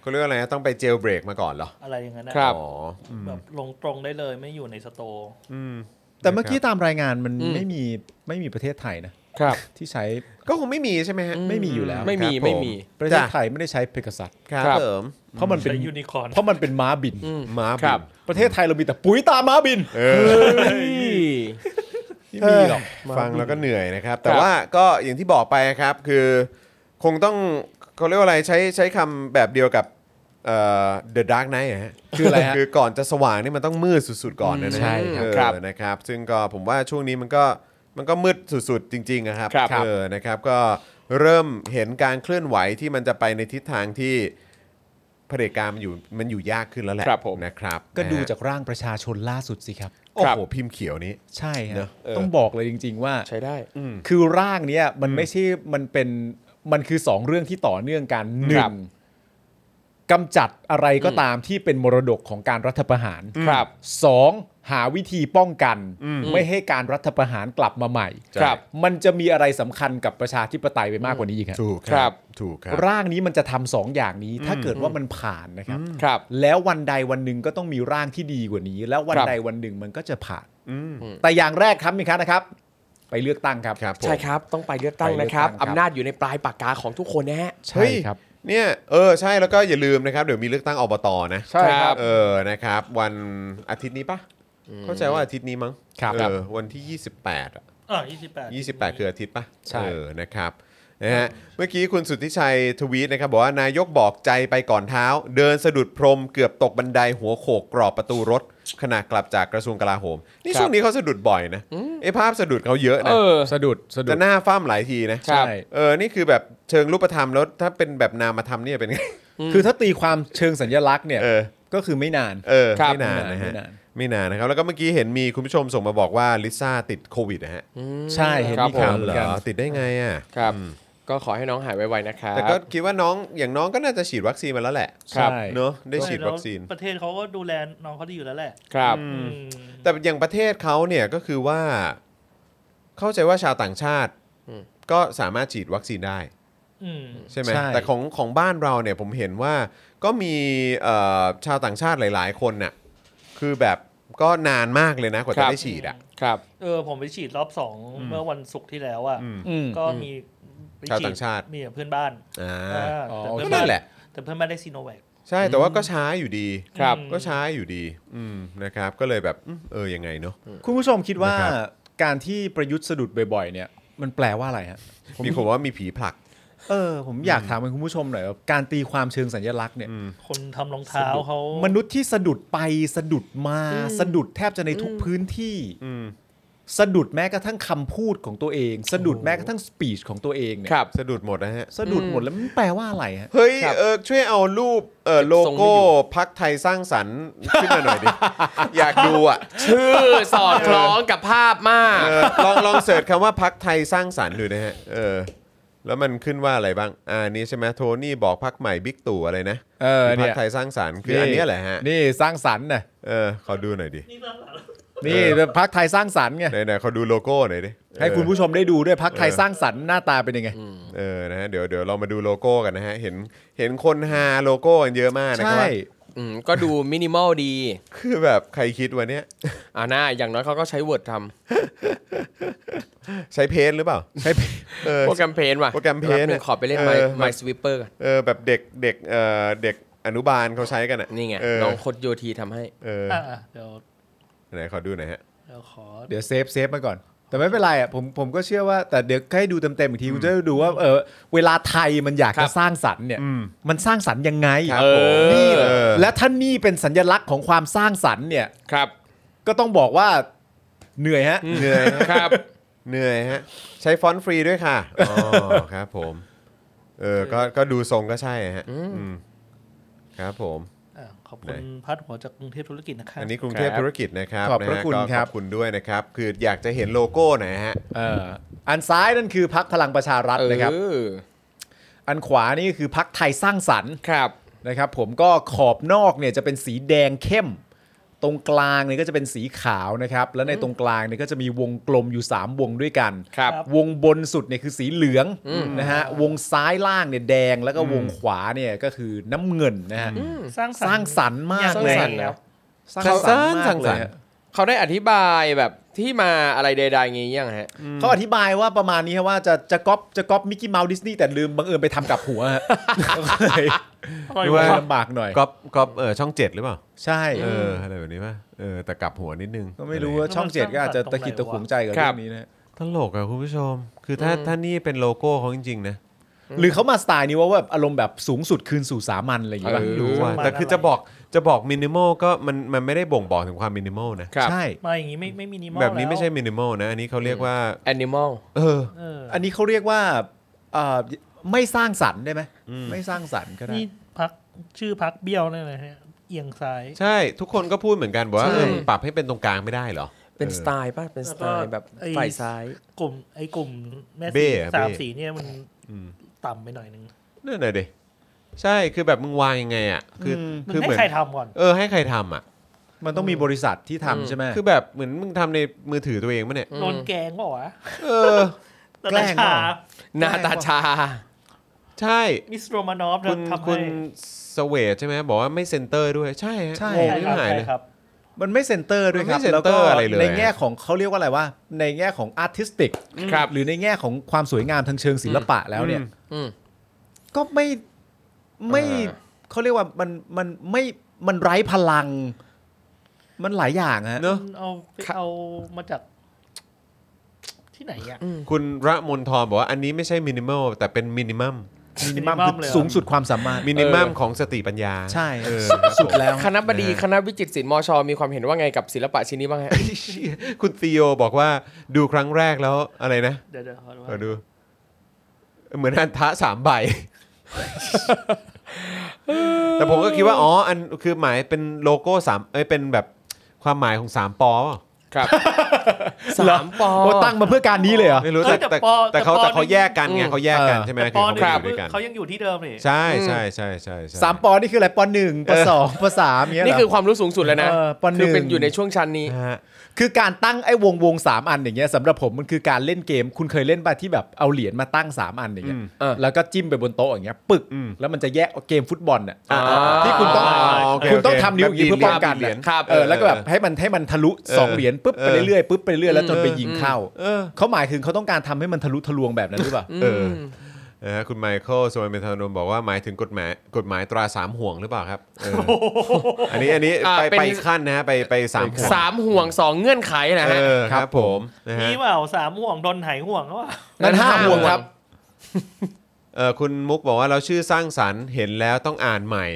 Speaker 2: เขาเรียกว่าอะไรนะต้องไปเจลเบรกมาก่อนเหรอ
Speaker 4: อะไรอย่างนั้นนะครับ
Speaker 2: อ๋ออืม
Speaker 4: แบบลงตรงได้เลยไม่อยู่ในสโตร์
Speaker 2: อืม
Speaker 3: แต่เมื่อกี้ตามรายงานมัน
Speaker 1: อืม
Speaker 3: ไม่มีไม่มีประเทศไทยนะครับ ที่ใช้
Speaker 2: ก็คงไม่มีใช่ไหมฮะ
Speaker 3: ไม่มีอยู่แล้ว
Speaker 1: ไม่มี
Speaker 2: ครับผ
Speaker 1: ไม่มี
Speaker 3: ประเทศไทยไม่ได้ใช้เพก a ซั s
Speaker 2: ครับ
Speaker 1: ครับ
Speaker 2: เติม
Speaker 3: เพราะมันเป็น
Speaker 4: ใช้ยูนิคอร์น
Speaker 3: เพราะมันเป็นม้าบิน
Speaker 1: อืม
Speaker 2: มา
Speaker 1: ครับ บ
Speaker 2: น
Speaker 3: ประเทศไทยเรามีแต่ปุ๋ยตาม้าบิน
Speaker 2: เออ
Speaker 1: เฮ้ย
Speaker 3: ไม่มีหรอก
Speaker 2: เฟังแล้วก็เหนื่อยนะครับ
Speaker 1: ค
Speaker 2: แต่
Speaker 1: รับ
Speaker 2: ว่าก็อย่างที่บอกไปครับคือคงต้องเขาเรียกว่าอะไรใช้ใช้คำแบบเดียวกับเอ่อ The Dark Knight อะฮะ
Speaker 3: คืออะไรฮะ
Speaker 2: คือก่อนจะสว่างนี่มันต้องมืดสุดๆก่อนนะนะ
Speaker 3: ใช่
Speaker 2: เออ
Speaker 1: ครับ
Speaker 2: นะครับ ซึ่งก็ผมว่าช่วงนี้มันก็มันก็มืดสุดๆจริงๆนะครับ
Speaker 1: ครับ
Speaker 2: เออนะครับก็เริ่มเห็นการเคลื่อนไหวที่มันจะไปในทิศทางที่เผด็จการมันอยู่มันอยู่ยากขึ้นแล้วแหละ
Speaker 1: ครับผม
Speaker 2: นะครับ
Speaker 3: ก็ดู
Speaker 2: นะฮะ
Speaker 3: จากร่างประชาชนล่าสุดสิครับ
Speaker 2: โอ้โหพิมพ์เขียวนี้
Speaker 3: ใช่ฮะ
Speaker 2: เนอะเออ
Speaker 3: ต้องบอกเลยจริง ๆ ว่า
Speaker 1: ใช้ได้
Speaker 3: คือร่างเนี้ยมันไม่ใช่มันเป็นมันคือสองเรื่องที่ต่อเนื่องกันหนึ่
Speaker 1: ครั
Speaker 3: ง
Speaker 1: บ
Speaker 3: กำจัดอะไรก็ตามที่เป็นมรดกของการรัฐประหาร
Speaker 1: ครับ
Speaker 3: สองหาวิธีป้องกัน ไม่ให้การรัฐประหารกลับมาใหม่
Speaker 1: ครับ
Speaker 3: มันจะมีอะไรสำคัญกับประชาธิปไตยไปมากกว่านี้อีกครับ
Speaker 2: ถูกค
Speaker 1: ครั
Speaker 2: รับ บถูกครับ
Speaker 3: ร่างนี้มันจะทำสองอย่างนี้ ถ้าเกิดว่ามันผ่านนะครับ
Speaker 1: ครับ
Speaker 3: แล้ววันใดวันหนึ่งก็ต้องมีร่างที่ดีกว่านี้ แล้ววัน
Speaker 1: ครับ
Speaker 3: ใดวันหนึ่งมันก็จะผ่านแต่อย่างแรกครับมิครับนะครับ ไปเลือกตั้งครับ
Speaker 2: ครับผม
Speaker 1: ใช่ครับ ต้องไปเลือกตั้ง
Speaker 3: ไปเลือก
Speaker 1: นะครับ
Speaker 3: ตั้งครับ
Speaker 1: อำนาจอยู่ในปลายปากกาของทุกคนนะฮะ
Speaker 3: ใช่ครับ
Speaker 2: เฮ้ยเนี่ยเออใช่แล้วก็อย่าลืมนะครับเดี๋ยวมีเลือกตั้งอบตนะ
Speaker 3: ใช่ครับ
Speaker 2: เออนะครับ วันอาทิตย์นี้ปะเข้าใจว่าอาทิตย์นี้มั้ง
Speaker 3: ครับ
Speaker 2: เออวันที่ 28อะ
Speaker 4: อ่า28
Speaker 2: 28 คืออาทิตย์ปะ
Speaker 3: ใช่
Speaker 2: เออนะครับนะฮะเมื่อกี้คุณสุทธิชัยทวีตนะครับ บอกว่านายกบอกใจไปก่อนเท้า เดินสะดุดพรมเกือบตกบันไดหัวโขกกรอบประตูรถขณะกลับจากกระทรวงกลาโหม นี่
Speaker 1: ครับ
Speaker 2: ช่วงนี้เขาสะดุดบ่อยนะไอ้ภาพสะดุดเขาเยอะ
Speaker 1: เอ
Speaker 2: นะ
Speaker 1: อ
Speaker 3: สะดุดสะดุ
Speaker 2: จะ
Speaker 3: ด
Speaker 2: หน้าฟ้ามหลายทีนะ
Speaker 1: ครั
Speaker 3: ใช่
Speaker 1: บ
Speaker 2: เออ นี่คือแบบเชิงรูปธรรมแล้วถ้าเป็นแบบนามธรรมเนี่ยเป็นไง
Speaker 3: คือถ้าตีความเชิงสัญลักษณ์เนี่ย
Speaker 2: เออ
Speaker 3: ก็คือไม่นาน
Speaker 2: เออ
Speaker 1: ครับ
Speaker 2: ไม่นานนะฮะ
Speaker 3: ไม่นาน
Speaker 2: ไม่นานนะครับ แล้วก็เมื่อกี้เห็นมีคุณผู้ชมส่งมาบอกว่าลิซ่าติดโควิดนะฮะ
Speaker 3: ใช่เห็น
Speaker 1: ครับ
Speaker 3: มีข่าวเห
Speaker 2: เห
Speaker 3: มื
Speaker 2: ร
Speaker 3: อนกัน
Speaker 2: อ ติดได้ไงอ่ะ
Speaker 1: ครับ ก็ขอให้น้องหายไวๆนะครับ
Speaker 2: แต่ก็คิดว่าน้องอย่างน้องก็น่าจะฉีดวัคซีนมาแล้วแหละ
Speaker 1: ครับ
Speaker 3: ใช่
Speaker 2: เนอะได้ฉีด
Speaker 4: แล้
Speaker 2: วัคซีน
Speaker 4: ประเทศเขาก็ดูแลน้องเขาดีอยู่แล้วแหละ
Speaker 1: ครับ
Speaker 4: อืม
Speaker 2: แต่อย่างประเทศเขาเนี่ยก็คือว่า เข้าใจว่าชาวต่างชาติ
Speaker 1: อืม
Speaker 2: ก็สามารถฉีดวัคซีนได้
Speaker 4: อืม
Speaker 2: ใช่ไหม
Speaker 3: ใช่
Speaker 2: แต่ของของบ้านเราเนี่ยผมเห็นว่าก็มีเอ่อชาวต่างชาติหลาย ๆ คนน่ะคือแบบก็นานมากเลยนะกว่า
Speaker 1: ครั
Speaker 2: จะ
Speaker 1: บ
Speaker 2: ได้ฉีดอ่ะ
Speaker 1: ครับ
Speaker 4: เออผมไปฉีดรอบสองเมื่อวันศุกร์ที่แล้วอ่ะ
Speaker 2: อืม
Speaker 3: อืม
Speaker 4: ก็มีไป
Speaker 2: ชาว
Speaker 4: ฉีด
Speaker 2: ต่างชาติ
Speaker 4: มีกับเพื่อนบ้าน
Speaker 2: อ่า
Speaker 4: อ่า
Speaker 3: อ๋อ
Speaker 4: แต่เพื่
Speaker 2: ก็
Speaker 4: อนบ้า
Speaker 2: นั่
Speaker 4: น
Speaker 2: นแหละ
Speaker 4: แต่เพื่อนบ้านได้ซีโนแวค
Speaker 2: ใช่แต่ว่าก็ช้าอยู่ดี
Speaker 1: ครับ
Speaker 2: ก็ช้าอยู่ดี อืมนะครับ ก็เลยแบบอืมเออยังไงเนาะ
Speaker 3: คุณผู้ชมคิดว่า
Speaker 2: นะครับ
Speaker 3: การที่ประยุทธ์สะดุดบ่อยๆเนี่ย มันแปลว่าอะไรฮะผม
Speaker 2: มีคนว่ามีผีผลัก
Speaker 3: เออผมอยากถามคุณผู้ชมหน่อยว่าการตีความเชิงสัญลักษณ์เนี่ย
Speaker 4: คนทำรองเท้าเขา
Speaker 3: ม
Speaker 4: มั
Speaker 3: นุษย์ที่สะดุดไปสะดุดมาสะดุดแทบจะในทุกพื้นที่
Speaker 2: อืม
Speaker 3: สะดุดแม้กระทั่งคำพูดของตัวเอง สะดุดแม้กระทั่งสปีชของตัวเองเนี่ย
Speaker 1: ครับ
Speaker 2: สะดุดหมดนะฮะ
Speaker 3: สะดุดหมดแล้วมันแปลว่าอะไรฮะ
Speaker 2: เฮ้ย
Speaker 1: ครับ
Speaker 2: เออช่วยเอารูปเออโลโก้
Speaker 1: ส่งไม่อยู่
Speaker 2: พักไทยสร้างสรรค์ขึ้นมาหน่อยดิ อยากดูอ่ะ
Speaker 1: ชื่อสอดคล้องกับภาพมาก
Speaker 2: เออลองลองเสิร์ชคำว่าพักไทยสร้างสรรค์ดูนะฮะเออแล้วมันขึ้นว่าอะไรบ้างอ่านี่ใช่ไหมโทนี่บอกพักใหม่บิ๊กตู่อะไรนะ
Speaker 3: เออ
Speaker 2: พั
Speaker 3: เนี่ย
Speaker 2: ไทยสร้างสรรค์คืออันเนี้ยแหละฮะ
Speaker 3: นี่สร้างสรรค์นะ
Speaker 2: เออขอดูหน่อยดิ
Speaker 3: นี่พักไทยสร้างสรรค์ไง
Speaker 2: ไหนๆขอดูโลโก้หน่อยดิ
Speaker 3: ให้คุณ
Speaker 2: เออ
Speaker 3: ผู้ชมได้ดูด้วยพักไทยสร้างสรรค์หน้าตาเป็นยังไง
Speaker 2: เออ นะฮะ เดี๋ยว เดี๋ยวเรามาดูโลโก้กันนะฮะ เห็น เห็นคนฮาโลโก้กันเยอะมากนะครั
Speaker 3: ใช่
Speaker 2: บ
Speaker 1: อืมก็ดูมินิมอลดี
Speaker 2: คือแบบใครคิดวันเนี้ย
Speaker 1: อ่าน่าอย่างน้อยเขาก็ใช้ Word ท
Speaker 2: ใช้เพนหรือเปล่า
Speaker 3: ใช่
Speaker 2: เออ
Speaker 1: ำโปรแกรมเพนว่ะ
Speaker 2: โปรแกรมเพน
Speaker 1: บหนึ่งขอไปเล่น
Speaker 2: เออ
Speaker 1: My My Sweeper กัน
Speaker 2: เออ แบบเด็ก เด็ก เอ่อ เด็กอนุบาลเขาใช้กันอ่ะ
Speaker 1: นี่ไง
Speaker 2: เออ
Speaker 1: น้องโคดโยทีทำให้
Speaker 2: เออ
Speaker 4: อ่ะอ่ะเดี๋ยว
Speaker 2: ไหนขอดูหน่อยฮะ
Speaker 4: เดี๋ยวขอ
Speaker 3: เดี๋ยวเซฟเซฟมาก่อน แต่ไม่เป็นไรอ่ะผมผมก็เชื่อว่าแต่เดี๋ยวให้ดูเต็มๆอีกทีคุณจะได้ดูว่าเออเวลาไทยมันอยาก
Speaker 1: ครั
Speaker 3: จะ
Speaker 1: บ
Speaker 3: สร้างสรรค์เนี่ยมันสร้างสรรค์ยังไง
Speaker 2: ครับ
Speaker 3: เออ
Speaker 2: ผม
Speaker 3: นี่แห
Speaker 2: เอ
Speaker 3: ละ
Speaker 2: อ
Speaker 3: และท่านนี่เป็นสัญลักษณ์ของความสร้างสรรค์เนี่ย
Speaker 1: ครับ
Speaker 3: ก็ต้องบอกว่าเหนื่อยฮะ
Speaker 2: เหนื่อยฮะ
Speaker 1: ครับ
Speaker 2: เหนื่อยฮะ ใช้ฟอนต์ฟรีด้วยค่ะ อ๋อ ครับผม เออ ก็ ก็ดูทรงก็ใช่ฮะ อืม ครับผม
Speaker 4: อ่ะขอบ
Speaker 2: ไห
Speaker 4: คุณ
Speaker 2: น
Speaker 4: พัดหัวจากกรุงเทพธุรกิจนะครับ
Speaker 2: อันนี้กรุงเทพ
Speaker 1: ครับ
Speaker 2: ธุรกิจนะครับ
Speaker 3: ขอบพระ
Speaker 2: นฮ
Speaker 3: คุณ
Speaker 2: ก็
Speaker 3: ครั
Speaker 2: ข
Speaker 3: บ
Speaker 2: อบคุณด้วยนะครับ คืออยากจะเห็นโลโก้หน่อยฮะ
Speaker 3: เอออันซ้ายนั่นคือพักพลังประชารัฐนะครับ
Speaker 1: เออ
Speaker 3: อันขวานี่ก็คือพักไทยสร้างสรรค์
Speaker 1: ครับ
Speaker 3: นะครับผมก็ขอบนอกเนี่ยจะเป็นสีแดงเข้ม ตรงกลางเนี่ยก็จะเป็นสีขาวนะครับ แล้วในตรงกลางเนี่ยก็จะมีวงกลมอยู่ 3 วงด้วยกัน
Speaker 1: ครับ
Speaker 3: วงบนสุดเนี่ยคือสีเหลืองนะฮะวงซ้ายล่างเนี่ยแดงแล้วก็วงขวาเนี่ยก็คือน้ำเงินนะฮะ
Speaker 4: สร้าง
Speaker 3: สร้างสรรค์มากเลย
Speaker 1: สร้างสรรค์
Speaker 4: แล้ว
Speaker 3: สร้างสรรค์มากเลยฮะ
Speaker 1: เขาได้อธิบายแบบที่มาอะไรใดๆอย่างงี้ยังฮะ
Speaker 3: เขาอธิบายว่าประมาณนี้ฮะว่าจะจะก๊อปจะก๊อปมิกกี้เมาส์ดิสนีย์แต่ลืมบังเอิญไปทำกลับหัว ฮะก็เลย
Speaker 4: อร่
Speaker 2: ด้ว
Speaker 4: อยก
Speaker 2: ย
Speaker 4: ว่า
Speaker 3: ลำบากหน่อย
Speaker 2: ก๊อปก๊อปเออช่องเจ็ดหรือเปล่า
Speaker 3: ใช่
Speaker 2: เอออะไรแบบนี้ป่ะเออแต่กลับหัวนิดนึง
Speaker 3: ก็ไม่รู้ว่าช่องเจ็ดก็อาจจะตะขิดตะขวงใจกับเรื่องนี้นะฮะ
Speaker 2: ตลกอะคุณผู้ชม คือถ้าถ้านี่เป็นโลโก้เขาจริงๆนะ
Speaker 3: หรือเขามาสไตล์นี้ว่าแบบอารมณ์แบบสูงสุดคืนสู่สามัญอะไรอย่างเงี้ย
Speaker 1: เออ
Speaker 2: รู้ว่าแต่คือจะบอกจะบอกมินิมอลก็มันมันไม่ได้บ่งบอกถึงความมินิมอลนะ
Speaker 1: ครับ
Speaker 3: ใช่
Speaker 4: มาอย่างนี้ไม่ไม่มินิมอล
Speaker 2: แบบนี้ไม่ใช่
Speaker 4: แล้ว
Speaker 2: มินิมอลนะ อันนี้เขาเรียกว่า
Speaker 1: animal
Speaker 2: เออ
Speaker 4: เออ
Speaker 3: อันนี้เขาเรียกว่าเอ่อไม่สร้างสรรค์ได้ไหมไม่สร้างสรรค์ก็ได้
Speaker 4: นี่พักชื่อพักเบี้ยวเนี่ยนะฮะเอียงซ้าย
Speaker 2: ใช่ทุกคนก็พูดเหมือนกันบอกว่า
Speaker 3: ใช่
Speaker 2: เออมันปรับให้เป็นตรงกลางไม่ได้เหรอ
Speaker 1: เป็นสไตล์ป่ะ เป็นสไตล์แบบ
Speaker 4: ไอ้
Speaker 1: ฝ่ายซ้าย
Speaker 4: กลุ่มไอ้กลุ่มแม่
Speaker 2: เบ้
Speaker 4: สี
Speaker 2: อะ
Speaker 4: สาม
Speaker 2: เบ้
Speaker 4: สีเนี่ยมันต่ำไปหน่อยนึง
Speaker 2: นั่นน่ะดิใช่คือแบบมึงวางยังไงอ่ะคืออ
Speaker 4: มึง
Speaker 2: คือ
Speaker 4: ให้
Speaker 2: เหมือน
Speaker 4: ใครทำก่อน
Speaker 2: เออให้ใครทำอ่ะ
Speaker 3: มันต้องมีบริษัทที่ทำใช่ไหม
Speaker 2: คือแบบเหมือนมึงทำในมือถือตัวเองมั้เนี่ย
Speaker 4: โดนแกงเปล่าวะ
Speaker 2: เออ
Speaker 3: แกล้งเปล่า
Speaker 1: นาตาชา
Speaker 2: ใช่
Speaker 4: มิสโรมานอฟ
Speaker 2: คุณ
Speaker 4: ทำ
Speaker 2: คุ
Speaker 4: ให้
Speaker 2: ณสเวทใช่ไหมบอกว่าไม่เซนเตอร์ด้วยใช่ฮะ
Speaker 3: ใช่
Speaker 2: งง
Speaker 4: ใช่
Speaker 2: ที่
Speaker 4: ครับ
Speaker 2: หาย
Speaker 4: ใช่
Speaker 2: เลย
Speaker 4: ครับ
Speaker 3: มันไม่เซ็นเตอร์ด้วยครับ
Speaker 2: มันไม่เซ็น
Speaker 3: แล้ว
Speaker 2: เตอ
Speaker 3: ก็
Speaker 2: ร์อะไรเลย
Speaker 3: ในแง่ของเขาเรียกว่าอะไรว่าในแง่ของอาร์ติสติก
Speaker 1: ครับ
Speaker 3: หรือในแง่ของความสวยงามทางเชิงศิลปะแล้วเนี่ย
Speaker 1: อืม
Speaker 3: ก็ไม่ไม่
Speaker 1: อ่า
Speaker 3: เขาเรียกว่ามันมันไม่มันไร้พลัง มันหลายอย่างฮะ
Speaker 2: เนอะ
Speaker 4: เอาเอามาจาก ที่ไหนอ่ะ
Speaker 2: คุณระมนทรบอกว่าอันนี้ไม่ใช่มินิมอลแต่เป็นมินิมัม
Speaker 3: มินิมัม
Speaker 4: minimum
Speaker 3: คือ
Speaker 4: เลยเหรอ
Speaker 3: สูงสุดความสามารถ
Speaker 2: มินิมัมของสติปัญญา
Speaker 3: ใช่
Speaker 2: เออ
Speaker 3: สุดแล้ว
Speaker 1: คณะบดีคณะวิจิตรศิลป์มช มีความเห็นว่าไงกับศิลปะชิ้นนี้บ้างฮะ
Speaker 2: เชี่ยคุณตีโอบอกว่าดูครั้งแรกแล้วอะไรนะ
Speaker 4: เดี๋ยวเดี๋ยวขอดู
Speaker 2: ขอดู เหมือนอันทะสามใบ แต่ผมก็คิดว่า อ๋อ อันคือหมายเป็นโลโก้สามเอ้ยเป็นแบบความหมายของสามปอเปล่า
Speaker 1: ครับสามปอ
Speaker 3: โอ้ตั้งมาเพื่อการนี้เลยเหรอ
Speaker 2: ไม่รู้
Speaker 4: เอ้
Speaker 2: แต่
Speaker 4: ย
Speaker 2: แต่
Speaker 4: ปอ
Speaker 2: แต่เขา
Speaker 4: ปอ
Speaker 2: แต่เขา
Speaker 4: หนึ่ง
Speaker 2: แยกกันไง
Speaker 1: อืม
Speaker 2: เขาแยกกันใช่ไหม
Speaker 4: แต่
Speaker 2: คือ
Speaker 4: ปอ
Speaker 2: เขา
Speaker 4: ห
Speaker 2: ไม่อยู่ด้
Speaker 4: นึ่ง
Speaker 2: วยกัน
Speaker 4: เขายังอยู่ที่เดิมนี่
Speaker 2: ใช่ใช่ใช่ใช่ใช่
Speaker 3: สามปอนี่คืออะไรปอหนึ่งปอสองปอสามเงี้ยเหร
Speaker 1: นี่คือ
Speaker 3: อ
Speaker 1: ความรู้สูงสุดแล้วนะ
Speaker 3: เออปหนึ่ง
Speaker 1: คือเป็นอยู่ในช่วงชั้นนี้
Speaker 2: นะฮะ
Speaker 3: คือการตั้งไอ้วงวงสามอันอย่างเงี้ยสำหรับผมมันคือการเล่นเกม คุณเคยเล่นป่ะที่แบบเอาเหรียญมาตั้งสามอันอย่างเงี้ย
Speaker 1: อืม
Speaker 3: แล้วก็จิ้มไปบนโต๊ะอย่างเงี้ยปึกแล้วมันจะแยกเกมฟุตบอลน่ะ
Speaker 1: อ่า
Speaker 3: ที่คุณต้อง
Speaker 2: าโเ
Speaker 3: คุณต้องทำนิ้วอย่างงี้เพื่อป้องกัน
Speaker 2: เหรียญ
Speaker 1: ครับ
Speaker 3: เออแล้วก็แบบให้มันให้มันทะลุสอง
Speaker 2: เออ
Speaker 3: เหรียญปุ๊บไป
Speaker 2: เออ
Speaker 3: เรื่อยๆปุ๊บไปเรื่อยแล้วจนไปยิงเข้า
Speaker 2: เออ
Speaker 3: เขาหมายถึงเขาต้องการทำให้มันทะลุทะลวงแบบนั้นหรือเปล่า
Speaker 2: เออนะฮะคุณไมเคิลสวนเมธานนท์บอกว่าหมายถึงกฎหมายกฎหมายตราสามห่วงหรือเปล่าครับเอออันนี้อันนี้
Speaker 1: อ่า
Speaker 2: ไป
Speaker 1: เป็น
Speaker 2: ไปอีกขั้นนะฮะไปไปสามห่วง
Speaker 1: สามห่วงสองเงื่อนไขนะฮะ
Speaker 2: เออครับผมนะฮะ
Speaker 4: นี่เปล่าสามห่วงดนหายห่วงเขาว่า
Speaker 3: นั่นห้า
Speaker 1: นั่นห้า
Speaker 3: ห่วงครับ
Speaker 2: เออคุณมุกบอกว่าเราชื่อสร้างสรรค์เห็นแล้วต้องอ่านใหม่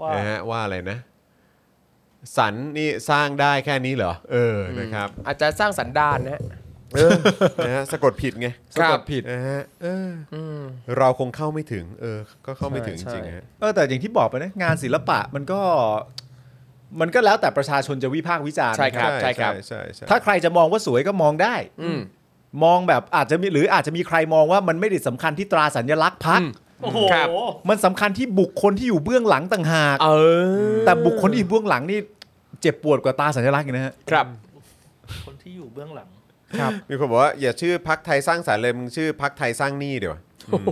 Speaker 4: ว่า
Speaker 2: นะฮะว่าอะไรนะสรรนี่สร้างได้แค่นี้เหรอเออนะครับ
Speaker 1: อาจจะสร้างสันดานนะฮะ
Speaker 2: เออนะฮะสะกดผิดไง
Speaker 1: ครั
Speaker 2: สะ
Speaker 1: บ
Speaker 2: กดผิดนะฮะเอออเราคงเข้าไม่ถึง เออ ก็เข้าไม่ถึงจ
Speaker 3: ใช่
Speaker 2: ริง
Speaker 3: ใช่
Speaker 2: ๆฮะ
Speaker 3: เออแต่อย่างที่บอกไปนะงานศิลปะมันก็ มันก็แล้วแต่ประชาชนจะวิพากษ์วิจารณ์
Speaker 1: ใช่ครับ
Speaker 3: นะ
Speaker 1: ใช่ครับ
Speaker 2: ใช่ใช่
Speaker 3: ถ้าใครจะมองว่าสวยก็มองได้
Speaker 1: อืม
Speaker 3: มองแบบอาจจะมีหรืออาจจะมีใครมองว่ามันไม่ได้สำคัญที่ตราสัญลักษณ์พัก
Speaker 1: อืม
Speaker 4: โอ้โห
Speaker 1: ครับ
Speaker 3: มันสำคัญที่บุคคลที่อยู่เบื้องหลังต่างหาก
Speaker 1: เออ
Speaker 3: แต่บุคคลที่อยู่เบื้องหลังนี่เจ็บปวดกว่าตราสัญลักษณ์อีกนะฮะ
Speaker 1: ครับ
Speaker 4: คนที่อยู่เบื้องหลัง
Speaker 2: มีคนบอกว่าอย่าชื่อพักไทยสร้างสารรค์เลยมึงชื่อพักไทยสร้างหนี้เดี๋ยวา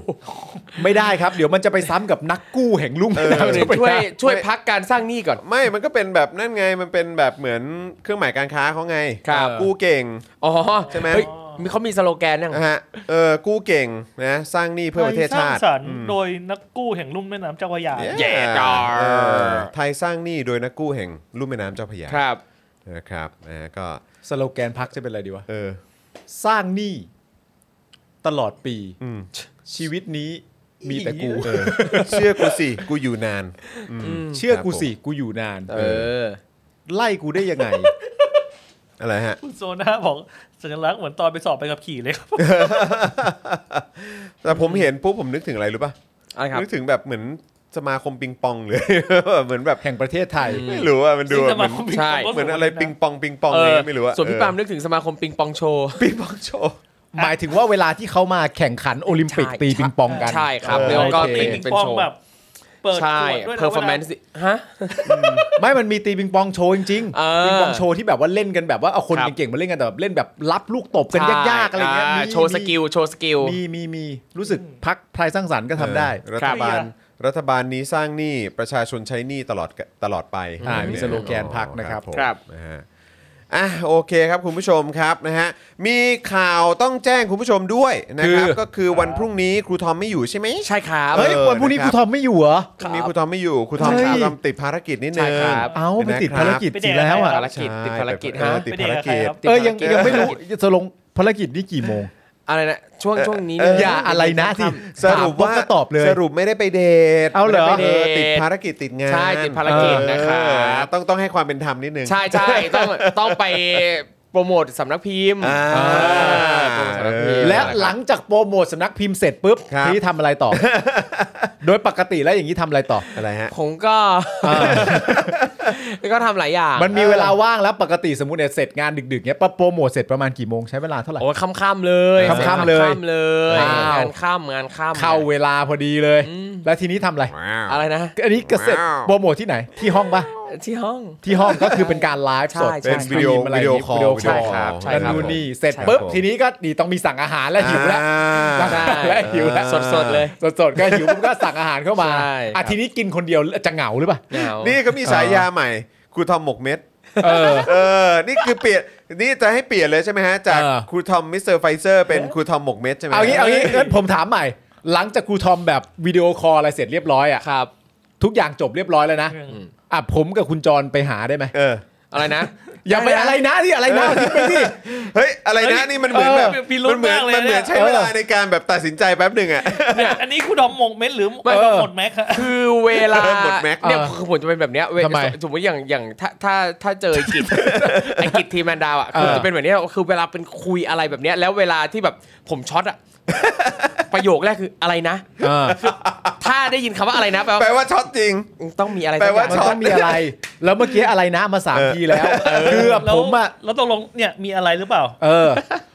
Speaker 3: ไม่ได้ครับ เดี๋ยวมันจะไปซ้ำกับนักกู้แห่งลุ่ม
Speaker 2: เออ
Speaker 3: น้ำจะไป
Speaker 1: ช่วย
Speaker 3: ได้
Speaker 1: ช่วยพักการสร้างหนี้ก่อน
Speaker 2: ไม่มันก็เป็นแบบนั่นไงมันเป็นแบบเหมือนเครื่องหมายการค้าเขาไง
Speaker 1: ครับ
Speaker 2: กู้เก่ง
Speaker 1: อ๋อ
Speaker 2: ใช่ไหม
Speaker 1: เฮ้ยมีเขามีสโลแกนยัง
Speaker 2: นะฮะเออกู้เก่งนะสร้างหนี้เพื่อประเทศชาติ
Speaker 4: ไทยสร้างสรรค์โดยนักกู้แห่งลุ่มแม่น้ำเจ้าพระยา
Speaker 2: เย้เออไทยสร้างหนี้โดยนักกู้แห่งลุ่มแม่น้ำเจ้าพระยา
Speaker 1: ครับ
Speaker 2: นะครับนะฮะก็
Speaker 3: สโลแกนพักจะเป็นอะไรดีวะ
Speaker 2: เออ
Speaker 3: สร้างหนี้ตลอดปี
Speaker 2: อืม
Speaker 3: ชีวิตนี้มีแต่กู
Speaker 2: เออเชื่อกูสิกูอยู่นานอืม
Speaker 3: เชื่อกูสิ กูอยู่นาน
Speaker 1: เออ
Speaker 3: ไล่กูได้ยังไง
Speaker 2: อะไรฮะ
Speaker 4: คุณโซน่าบอกสัญลักษณ์เหมือนตอนไปสอบไปกับขี่เลยครับ
Speaker 2: แต่ผมเห็นปุ๊บผมนึกถึงอะไรรู้ป่ะ
Speaker 1: อะไรครับ
Speaker 2: นึกถึงแบบเหมือนสมาคมปิงปอง เลย เหมือนแบบ
Speaker 3: แห่งประเทศไทย
Speaker 2: ไม่รู้อ่ะมันดู
Speaker 4: ซึ่ง
Speaker 2: แบบ
Speaker 4: ส
Speaker 2: เหมือน
Speaker 4: มาคมปิง
Speaker 1: ใช่
Speaker 4: ปองก็
Speaker 2: เหมือนอะไรปิงปองปิงปอง
Speaker 1: เอ
Speaker 2: เลย
Speaker 1: อ
Speaker 2: ไม่รู้อ่ะ
Speaker 1: ส่วนพี่
Speaker 2: เออ
Speaker 1: ปาล์มนึกถึงสมาคมปิงปองโชว์
Speaker 2: ปิงปองโชว์
Speaker 3: หมายถึงว่าเวลาที่เขามาแข่งขันโอลิมปิก
Speaker 1: ใช่
Speaker 3: ตีปิงปองกัน
Speaker 1: ใช่ครับ
Speaker 3: เออ
Speaker 1: แล้วก็
Speaker 3: โอเค
Speaker 1: ตี
Speaker 4: ปิงปอง
Speaker 1: เป็นโชว์
Speaker 4: แบบ เปิด
Speaker 1: ใช่
Speaker 4: ขวดด้วยนะ
Speaker 1: เพอร์ฟอร์แมน
Speaker 4: วลา
Speaker 1: ซ์ฮะ
Speaker 3: ไม่มันมีตีปิงปองโชว์จริง
Speaker 1: เออ
Speaker 3: ปิงปองโชว์ที่แบบว่าเล่นกันแบบว่าเอาคน
Speaker 1: ครับ
Speaker 3: เก่งๆมาเล่นกันแต่แบบเล่นแบบรับลูกตบกันยากๆอะไรเงี้ย
Speaker 1: ใช่
Speaker 3: มี
Speaker 1: โชว์สกิลโชว์สกิล
Speaker 3: มีมีมีรู้สึกพักพลายสร้างสรรค์ก็ทำได้
Speaker 2: เออรัฐบาล
Speaker 4: ครับ
Speaker 2: รัฐบาลนี้สร้างหนี้ประชาชนใช้หนี้ตลอดตลอดไป
Speaker 3: อ่ามีสโลแกนพรรคนะครับ
Speaker 2: ผม
Speaker 1: ครับ
Speaker 2: นะฮะอ่ะโอเคครับคุณผู้ชมครับนะฮะมีข่าวต้องแจ้งคุณผู้ชมด้วยนะครับ
Speaker 3: คือ
Speaker 2: ก็คือวันพรุ่งนี้ครูทอมไม่อยู่ใช่ไหม
Speaker 1: ใช่ครับ
Speaker 3: เฮ้ย
Speaker 2: เออ
Speaker 3: วันพรุ่งนี้
Speaker 2: นะค
Speaker 3: ครับ รูทอมไม่อยู่เหรอ
Speaker 2: พรุ่งนี้ครูทอมไม่อยู่ครูทอม
Speaker 3: เฮ้ย
Speaker 2: ครูทอมติดภารกิจนิดนึ
Speaker 1: ใช่
Speaker 2: ง
Speaker 1: ครับ
Speaker 3: เอ้ามันติดภารกิจ
Speaker 4: ไปเด
Speaker 3: สิ
Speaker 4: ท
Speaker 3: แล้วอ่ะ
Speaker 4: อะไร
Speaker 1: ภารกิจติดภารกิจ
Speaker 2: ใช่
Speaker 1: ฮะ
Speaker 2: ติดภารกิจ
Speaker 4: ไปเดทกับใครครับ
Speaker 1: ติด
Speaker 3: เออยัง
Speaker 1: ภารกิจ
Speaker 3: ยังไม่รู้จะลงภารกิจนี่กี่โมง
Speaker 1: อะไรนะช่วงช่วงนี้
Speaker 2: เออ
Speaker 3: อย่าอะไรนะที่
Speaker 1: ค่ำ
Speaker 2: สรุปว่า
Speaker 3: ถมปุ๊ก็ตอบเลย
Speaker 2: สรุปไม่ได้ไปเดท
Speaker 3: เอาเหรอ
Speaker 2: ไม่ได้ไปเดท
Speaker 1: เออ
Speaker 2: ติดภารกิจติดงาน
Speaker 1: ใช่ติดภารกิจนะครับ
Speaker 2: เออต้องต้องให้ความเป็นธรรมนิดนึง
Speaker 1: ๆใช่ใช่ต้อง ต้องไปโปรโมทสำนักพิมพ์
Speaker 2: อ่า
Speaker 1: เออโปรโมทสำนักพิมพ์
Speaker 3: และหลังจากโปรโมทสำนักพิมพ์เสร็จปุ๊บ
Speaker 2: ครับ
Speaker 3: พี่ทำอะไรต่อ โดยปกติแล้วอย่างนี้ทำอะไรต่อ
Speaker 2: อะไรฮะ
Speaker 1: ผมก็ก็ทำหลายอย่าง
Speaker 3: มันมีเวลาว่างแล้วปกติสมมติเนี่ยเสร็จงานดึกๆเนี้ยปะโปรโมทเสร็จประมาณกี่โมงใช้เวลาเท่าไหร่
Speaker 1: โอ้ยค่ำๆเลย
Speaker 3: ค่ำๆเลย
Speaker 1: ค่ำๆเลย
Speaker 3: อ้าว
Speaker 1: งานค่ำงานค่ำ
Speaker 3: เข้าเวลาพอดีเลย แล้วทีนี้ทำอะไร
Speaker 1: อะไรนะ
Speaker 3: อันนี้เกษตร
Speaker 2: ว้าว
Speaker 3: โปรโมทที่ไหนที่ห้องปะ
Speaker 1: ที่ห้อง
Speaker 3: ที่ห้องก็คือเป็นการไลฟ์สด
Speaker 1: ใช่ใช่
Speaker 2: เป็นวิดีโอ
Speaker 3: สตรีมะไร
Speaker 2: วิดีโอคอล
Speaker 3: วิดีโอ
Speaker 2: วิดีโอ
Speaker 3: คอล
Speaker 2: คอล
Speaker 1: ใช่
Speaker 3: แล้ว
Speaker 1: ครับ
Speaker 3: นู่นนี่เสร็จ
Speaker 2: ใช่ครับ
Speaker 3: ปุ๊บ
Speaker 2: ผม
Speaker 3: ทีนี้ก็ดีต้องมีสั่งอาหารแล้วหิวแล้ว
Speaker 2: อ่า
Speaker 1: ใช่
Speaker 3: และหิวแล้ว
Speaker 1: สดสดๆเลย
Speaker 3: สดๆก็หิวปุ๊บก็สั่งอาหารเข้ามา
Speaker 1: ใช่
Speaker 3: อ่ะ
Speaker 1: ครับ
Speaker 3: ทีนี้กินคนเดียวจะเหงาหรือเปล่า
Speaker 1: เหงา
Speaker 2: นี่ก็มีฉายาใหม่ครูทอมหมกเม็ด
Speaker 3: เออ
Speaker 2: เออ นี่คือเปลี่ยน นี่จะให้เปลี่ยนเลยใช่ไหมฮะ จาก
Speaker 3: เออ
Speaker 2: ครูทอมมิสเตอร์ไฟเซอร์เป็นครูทอมหมกเม็ดใช่ไหม
Speaker 3: เอางี้เอางี้งั้นผมถามใหม่ หลังจากครูทอมแบบวิดีโอคอลอะไรเสร็จเรียบร้อยอ่ะ
Speaker 1: ครับ
Speaker 3: ทุกอย่างจบเรียบร้อยแล้วนะ
Speaker 4: อืม
Speaker 3: อ่ะผมกับคุณจรไปหาได้ไหม
Speaker 2: เออ
Speaker 1: อะไรนะ
Speaker 3: อย่าไปอะไรนะที่อะไรนะทิ้งไปที่
Speaker 2: เฮ้ย อะไรนะ นี่มันเหมือนแบบ
Speaker 4: เออพิรุธ
Speaker 2: มัเหมือน
Speaker 4: มากเลย
Speaker 2: มันเหมือน
Speaker 4: เนี่ย
Speaker 2: ใช้เวลาในการแบบตัดสินใจแป๊บหนึ่งอ่ะ
Speaker 4: อันนี้คุณดอมหมกเม็ดหรือ
Speaker 3: เออ
Speaker 4: หมดแม็กซ์ฮะ
Speaker 1: คือเวลา
Speaker 2: หมดแม็กซ์
Speaker 1: เนี่ยคือผมจะเป็นแบบเนี้ยเว
Speaker 3: ทำไม
Speaker 1: สมมติอย่างอย่างถ้าถ้าถ้าเจอไอ้กิจ ไอกิจทีมแมนดาวอ่ะคือ
Speaker 3: เออ
Speaker 1: จะเป็นแบบเนี้ยคือเวลาเป็นคุยอะไรแบบเนี้ยแล้วเวลาที่แบบผมช็อตอ่ะ ประโยคแรกคืออะไรนะ
Speaker 3: เออ
Speaker 1: ถ้าได้ยินคำว่าอะไรนะแปล
Speaker 2: แปล
Speaker 1: ว่า
Speaker 2: ว่าช็อตจริง
Speaker 1: ต้องมีอะไร
Speaker 2: แปลว่า
Speaker 1: สั
Speaker 3: มั
Speaker 1: กอย่ง
Speaker 3: นต้องมีอะไร แล้วเมื่อกี้อะไรนะมาสามทีแล้วคือ
Speaker 4: แล้ว
Speaker 3: ผมอ่ะ
Speaker 4: แล้วตกลงเนี่ยมีอะไรหรือเปล่า
Speaker 3: เออ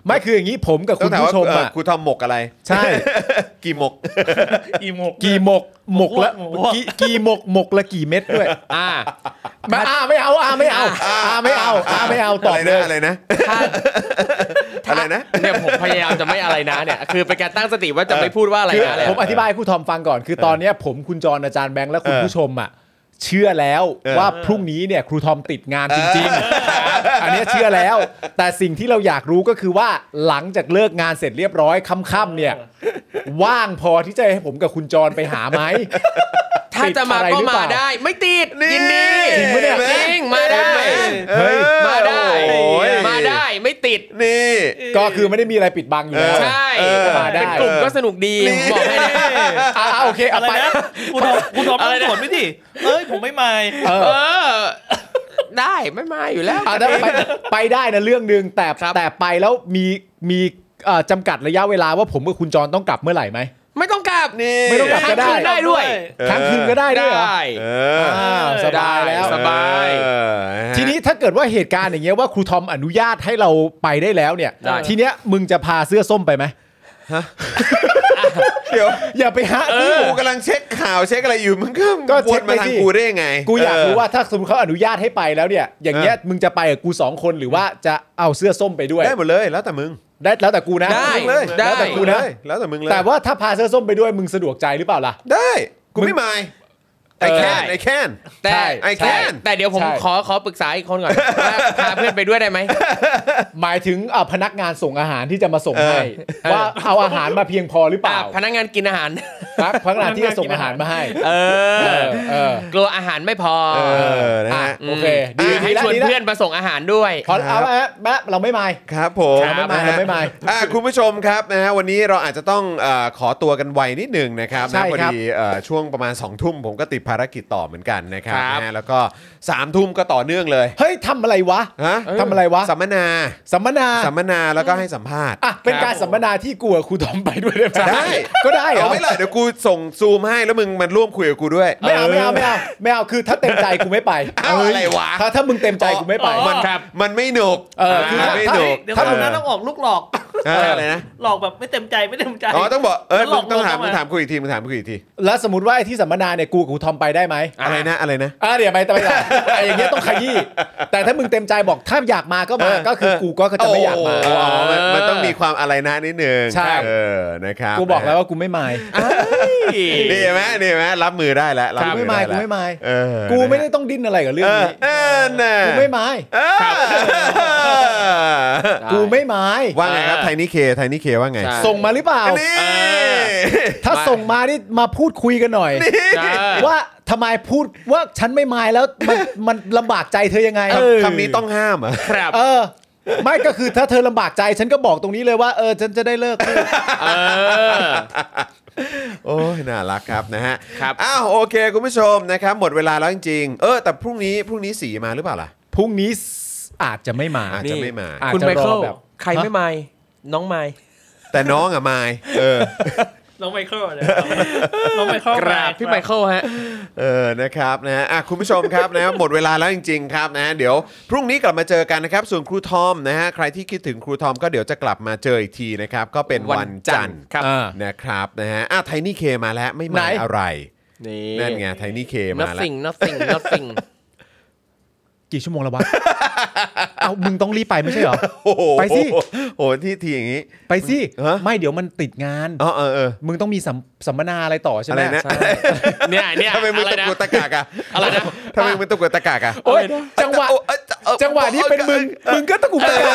Speaker 3: ไม่คืออย่างนี้ผมกับ
Speaker 2: ต้อ
Speaker 3: คุ
Speaker 2: ง
Speaker 3: ณ
Speaker 2: ถามว่า
Speaker 3: ผู้ชม
Speaker 2: เออ
Speaker 3: อ่ะ
Speaker 2: ครูทอมหมกอะไร
Speaker 3: ใช่
Speaker 2: กี่หมก
Speaker 4: อีหมก
Speaker 3: กี่หมกหมกละ
Speaker 4: หมกละ
Speaker 3: กี่กี่หมกหมกละกี่เม็ดด้วย
Speaker 1: อ่า
Speaker 3: มาอ่าไม่เอาอ่าไม่เอาอ่าไม่เอาอ่าไม่เอาต
Speaker 2: อะ
Speaker 3: อบ
Speaker 2: ไร
Speaker 3: เล
Speaker 2: นะ
Speaker 3: ย
Speaker 2: อะไรนะ
Speaker 1: ถ้า
Speaker 2: อะไรนะ
Speaker 1: เนี่ยผมพยายามจะไม่อะไรนะเนี่ย คือเป็นการตั้งสติว่าจะไม่พูดว่าอะไร
Speaker 3: คือ
Speaker 1: นะเลย
Speaker 3: ผมอธิบายให้ครูทอมฟังก่อน คือตอนเนี้ยผมคุณจรอาจารย์แบงค์และคุณ
Speaker 2: เออ
Speaker 3: ผู้ชมอ่ะเชื่อแล้ว
Speaker 2: เออ
Speaker 3: ว่าพรุ่งนี้เนี่ยครูทอมติดงานจริงๆ อันเนี้ยเชื่อแล้ว แต่สิ่งที่เราอยากรู้ก็คือว่าหลังจากเลิกงานเสร็จเรียบร้อยค่ำๆเนี่ยว่างพอที่จะให้ผมกับคุณจรไปหาไหม
Speaker 1: ถ้าจะมา
Speaker 3: ติดอะไร
Speaker 1: ก็
Speaker 3: หรือเป
Speaker 1: มา
Speaker 3: ล่า
Speaker 1: ได้ ไม่ติดยินดี
Speaker 2: จริงปะเนี่ย
Speaker 1: จริงมาได้
Speaker 2: เฮ้ย
Speaker 1: มาได้
Speaker 2: โอ้ย
Speaker 1: มาได้ไม่ติด
Speaker 2: นี่
Speaker 3: ก็คือไม่ได้มีอะไรปิดบังอยู่แล้ว
Speaker 1: ใช่
Speaker 2: เออ
Speaker 3: มาได้
Speaker 1: เป็นกลุ่มก็สนุกดีบอกให้นะ
Speaker 3: อ่าโอเค
Speaker 4: อะ
Speaker 3: เอา
Speaker 4: ไร
Speaker 3: ไป
Speaker 4: นะคุณดอมคุณดอมต้องสวนไม่ดิเอ้ยผมไม่มาย
Speaker 3: เออ
Speaker 1: เออ ได้ไม่มาอยู่แล้ว
Speaker 3: เอาได้ไปไปได้นะเรื่องหนึ่งแต่
Speaker 1: ครับ
Speaker 3: แต่ไปแล้วมีมีเอ่อจำกัดระยะเวลาว่าผมกับคุณจรต้องกลับเมื่อไหร่ไหม
Speaker 1: ไม่ต้องกลับ
Speaker 2: นี่
Speaker 3: ไม่ต้องกลับ
Speaker 1: ทั้ง
Speaker 3: ก็ได้
Speaker 1: คืนได้ด้วย
Speaker 2: เออ
Speaker 3: ทั้งคืนก็ได้ด้วยเหรอ
Speaker 1: ได้
Speaker 2: เออ
Speaker 3: อ้าวสบายแล้ว
Speaker 1: สบาย
Speaker 2: เออฮะ
Speaker 3: ทีนี้ถ้าเกิดว่าเหตุการณ์อย่างเงี้ยว่าครูทอมอนุญาตให้เราไปได้แล้วเนี่ย
Speaker 1: ได้
Speaker 3: ทีเนี้ยมึงจะพาเสื้อส้มไปไหม
Speaker 2: เดี๋ยว
Speaker 3: อย่าไปฮะ
Speaker 2: นี่กูกำลังเช็คข่าวเช็คอะไรอยู่มึงก็
Speaker 3: ก็
Speaker 2: ว
Speaker 3: เช็
Speaker 2: น
Speaker 3: ค
Speaker 2: มา
Speaker 3: ไป
Speaker 2: ทาง
Speaker 3: สิ
Speaker 2: กูได้ยังไง
Speaker 3: กูอยากรู้
Speaker 2: เ
Speaker 3: ว่าถ้าสมมติเขาอนุญาตให้ไปแล้วเนี่ย อย่างเงี้ยมึงจะไปกับกูสองคนหรือว่าจะเอาเสื้อส้มไปด้วย
Speaker 2: ได้หมดเลยแล้วแต่มึง
Speaker 3: ได้แล้วแต่กูนะ
Speaker 1: ได้
Speaker 2: มึงเลย
Speaker 1: ได้
Speaker 2: แล้วแต่กูเลยแล้วแต่มึงเลย
Speaker 3: แต่ว่าถ้าพาเสื้อส้มไปด้วยมึงสะดวกใจหรือเปล่าล่ะ
Speaker 2: ได้กูไม่มายไอแคน
Speaker 1: เออ
Speaker 2: ไอแคน
Speaker 1: แต่
Speaker 3: ใช่
Speaker 2: ไอ้แค่
Speaker 1: แต่แต่เดี๋ยวผม
Speaker 3: ใช่
Speaker 1: ขอขอปรึกษาอีกคนก่อนว่าพาเพื่อนไปด้วยได้ไหม
Speaker 3: หมายถึงอ่ะพนักงานส่งอาหารที่จะมาส่ง
Speaker 2: เออ
Speaker 3: ให้
Speaker 1: เออ
Speaker 3: ว่าเอาอาหารมาเพียงพอหรือเป
Speaker 1: อ่ะ
Speaker 3: ล่า
Speaker 1: พนักงานกินอาหาร
Speaker 3: ครับพนักงานที่จะส่งอาหารมาให้
Speaker 1: เอ
Speaker 3: เอ
Speaker 1: อ
Speaker 3: อเออก
Speaker 1: ลัวอาหารไม่พอ
Speaker 2: เออนะ
Speaker 3: อ่ะ
Speaker 2: ฮะ
Speaker 3: โอเคดี
Speaker 1: อ่ะให้
Speaker 3: ดีแล้ว
Speaker 1: ชวน
Speaker 3: ดีแล้ว
Speaker 1: เพื่อนมาส่งอาหารด้วย
Speaker 3: พอเอาแล้วแม่เราไม่มาย
Speaker 2: ครับผม
Speaker 3: ครับ
Speaker 2: นะฮะ
Speaker 3: ไม่มาย
Speaker 2: อ่ะคุณผู้ชมครับนะฮะวันนี้เราอาจจะต้องเอ่อขอตัวกันไวนิดหนึ่งนะครับ
Speaker 3: ใช่
Speaker 2: นะพอ
Speaker 3: ครับ
Speaker 2: ดีเอ่อช่วงประมาณ2องทุ่มผมก็ติดภารกิจต่อเหมือนกันนะครับ
Speaker 1: ครับ
Speaker 2: นะฮะแล้วก็3ามทุ่มก็ต่อเนื่องเลย
Speaker 3: เฮ้ยทำอะไรวะ
Speaker 2: ฮะ
Speaker 3: ทำอะไรวะ
Speaker 2: สัมมนา
Speaker 3: สัมมนา
Speaker 2: สัมมนาแล้วก็ให้สัมภาษณ์
Speaker 3: อ่ะเป็นการสัมมนาที่กูกับครูทอมไปด้วยได้ไหม
Speaker 2: ได้
Speaker 3: ก็ได้เหร
Speaker 2: เอา
Speaker 3: อ
Speaker 2: ไม่เลยเดี๋ยวกูส่งซูมให้แล้วมึงมันร่วมคุยกับกูด้วย
Speaker 3: ไม่เอาไม่เอาไม่เอาไม่เอาคือถ้าเต็มใจกูไม่ไป
Speaker 2: เอ้าอะไรวะ
Speaker 3: ถ้าถ้ามึงเต็มใจกูไม่ไป
Speaker 2: มัน
Speaker 4: ครับ
Speaker 2: มันไม่หนุก
Speaker 3: เออคือ
Speaker 2: มัน
Speaker 3: ถ้า
Speaker 2: ไม่
Speaker 3: ถ้า
Speaker 2: หนุก
Speaker 4: เดี๋ยวคนนั้นต้องออกลูกหลอก
Speaker 2: เอออะไรนะ
Speaker 4: หลอกแบบไม่เต็มใจไม่เต็มใจ
Speaker 2: อ๋อต้องบอกเออ
Speaker 4: หล
Speaker 2: มึ
Speaker 4: อง ก
Speaker 2: ต้องถาม
Speaker 4: ลวง
Speaker 2: มึ
Speaker 4: เข้ามา
Speaker 2: งถามกูอีกทีมึงถามกูอีกที
Speaker 3: แล้วสมมติว่าไอ้ที่สัมมนาเนี่ยกูกับกูทอมไปได้ไหม
Speaker 2: อะไรนะอะไรนะ
Speaker 3: อ่ะเดี๋ยวไปแต่ไปหลังไอ้อย่างเงี้ยต้องขยี้แต่ถ้ามึงเต็มใจบอกถ้าอยากมาก็มา
Speaker 2: เออ
Speaker 3: ก็คือกูก็จะไม่อยากมา
Speaker 2: โอ้โหมันมันต้องมีความอะไรนะนิดนึง
Speaker 3: ใช่
Speaker 2: เออนะครับ
Speaker 3: กูบอกแล้วว่ากูไม่มาย
Speaker 2: นี่เห็นไหมนี่เห็นไหมรับมือได้แล้วรับ
Speaker 3: กู
Speaker 2: มื
Speaker 3: ไม่
Speaker 2: อ
Speaker 3: มาย
Speaker 2: ได้
Speaker 3: กู
Speaker 2: แล้ว
Speaker 3: ไม่มาย
Speaker 2: เออ
Speaker 3: กูไม่ได้ต้องดิ้นอะไรกับเรื่
Speaker 2: เอ
Speaker 3: อง
Speaker 2: อ
Speaker 3: นี้
Speaker 2: เออน่ะ
Speaker 3: กูไม่มาย
Speaker 2: เออ
Speaker 3: กูไม่มาย
Speaker 2: ว่าไงครับไทนี่เคไทนี่เคว่าไง
Speaker 1: ใช่
Speaker 3: ส่งมาหรือเปล่า
Speaker 2: อันนี้
Speaker 3: ถ้าส่งมานี่มาพูดคุยกันหน่อย
Speaker 1: ใช่
Speaker 3: ว่าทำไมพูดว่าฉันไม่มายแล้วมันมันลำบากใจเธอยังไง
Speaker 2: คำคำนี้ต้องห้ามเหรอ่ะ
Speaker 1: ครับ
Speaker 3: เออ ไม่ก็คือถ้าเธอลำบากใจฉันก็บอกตรงนี้เลยว่าเออฉันจะได้เลิก
Speaker 1: เออ
Speaker 2: โอ้ยน่ารักครับนะฮะ
Speaker 1: ครับ
Speaker 2: อ้าวโอเคคุณผู้ชมนะครับ หมดเวลาแล้วจริงๆ เออ แต่พรุ่งนี้พรุ่งนี้สีมาหรือเปล่าล่ะ
Speaker 3: พรุ่งนี้อาจจะไม่มา
Speaker 2: อาจจะไม่มา
Speaker 3: อาจจะ
Speaker 1: คุณไมเคิล
Speaker 3: รอแบบ
Speaker 1: ใครไม่ไม่น้องไม่
Speaker 2: แต่น้องอ่ะมายเออ
Speaker 4: น้องไมเคิลเลยน้องไมเคิล
Speaker 1: กราบพี่ไมเคิลฮะ
Speaker 2: เออ นะครับนะฮะอ่ะคุณผู้ชมครับนะ หมดเวลาแล้วจริง ๆ ครับนะ เดี๋ยวพรุ่งนี้กลับมาเจอกันนะครับ ส่วนครูทอมนะฮะ ใครที่คิดถึงครูทอมก็เดี๋ยวจะกลับมาเจออีกทีนะครับ ก็เป็นวันจันทร์
Speaker 1: ครับ
Speaker 3: อ่า
Speaker 2: นะครับนะฮะ อ่ะไทนี่เคมาแล้วไม่
Speaker 3: ไหน
Speaker 2: มาอะไร
Speaker 1: นี
Speaker 2: นั่
Speaker 1: ่
Speaker 2: นไงไทนี่เคมาแล้ว
Speaker 1: nothing nothing nothing
Speaker 3: กี่ชั่วโมงแล้ววะ เอามึงต้องรีบไปไม่ใช่เหรอ
Speaker 2: โอ้โห
Speaker 3: ไปสิ
Speaker 2: โอ้โหที่ทีอย่างนี้
Speaker 3: ไปสิ
Speaker 2: ฮะ
Speaker 3: ไม่เดี๋ยวมันติดงาน
Speaker 2: อ๋อเออเออ
Speaker 3: มึงต้องมีสัมสัมมนาอะไรต่อใช่ไห
Speaker 2: อะ
Speaker 3: ม
Speaker 2: ไรนะ
Speaker 3: ใช่
Speaker 1: เนี่ยเนี่ย
Speaker 2: ทำไมมึง
Speaker 1: อะ
Speaker 2: ตะ
Speaker 1: รนะ
Speaker 2: กุกตะกากอะ
Speaker 1: อะไรนะ
Speaker 2: ทำไมมึงตะกุกตะกากอะ
Speaker 3: โอ๊ยจังหวะ
Speaker 2: เอ้ยเอ้ย
Speaker 3: จังหวะนี้เป็นมึง มึงก็ตะกุกตะกัก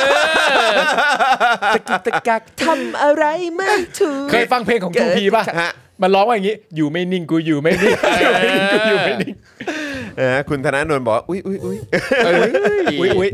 Speaker 1: ตะกิกตะกักทำอะไรไม่ถูก
Speaker 3: เคยฟังเพลงของทูพีป่ะ
Speaker 2: ฮะ
Speaker 3: มันร้องว่าอย่างนี้ อยู่ไม่นิ่งกูอยู่ไม่นิ่งอยู่ไม่นิ่งกูอยู่ไม่นิ่ง
Speaker 2: เออคุณธนาโนนบอกว่าอุ้ยอุ้ยอุ้ย
Speaker 3: เอออุ้ยอุ้ย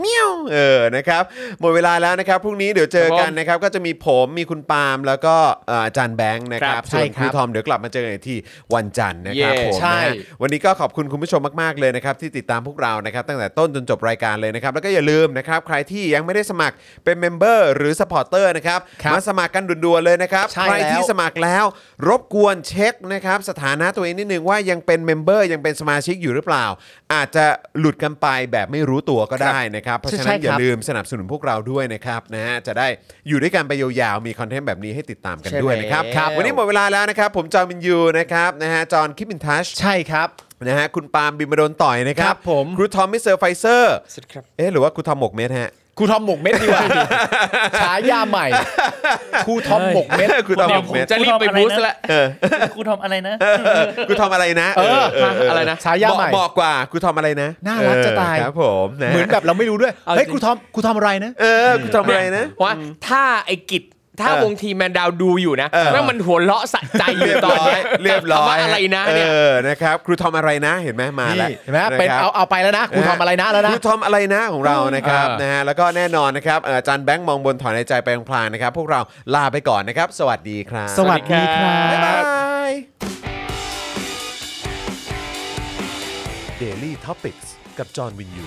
Speaker 2: เมียวเออนะครับหมดเวลาแล้วนะครับพรุ่งนี้เดี๋ยวเจอกันนะครับก็จะมีผมมีคุณปาล์มแล้วก็เอ่ออาจารย์แบงค์นะครั
Speaker 1: ครับ บ
Speaker 2: ส่วนค
Speaker 3: ใช่ครับ
Speaker 2: รูทอมเดี๋ยวกลับมาเจอกันอีกที่วันจันทร์นะครับ
Speaker 1: เย่
Speaker 2: ผม
Speaker 3: ใช่
Speaker 2: นะฮะวันนี้ก็ขอบคุณคุณผู้ชมมากๆเลยนะครับที่ติดตามพวกเรานะครับตั้งแต่ต้นจนจบรายการเลยนะครับแล้วก็อย่าลืมนะครับใครที่ยังไม่ได้สมัครเป็นเมมเบอร์หรือสปอร์เตอร์นะครับ
Speaker 3: ครับ
Speaker 2: มาสมัครกันด่วนๆเลยนะครับ
Speaker 3: ใช่
Speaker 2: ใครที่
Speaker 3: แล้ว
Speaker 2: สมัครแล้วรบกวนเช็คนะครับสถานะตัวเองนิดนึงว่ายังเป็นเมมเบอร์ยังเป็นสมาชิกอยู่หรือเปล่า อาจจะหลุดกันไปแบบไม่รู้ตัวก็ได้นะครับ เพราะฉะนั้น
Speaker 3: ใช่ครับ
Speaker 2: อย่าลืมสนับสนุนพวกเราด้วยนะครับนะฮะจะได้อยู่ด้วยกันไปยาวๆ มีคอนเทนต์แบบนี้ให้ติดตามกัน
Speaker 1: ใช่
Speaker 2: ด้วยนะครับ
Speaker 1: แล้ว
Speaker 2: ครับ วันนี้หมดเวลาแล้วนะครับ ผมจอห์นวินยูนะครับนะฮะจอห์นคิปบินทัช
Speaker 3: ใช่ครับ
Speaker 2: นะฮะคุณปาล์มบิมบดนต่อยนะครับ
Speaker 3: ครับผม
Speaker 2: ครูทอมมิสเตอร์ไฟเซอร์
Speaker 1: สุดครับ
Speaker 2: เอ๊ะหรือว่าครูทอมหมกเม็ดฮะ
Speaker 3: ครูทอมหมกเม็ดดีกว่าฉายาใหม่ครูทอมหมกเม็ด
Speaker 2: ครูทอมห
Speaker 4: เดี๋
Speaker 2: ม
Speaker 4: ยว
Speaker 2: ก
Speaker 4: ผม
Speaker 2: เม็ด
Speaker 1: จะรีบไปบูสต์ละ
Speaker 4: ครูทอมอะไรนะ
Speaker 2: ครูทอมอะไรนะ
Speaker 3: เออ
Speaker 1: อะไรนะ
Speaker 3: ฉายา
Speaker 2: เห
Speaker 3: ใหม่
Speaker 2: มาะเหมาะกว่าครูทอมอะไรนะ
Speaker 3: น่ารักจะตาย
Speaker 2: เออครับผมะฮะ
Speaker 3: เหมือนแบบเราไม่รู้ด้วย
Speaker 1: เอาจริง
Speaker 3: เฮ้ยครูทอมครูทอมอะไรนะ
Speaker 2: เออครูทอมอะไรนะ
Speaker 1: ว่าถ้าไอ้กิจถ้า
Speaker 2: เออ
Speaker 1: วงทีมแมนดาวดูอยู่นะ
Speaker 2: เออ
Speaker 1: แม่งมันหัวเราะสะใจอยู่
Speaker 2: เรียบ
Speaker 1: ตอน
Speaker 2: ร้อย
Speaker 1: เนี้ย
Speaker 2: เรียบร้อย
Speaker 1: คำว่าอะไรนะเนี่ย
Speaker 2: เออนะครับครูทอมอะไรนะเห็นไหมมาแล้ว
Speaker 3: นี่เห็นไหมเป็น
Speaker 2: นะครับ
Speaker 3: เอาเอาไปแล้วนะครูทอมอะไรนะแล้วนะ
Speaker 2: ครูทอมอะไรนะของเรานะครับ
Speaker 3: เออ
Speaker 2: นะฮะแล้วก็แน่นอนนะครับเอ่ออาจารย์แบงค์มองบนถอนในใจไปพลางๆนะครับ พวกเราลาไปก่อนนะครับ สวัสดีครับ
Speaker 3: สวัสดีครั
Speaker 2: บ๊ายบา
Speaker 3: บ
Speaker 2: ย Daily Topics กับจอห์นวินยู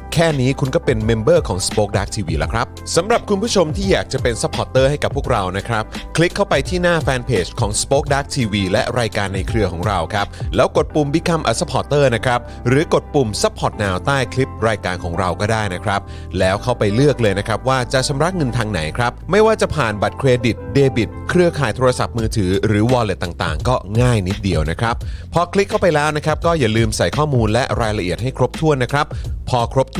Speaker 2: แค่นี้คุณก็เป็นเมมเบอร์ของ Spoke Dark TV แล้วครับ สำหรับคุณผู้ชมที่อยากจะเป็นซัพพอร์ตเตอร์ให้กับพวกเรานะครับ คลิกเข้าไปที่หน้าแฟนเพจของ Spoke Dark TV และรายการในเครือของเราครับ แล้วกดปุ่ม Become a supporter นะครับ หรือกดปุ่ม support now ใต้คลิปรายการของเราก็ได้นะครับ แล้วเข้าไปเลือกเลยนะครับ ว่าจะชำระเงินทางไหนครับ ไม่ว่าจะผ่านบัตรเครดิตเดบิต เครือข่ายโทรศัพท์มือถือหรือ wallet ต่างๆ ก็ง่ายนิดเดียวนะครับ พอคลิกเข้าไปแล้วนะครับ ก็อย่าลืมใส่ข้อมูลและรายละเอียดให้ครบถ้วนนะครับ พอครบถ